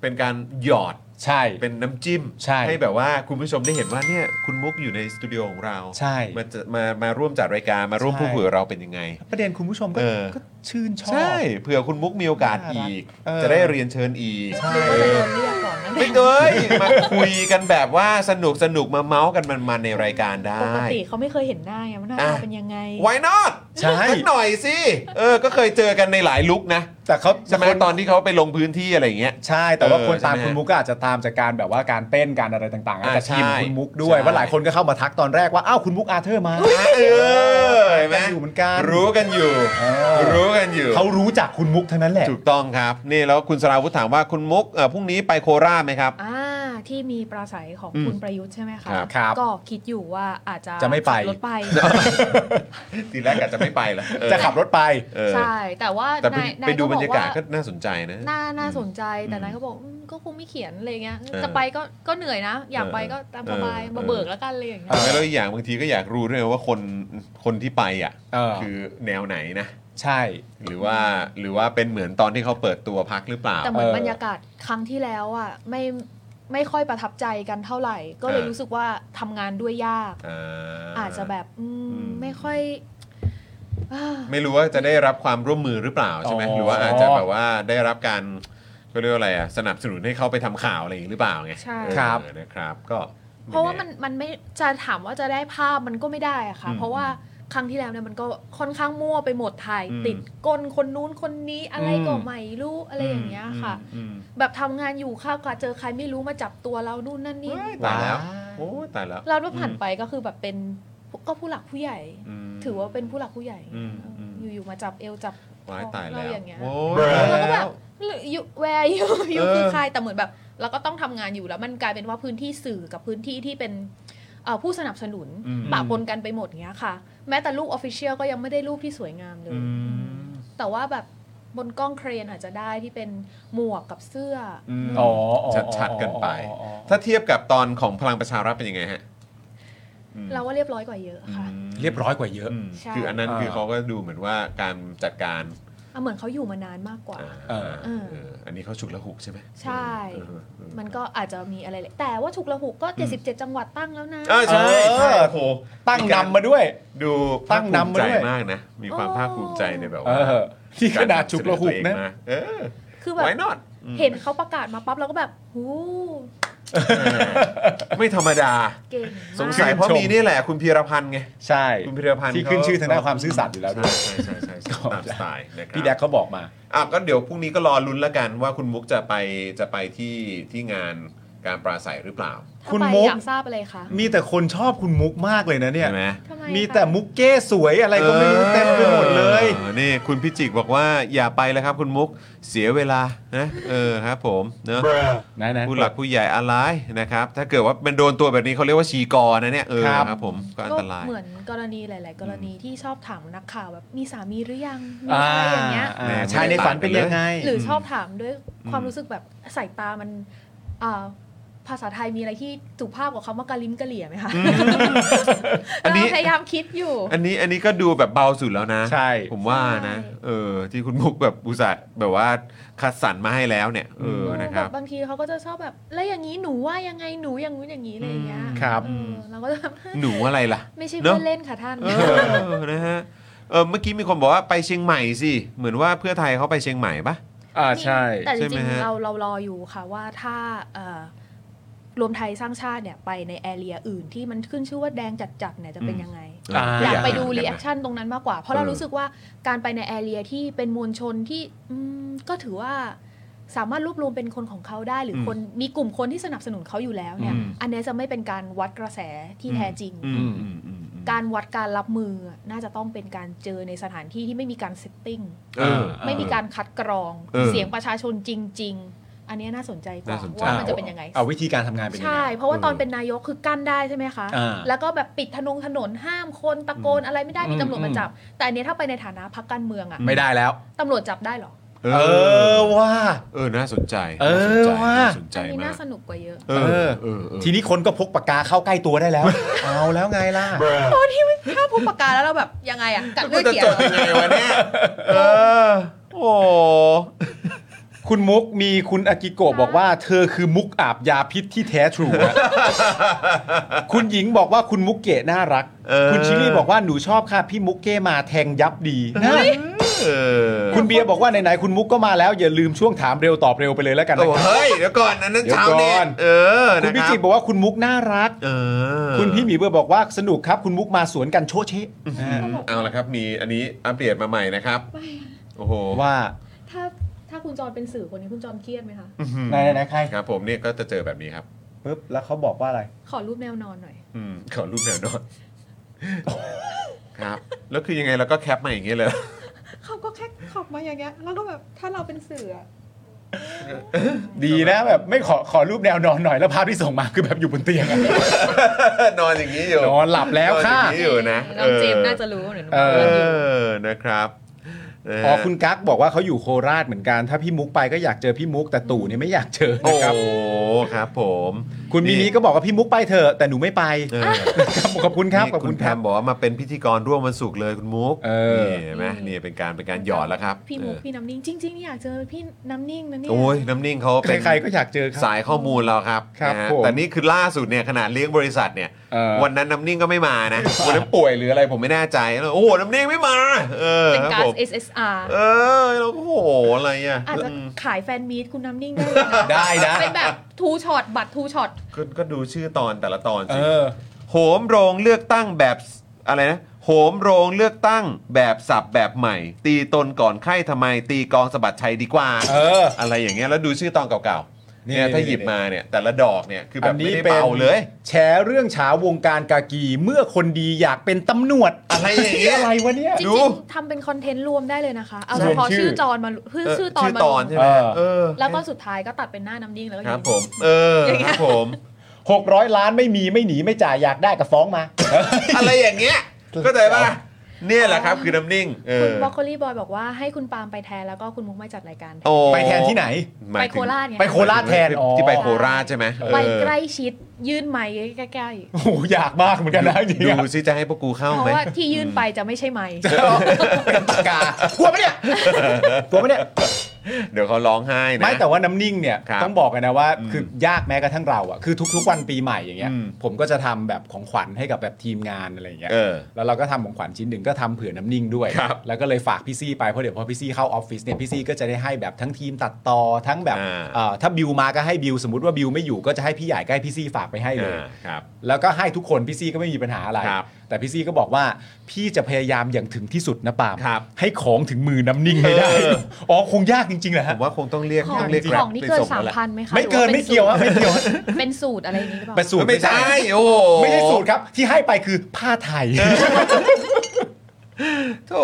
S1: เป็นการหยอด
S2: ใช่
S1: เป็นน้ำจิ้ม
S2: ใช่
S1: แบบว่าคุณผู้ชมได้เห็นว่าเนี่ยคุณมุกอยู่ในสตูดิโอของเรา
S2: ใช่
S1: มาจะมามาร่วมจัดรายการมาร่วม
S2: ใช่
S1: พูดคุยกับเราเป็นยังไง
S2: ประเด็นคุณผู้ชมก็
S1: เออ
S2: ก็ชื่นชอบ
S1: ใช่เผื่อคุณมุกมีโอกาสอีก
S2: เออ
S1: จะได้เรียนเชิญอีก
S2: ใช่
S7: หรือว่าจะโดนเรียกก่อนนะ
S1: ไม่เคยมาคุยกันแบบว่าสนุกสนุกมาเมาส์กันมันมันๆในรายการได้
S7: ปกติเขาไม่เคยเห็นหน้าไงว่าหน้า
S1: อ่ะ
S7: ตาเป็นยังไง
S1: Why not
S2: ใช่
S1: สักหน่อยสิเออ ก็เคยเจอกันในหลายลุกนะ
S2: แต่เขา
S1: ใช่ไหม
S2: คน
S1: ตอนที่เขาไปลงพื้นที่อะไรอย่างเงี้ย
S2: ใช่ แต่ว่า
S1: เออ
S2: คนตาม
S1: ใช่ไหม
S2: คุณมุกก็อาจจะตามจากการแบบว่าการเต้นการอะไรต่างๆอาจ
S1: อ่า
S2: จะทีม
S1: ใช่
S2: คุณมุกด้วย
S1: ใช่
S2: ว่าะหลายคนก็เข้ามาทักตอนแรกว่า อ้าวคุณมุกอาเธอร์มา
S1: เออเห็นไหม
S2: อยู่เหมือนกัน
S1: รู้กันอยู่
S2: เออ
S1: รู้กันอยู่
S2: เขารู้จักคุณมุกทั้งนั้นแหละ
S1: ถูกต้องครับ นี่แล้วคุณสราวุธถามว่าคุณมุกเอ่อพรุ่งนี้ไปโคราชไหมครับ
S7: อ่า ที่มีปราศัยของ
S1: อืม
S7: คุณประยุทธ์ใช่ไหมคะ
S1: ครับ
S2: ครับ
S7: ก็คิดอยู่ว่าอาจจะ
S2: จะไม่ไป
S7: ขับรถไป
S1: ทีแรกกะจะไม่ไปละเออ
S2: จะขับรถไป
S1: เออ
S7: ใช่ แต่ว่า
S1: แต่ไป
S7: นายนาย
S1: ไปดู
S7: อบ
S1: ร
S7: อ
S1: รยากาศก็น่าสนใจนะ
S7: ว่าน่าน่าสนใจแต่
S1: อืม
S7: นายก็บอกอืมก็คงไม่เขียนอะไรเงี้ย
S1: เออ
S7: จะไปก็ก็เหนื่อยนะ อยากไปก็ตามสบาย
S1: เออ
S7: มาเบิกแล้วกันอะไรอย่างเงี้ย
S1: เออแล้วอีกอย่างบางทีก็อยากรู้ด้วยว่าคนคนที่ไปอ่ะ
S2: เออ
S1: คือแนวไหนนะ
S2: ใช่
S1: หรือว่าหรือว่าเป็นเหมือนตอนที่เขาเปิดตัวพักหรือเปล่า
S7: แต่เหมือน
S2: เออ
S7: บรรยากาศครั้งที่แล้วอ่ะไม่ไม่ค่อยประทับใจกันเท่าไหร่ ก็เลย
S1: เออ
S7: รู้สึกว่าทำงานด้วยยาก อาจจะแบบอืม
S1: อืม
S7: ไม่ค่อยอ่า
S1: ไม่รู้ว่าจะได้รับความร่วมมือหรือเปล่าใช่ไหม
S2: อ๋อ
S1: หรือว่าอาจจะแบบว่าได้รับการเขาเรียกว่าอะไรอ่ะสนับสนุนให้เขาไปทำข่าวอะไรอย่างนี้หรือเปล่าไง
S7: ใช่
S1: เออนะครับ ก็ไแ
S7: เพราะว่ามันมันไม่จะถามว่าจะได้ภาพมันก็ไม่ได้อะค่ะ
S1: อืม
S7: เพราะว่าครั้งที่แล้วเนี่ยมันก็ค่อนข้างมั่วไปหมดถ่าย
S1: อืม
S7: ติดก้นคนนู้นคนนี้อะไรก็
S1: อืม
S7: ไม่รู้อะไรอย่างเงี้ยค่ะ
S1: อืม
S7: แบบทำงานอยู่ข้าวกะเจอใครไม่รู้มาจับตัวเรานู่นนั่น
S1: อื
S7: นี่
S1: มตายแล้วโอ้ยตายแล้ว
S7: เราผ่านไปก็คือแบบเป็นก็ผู้หลักผู้ใหญ่
S1: ม
S7: ถือว่าเป็นผู้หลักผู้ใหญ่
S1: อืมอืม
S7: อยู่ๆมาจับเอวจับ
S1: ว้าย
S7: คอ
S1: ตาย
S7: เรา
S1: แล้ว
S7: อย่างเงี้ย
S1: โอ้ย
S7: แล้วเราก็แบบอยู่แวร์อยู่ อยู่
S1: เออ
S7: คือใครแต่เหมือนแบบเราก็ต้องทำงานอยู่แล้วมันกลายเป็นว่าพื้นที่สื่อกับพื้นที่ที่เป็นเอ่อผู้สนับสนุน
S1: อืม
S7: ปะปนกันไปหมดเงี้ยค่ะ แม้แต่รูปออฟฟิเชียลก็ยังไม่ได้รูปที่สวยงามเลย
S1: อืม
S7: แต่ว่าแบบบนกล้องเครนอาจจะได้ที่เป็นหมวกกับเสื้ออ
S1: ม
S2: อ๋ออ๋อ
S1: ชัดๆกันไป
S2: อ๋ออ๋ออ๋อ
S1: ถ้าเทียบกับตอนของพลังประชารัฐเป็นยังไงฮะอืม
S7: เราว่าเรียบร้อยกว่าเยอะค่ะ
S1: อืม
S2: เรียบร้อยกว่าเยอะ
S1: อืม
S7: ใช่
S1: คืออันนั้น
S2: อ่า
S1: คือเขาก็ดูเหมือนว่าการจัดการ
S7: เอาเหมือนเขาอยู่มานานมากกว่า
S2: เออ
S1: เออเอออันนี้เขาฉุกละหุกใช่ไหม
S7: ใช่
S1: เออเออ
S7: มันก็อาจจะมีอะไรแหละแต่ว่าฉุกละหุกก็
S1: อืม
S7: 77 จังหวัดตั้งแล้วนะ
S1: เออใช่
S2: เออ
S1: ใช่โอ้โห
S2: ตั้งนำมาด้วย
S1: ดู
S2: ตั้งนำมาด้ว
S1: ภค
S2: ย
S1: ภูใจมากนะ มีความ
S7: โอ้
S1: ภาคภูมิใจในแบบ
S2: เอ
S1: ว่า
S2: อที่ขนาดฉุกละหุก
S1: าร
S2: นะ
S1: นำเสนอตัวเองมาเออ
S7: คือแบบ
S1: why not อืม
S7: เห็นเขาประกาศมาปั๊บเราก็แบบหู
S1: ไม่ธรรมดา
S7: เก่ง
S1: สง
S7: มาก
S1: สัยเพราะมีนี่แหละคุณพีรพันธ์ไง
S2: ใช่
S1: คุณพีรพันธ์
S2: ที่ขึ้นชื่อทางด้านความซื่อสัตย์อยู่แล้วด้วย
S1: ใช่ใช่ใช่ใช่ตามสไตล์นะครับ
S2: พี่แดกเขาบอกมา
S1: อ่ะก็เดี๋ยวพรุ่งนี้ก็รอลุ้นแล้วกันว่าคุณมุกจะไปจะไปที่ที่งานการปราศัยหรือเปล่า
S7: ถ้า
S2: คุณ
S7: ไป
S2: มุก
S7: อยากทราบอะไรคะ
S2: มีแต่คนชอบคุณมุกมากเลยนะเนี่ย
S1: ใช่ไหม
S7: ทำไม
S2: มี
S7: คะ
S2: แต่มุกเก้สวยอะไรก็ไม่รู้เต็มไปหมดเลย
S1: ออนี่คุณพิจิกบอกว่าอย่าไปแล้วครับคุณมุกเสียเวลานะเออครับผมเนอะ
S2: ไหนๆ
S1: ผู้หลักผู้ใหญ่อะไรนะครับ ถ้าเกิดว่ามันโดนตัวแบบนี้เขาเรียกว่าชีกอนะเนี่ยเออ
S2: ครับ
S1: ครับผมก็อัน
S7: ก็
S1: ตราย
S7: เหมือนกรณีหลาย ๆ กรณีที่ชอบถามนักข่าวแบบมีสามีหรือยังมี
S2: อ่า
S7: อะไรอย่างเงี้ย
S2: อ่าชายในฝันเป็นยังไง
S7: หรือชอบถามด้วยความ
S1: อืม
S7: รู้สึกแบบสายตามันอ่าภาษาไทยมีอะไรที่สุภาพกว่าคำว่ากะลิ้มกะเหลี่ยไหม คะ
S1: อัน
S7: เรา
S1: นี้
S7: พยายามคิดอยู่
S1: อันนี้อันนี้ก็ดูแบบเบาสุดแล้วนะ
S2: ใช่
S1: ผมว่านะ
S7: ใช่
S1: เออ ที่คุณมุกแบบอุตส่าห์แบบว่าคัดสรรมาให้แล้วเนี่ย เออนะค
S7: แบ
S1: รับบ
S7: างทีเขาก็จะชอบแบบ แล้วอย่างนี้หนูว่ายังไงหนูอย่างนู้นอย่างนี้อะไรอย่างเงี้ย
S2: ครับ
S7: เออเราก็จะแบบ
S1: หนูอะไรล่ะ
S7: ไม่ใช่
S1: เน
S7: เพื่
S1: อะ
S7: อนเล่นค่ะท่าน
S1: เออ นะฮะเออเมื่อกี้มีคนบอกว่าไปเชียงใหม่สิ เหมือนว่าเพื่อไทยเขาไปเชียงใหม่ปะ
S2: อ่าใช่
S7: แต่จ
S1: ใช่
S7: ริ
S1: ไห
S7: ง
S1: มฮะ
S7: ๆเราเรารออยู่ค่ะว่าถ้าเอ่อรวมไทยสร้างชาติเนี่ยไปในแอเรียอื่นที่มันขึ้นชื่อว่าแดงจัดๆเนี่ยจะเป็นยังไง
S2: อ่า
S7: อยา
S2: อยาก
S7: กไปดูรีแอ
S1: นะ
S7: คชั่นตรงนั้นมากกว่า เพราะ
S1: เออ
S7: เรารู้สึกว่าการไปในแอเรียที่เป็นมวลชนที่อืมก็ถือว่าสามารถรวบรวมเป็นคนของเขาได้ หรืออคนมีกลุ่มคนที่สนับสนุนเขาอยู่แล้วเนี่ย อันเนี้ยจะไม่เป็นการวัดกระแสที่แท้จริง
S1: อืมอืมอืมอืม
S7: การวัดการรับมือน่าจะต้องเป็นการเจอในสถานที่ที่ไม่มีการเซตติ้ง
S1: เออ
S7: ไม่มีการคัดกรอง
S1: เออ
S7: เสียงประชาชนจริง ๆ อันเนี้ยน่าสนใจกว่า
S1: น่าสนใจ
S7: ว่ามันจะเป็นยังไง
S2: เอาวิธีการทำงานเป็นยังไง
S7: ใช่ เพราะว่าตอนเป็นนายกคือกั้นได้ใช่ไหมคะ
S2: อ่า
S7: แล้วก็แบบปิดถนนถนนห้ามคนตะโกนอะไรไม่ได้มี
S2: อืม
S7: ตำรวจมาจับ แต่อันเนี้ยถ้าไปในฐานะพักการเมืองอะ
S2: ไม่ได้แล้ว
S7: ตำรวจจับได้เหรอ
S1: เอ
S2: เออ
S1: อ
S2: ว่า
S1: เออ น่าสนใจ
S2: เอ
S1: น่าสน
S2: อ
S1: ใจน่าสนใจ
S2: ว่ะ
S7: อันนี้
S1: มา
S7: น่าก สนุกกว่าเยอะ
S1: เออเออเออ
S2: ทีนี้คนก็พกปากกาเข้าใกล้ตัวได้แล้ว เอาแล้วไงล่ะ
S7: ถ้าพูดปากกาแล้วเราแบบยังไงอะกัดเลือด
S1: จะ
S7: เขีย
S1: จ
S7: น
S1: ดยังไงวะเนี่ย เออ โอ้
S2: คุณมุกมีคุณอากิโกะบอกว่า เธอคือมุกอาบยาพิษที่แท้ทรู อะ คุณหญิงบอกว่าคุณมุกเกะน่ารัก
S1: เออ
S2: คุณชิลลี่บอกว่าหนูชอบค่ะ พี่มุกเกะมาแทงยับดีนะ
S1: เออ
S2: คุณเบียร์บอกว่าไหนๆคุณมุกก็มาแล้วอย่าลืมช่วงถามเร็วตอบเร็วไปเลยแล้วกันนะ
S1: โอ้
S2: ครับ
S1: เฮ้ย เดี๋ยวก่อนอันนั้น
S2: เดี๋ยว
S1: ชาว
S2: ก่อน
S1: เน็ตเออ
S2: คุณ
S1: นะ
S2: พิ
S1: ครั
S2: จิตรบอกว่าคุณมุกน่ารัก
S1: เออ
S2: คุณพี่หมีเบอร์บอกว่าสนุกครับ คุณมุกมาสวนกันโชะเชะ
S1: เอาละครับ มีอันนี้อัปเดตมาใหม่นะครับ โอ้โห
S2: ว่า
S7: ถ้าถ้าคุณจอนเป็นสื่อคนนี้คุณจอนเครียดไหมคะ
S1: อื้อหือ
S2: ไหนไหนไหนใคร
S1: ครับผมเนี่ยก็จะเจอแบบนี้ครับ
S2: ปึ๊บแล้วเขาบอกว่าอะไร
S7: ขอรูปแนวนอนหน่อย
S1: อืมขอรูปแนวนอนครับ แล้วคือยังไงเราก็แคปมาอย่างนี้เลย
S7: เขาก็แค่ขอบมาอย่างเงี้ย แล้วก็แบบถ้าเราเป็นสื่ออะ
S2: ดีนะแบบไม่ขอขอรูปแนวนอนหน่อยแล้วภาพที่ส่งมาคือแบบอยู่บนเตียงอะ
S1: นอนอย่างนี้อยู่
S2: นอนหลับแล้วค่ะ
S1: นอนอย่างนี้อยู่นะ
S9: น้องเจมส์น่าจะรู้หนู
S2: เอ
S1: เออนะครับนะฮะ
S2: อ๋อคุณกั๊กบอกว่าเขาอยู่โคราชเหมือนกัน ถ้าพี่มุกไปก็อยากเจอพี่มุกแต่ตู่เนี่ยไม่อยากเจอ
S1: โอ้
S2: นะครับ
S1: โหครับผม
S2: คุณมินิก็บอกว่าพี่มุกไปเถอะแต่หนูไม่ไป
S1: เออ
S2: ครับ ขอบคุณครับ
S1: นี่
S2: ขอบ
S1: คุ
S2: คุณ ณ
S1: แพ
S2: ครับ
S1: มบอกว่ามาเป็นพิธีกรร่วมวันศุกร์เลยคุณมุก
S2: เออ
S1: นี่เห็นไหมนี่เป็นการเป็นการหยอดแล้วครับ
S7: พี่มุก
S1: เออ
S7: พี่น้ำนิ่งจริง ๆ อยากเจอพี่น้ำนิ่งนะเนี่ย
S1: โอ้ยน้ำนิ่งเขาเป็น
S2: ใครๆก็อยากเจอครับ
S1: สายข้อมูลเราครับ
S2: ครับ
S1: นะฮะ
S2: ผม
S1: แต่นี่คือล่าสุดเนี่ยขนาดเลี้ยงบริษัทเนี่ย
S2: เออ
S1: วันนั้นน้ำนิ่งก็ไม่มานะวันนั้นป่วยหรืออะไรผมไม่แน่ใจแล้วโอ้โหน้ำนิ่งไม่มาเออ
S9: เป็น
S1: ครั
S9: ก๊า
S1: บ
S9: ซ
S1: ผม
S9: SSR
S1: เออเราก็โอ้โหอะไรอ่ะ
S7: อาจจะขายแฟนมีตคุณน้ำนิ่งได้
S2: ได้นะ
S9: เป็นแบบทูช็อตบัตรทูช็อต
S1: ก็ก็ดูชื่อตอนแต่ละตอน
S2: เอ
S1: สิ
S2: อ
S1: โหมโรงเลือกตั้งแบบอะไรนะโหมโรงเลือกตั้งแบบสับแบบใหม่ ตีตนก่อนไข้ทำไม ตีกองสะบัดชัยดีกว่า
S2: เออ
S1: อะไรอย่างเงี้ยแล้วดูชื่อตอนเก่าๆ
S2: นี่
S1: เนี่ยถ้าหยิบ
S2: นี่
S1: มาเนี่ยแต่ละดอกเนี่ยคือแบบไม่ได้
S2: ป็น
S1: เบาเลย
S2: แฉเรื่องเฉาวงการกากีเมื่อคนดีอยากเป็นตำรวจ
S1: อะไรอย่างเงี้ย
S2: อะไรวะเนี่ย
S7: จริ
S1: ดู
S7: งๆทำเป็นคอนเทนต์รวมได้เลยนะคะ เอาเฉพาะ
S2: รวมชื่อ
S7: ชื่อจอนมาชื่อชื่อตอน
S1: ชื่อ
S7: มา
S1: ตอนใช่ไหม
S2: เออ
S1: เออ
S7: แล้วก็สุดท้ายก็ตัดเป็นหน้าน้ำนิ่งแล้วก็
S1: ค
S7: ยิ้
S1: รับผม เออครับผม
S2: 600 ล้านไม่มีไม่หนีไม่จ่ายอยากได้ก็ฟ้องมา
S1: อะไรอย่างเงี้ยก็ใจป่ะเนี่ยแหละครับคือน้ำนิ่ง เอ
S7: คุณ
S1: อบ
S7: รอกโคลี่บอยบอกว่าให้คุณปาล์มไปแทนแล้วก็คุณมุกไม่จัดรายการแทน
S1: โอ้
S2: ไปแทนที่ไหน
S1: หมย
S7: ไป
S1: ถึง
S7: โคราชไง
S2: ไปโคราชแทนอ๋อ
S1: ที่ไปโคราชใช่ไหมเออ
S7: ไปใกล้ชิดยื่นไม้ใกล้
S2: โอ้โหอยากมากเหมือนกันนะจริง
S1: ดู
S2: ๆอะ
S1: ซิจะให้พวกกู
S7: ๆ
S1: เข้า
S7: เพ
S1: ไหม
S7: ราะว่าที่ยื่นไปจะไม่ใช่ไม้
S2: เป็นปากกากลัวปะ เนี่ยกลัวปะเนี่ย
S1: เดี๋ยวเขาร้องไห้นะ
S2: ไม่แต่ว่าน้ำนิ่งเนี่ย
S1: ครับ
S2: ต้องบอกกันนะว่า
S1: อืม
S2: คือยากแม้กระทั่งเราอ่ะคือทุกๆวันปีใหม่อย่างเงี้ย
S1: อืม
S2: ผมก็จะทำแบบของขวัญให้กับแบบทีมงานอะไรอย่างเงี้ย
S1: เออ
S2: แล้วเราก็ทำของขวัญชิ้นหนึ่งก็ทำเผื่อน้ำนิ่งด้วย
S1: ครับ
S2: แล้วก็เลยฝากพี่ซี่ไปเพราะเดี๋ยวพอพี่ซี่เข้าออฟฟิศเนี่ยพี่ซี่ก็จะได้ให้แบบทั้งทีมตัดต่อทั้งแบบ
S1: อ่า
S2: เอ่อถ้าบิวมาก็ให้บิวสมมติว่าบิวไม่อยู่ก็จะให้พี่ใหญ่ใกล้พี่ซี่ฝากไปให้เลย
S1: อ่าครับ
S2: แล้วก็ให้ทุกคนพี่ซี่ก็ไม่มีปัญหาอะไร
S1: ครับ
S2: แต่พี่ซี่ก็บอกว่าพี่จะพยายามอย่างถึงที่สุดนะปาล์ม
S1: ครับ
S2: ให้ของถึงมือน้ำนิ่งให้ได้
S1: เออ
S2: อ๋อคงยากจริงๆแหละ
S1: ผ
S2: ฮะ
S1: มว่าคงต้องเรียก
S7: ของ
S1: ต้องเรียก
S7: ของนี่เกินสามพันไหมคะ
S2: ไม่เกิน
S7: หรือ
S2: ไม่
S7: ว่า
S2: เกี่ยวอะไม่เกี่ยวอะ
S7: เป็นสูตรอะไรอย่างนี้หรือเปล่า
S2: เป็นสูตร
S1: ไม่ใช่โอ้
S2: ไม่ใช่สูตรครับ ที่ให้ไปคือผ้าไทย
S1: โธ่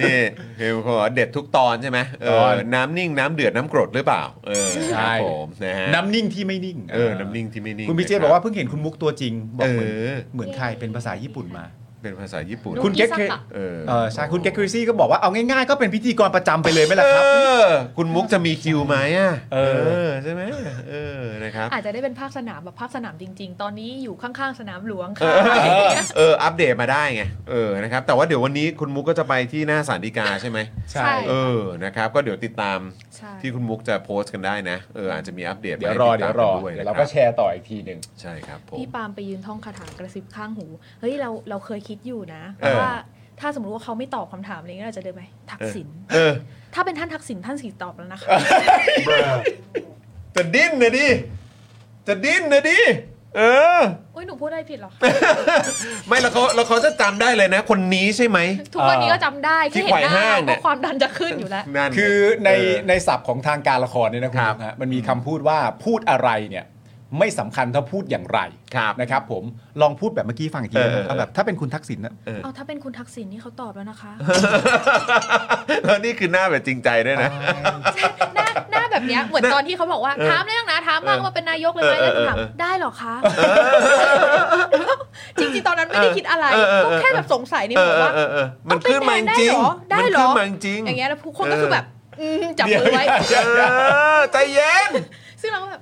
S1: นี่เห็นเขาบอกว่าเด็ดทุกตอนใช่ไหมเอ
S2: ตอ
S1: อน น้ำนิ่งน้ำเดือดน้ำกรดหรือเปล่า เออครับผมนะฮะ
S2: น้ำนิ่งที่ไม่นิ่ง
S1: เออน้ำนิ่งที่ไม่นิ่ง
S2: คุณพิเชษ
S1: นะ
S2: บ
S1: รั
S2: อกว่าเพิ่งเห็นคุณมุกตัวจริงบอ
S1: เอก
S2: เหมือน
S1: อ
S2: เหมือนใครเป็นภาษาญี่ปุ่นมา
S1: เป็นภาษาญี่ปุ่น
S2: คุณเก๊กเค
S1: เออ
S2: เออใช่คุณเก๊กคริซี่ก็บอกว่าเอาง่ายๆก็เป็นพิธีกรประจำไปเลยไหม
S1: เอ
S2: ล่ะครับ
S1: อ คุณมุกจะมีคิวไหมอ่ะ
S2: เออ
S1: ใช่ไหมเออนะครับ
S7: อาจจะได้เป็นภาคสนามแบบภาคสนามจริง ๆ ตอนนี้อยู่ข้างๆสนามหลวง
S1: เอ
S7: ค่ะ
S1: อเออเอออัปเดตมาได้ไงเออนะครับ แต่ว่าเดี๋ยววันนี้คุณมุกก็จะไปที่หน้าสารดีกาใช่ไหม
S2: ใช่
S1: เออนะครับ ก็เดี๋ยวติดตาม
S7: ใช่
S1: ที่คุณมุกจะโพสต์กันได้นะเอออาจจะมีอัปเดต
S2: เดี๋ยวรอ
S1: มาให้ติ
S2: เดี๋ยว
S1: ตาม
S2: รอ
S1: กันด้วย
S2: เดี๋ย
S1: นะ
S2: วเรา
S1: ค
S2: ก็
S1: รับ
S2: แชร์ต่ออีกทีหนึ่ง
S1: ใช่ครับผม
S7: พี่ปาล์มไปยืนท่องคาถากระซิบข้างหู เฮ้ยเราเราเคยคิดอยู่นะ
S1: เออ
S7: ว่าถ้าสมมติว่าเขาไม่ตอบคำถามอะไรเงี้ยเราจะเดินไปทักษิณ
S1: เออ
S7: ถ้าเป็นท่านทักษิณท่านสีตอบแล้วนะคะ
S1: จะดิ้นนะดิจะดิ้นนะดิเออ
S7: อุ้ยหนูพูดได้ผิดเหรอคะ
S1: ไม่แล้วเขาแล้วเขาจะจำได้เลยนะ คนนี้ใช่ไหม
S7: ทุกวันนี้ก็จำได้
S1: ที่
S7: แค่
S1: ไข
S7: เห็
S1: ว่
S7: นหน้า
S1: ห้างเนี่
S7: ก็
S1: ย
S7: ความดันจะขึ้นอยู่แล้ว
S1: นั่น
S2: คือใน
S1: เออ
S2: ในศัพท์ของทางการละครเนี่ยนะคุณ
S1: ครับ
S2: ผู้ชมฮะมันมีคำพูดว่าพูดอะไรเนี่ยไม่สำคัญถ้าพูดอย่างไร
S1: ครับ
S2: นะครับผมลองพูดแบบเมื่อกี้ฟังอีกที
S1: เออ
S2: นะ
S1: เออเออ
S2: เอาแบบถ้าเป็นคุณทักษิณนะ
S7: เอาถ้าเป็นคุณทักษิณนี่เขาตอบแล้วนะคะ
S1: แล้วนี่คือหน้าแบบจริงใจด้วยนะ
S7: หน้าหน้าแบบเนี้ยเหมือนตอนที่เขาบอกว่าถามเรื่องนะถามบ้างว่าเป็นนายกเลยไหม
S1: เอ
S7: แล้
S1: อ
S7: ว
S1: เออ
S7: ถาม
S1: เออ
S7: ได้เหรอคะจริงๆตอนนั้นไม่ได้คิดอะไร
S1: เออเออเออ
S7: ก็แค่แบบสงสัยใน
S1: เอ
S7: หั
S1: อ
S7: ว
S1: เออ
S7: ว่า
S1: เออเออมันขึ้นมาจริง
S7: ได้
S1: มั
S7: เหรอ
S1: ขึ้นมาจริง
S7: อย่างเงี้ยแล้วทุกคน
S1: เออ
S7: ก็คือแบบอืมจับมือไว้
S1: เออใจเย็น
S7: ซึ่งเราก็แบบ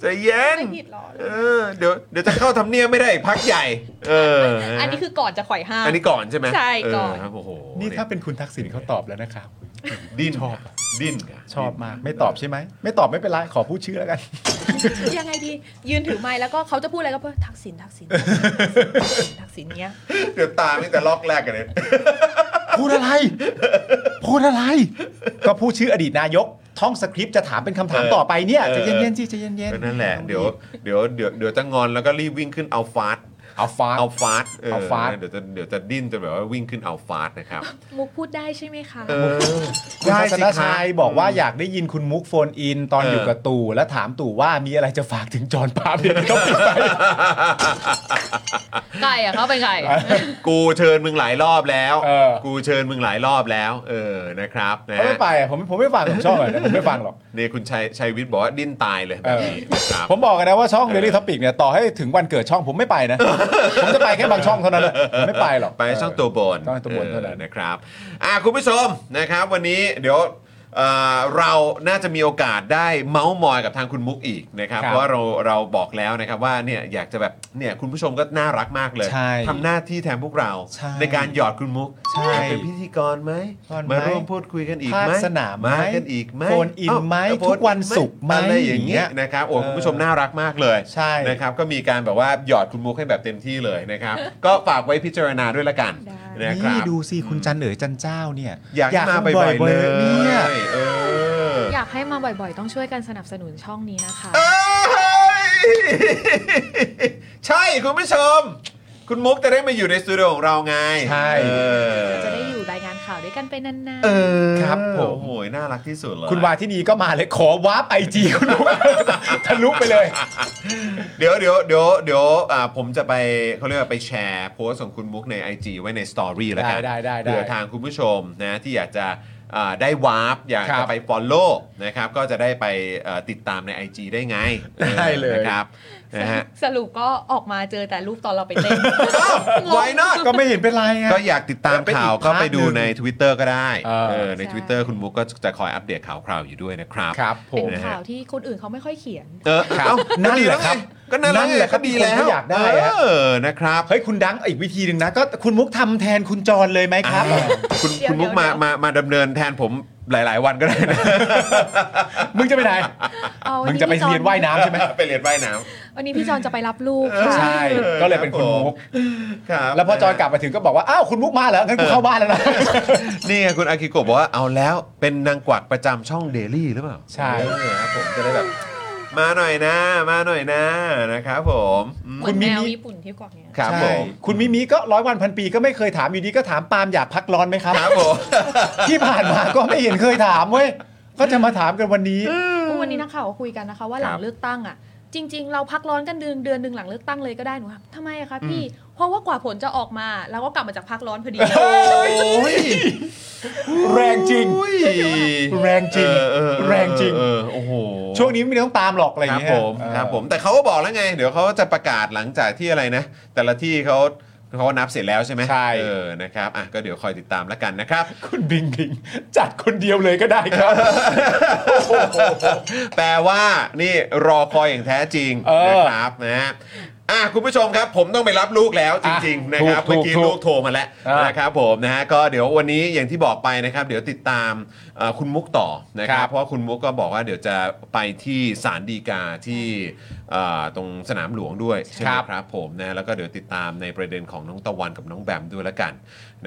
S1: ใจเย็น
S7: ไม่ผิดหรอ
S1: เออเดี๋ยวเดี๋ยวจะเข้าทำเนียบไม่ได้อีกพักใหญ่ เออ
S7: อันนี้คือก่อนจะข่อยห้าม
S1: อันนี้ก่อนใช่ไหม
S7: ใช่ก่อน
S1: เครับโอ้โห
S2: นี่ถ้าเป็นคุณทักษิณเขาตอบแล้วนะครับ
S1: ดิ้น
S2: ชอบ
S1: ดิ้น
S2: ชอบมากไม่ตอบใช่ไหมไม่ตอบไม่เป็นไรขอพูดชื่อแล้วกัน
S7: ยังไงดี ยืนถือไม้แล้วก็เขาจะพูดอะไรก็พูดทักษิณทักษิณทักษิณเนี้ย
S1: เดี๋ยวตามตั้งแต่ลอกแรกกันเลย
S2: พูดอะไร พูดอะไร ก็พูดชื่ออดีตนายก ท่องสคริปต์จะถามเป็นคำถามต่อไปเนี่ยใจะเย็นๆจีจะเย็น
S1: ก็นั่นแหละเดี๋ยวเดี๋ยวเดี๋ยวเดี๋ยวจะงอนแล้วก็รีบวิ่งขึ้นเอาฟาส
S2: เอาฟาด
S1: เอาฟาสเออ
S2: Outfast
S1: เดี๋ยวจะเดี๋ยวจะดิ้นจนแบบว่าวิ่งขึ้นเอาฟาสนะครับ
S7: มุกพูดได้ใช่ไหมคะ
S1: เออ
S2: คุณทัศนชัยบอกว่าอยากได้ยินคุณมุกโฟนอินตอน
S1: เออ
S2: อ
S1: อ
S2: ยู่กับตู่และถามตู่ว่ามีอะไรจะฝากถึงจอห์นปาล์มเดี๋ยวนี้ต้อง ปิดไป
S9: ไก่อะเขาเป็นไก่
S1: กูเชิญมึงหลายรอบแล้ว
S2: เออ
S1: กูเชิญมึงหลายรอบแล้ว เออนะครับนะ
S2: เขา
S1: ฮะ
S2: ไม่ไปอ่ะผมผมไม่ฟังผมชอบเลยผมไม่ฟังหรอก
S1: นี่คุณชัยชัยวิทย์บอกว่าดิ้นตายเลยแบบนี้นะครับ
S2: ผมบอกกันนะว่าช่อง Daily Topic เนี่ยต่อให้ถึงวันเกิดช่องผมไม่ไปนะ ผมจะไปแค่บางช่องเท่านั้นแหละผมไม่ไปหรอก
S1: ไปช่องตัวบน
S2: ช่องตัวบนเท่านั้น
S1: ออนะครับอ่ะคุณผู้ชมนะครับวันนี้เดี๋ยวเอ่อเราน่าจะมีโอกาสได้เมาส์มอยกับทางคุณมุกอีกนะครับ
S2: ครั
S1: เพ
S2: บ
S1: ราะว่าเราเราบอกแล้วนะครับว่าเนี่ยอยากจะแบบเนี่ยคุณผู้ชมก็น่ารักมากเลย
S2: ใช่
S1: ทำหน้าที่แทนพวกเรา
S2: ใช่
S1: การหยอดคุณมุก
S2: ใช่
S1: อยากเป็นพิธีกรไหม
S2: ก่อนไหม
S1: มาร่วมพูดคุยกันอีก
S2: ภาค
S1: ไหม
S2: สนามไหม
S1: มากันอีกไหม
S2: โฟนอินไหม
S1: เา
S2: ทุกวันศุกร์ไหม
S1: อะไรอย่างเงี้ยนะครับโอ้
S2: เออ
S1: คุณผู้ชมน่ารักมากเลย
S2: ใช่
S1: นะครับ นะครับก็มีการแบบว่าหยอดคุณมุกให้แบบเต็มที่เลย นะครับ ก็ฝากไว้พิจารณาด้วยละกัน
S2: น
S1: นะครั
S2: ี่
S1: บ
S2: ดูสิคุณจันเอ๋ยจันเจ้าเนี่ย
S1: อยากให้มา
S2: ให้
S1: บ่อยๆเลย
S2: เนี่ย
S1: เออ
S7: อยากให้มาบ่อยๆ ต้องช่วยกันสนับสนุนช่องนี้นะคะ
S1: เอ้ย ใช่คุณผู้ชม คุณมุกจะได้มาอยู่ในสตูดิโอของเราไง
S2: ใช่
S1: เออ
S7: จะได้อยู่รายงานข่าวด้วยกันไปนาน
S1: เออ
S2: ครับผม
S1: โอ้โหน่ารักที่สุดเลย
S2: คุณวาที่นี่ก็มาเลยขอวาร์ปไอจีคุณมุก ทะลุไป เลย
S1: เดี๋ยวเดี๋ยวเดี๋ยวเดี๋ยวอ่าผมจะไปเขาเรียกว่าไปแชร์โพสต์ของคุณมุกใน IG ไว้ในสตอรี่แล้วกัน
S2: ได้ได้ได้ได้
S1: เผื่อทางคุณผู้ชมนะที่อยากจะอ่าได้วาร์ปอยาก
S2: ครั
S1: จะ
S2: บ
S1: ไป Follow นะครับก็จะได้ไปเอ่อติดตามใน IG ได้ไง
S2: ได้เลย
S1: นะครับนะฮะ
S9: สรุปก็ออกมาเจอแต่รูปตอนเราไปเต้น
S1: ไว้นอก
S2: ก็ไม่เห็นเป็นไรไง
S1: ก็อยากติดตาม
S2: เป็นอีก
S1: ข่าวก็ไปดูใน
S2: ภาพหนึ่ง
S1: Twitter ก็ได้
S2: เออ
S1: เออใน Twitter คุณมุกก็จะคอยอัปเดตข่าวคราวอยู่ด้วยนะครับ
S2: ครับผ
S7: ๆ เป็น
S2: ม
S1: นะฮะ
S7: ข่าวที่คนอื่นเขาไม่ค่อยเขียน
S1: เออเอ้า
S2: นั่นแหละครับ
S1: ก็นั่นแหละ
S2: นั่นแหละครั
S1: ก็
S2: บ
S1: ดีแล้ว
S2: ที่คนก็อยากได้ฮะ
S1: เออนะครับ
S2: เฮ้ยคุณดังอีกวิธีหนึ่งนะก็คุณมุกทำแทนคุณจรเลยไหมครับ
S1: อ่าคุณ
S7: เดี๋ยว
S1: คุณมุกมา
S7: เดี๋ยว
S1: มามาดำเนินแทนผมหลาย ๆ วันก็ได้นะ
S2: มึงจะไปไหน
S7: เอาวั
S2: มึง
S7: นนี้
S2: จะไป
S7: พี่จอ
S2: เรียนว่ายน้ำใช่ไหม
S1: ไปเรียนว่ายน้
S7: วันนี้พี่จอนจะไปรับลูก
S2: ใช่ ก็เลยเป็นคุณมุก
S1: ำครับ
S2: แล้วพอจอยกลับมาถึงก็บอกว่า อ้าว คุณมุกมาแล้ว งั้นกูเข้าบ้านแล้วนะ
S1: นี่ไงคุณอากิโกะบอกว่าเอาแล้วเป็นนางกวักประจำช่องเดลี่หรือเปล่า
S2: ใช่
S1: เออครับผมจะได้แบบ มาหน่อยนะ มาหน่อยนะนะครับผมอืม
S9: เหมื
S2: คุ
S9: อ
S2: ณ
S9: น
S2: มิ
S9: แม
S2: มิ
S9: วญี่ปุ่นที่กวักเนี่ย
S1: ครับผ
S2: ใช่
S1: ม
S2: คุณมิมิ ก็ร้อยวันพันปีก็ไม่เคยถามอยู่ดีก็ถามปาล์มอยากพักร้อนไหมครับ
S1: ครับผม
S2: ที่ผ่านมาก็ไม่เห็นเคยถามเว้ย ก็จะมาถามกันวันนี้
S7: วันนี้นักข่าวก็คุยกันนะคะ ว่าหลั
S1: ค
S7: ง
S1: รับ
S7: เลือกตั้งอ่ะ จริง ๆ เราพักร้อนกันเดือนเดือนหนึ่งหลังเลือกตั้งเลยก็ได้หนูว่าทำไมอะคะพี่ เพราะว่ากว่าผลจะออกมาเราก็กลับมาจากพักร้อนพอดี
S1: โอ้ย
S2: แรงจริง
S1: อุ้ย
S2: แรงจริง
S1: เออเออเออ
S2: แรงจริง
S1: เออเออโอ้โห
S2: ช่วงนี้ไม่ต้องตามหรอกอะไรอ
S1: ค
S2: ย่า
S1: รั
S2: ง
S1: บ
S2: เงี้ย
S1: ผม
S2: เออ
S1: ครับผม แต่เขาก็บอกแล้วไง เดี๋ยวเขาจะประกาศหลังจากที่อะไรนะ แต่ละที่เขาเขานับเสร็จแล้วใช่ไหม
S2: ใช่
S1: เออนะครับอ่ะก็เดี๋ยวคอยติดตามแล้วกันนะครับ
S2: คุณบิงบิงจัดคนเดียวเลยก็ได้ครับ
S1: แปลว่านี่รอคอยอย่างแท้จริง
S2: เออ
S1: นะครับนะฮะอ่ะคุณผู้ชมครับ ผมต้องไปรับลูกแล้วจริง ๆ
S2: อ่ะ
S1: นะครับ
S2: ถู
S1: เมื่อก กี้
S2: ถูก
S1: ลูกโทรมาแล้ว
S2: อ่าน
S1: นะครับผมนะฮะก็เดี๋ยววันนี้อย่างที่บอกไปนะครับ เดี๋ยวติดตามเอ่อคุณมุกต่อนะค
S2: ค
S1: รั
S2: รับ บ
S1: เพราะว่าคุณมุกก็บอกว่าเดี๋ยวจะไปที่ศาลฎีกาที่เอ่อตรงสนามหลวงด้วยใช่ไหม
S2: ครับ
S1: ครับผมนะแล้วก็เดี๋ยวติดตามในประเด็นของน้องตะวันกับน้องแบมด้วยละกัน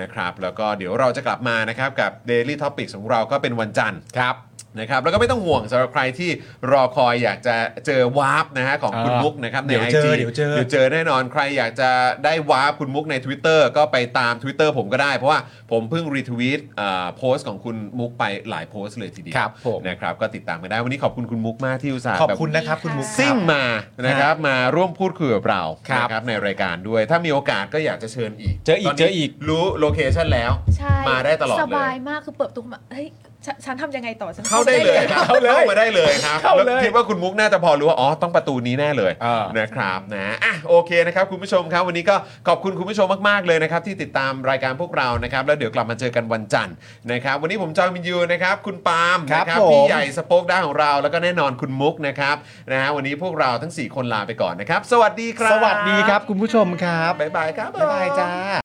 S1: นะครับ แล้วก็เดี๋ยวเราจะกลับมานะครับกับ Daily Topics ของเราก็เป็นวันจันทร์
S2: ครับ
S1: นะครับแล้วก็ไม่ต้องห่วงสำหรับใครที่รอคอยอยากจะเจอวาร์ปนะฮะของ
S2: อ่า
S1: คุณมุกนะครับใน
S2: เดี๋ยว
S1: ไอ
S2: เจ
S1: จี
S2: อเดี๋ยวเจอ
S1: แน่นอนใครอยากจะได้วาร์ปคุณมุกใน Twitter ก็ไปตาม Twitter ผมก็ได้ เพราะว่าผมเพิ่งรีทวีตเอ่อโพสต์ของคุณมุกไปหลายโพสต์เลยทีเดียว
S2: ครับผม
S1: นะครับก็ติดตามกันได้วันนี้ขอบคุณคุณมุกมากที่อุตส่าห์
S2: ขอบ
S1: แบบ
S2: คุณนะครับคุณมุก
S1: ซิ่งมานะครับมาร่วมพูดคุยกับเรา
S2: ครับ
S1: นะครับในรายการด้วย ถ้ามีโอกาสก็อยากจะเชิญอีก
S2: เจออี
S1: ต
S2: ก
S1: นนี้
S2: เจออีก
S1: รู้โลเคชันแล้ว
S7: ใช่
S1: มาได้ตลอดเลย
S7: สบายมากคือเปิดประตูมาเฮ้ยฉันฉันทำยังไงต่อฉัน
S1: เข้าได้เลยครับ
S2: เข้าเลย
S1: เข้ามาได้เลยครับ
S2: เข้าเลย
S1: แล้วคิดว่าคุณมุกน่าจะพอรู้ว่าอ๋อต้องประตูนี้แน่เลย
S2: เออ
S1: นะครับนะอ่ะโอเคนะครับคุณผู้ชมครับวันนี้ก็ขอบคุณคุณผู้ชมมากๆเลยนะครับที่ติดตามรายการพวกเรานะครับแล้วเดี๋ยวกลับมาเจอกันวันจันทร์นะครับวันนี้ผมจอห์นวินยูนะครับคุณปาล์ม
S2: ครับ
S1: นะ
S2: ผม
S1: พี่ใหญ่สป็อกด้าของเราแล้วก็แน่นอนคุณมุกนะครับนะฮะวันนี้พวกเราทั้งสี่คนลาไปก่อนนะครับสวัสดีครับ
S2: สวัสดีครับคุณผู้ชมครับ
S1: บ๊ายบายครับ
S2: บ๊ายบายจ้า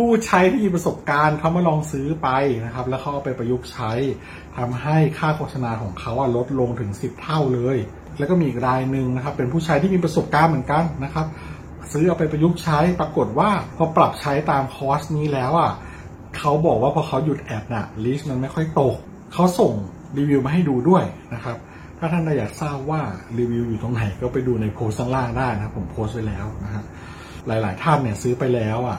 S6: ผู้ใช้ที่มีประสบการณ์เขามาลองซื้อไปนะครับ แล้วเขาเอาไปประยุกต์ใช้ทำให้ค่าโฆษณาของเขาอะลดลงถึง 10 เท่าเลย แล้วก็มีอีกรายหนึ่งนะครับ เป็นผู้ใช้ที่มีประสบการณ์เหมือนกันนะครับ ซื้อเอาไปประยุกต์ใช้ปรากฏว่าพอปรับใช้ตามคอร์สนี้แล้วอ่ะเขาบอกว่าพอเขาหยุดแอดน่ะลิสต์มันไม่ค่อยตกเขาส่งรีวิวมาให้ดูด้วยนะครับ ถ้าท่านอยากทราบว่ารีวิวอยู่ตรงไหนก็ไปดูในโพสต์ข้างล่างได้นะครับผมโพสต์ไว้แล้วนะฮะหลาย ๆ ท่านเนี่ยซื้อไปแล้วอ่ะ